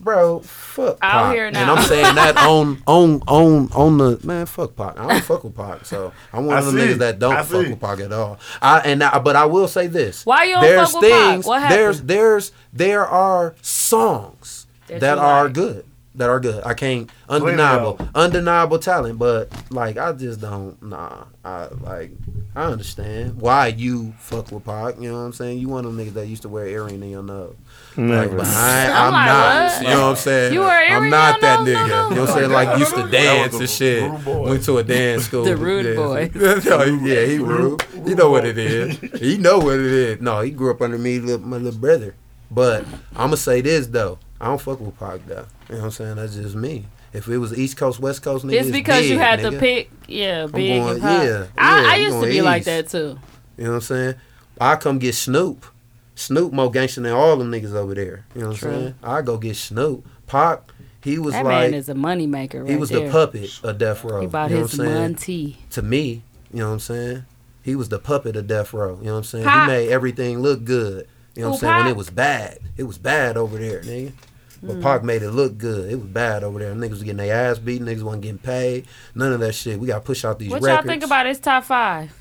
Speaker 8: bro, fuck
Speaker 3: Out
Speaker 8: Pac.
Speaker 3: here
Speaker 8: And
Speaker 3: now.
Speaker 8: I'm saying that on on on on the man, fuck Pac. I don't fuck with Pac, so I'm one
Speaker 12: I
Speaker 8: of them
Speaker 12: see.
Speaker 8: niggas that don't
Speaker 12: I
Speaker 8: fuck
Speaker 12: see.
Speaker 8: with Pac at all. I and I, but I will say this.
Speaker 3: Why you don't
Speaker 8: there's
Speaker 3: fuck with Pac?
Speaker 8: things,
Speaker 3: What
Speaker 8: There's
Speaker 3: happened?
Speaker 8: there's there are songs
Speaker 3: That
Speaker 8: that,
Speaker 3: you
Speaker 8: are
Speaker 3: like.
Speaker 8: good. That are good. I can't
Speaker 12: me
Speaker 8: undeniable, undeniable talent. But like, I just don't. Nah, I like. I understand why you fuck with Pac. You know what I'm saying? You one of them niggas that used to wear earring in your nose. Like, but I,
Speaker 3: I'm
Speaker 8: I'm,
Speaker 3: like,
Speaker 8: not.
Speaker 3: what?
Speaker 8: You know what I'm saying?
Speaker 3: You wear earring
Speaker 8: I'm
Speaker 3: in
Speaker 8: not
Speaker 3: your
Speaker 8: that
Speaker 3: nose? No,
Speaker 8: nigga.
Speaker 3: no,
Speaker 8: You know what I'm saying? Like used to dance and shit. Went to a dance school.
Speaker 3: The rude
Speaker 8: yeah.
Speaker 3: boy.
Speaker 8: No, yeah, he rude. You know what it is. He know what it is. No, he grew up under me, little, my little brother. But I'ma say this though. I don't fuck with Pac though. You know what I'm saying? That's just me. If it was East Coast, West Coast, nigga,
Speaker 3: It's because you
Speaker 8: big,
Speaker 3: had to
Speaker 8: nigga.
Speaker 3: pick, yeah, big
Speaker 8: going-
Speaker 3: and pop.
Speaker 8: yeah,
Speaker 3: I,
Speaker 8: yeah,
Speaker 3: I
Speaker 8: you
Speaker 3: used to
Speaker 8: going
Speaker 3: be like
Speaker 8: east.
Speaker 3: that too.
Speaker 8: You know what I'm saying? I come get Snoop. Snoop more gangster than all them niggas over there. You know what
Speaker 3: True.
Speaker 8: I'm saying? I go get Snoop. Pac, he was
Speaker 3: That
Speaker 8: like
Speaker 3: man is a moneymaker right
Speaker 8: he was
Speaker 3: there.
Speaker 8: the puppet of Death Row.
Speaker 3: He bought
Speaker 8: you know
Speaker 3: his
Speaker 8: what I'm saying?
Speaker 3: money.
Speaker 8: To me, you know what I'm saying? He was the puppet of Death Row. You know what I'm saying?
Speaker 3: Pac.
Speaker 8: He made everything look good. You know what
Speaker 3: Who,
Speaker 8: I'm saying? When
Speaker 3: Pac?
Speaker 8: it was bad. It was bad over there, nigga. But
Speaker 3: Mm.
Speaker 8: Pac made it look good. It was bad over there. Niggas was getting their ass beat. Niggas wasn't getting paid. None of that shit. We got to push out these
Speaker 3: What
Speaker 8: records.
Speaker 3: y'all think about his top five?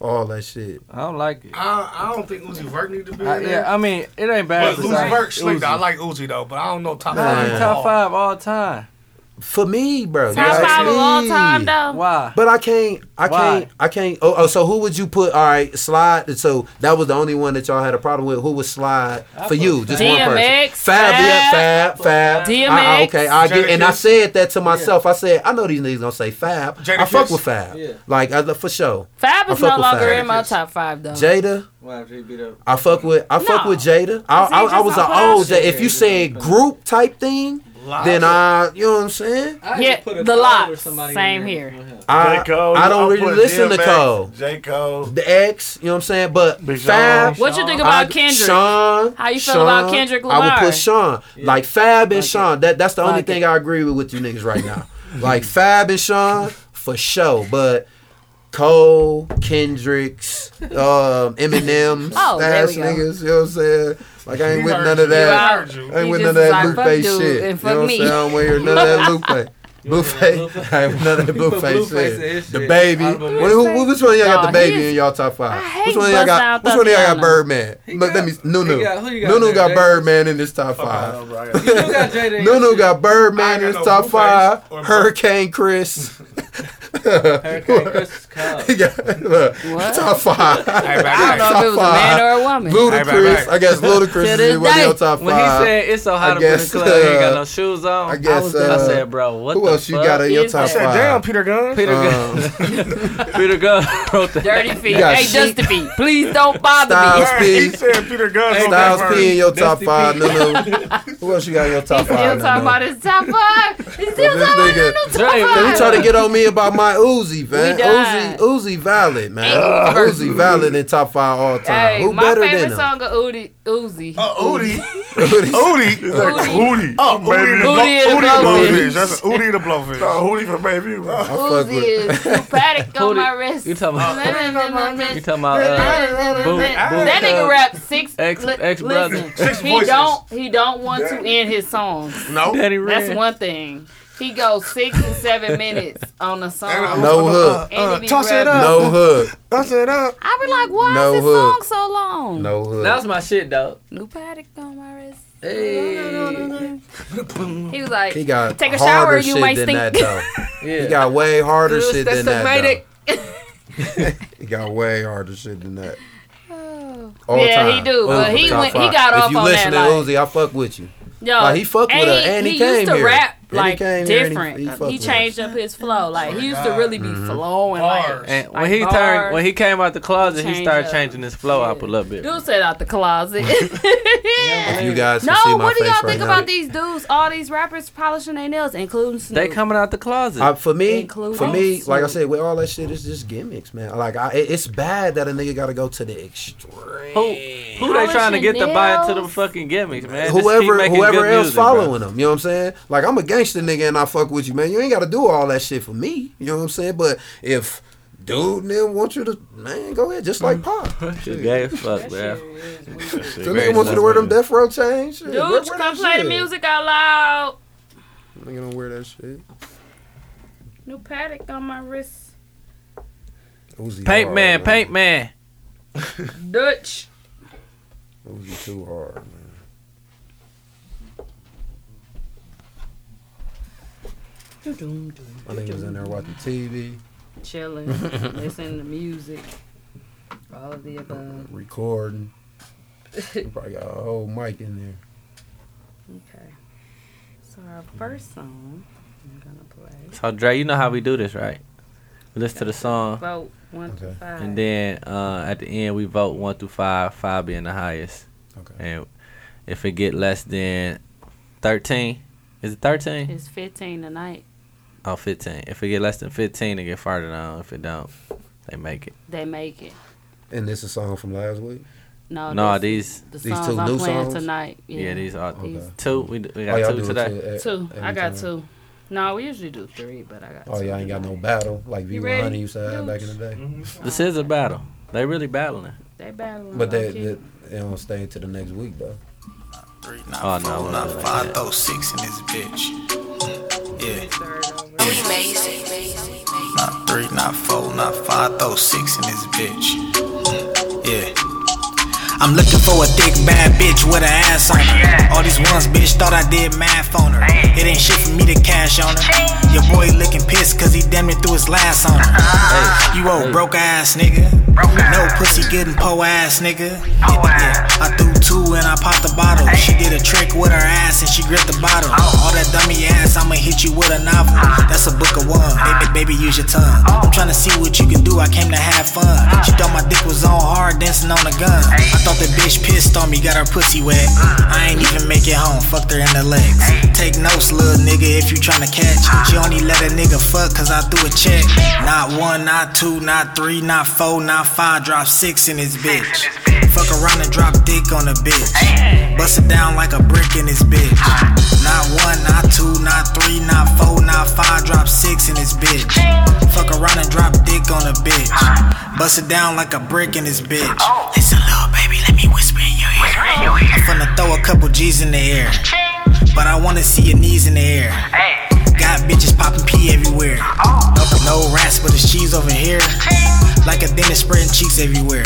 Speaker 8: all that shit.
Speaker 9: I don't like it.
Speaker 4: I, I don't think Uzi Vert need to be in
Speaker 9: I,
Speaker 4: there.
Speaker 9: yeah, I mean, it ain't bad.
Speaker 4: But
Speaker 9: to
Speaker 4: Uzi
Speaker 9: say
Speaker 4: Vert, slick though. I
Speaker 9: Uzi.
Speaker 4: like Uzi though, but I don't know top
Speaker 9: Nah,
Speaker 4: five.
Speaker 9: he top five all time.
Speaker 8: For me, bro. you
Speaker 3: Top
Speaker 8: ask
Speaker 3: five of all
Speaker 8: me.
Speaker 3: time though.
Speaker 9: Why?
Speaker 8: But I can't. I
Speaker 9: Why?
Speaker 8: can't. I can't. Oh, oh, so who would you put? All right, Slide. So that was the only one that y'all had a problem with. Who was Slide for you? Just one
Speaker 3: DMX,
Speaker 8: person. Fab. Yeah, Fab. Fab. I- I-
Speaker 3: DMX.
Speaker 8: okay, I get. And I
Speaker 4: Jadakiss.
Speaker 8: said that to myself. I said, I know these niggas gonna say Fab. I
Speaker 4: Jadakiss.
Speaker 8: fuck with Fab.
Speaker 9: Yeah.
Speaker 8: Like I, for sure.
Speaker 3: Fab
Speaker 8: I
Speaker 3: is
Speaker 8: fuck
Speaker 3: no
Speaker 8: with
Speaker 3: longer
Speaker 8: Fab.
Speaker 3: in my top five though.
Speaker 8: Jada.
Speaker 9: Why after he beat up?
Speaker 8: I fuck with I fuck
Speaker 3: No.
Speaker 8: with Jada. I,
Speaker 3: Cause he
Speaker 8: I, I
Speaker 3: just
Speaker 8: was
Speaker 3: a
Speaker 8: an
Speaker 3: wild
Speaker 8: old Jada.
Speaker 9: shit.
Speaker 8: If you said group type thing, then I you know what I'm saying.
Speaker 9: I
Speaker 3: Yeah,
Speaker 9: just put a
Speaker 3: the
Speaker 9: Cole
Speaker 3: lot.
Speaker 9: or somebody in
Speaker 3: Same
Speaker 9: there.
Speaker 3: here.
Speaker 8: I,
Speaker 12: J. Cole,
Speaker 8: I don't
Speaker 12: I'll
Speaker 8: really
Speaker 12: put
Speaker 8: listen to
Speaker 12: DMX,
Speaker 8: Cole.
Speaker 12: J. Cole.
Speaker 8: The X, you know what I'm saying? But
Speaker 12: Big
Speaker 8: Fab,
Speaker 3: What you think
Speaker 8: I-
Speaker 3: about Kendrick?
Speaker 8: Sean,
Speaker 3: How you feel
Speaker 8: Sean,
Speaker 3: about Kendrick
Speaker 8: I
Speaker 3: Lamar?
Speaker 8: would put Sean, like Fab and Sean. That that's the only
Speaker 3: Like
Speaker 8: thing
Speaker 3: it.
Speaker 8: I agree with with you niggas right now. like Fab and Sean for sure, but Cole, Kendrick's, um, Eminem's,
Speaker 3: Oh, there we
Speaker 8: ass
Speaker 3: go.
Speaker 8: niggas. You know what I'm saying? Like I ain't with none of
Speaker 4: You
Speaker 8: that.
Speaker 4: heard
Speaker 8: I
Speaker 4: you.
Speaker 8: ain't
Speaker 3: He
Speaker 8: with none of
Speaker 3: just is like,
Speaker 8: that Lupe
Speaker 3: fuck dude, and
Speaker 8: shit. you know
Speaker 3: fuck
Speaker 8: what I'm
Speaker 3: me.
Speaker 8: saying? I don't wear none of that Lupe. Blueface, I have none of that
Speaker 9: He put
Speaker 8: Blueface
Speaker 9: Blueface in
Speaker 8: shit.
Speaker 9: his
Speaker 8: The
Speaker 9: shit.
Speaker 8: baby,
Speaker 9: Out of a-
Speaker 8: What- who, who- which one of y'all got
Speaker 3: Nah,
Speaker 8: the baby
Speaker 3: he-
Speaker 8: in y'all top five?
Speaker 3: I hate
Speaker 8: which one of y'all
Speaker 3: Bust Out
Speaker 8: got? Which one of y'all got
Speaker 3: Tatiana.
Speaker 8: Birdman?
Speaker 9: He
Speaker 8: Look, let
Speaker 9: got-
Speaker 8: me. Nunu,
Speaker 9: he got- who you got
Speaker 8: Nunu
Speaker 9: there,
Speaker 8: got
Speaker 9: Jay?
Speaker 8: Birdman in this top five.
Speaker 12: Oh, bro, I got-
Speaker 9: You got Jada. in
Speaker 8: Nunu
Speaker 9: your
Speaker 8: got
Speaker 4: I
Speaker 8: Birdman in
Speaker 4: ain't
Speaker 8: his
Speaker 4: got no
Speaker 8: top
Speaker 4: Blueface
Speaker 8: five.
Speaker 4: or Bur-
Speaker 8: Hurricane Chris.
Speaker 9: shit. Hurricane Chris Cole.
Speaker 8: He got- look,
Speaker 3: What?
Speaker 8: top five.
Speaker 4: Hey, back,
Speaker 3: I
Speaker 4: back.
Speaker 3: don't know if it was a man or a woman.
Speaker 8: Ludacris.
Speaker 4: back.
Speaker 8: I guess Ludacris
Speaker 3: To
Speaker 8: is
Speaker 3: this
Speaker 8: in one of
Speaker 3: day,
Speaker 8: your top
Speaker 9: When he
Speaker 8: five.
Speaker 9: said it's so hot
Speaker 8: I
Speaker 9: up in the
Speaker 8: guess,
Speaker 9: club, he ain't got
Speaker 8: uh,
Speaker 9: no shoes on.
Speaker 8: I guess.
Speaker 9: I
Speaker 8: uh,
Speaker 9: said, bro, what
Speaker 8: Who
Speaker 9: the
Speaker 8: else you
Speaker 9: fuck?
Speaker 8: got in your
Speaker 3: is
Speaker 8: top
Speaker 3: that?
Speaker 8: five?
Speaker 6: Damn, Peter Gunn.
Speaker 9: Peter
Speaker 8: Um,
Speaker 9: Gunn. Peter Gunn wrote that.
Speaker 3: Dirty feet.
Speaker 8: You got
Speaker 3: Hey,
Speaker 8: Chic.
Speaker 3: Dusty feet. Please don't bother
Speaker 8: Styles
Speaker 3: me.
Speaker 8: P.
Speaker 6: He said Peter Gunn.
Speaker 8: Styles P in your top
Speaker 9: Dusty
Speaker 8: five. Nunu. Who else you got in your top
Speaker 3: Still
Speaker 8: five?
Speaker 3: talking
Speaker 8: Nunu?
Speaker 3: about his top five. He's still
Speaker 8: This
Speaker 3: talking
Speaker 8: nigga-
Speaker 3: about his top
Speaker 9: Dre,
Speaker 8: They
Speaker 9: Dre
Speaker 3: five.
Speaker 8: trying to get on me about my Uzi, man.
Speaker 3: We died.
Speaker 8: Uzi, Uzi valid, man.
Speaker 3: Ain't worth
Speaker 8: Uzi valid in top five all time.
Speaker 3: Hey,
Speaker 8: Who
Speaker 3: my
Speaker 8: better
Speaker 3: favorite
Speaker 8: than him?
Speaker 3: song of Udi, Uzi.
Speaker 4: Uh, Udi.
Speaker 12: Hootie. It's like Hootie. Oh,
Speaker 4: Udi the
Speaker 12: baby.
Speaker 4: blo-
Speaker 3: Udi and the
Speaker 4: Udi
Speaker 3: Blowfish.
Speaker 4: blowfish. That's Udi the blowfish.
Speaker 12: Oh, Hootie for baby.
Speaker 8: I
Speaker 12: bro.
Speaker 8: fuck
Speaker 3: Uzi
Speaker 8: with.
Speaker 3: is pneumatic on
Speaker 9: Hootie.
Speaker 3: my wrist.
Speaker 9: You talking about? You
Speaker 3: that
Speaker 9: talking about? Uh, boo, boo,
Speaker 3: nigga rap six.
Speaker 9: Ex-
Speaker 3: li-
Speaker 9: ex-brother.
Speaker 3: listen,
Speaker 4: Six
Speaker 3: he
Speaker 4: voices.
Speaker 3: don't he don't want to end his songs.
Speaker 4: No.
Speaker 9: Daddy
Speaker 3: That's
Speaker 9: Red.
Speaker 3: one thing. He goes six and seven minutes on a song.
Speaker 8: No hook.
Speaker 3: And he be
Speaker 6: Uh, toss it
Speaker 3: rapping.
Speaker 6: up.
Speaker 8: No hook.
Speaker 6: That's it up.
Speaker 3: I be like, why
Speaker 8: No
Speaker 3: is this
Speaker 8: hook.
Speaker 3: song so long?
Speaker 8: No
Speaker 9: That was
Speaker 8: hook.
Speaker 9: my shit though.
Speaker 3: Pneumatic on my wrist.
Speaker 9: Hey.
Speaker 3: He was like,
Speaker 8: He got
Speaker 3: Take a
Speaker 8: harder
Speaker 3: shower, you
Speaker 8: shit
Speaker 3: might
Speaker 8: than
Speaker 3: stink.
Speaker 8: that though. He
Speaker 9: Yeah.
Speaker 8: got way harder
Speaker 9: That's
Speaker 8: shit than that.
Speaker 9: tomato.
Speaker 8: though. He got way harder shit than that.
Speaker 3: Yeah, he do, but
Speaker 8: Uzi,
Speaker 3: he
Speaker 8: top
Speaker 3: went- he
Speaker 8: five.
Speaker 3: got
Speaker 8: if
Speaker 3: off
Speaker 8: you
Speaker 3: on
Speaker 8: listen
Speaker 3: that,
Speaker 8: to
Speaker 3: like-
Speaker 8: Uzi, I fuck with you.
Speaker 3: Yo,
Speaker 8: Like, he fuck with her, and he came
Speaker 3: used to
Speaker 8: here.
Speaker 3: rap
Speaker 8: And he
Speaker 3: like
Speaker 8: came here, and he-
Speaker 3: different.
Speaker 8: he
Speaker 3: He,
Speaker 8: fuck with her. Mm-hmm.
Speaker 3: changed up his flow. Like he used to really be flowing. Like,
Speaker 4: Bars.
Speaker 9: And when
Speaker 3: Like
Speaker 9: he
Speaker 3: bars.
Speaker 9: turned, when he came out the closet, he
Speaker 3: Change
Speaker 9: started
Speaker 3: up.
Speaker 9: changing his flow up a little bit.
Speaker 3: dude said out the closet.
Speaker 8: If you guys can
Speaker 3: no,
Speaker 8: see my
Speaker 3: what do
Speaker 8: face
Speaker 3: y'all
Speaker 8: right
Speaker 3: think
Speaker 8: now.
Speaker 3: about these dudes? All these rappers polishing their nails, including Snoop.
Speaker 9: They coming out the closet.
Speaker 8: I, for me,
Speaker 3: Including
Speaker 8: for me,
Speaker 3: Snoop.
Speaker 8: like I said, with all that shit, it's just gimmicks, man. Like I, it- it's bad that a nigga got to go to the extreme.
Speaker 9: who who they trying to get to buy into the
Speaker 3: nails.
Speaker 9: fucking gimmicks, man? Just keep
Speaker 8: whoever,
Speaker 9: making
Speaker 8: whoever
Speaker 9: good
Speaker 8: else
Speaker 9: music, bro.
Speaker 8: following them, you know what I'm saying? Like I'm a gangster nigga and I fuck with you, man. You ain't got to do all that shit for me, you know what I'm saying? But if dude, then want you to man, go ahead, just like Pop.
Speaker 1: Shit gay as fuck, man.
Speaker 8: The nigga wants you to wear them death row chains. Shit,
Speaker 3: Dude,
Speaker 8: wear- wear
Speaker 3: come
Speaker 8: that
Speaker 3: play the
Speaker 8: shit.
Speaker 3: music out loud.
Speaker 15: Nigga don't wear that shit.
Speaker 3: New paddock on my wrist.
Speaker 8: Uzi
Speaker 1: Paint
Speaker 8: hard,
Speaker 1: man, paint man.
Speaker 3: Dutch.
Speaker 8: Uzi too hard, man. My nigga was in there watching TV,
Speaker 3: Chilling, listening to music. All of the above.
Speaker 8: recording. He probably got a whole mic in there.
Speaker 3: Okay. So our first song I'm gonna play.
Speaker 1: So Dre, you know how we do this, right? We listen to the song,
Speaker 3: Vote one to five.
Speaker 1: and then uh, at the end we vote one through five, five being the highest.
Speaker 8: Okay.
Speaker 1: And if it get less than thirteen, is it thirteen?
Speaker 3: it's fifteen tonight.
Speaker 1: Oh, 15. If it get less than fifteen, they get farther down. If it don't, they make it.
Speaker 3: They make it.
Speaker 8: And this is a song from last week.
Speaker 3: No,
Speaker 1: no, these.
Speaker 3: this- the
Speaker 8: these
Speaker 3: songs
Speaker 8: two
Speaker 3: I'm
Speaker 8: new
Speaker 3: playing
Speaker 8: songs?
Speaker 3: tonight.
Speaker 1: Yeah, these are
Speaker 3: These-
Speaker 1: two. We, d- we
Speaker 8: Oh,
Speaker 1: got
Speaker 8: y'all
Speaker 1: two
Speaker 8: do
Speaker 1: today.
Speaker 8: it
Speaker 3: Two.
Speaker 8: every
Speaker 3: I got
Speaker 8: time.
Speaker 3: two. No, we usually do three, but I got.
Speaker 8: Oh,
Speaker 3: two
Speaker 8: y'all ain't got no
Speaker 3: tonight.
Speaker 8: battle like
Speaker 3: You
Speaker 8: V100
Speaker 3: ready?
Speaker 8: used to have back in the day.
Speaker 1: This is a battle. They really battling.
Speaker 3: Mm-hmm. They battling.
Speaker 8: But they,
Speaker 3: low-key.
Speaker 8: they, they don't stay until the next week, though.
Speaker 11: Three, nine,
Speaker 1: Oh no,
Speaker 11: four, nine,
Speaker 1: we're not like
Speaker 11: five,
Speaker 1: that.
Speaker 11: throw six in this bitch. Yeah.
Speaker 5: Amazing.
Speaker 11: Not three, not four, not five, throw six in this bitch. Yeah. I'm looking for a thick bad bitch with an ass on her. All these ones, bitch, thought I did math on her. It ain't shit for me to cash on her. Your boy looking pissed cause he damn near threw his last on her. You old broke ass nigga. No pussy getting po ass nigga. Yeah, I threw two and I popped the bottle. She did a trick with her ass and she gripped the bottle. All that dummy ass, I'ma hit you with a novel. That's a book of one. Baby, baby, use your tongue. I'm trying to see what you can do. I came to have fun. She thought my dick was on hard, dancing on the gun. I thought the bitch pissed on me, got her pussy wet. I ain't even make it home, fucked her in the legs. Take notes, little nigga, if you tryna catch. She only let a nigga fuck cause I threw a check. Not one, not two, not three, not four, not five, drop six in this bitch. Fuck around and drop dick on a bitch. Bust it down like a brick in this bitch. Not one, not two, not three, not four, not five, drop six in this bitch. Fuck around and drop dick on a bitch. Bust it down like a brick in this bitch. Listen, little baby, let me whisper in your ear. I'm finna throw a couple G's in the air. But I wanna see your knees in the air. Got bitches popping pee everywhere. No, no rats, but it's cheese over here. Like a dentist spreading cheeks everywhere.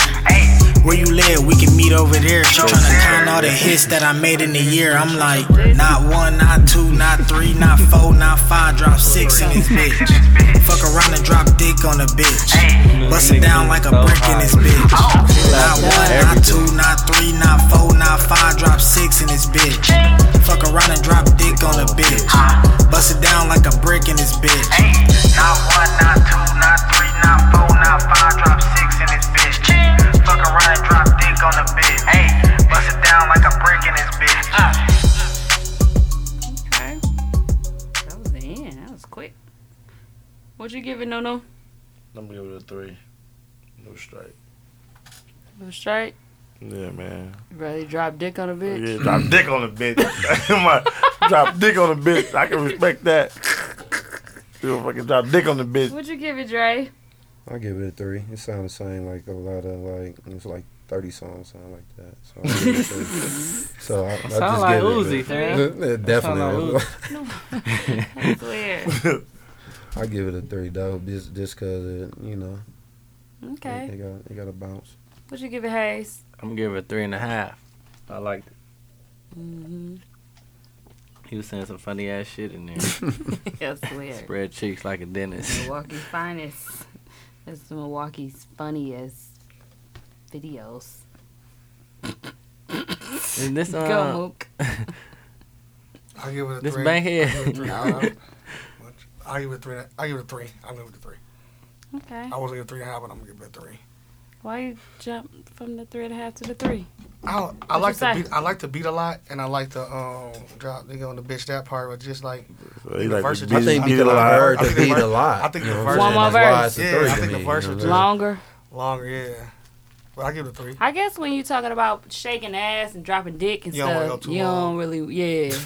Speaker 11: Where you live, we can meet over there. She tryna count all the hits that I made in the year. I'm like, not one, not two, not three, not four, not five, drop six in this bitch. Fuck around and drop dick on a bitch. Bust it down like a brick in this bitch. Not one, not two, not three, not four, not five, drop six in this bitch. Fuck around and drop dick on a bitch. Bust it down like a brick in this bitch. Not one, not two, not three, not four, not five, drop six in this bitch. Fuck around and drop dick on a bitch. Bust it down like a brick in this bitch.
Speaker 3: Okay. That was the end. That was quick. What you giving, No No?
Speaker 6: Let me give it a three. No straight.
Speaker 3: No straight.
Speaker 6: Yeah, man.
Speaker 3: Ready to drop dick on a bitch?
Speaker 6: Yeah, drop dick on the bitch. My- drop dick on the bitch. I can respect that. You don't fucking drop dick on the bitch.
Speaker 3: What you give it, Dre?
Speaker 15: I give it a three. It sounds the same like a lot of like it's like thirty songs sound like that. So I give it a three. so I, I just
Speaker 1: Sound like
Speaker 15: give
Speaker 1: Uzi,
Speaker 15: it.
Speaker 1: three.
Speaker 15: A, it definitely.
Speaker 1: like
Speaker 3: That's weird.
Speaker 15: I give it a three though, just just cause it, you know, it,
Speaker 3: Okay.
Speaker 15: it got it got a bounce.
Speaker 3: What you give it, Hayes?
Speaker 1: I'm gonna give it three and a half. I liked it.
Speaker 3: Mm-hmm.
Speaker 1: He was saying some funny ass shit in there.
Speaker 3: That's weird.
Speaker 1: Spread cheeks like a dentist.
Speaker 3: Milwaukee finest. That's the Milwaukee's funniest videos.
Speaker 1: And this uh,
Speaker 3: Go, Mook.
Speaker 4: I give it a
Speaker 1: this
Speaker 4: three. I give it a
Speaker 1: bankhead.
Speaker 4: three. I give it a three. I give it a three. I'm gonna give it a three.
Speaker 3: Okay.
Speaker 4: I was gonna give it a three and a half, but I'm gonna give it a three.
Speaker 3: Why you jump from the three and a half to the three?
Speaker 4: I, I
Speaker 3: What
Speaker 4: like to
Speaker 3: you say?
Speaker 4: beat. I like to beat a lot, and I like to um drop nigga on the bitch that part, but just like
Speaker 6: He
Speaker 4: The
Speaker 6: like
Speaker 4: verse
Speaker 6: the
Speaker 4: is
Speaker 6: bitch
Speaker 4: just-
Speaker 8: I think
Speaker 6: beat
Speaker 8: because
Speaker 6: a
Speaker 8: I
Speaker 6: lot.
Speaker 8: heard
Speaker 4: I
Speaker 8: the
Speaker 4: think the
Speaker 8: beat
Speaker 4: verse-
Speaker 8: a lot.
Speaker 4: I think
Speaker 8: you
Speaker 4: the
Speaker 8: know
Speaker 4: verse-
Speaker 8: what I'm
Speaker 3: One more
Speaker 8: saying? That's why
Speaker 3: verse.
Speaker 8: it's a
Speaker 4: Yeah,
Speaker 8: three
Speaker 4: I
Speaker 8: to
Speaker 4: think the
Speaker 8: me,
Speaker 4: verse
Speaker 8: you
Speaker 4: was just-
Speaker 8: know what I'm
Speaker 3: Longer.
Speaker 4: long. Yeah, but I give it a three.
Speaker 3: I guess when you talking about shaking ass and dropping dick and
Speaker 4: You don't wanna
Speaker 3: stuff,
Speaker 4: go too
Speaker 3: you
Speaker 4: long.
Speaker 3: don't really, yeah.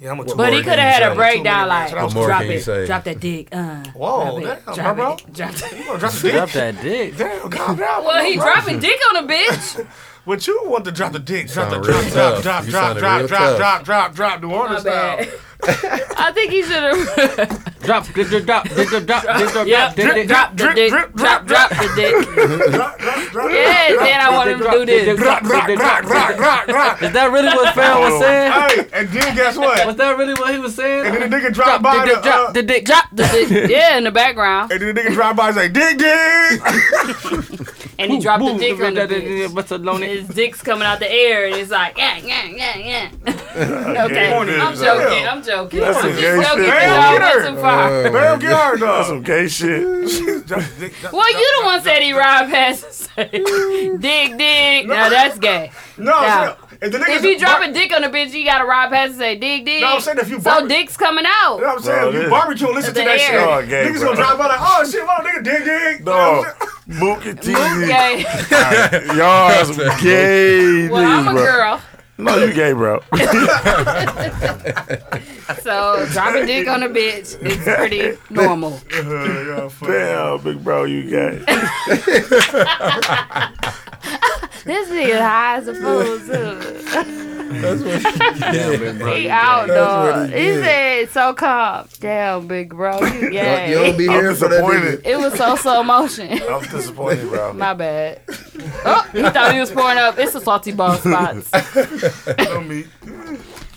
Speaker 4: Yeah, I'm a
Speaker 3: But
Speaker 4: two.
Speaker 3: he could have had a breakdown like,
Speaker 4: What more
Speaker 3: drop
Speaker 4: can you
Speaker 3: it,
Speaker 4: say?
Speaker 3: drop that dick. Uh,
Speaker 4: Whoa,
Speaker 3: drop it,
Speaker 4: damn,
Speaker 3: drop
Speaker 4: bro.
Speaker 3: it, drop that.
Speaker 4: drop the dick? Drop that
Speaker 1: dick.
Speaker 4: Damn, God, damn,
Speaker 3: Well, he
Speaker 4: bro.
Speaker 3: dropping dick on a bitch.
Speaker 4: But you want to drop the dick, drop the
Speaker 16: sound real
Speaker 4: drop, drop,
Speaker 16: tough.
Speaker 4: drop,
Speaker 16: You
Speaker 4: drop,
Speaker 16: sounded
Speaker 4: drop,
Speaker 16: real
Speaker 4: drop,
Speaker 16: tough.
Speaker 4: drop, drop, drop, New Orleans style.
Speaker 3: I think he should have.
Speaker 1: Drop, drip, drip, drop, drip, drip, drop, drip, drop,
Speaker 3: Yep,
Speaker 1: drop,
Speaker 3: drip,
Speaker 1: dick,
Speaker 3: drop the dick, drop, drop the dick. Yeah, then I want him to do this.
Speaker 1: Is that really what Fam was saying?
Speaker 4: Oh. Hey, and then guess what?
Speaker 1: Was that really what he was saying?
Speaker 4: And then the nigga dropped by
Speaker 1: dick,
Speaker 4: the.
Speaker 1: drop
Speaker 4: uh,
Speaker 1: the dick,
Speaker 3: drop the dick. Yeah, in the background.
Speaker 4: And then the nigga dropped by and say, dig, dig.
Speaker 3: And he dropped the dick on the bitch.
Speaker 1: What's a lonely?
Speaker 3: His dick's coming out the air, and it's like, yeah, yeah, yeah, yeah. Okay, I'm
Speaker 4: Oh.
Speaker 3: joking. I'm joking.
Speaker 6: That's some
Speaker 3: Just
Speaker 6: gay
Speaker 3: joking,
Speaker 6: shit.
Speaker 3: y'all. Went too far.
Speaker 4: Bam, get her, dog.
Speaker 6: That's some gay shit.
Speaker 3: Well, you the one said he ride past and say, dig, dig. Now that's gay.
Speaker 4: No,
Speaker 3: Now,
Speaker 4: I'm saying, if the niggas-
Speaker 3: if you drop a dick on a bitch, you gotta ride past and say, dig, dig.
Speaker 4: No, I'm saying if you
Speaker 3: so
Speaker 4: barbe-
Speaker 3: dick's coming out.
Speaker 4: You know what I'm saying?
Speaker 6: Bro,
Speaker 4: If you
Speaker 6: this-
Speaker 4: barbecue and listen
Speaker 3: The
Speaker 4: to that shit.
Speaker 3: air.
Speaker 6: Oh, gay,
Speaker 4: niggas
Speaker 6: bro.
Speaker 4: gonna drive by like, oh shit, my nigga, dig, dig.
Speaker 6: Dog, Mook and
Speaker 3: Mook
Speaker 6: TV.
Speaker 3: gay.
Speaker 6: Y'all are some gay
Speaker 3: Well, I'm
Speaker 6: niggas,
Speaker 3: a
Speaker 6: bro.
Speaker 3: girl,
Speaker 6: No, you gay, bro.
Speaker 3: so drop a dick on a bitch is pretty normal.
Speaker 4: Uh-huh,
Speaker 6: Damn, big bro, you gay.
Speaker 3: This nigga high as a fool too.
Speaker 8: That's what
Speaker 3: He out,
Speaker 8: That's
Speaker 3: dog.
Speaker 8: what he
Speaker 3: He
Speaker 8: did.
Speaker 3: said, so calm. Damn, big bro, you
Speaker 8: you
Speaker 3: gay.
Speaker 8: don't be
Speaker 6: I'm
Speaker 8: here for that.
Speaker 6: disappointed.
Speaker 3: It was so slow motion.
Speaker 6: I'm disappointed, bro.
Speaker 3: My bad. Oh, he thought he was pouring up. It's a salty ball spots.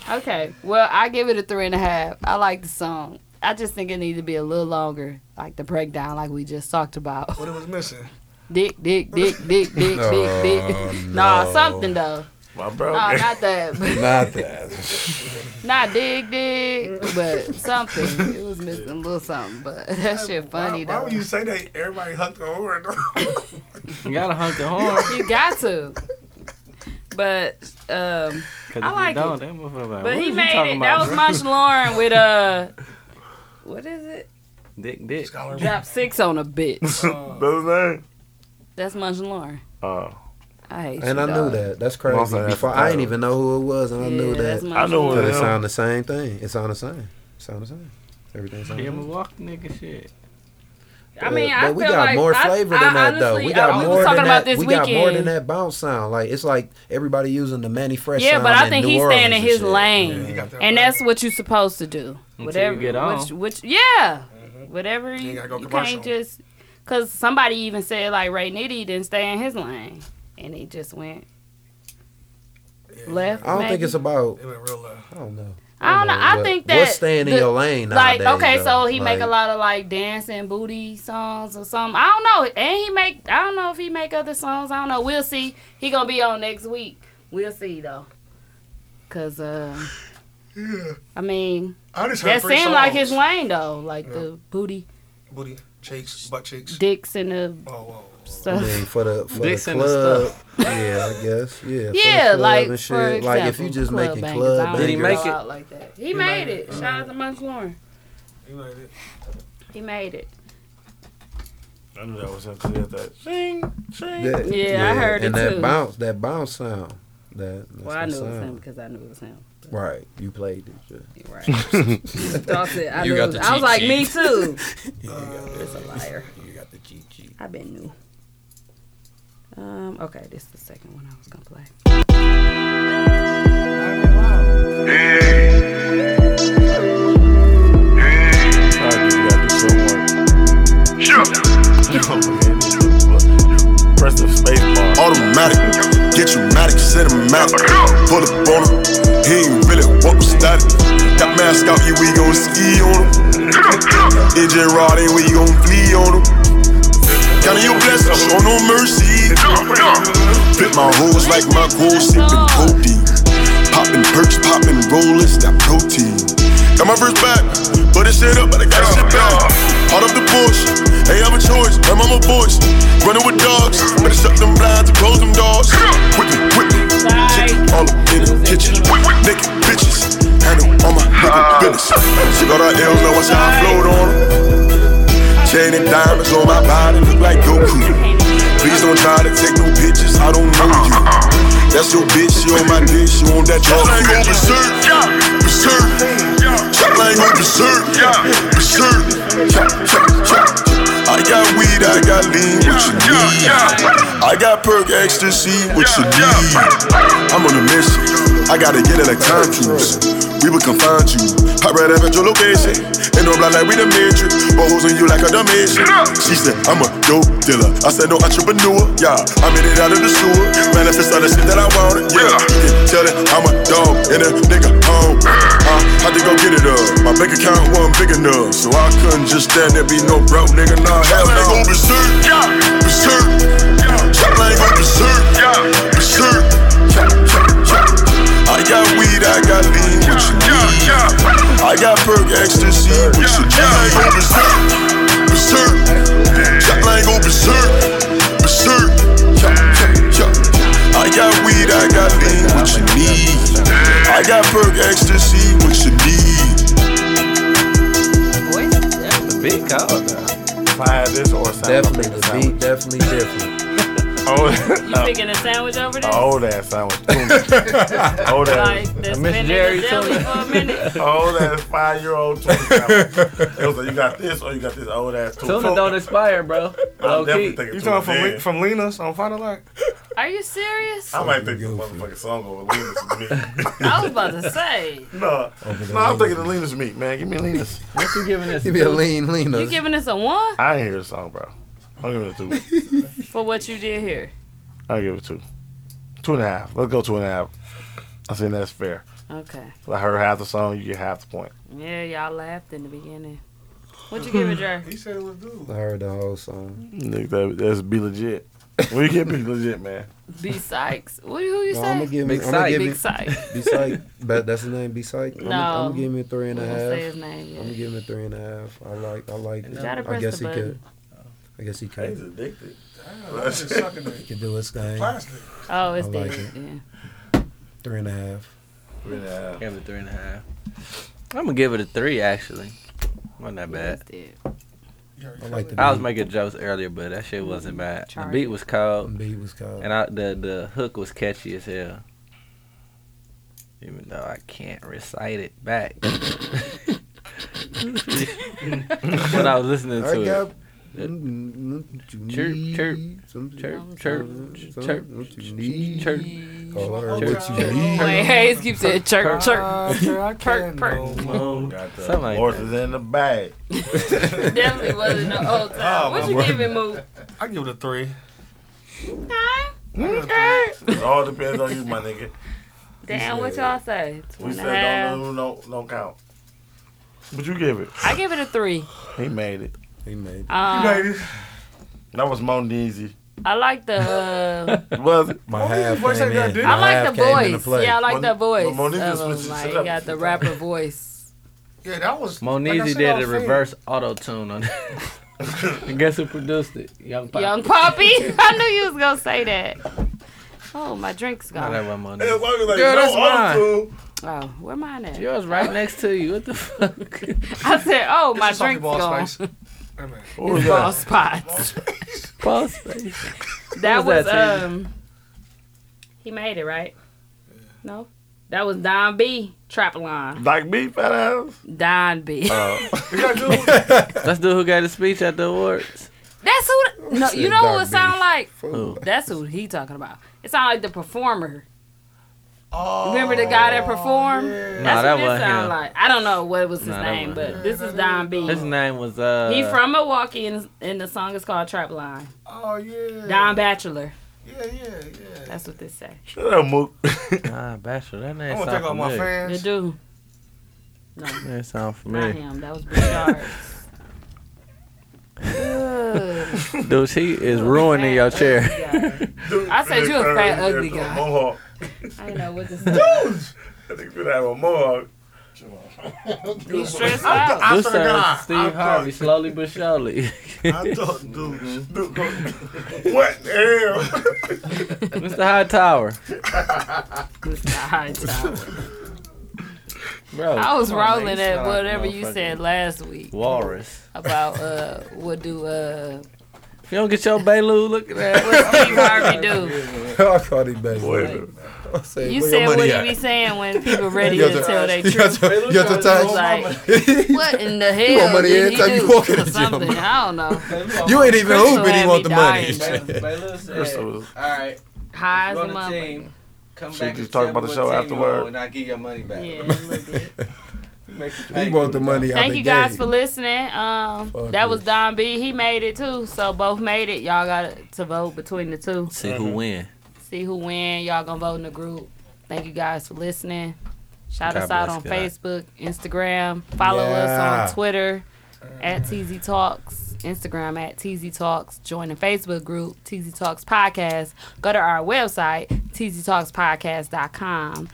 Speaker 3: okay. Well, I give it a three and a half. I like the song. I just think it needs to be a little longer, like the breakdown, like we just talked about.
Speaker 4: What it was missing?
Speaker 3: Dick, dick, dick, dick, dick, dick, dick. Nah, something though.
Speaker 6: My bro.
Speaker 3: Nah,
Speaker 6: gay.
Speaker 3: not that. but-
Speaker 8: Not that.
Speaker 3: Not dig, dig, but something. It was missing a little something, but that shit funny
Speaker 4: Why
Speaker 3: though.
Speaker 4: would you say that? Everybody hucked the horn.
Speaker 1: You gotta honk the horn.
Speaker 3: You got to. But um,
Speaker 1: Cause
Speaker 3: I
Speaker 1: if
Speaker 3: like
Speaker 1: you don't,
Speaker 3: it.
Speaker 1: that motherfucker like,
Speaker 3: But
Speaker 1: what
Speaker 3: he
Speaker 1: is you
Speaker 3: made
Speaker 1: talking
Speaker 3: it.
Speaker 1: about,
Speaker 3: that was
Speaker 1: bro?
Speaker 3: Munch Lauren with uh what is it?
Speaker 1: Dick, dick.
Speaker 3: Drop six on a bitch.
Speaker 4: Uh,
Speaker 6: Brother's name?
Speaker 3: That's Munch Lauren.
Speaker 6: Oh.
Speaker 3: I hate
Speaker 8: And
Speaker 3: you,
Speaker 8: I knew
Speaker 3: dog.
Speaker 8: that. That's
Speaker 6: Most of
Speaker 8: crazy.
Speaker 6: that
Speaker 8: Before I didn't
Speaker 6: potato.
Speaker 8: even know who it was, and I
Speaker 3: Yeah,
Speaker 8: knew
Speaker 3: that's
Speaker 8: that.
Speaker 3: Munch
Speaker 6: I know
Speaker 3: Lauren.
Speaker 6: what
Speaker 8: But it
Speaker 6: Yeah.
Speaker 8: sound the same thing. It sound the same. It sound the same. Everything sound the
Speaker 1: Yeah,
Speaker 8: same.
Speaker 1: Milwaukee nigga shit.
Speaker 3: I mean,
Speaker 8: Uh, but
Speaker 3: I
Speaker 8: we
Speaker 3: feel
Speaker 8: got
Speaker 3: like
Speaker 8: more
Speaker 3: I-
Speaker 8: flavor
Speaker 3: I
Speaker 8: than that though.
Speaker 3: honestly-
Speaker 8: We got
Speaker 3: I- we was
Speaker 8: more
Speaker 3: talking
Speaker 8: than
Speaker 3: about
Speaker 8: that.
Speaker 3: this
Speaker 8: we got more than
Speaker 3: weekend.
Speaker 8: that bounce sound. Like it's like everybody using the Manny Fresh.
Speaker 3: Yeah,
Speaker 8: sound
Speaker 3: but I
Speaker 8: in
Speaker 3: think
Speaker 8: New
Speaker 3: he's
Speaker 8: Orleans
Speaker 3: staying in
Speaker 8: and
Speaker 3: his
Speaker 8: shit.
Speaker 3: lane.
Speaker 4: You got that
Speaker 3: And
Speaker 4: right.
Speaker 3: that's what you're supposed to do.
Speaker 1: you
Speaker 3: whatever,
Speaker 1: get on.
Speaker 3: Which, which, yeah,
Speaker 4: Mm-hmm.
Speaker 3: whatever
Speaker 4: You
Speaker 3: you,
Speaker 4: gotta go
Speaker 3: you
Speaker 4: commercial.
Speaker 3: can't just because somebody even said like Ray Nitty didn't stay in his lane, and he just went left.
Speaker 8: I don't think
Speaker 3: maybe?
Speaker 8: it's about.
Speaker 4: It went real loud.
Speaker 8: I don't know.
Speaker 3: I don't know. I
Speaker 8: What-
Speaker 3: think that
Speaker 8: what's staying in
Speaker 3: the-
Speaker 8: your lane
Speaker 3: Like
Speaker 8: nowadays.
Speaker 3: okay, so
Speaker 8: though?
Speaker 3: he
Speaker 8: Like,
Speaker 3: make a lot of like dancing booty songs or something. I don't know, and he make I don't know if he make other songs. I don't know. We'll see. He gonna be on next week. We'll see though, cause uh,
Speaker 4: Yeah.
Speaker 3: I mean
Speaker 4: I just heard
Speaker 3: that
Speaker 4: three
Speaker 3: seemed like
Speaker 4: songs.
Speaker 3: his lane though, like the booty,
Speaker 4: Booty, cheeks, butt cheeks.
Speaker 3: dicks, and the
Speaker 4: Oh, whoa.
Speaker 8: I
Speaker 3: stuff.
Speaker 8: mean, for the for
Speaker 1: Dicks
Speaker 8: the
Speaker 1: and the
Speaker 8: club. Yeah, I guess. Yeah. for the
Speaker 3: Yeah,
Speaker 8: club
Speaker 3: like,
Speaker 8: and
Speaker 3: for
Speaker 8: shit. like if you
Speaker 3: example,
Speaker 8: just
Speaker 3: club
Speaker 8: making
Speaker 3: bangers. I
Speaker 8: club
Speaker 3: don't
Speaker 8: bangers.
Speaker 1: Did he make
Speaker 3: go
Speaker 1: it?
Speaker 3: out like that. He, made, it. Shout out to Munch Lauren.
Speaker 4: You like it?
Speaker 3: He made it.
Speaker 6: I knew that was him because he had that shing, shing.
Speaker 8: That-
Speaker 3: Yeah, I heard
Speaker 8: and
Speaker 3: it
Speaker 8: that
Speaker 3: too.
Speaker 8: bounce, that bounce sound. That that's
Speaker 3: Well, I
Speaker 8: the
Speaker 3: knew it was
Speaker 8: sound.
Speaker 3: him because I knew it was him.
Speaker 8: Right, you played it. yeah.
Speaker 3: You're Right. Dawg said, I,
Speaker 17: You
Speaker 3: knew
Speaker 17: got
Speaker 3: it was-
Speaker 17: the
Speaker 3: I was
Speaker 17: cheat
Speaker 3: like, me
Speaker 17: sheet.
Speaker 8: Uh,
Speaker 3: too.
Speaker 8: You
Speaker 3: It's a liar.
Speaker 8: got, you got the cheat sheet.
Speaker 3: I been new. Um, okay, this is the second one I was gonna play.
Speaker 6: Press the space bar.
Speaker 5: Automatic, get you matic, cinematic. Pull up on him, he ain't really what was static. Got mask out, yeah, we gon' ski on him. DJ Rod, ain't we gon' flee on him. Counting your blessings, show no mercy. Flip my hoes like my gold, sippin' codeine. Poppin' perks, poppin' rollers, that protein. Got my first back, put this shit up, but I got shit back. Out of the bush, ain't have a choice, my mama voice. Running with dogs, better shut them blinds and close them doors. Whip it, whip it, chick, all up in the kitchen. Whip, whip, naked bitches, handle all my nigga business. She got her L's, now watch how I float on 'em. Chain and diamonds on my body look like Goku. Please don't try to take no pictures, I don't know you. That's your bitch, you on my dick, you on that dog. I ain't gon' berserk, berserk. lean, what you need. I got perk extra, see what you need. I'm on a mission, I gotta get it like time cruise. We will confine you. I read up at your location. And don't like we the matrix. But hosing you like a dimension. She said, I'm a dope dealer. I said, no entrepreneur. Yeah, I made it out of the sewer. Manifest all the shit that I wanted. Yeah, you can tell that I'm a dog and a nigga home. I had to go get it up. My bank account wasn't big enough. So I couldn't just stand there, be no broke nigga. Nah, hell no. Go berserk. Berserk. Chopper ain't go berserk. Berserk. I got weed, I got lean, what you need? I got perk ecstasy, what you need? Chopper ain't go berserk. Berserk. Chopper ain't go berserk. Berserk. I got weed, I got lean, what you need? I got perk ecstasy, what you need?
Speaker 4: The big call.
Speaker 6: Fire this or something.
Speaker 18: Definitely the beat, definitely different.
Speaker 6: Oh,
Speaker 3: You picking a sandwich over there?
Speaker 6: Old ass sandwich. Old
Speaker 3: Like,
Speaker 6: ass.
Speaker 3: that's Miss been in the Jerry, deli too. for a minute.
Speaker 6: Old ass five year old tuna sandwich. It was like, you got this or you got this old ass tuna.
Speaker 4: Tuna don't expire, bro. Low key.
Speaker 6: thinking
Speaker 9: You
Speaker 6: tuna
Speaker 9: talking from
Speaker 6: then.
Speaker 9: Le- from Lena's on Final Lock?
Speaker 3: Are you serious?
Speaker 6: I might think this motherfucking song over Lena's meat.
Speaker 3: I was about to say.
Speaker 6: no, no, I'm thinking the Lena's meat, man. Give me a Lena's.
Speaker 4: What you giving this?
Speaker 6: Give me a lean
Speaker 3: You
Speaker 6: Lena's.
Speaker 3: giving us a one
Speaker 6: I ain't hear the song, bro. I'll give it a two.
Speaker 3: for what you did here?
Speaker 6: I'll give it two. Two and a half. Let's go two and a half. I think that's fair.
Speaker 3: Okay.
Speaker 6: I heard half the song, you get half the point.
Speaker 3: Yeah, y'all laughed in the beginning. What you give it, Jerry?
Speaker 9: He said it was dude.
Speaker 8: I heard the whole song.
Speaker 6: Nigga, that- That's be legit. Well, you can't be legit, man.
Speaker 3: B Sykes. What who you
Speaker 8: No,
Speaker 3: say?
Speaker 8: I'm gonna give
Speaker 3: Big
Speaker 8: him. I'm gonna
Speaker 3: Sykes.
Speaker 8: give
Speaker 3: Big
Speaker 8: him-
Speaker 3: Sykes.
Speaker 8: B Psych. But that's his name. B Psych. I'm,
Speaker 3: No.
Speaker 8: gonna give him a three and a
Speaker 3: We
Speaker 8: half.
Speaker 3: won't say his name yet.
Speaker 8: I'm gonna give him a three and a half. I like. I like.
Speaker 3: You gotta
Speaker 8: It. I
Speaker 3: press
Speaker 8: guess
Speaker 3: the
Speaker 8: he could.
Speaker 3: button.
Speaker 8: I guess he could.
Speaker 6: addicted.
Speaker 9: Damn, I just sucking
Speaker 8: He
Speaker 9: it.
Speaker 8: could do his thing.
Speaker 9: Plastic.
Speaker 3: Oh, it's
Speaker 8: I
Speaker 3: dead.
Speaker 8: like it.
Speaker 3: Yeah.
Speaker 8: Three and a half.
Speaker 6: Three and a half.
Speaker 1: Give it three and a half. I'm gonna give it a three actually. Wasn't that bad.
Speaker 8: I like the.
Speaker 1: I was
Speaker 8: beat.
Speaker 1: making jokes earlier, but that shit wasn't bad. The
Speaker 3: Charlie.
Speaker 1: beat was cold,
Speaker 8: beat was cold.
Speaker 1: and I, the the hook was catchy as hell. Even though I can't recite it back, when I was listening
Speaker 8: I
Speaker 1: to
Speaker 8: got.
Speaker 1: it,
Speaker 8: Chirp,
Speaker 1: Chirp, chirp, chirp, chirp, chirp,
Speaker 8: What you
Speaker 1: chirp,
Speaker 8: need?
Speaker 1: chirp.
Speaker 8: Call her
Speaker 1: Chirp,
Speaker 8: what you
Speaker 1: chirp.
Speaker 8: need.
Speaker 3: Wait, Hayes keeps saying
Speaker 6: Uh,
Speaker 3: chirp,
Speaker 8: Uh,
Speaker 3: chirp,
Speaker 9: I
Speaker 3: chirp, chirp.
Speaker 6: Got the
Speaker 1: Something like
Speaker 6: horses in the bag.
Speaker 3: Definitely wasn't the old time.
Speaker 9: Oh,
Speaker 3: what
Speaker 9: my
Speaker 3: you
Speaker 9: word.
Speaker 3: give it, Moo?
Speaker 9: I give it a three.
Speaker 3: Huh?
Speaker 6: It all depends on you, my nigga.
Speaker 3: Damn, what y'all say? Two
Speaker 6: We
Speaker 3: and a
Speaker 6: said don't
Speaker 3: half.
Speaker 6: no, no, no count. But you give it.
Speaker 3: I give it a three.
Speaker 6: He made it.
Speaker 8: He made it.
Speaker 3: Um,
Speaker 6: That was Mondeezy.
Speaker 3: I like the uh,
Speaker 6: Was it?
Speaker 8: My half
Speaker 9: voice
Speaker 8: came
Speaker 9: ain't that
Speaker 8: in.
Speaker 9: deep.
Speaker 8: My
Speaker 3: I like
Speaker 8: half
Speaker 3: the
Speaker 8: came into
Speaker 3: voice.
Speaker 8: play.
Speaker 3: Yeah, I like
Speaker 6: Mon-
Speaker 3: the voice.
Speaker 6: Mon- Monique
Speaker 3: of
Speaker 6: just
Speaker 3: him.
Speaker 6: switched
Speaker 3: Like,
Speaker 6: it
Speaker 3: you
Speaker 6: up.
Speaker 3: got the rapper voice.
Speaker 9: Yeah, that was.
Speaker 1: Monizy
Speaker 9: like I said,
Speaker 1: did
Speaker 9: I was
Speaker 1: a
Speaker 9: saying.
Speaker 1: reverse auto tune on it. and guess who produced it? Young Pop.
Speaker 3: Young Poppy. I knew you was gonna say that. Oh, my drink's
Speaker 1: No,
Speaker 3: gone.
Speaker 1: that wasn't Monizy.
Speaker 6: As long as like,
Speaker 1: Girl,
Speaker 6: no
Speaker 1: that's mine.
Speaker 6: auto-tune.
Speaker 3: Oh, where mine at?
Speaker 1: Yours right next to you. What the fuck?
Speaker 3: I said, oh, my
Speaker 9: It's a
Speaker 3: drink's
Speaker 9: ball
Speaker 3: gone.
Speaker 9: space. Wait a minute.
Speaker 6: What was
Speaker 3: Ball
Speaker 6: that?
Speaker 3: spots.
Speaker 1: Pause face.
Speaker 3: That
Speaker 1: was
Speaker 3: was,
Speaker 1: that, Tasia?
Speaker 3: um. He made it right. No, that was Don B. Trap line.
Speaker 6: Like me, fat ass. Uh,
Speaker 3: Don B.
Speaker 1: Let's do who got the speech at the awards.
Speaker 3: That's who. No, you
Speaker 8: said
Speaker 3: know
Speaker 8: Don
Speaker 3: what it sound
Speaker 8: B.
Speaker 3: like.
Speaker 1: Who?
Speaker 3: That's who he talking about. It sound like the performer.
Speaker 9: Oh,
Speaker 3: Remember the guy that performed? That's
Speaker 1: Nah,
Speaker 3: what
Speaker 1: that
Speaker 3: this
Speaker 1: wasn't
Speaker 3: sound
Speaker 1: him.
Speaker 3: like. I don't know what was his
Speaker 1: Nah, that
Speaker 3: name,
Speaker 1: wasn't
Speaker 3: but this is Don B.
Speaker 1: His name was uh.
Speaker 3: he from Milwaukee, and, and the song is called Trap Line.
Speaker 9: Oh yeah.
Speaker 3: Don Bachelor.
Speaker 9: Yeah, yeah, yeah.
Speaker 3: That's what they say.
Speaker 6: Shut up, Mook.
Speaker 1: Ah, Bachelor. That name
Speaker 9: I'm gonna
Speaker 1: sound
Speaker 9: take off my
Speaker 1: familiar.
Speaker 3: The
Speaker 9: fans.
Speaker 3: dude. No,
Speaker 1: That sound
Speaker 3: not
Speaker 1: familiar.
Speaker 3: him. That was Bouchard's. Ugh,
Speaker 1: Dude, she is ruining your chair.
Speaker 3: God. I said you a fat, ugly guy.
Speaker 6: Mohawk.
Speaker 3: I don't know what this is.
Speaker 6: I think you have a mohawk.
Speaker 3: He's stressed out.
Speaker 6: I
Speaker 1: This
Speaker 6: swear to God, I
Speaker 1: sounds Steve
Speaker 6: thought-
Speaker 1: Harvey, slowly but surely.
Speaker 6: I thought,
Speaker 10: Mm-hmm.
Speaker 6: dude, dude, go- what the hell?
Speaker 1: Mr. High Tower,
Speaker 3: Mr. Hightower.
Speaker 1: bro.
Speaker 3: I was
Speaker 1: Oh, come on, man,
Speaker 3: rolling
Speaker 1: you sound
Speaker 3: at
Speaker 1: like a
Speaker 3: whatever you said
Speaker 1: motherfucking
Speaker 3: last week
Speaker 1: Walrus.
Speaker 3: about uh, what do uh,
Speaker 1: If you don't get your Bailu, look at that.
Speaker 3: what Steve Harvey do.
Speaker 8: I caught him back.
Speaker 6: Wait a minute.
Speaker 10: I said,
Speaker 3: You
Speaker 10: "Where your
Speaker 3: said
Speaker 10: money
Speaker 3: what
Speaker 10: at?"
Speaker 3: you be saying when people ready
Speaker 10: You
Speaker 3: to,
Speaker 10: got the-
Speaker 3: tell their
Speaker 10: you
Speaker 3: truth.
Speaker 10: got the- you got the tax?
Speaker 3: Like, what in the hell?
Speaker 10: You want money
Speaker 3: did
Speaker 10: every
Speaker 3: he
Speaker 10: time you
Speaker 3: do?
Speaker 10: walk in
Speaker 3: Or
Speaker 10: the gym.
Speaker 3: something. I don't know.
Speaker 10: You ain't even
Speaker 3: Crystal
Speaker 10: hooping, he
Speaker 3: had
Speaker 10: want
Speaker 3: me
Speaker 10: the money.
Speaker 3: dying, bro.
Speaker 10: Baylor- Baylor said, Crystal.
Speaker 19: All right.
Speaker 3: High as
Speaker 19: Go
Speaker 3: a
Speaker 19: on the
Speaker 3: mother.
Speaker 19: team. Come
Speaker 12: She
Speaker 19: back
Speaker 12: just
Speaker 19: and
Speaker 12: talk
Speaker 19: tell
Speaker 12: about
Speaker 19: me
Speaker 12: the
Speaker 19: what
Speaker 12: show
Speaker 19: team you
Speaker 12: afterward.
Speaker 19: on, and I give your money back.
Speaker 3: Yeah, a little
Speaker 19: Make you
Speaker 10: He
Speaker 19: pay.
Speaker 10: want the money out
Speaker 3: Thank
Speaker 10: the
Speaker 3: you guys
Speaker 10: game.
Speaker 3: for listening. Um,
Speaker 10: Fuck
Speaker 3: that was Don B. He made it too, so both made it. Y'all got to vote between the two.
Speaker 1: See
Speaker 10: Uh-huh.
Speaker 1: who win.
Speaker 3: See who win. Y'all gonna vote in the group. Thank you guys for listening. Shout
Speaker 1: God
Speaker 3: us out
Speaker 1: bless
Speaker 3: on
Speaker 1: God.
Speaker 3: Facebook, Instagram. Follow us
Speaker 1: Yeah.
Speaker 3: on Twitter at TZ Talks, Instagram at TZ Talks. Join the Facebook group, TZ Talks Podcast. Go to our website, tztalkspodcast.com.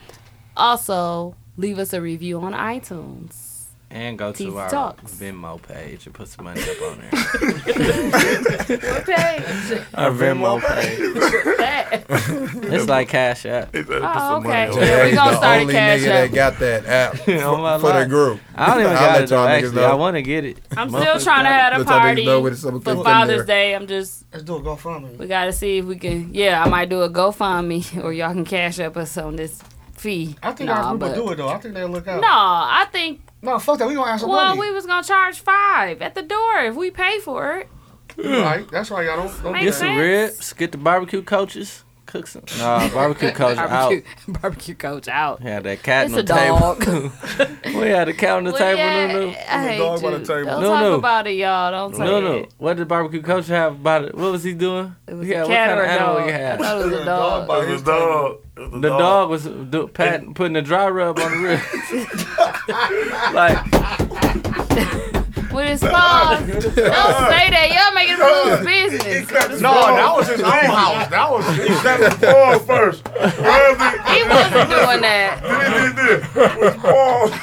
Speaker 3: Also, leave us a review on iTunes.
Speaker 1: And go
Speaker 3: Teasy
Speaker 1: to our
Speaker 3: Talks.
Speaker 1: Venmo page and put some money up on there.
Speaker 3: What page?
Speaker 1: our Venmo
Speaker 3: What's
Speaker 1: page.
Speaker 3: that?
Speaker 1: it's like Cash App.
Speaker 3: Oh, okay.
Speaker 10: on there.
Speaker 3: Yeah, we
Speaker 10: He's
Speaker 3: gonna
Speaker 10: the
Speaker 3: start a
Speaker 10: only
Speaker 3: cash
Speaker 10: nigga that
Speaker 3: app.
Speaker 10: got that app
Speaker 1: On Oh, my
Speaker 10: for the
Speaker 1: life.
Speaker 10: group.
Speaker 1: I don't even
Speaker 10: I'll
Speaker 1: got
Speaker 10: let
Speaker 1: it
Speaker 10: y'all
Speaker 1: though,
Speaker 10: niggas
Speaker 1: actually.
Speaker 10: know.
Speaker 1: I want to get it.
Speaker 3: I'm still
Speaker 1: Motherfuckers
Speaker 3: trying to
Speaker 1: got it.
Speaker 3: have
Speaker 10: Let
Speaker 3: a
Speaker 10: y'all niggas
Speaker 3: party
Speaker 10: know what it's up
Speaker 3: for
Speaker 10: with
Speaker 3: Father's
Speaker 10: there.
Speaker 3: Day. I'm just
Speaker 4: Let's do a GoFundMe.
Speaker 3: we gotta see if we can. Yeah, I might do a GoFundMe or y'all can cash up us on this fee.
Speaker 4: I think
Speaker 3: Nah,
Speaker 4: our group
Speaker 3: but-
Speaker 4: will do it though. I think they'll look out.
Speaker 3: No, I think.
Speaker 4: No, fuck that. We gonna ask some
Speaker 3: Well,
Speaker 4: money.
Speaker 3: we was gonna charge five at the door if we pay for it.
Speaker 4: You Right. That's right, y'all. Don't, don't do
Speaker 1: Get
Speaker 4: that.
Speaker 1: some ribs. Get the barbecue coaches. Cook some. Nah, barbecue coach out.
Speaker 3: Barbecue- Barbecue coach out.
Speaker 1: We had that cat
Speaker 3: It's
Speaker 1: on the
Speaker 3: a
Speaker 1: table. we had a cat on the
Speaker 3: Well,
Speaker 1: table.
Speaker 3: yeah,
Speaker 1: no, no.
Speaker 3: I hate you. Don't
Speaker 1: No,
Speaker 3: talk
Speaker 1: no.
Speaker 3: about it, y'all. Don't say
Speaker 1: No,
Speaker 3: it.
Speaker 1: no. What did barbecue coach have about it? What was he doing? It was yeah,
Speaker 3: a
Speaker 1: what
Speaker 3: cat
Speaker 1: kind
Speaker 3: or
Speaker 1: of
Speaker 3: a
Speaker 1: animal
Speaker 3: dog.
Speaker 1: he
Speaker 3: I
Speaker 1: had?
Speaker 3: thought it was a dog.
Speaker 1: It was a dog. The dog, was do, patting, putting a dry rub on the ribs. like
Speaker 3: With his paws. Don't say that. Y'all making it a loose business.
Speaker 4: No, that was his own house. That was he
Speaker 12: stepped his paw first.
Speaker 3: He wasn't doing that.
Speaker 10: He Oh.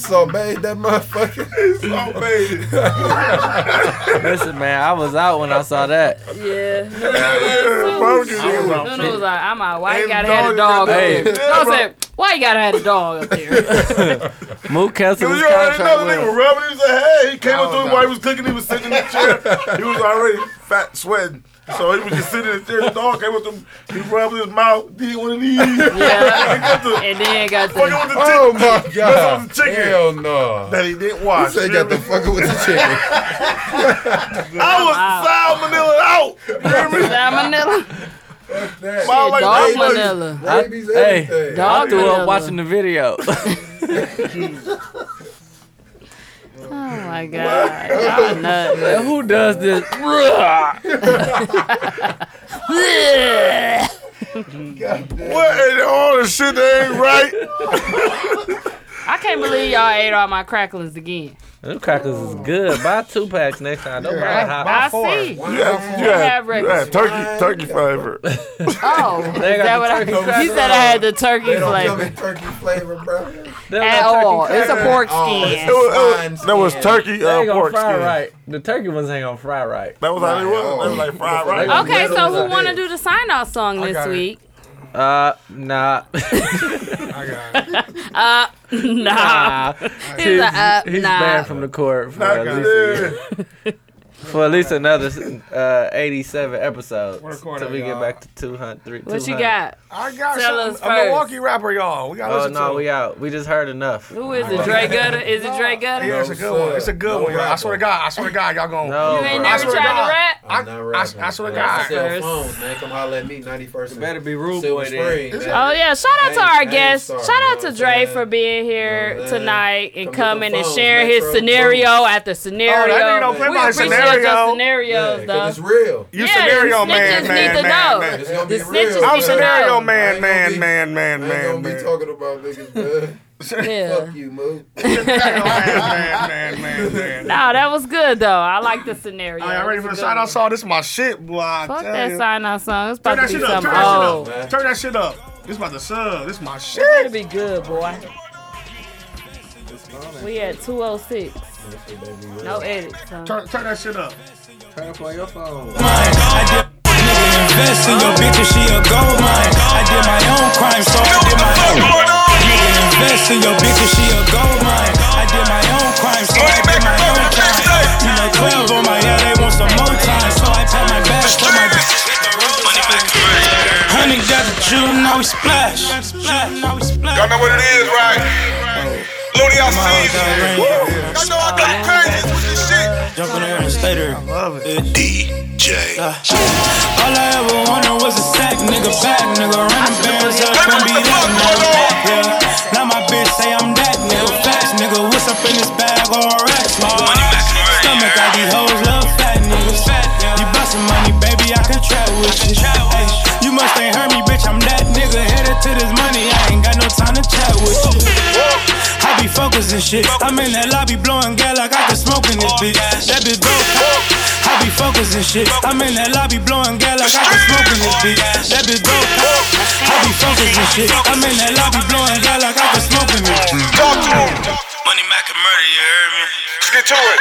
Speaker 10: so bad that motherfucker. He so
Speaker 1: Listen, man, I was out when I saw that.
Speaker 3: Yeah. Nunu was like, I'm out. Why you gotta have a dog up
Speaker 1: Hey.
Speaker 3: there? Dog said, Why you gotta have a dog up there?
Speaker 1: Mook canceled his
Speaker 12: You already know the nigga
Speaker 1: contract.
Speaker 12: was
Speaker 1: with us.
Speaker 12: rubbing. He was like, hey, he came
Speaker 1: I
Speaker 12: up to
Speaker 1: was
Speaker 12: him while he was cooking. He was sitting in the chair. he was already fat, sweating. So he was just sitting in the chair. The dog came up to him. He rubbed his mouth. Did one of these.
Speaker 3: Yeah. and then got the.
Speaker 12: Fucking with the
Speaker 10: Oh my
Speaker 12: God.
Speaker 10: god. Hell no.
Speaker 12: That he didn't watch.
Speaker 10: He said got the fucker with the chicken.
Speaker 12: I was salmonella out.
Speaker 3: Salmonella.
Speaker 12: Shit,
Speaker 3: dog
Speaker 1: I- hey, I
Speaker 3: Dog
Speaker 1: threw
Speaker 3: vanilla.
Speaker 1: up watching the video.
Speaker 3: Oh my god. Y'all nuts.
Speaker 1: Man, Who does this?
Speaker 12: What in all the shit that ain't right?
Speaker 3: Oh, I can't believe y'all ate all my cracklings again.
Speaker 1: Them crackers is good. Buy two packs next time. Don't buy hot.
Speaker 3: I see.
Speaker 12: You had, you
Speaker 3: I
Speaker 12: had,
Speaker 3: have
Speaker 12: you
Speaker 3: records.
Speaker 12: had turkey, turkey flavor.
Speaker 3: Oh, is that what I? You said I had the turkey flavor.
Speaker 10: turkey flavor, bro.
Speaker 3: At all, it's a pork
Speaker 1: Oh,
Speaker 3: skin.
Speaker 12: It was- it was- that was turkey
Speaker 1: They
Speaker 12: uh,
Speaker 1: ain't gonna
Speaker 12: pork
Speaker 1: fry
Speaker 12: skin.
Speaker 1: right. The turkey ones ain't gonna fry right.
Speaker 12: That was how they was. They was like fried right.
Speaker 3: Okay, so who want to do the sign off song this week?
Speaker 1: Uh, nah.
Speaker 3: Uh, nah. He's
Speaker 1: He's,
Speaker 3: like, uh,
Speaker 1: he's
Speaker 3: nah.
Speaker 1: banned from the court for
Speaker 12: Not
Speaker 1: at least a year. for at least another uh, 87 episodes
Speaker 4: We're
Speaker 1: until
Speaker 4: recording,
Speaker 1: we get
Speaker 4: y'all.
Speaker 1: back to 200. three-
Speaker 3: What you
Speaker 1: 200.
Speaker 3: got?
Speaker 4: I got
Speaker 3: Tell
Speaker 4: some,
Speaker 3: us
Speaker 4: a
Speaker 3: first.
Speaker 4: Milwaukee rapper, y'all. We got to
Speaker 1: Oh
Speaker 4: listen
Speaker 1: no,
Speaker 4: to. Oh,
Speaker 1: we out. We just heard enough.
Speaker 3: Who is it? Dre Gutter? Is it Dre Gutter?
Speaker 4: Yeah, it's a good one. It's a good one, y'all. I swear to God. I swear to God, y'all gonna.
Speaker 1: No,
Speaker 3: You ain't
Speaker 4: Oh, I
Speaker 3: never
Speaker 4: swear
Speaker 3: tried
Speaker 4: God.
Speaker 3: to rap?
Speaker 4: I, I, I swear to God.
Speaker 8: Cell phone, man. Come holler at me, 91st. and
Speaker 1: better be rude
Speaker 8: Silver
Speaker 1: boy then.
Speaker 8: Spring, man.
Speaker 3: Oh yeah! Shout out to our
Speaker 8: ain't
Speaker 3: guests.
Speaker 8: sorry,
Speaker 3: Shout out to Dre for being here
Speaker 8: I'm saying?
Speaker 3: tonight and
Speaker 8: Come get
Speaker 3: coming
Speaker 8: them
Speaker 3: and
Speaker 8: phones,
Speaker 3: sharing his
Speaker 8: Metro
Speaker 3: scenario
Speaker 8: phones.
Speaker 3: after scenario.
Speaker 4: Oh, nigga don't play
Speaker 3: we
Speaker 4: by
Speaker 3: appreciate your
Speaker 4: scenario.
Speaker 3: scenarios,
Speaker 8: Yeah, 'cause
Speaker 3: though.
Speaker 8: it's real.
Speaker 4: You
Speaker 3: Yeah,
Speaker 4: scenario
Speaker 3: the
Speaker 4: man,
Speaker 3: snitches
Speaker 4: man,
Speaker 3: need to
Speaker 4: man,
Speaker 3: know.
Speaker 4: man.
Speaker 8: It's gonna be
Speaker 3: The
Speaker 8: real.
Speaker 3: snitches
Speaker 4: I'm
Speaker 3: need to know.
Speaker 4: scenario
Speaker 8: I
Speaker 4: man,
Speaker 8: ain't gonna
Speaker 4: man,
Speaker 8: be-
Speaker 4: man, man,
Speaker 8: I ain't
Speaker 4: man,
Speaker 8: gonna be
Speaker 4: man.
Speaker 8: talking about niggas, man.
Speaker 3: Yeah.
Speaker 8: Fuck you, Mook.
Speaker 4: Man, man, man.
Speaker 3: Nah, that was good though. I like the scenario.
Speaker 4: All right, I'm ready
Speaker 3: It
Speaker 4: for the
Speaker 3: was a
Speaker 4: sign
Speaker 3: good
Speaker 4: out song. This is my shit, boy. I
Speaker 3: one. Fuck
Speaker 4: tell
Speaker 3: that
Speaker 4: you.
Speaker 3: sign out song. It's
Speaker 4: Turn
Speaker 3: about
Speaker 4: that
Speaker 3: to
Speaker 4: shit
Speaker 3: be
Speaker 4: up. Turn
Speaker 3: something
Speaker 4: that
Speaker 3: old.
Speaker 4: shit up. Turn that shit up. This about to sub. This my shit.
Speaker 3: That'll be good, boy. We at 206. No edits. huh?
Speaker 4: Turn, turn that shit up. Turn up on your phone.
Speaker 13: Invest in your bitch if she a gold mine. I did my own crime, so I did my own. Nigga, invest in your bitch if she a gold mine. I did my own crime, so I did my own crime. You know, 12 on my head, they want some more time, so I pat my back, tell my bitch. Honey got the now we splash.
Speaker 5: Y'all know what it is, right? Looney out season. Y'all know I got crazy with this shit.
Speaker 13: Jump in there and stay there. I love it.
Speaker 5: DJ.
Speaker 4: Ah.
Speaker 13: All I ever wanted was a sack, nigga, back, nigga, running bands up and be that, nigga, back, yeah. Now my bitch say I'm that, nigga, facts, nigga, what's up in this bag or racks, nigga? Stomach out these hoes, love fat niggas. You bustin' money, baby, I can trap with you. Ay, you must ain't heard me, bitch, I'm that nigga, headed to this money, I ain't got no time to chat with you. I be focused and shit. I'm in that lobby blowing gal like I can smoke in this bitch. That bitch dope. I be focused and shit. I'm in that lobby blowing gal like I can smoke in this bitch. That bitch dope. I be focused and shit. I'm in that lobby blowing gal like I can smoke in this bitch.
Speaker 5: Talk to him. Money, Mac, and murder, you heard me? Let's get to it.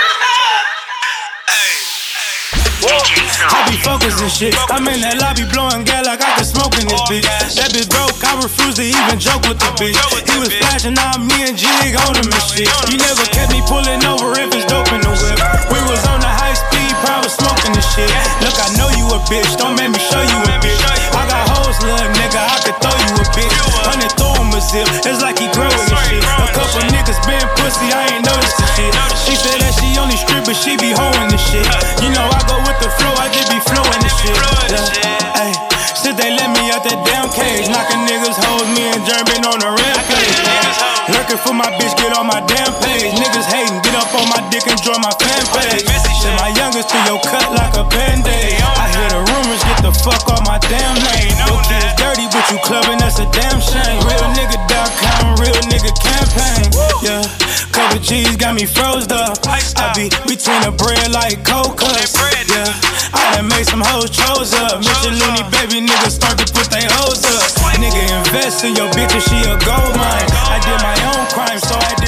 Speaker 13: I be focused and shit. I'm in that lobby blowing gal like I can smoke in this bitch. That bitch broke, I refuse to even joke with the bitch. He was flashing, now me and Jig on him and shit. You never kept me pulling over if it's dope in the whip. We was on the high speed, probably smoking this shit. Look, I know you a bitch, don't make me show you a bitch. I got hoes, little nigga, I could throw you a bitch. Hundred throw him a zip, it's like he growing this shit. A couple niggas been pussy, I ain't noticed this shit. She said that she only strip, but she be hoeing this shit. You know I go with the flow, I just be flowing this shit. Yeah, ayy. Since they let me out that damn cage, knocking niggas hoes, me and Jermin on a rampage. Lurking for my bitch, get on my damn page. Niggas hating, get up on my dick and join my fan page. Send my youngest to your cut like a band-aid. I hear the rumors, get the fuck on my damn lane. Your kid is dirty, but you clubbing, that's a damn shame. Real nigga.com, real nigga campaign. Yeah, couple G's got me froze up. I be between the bread like cold cuts. Yeah, I done made some hoes chose up. Mr. Looney, baby niggas start to put they hoes up. Nigga invest in your bitch cause she a gold mine. I did my own crime, so I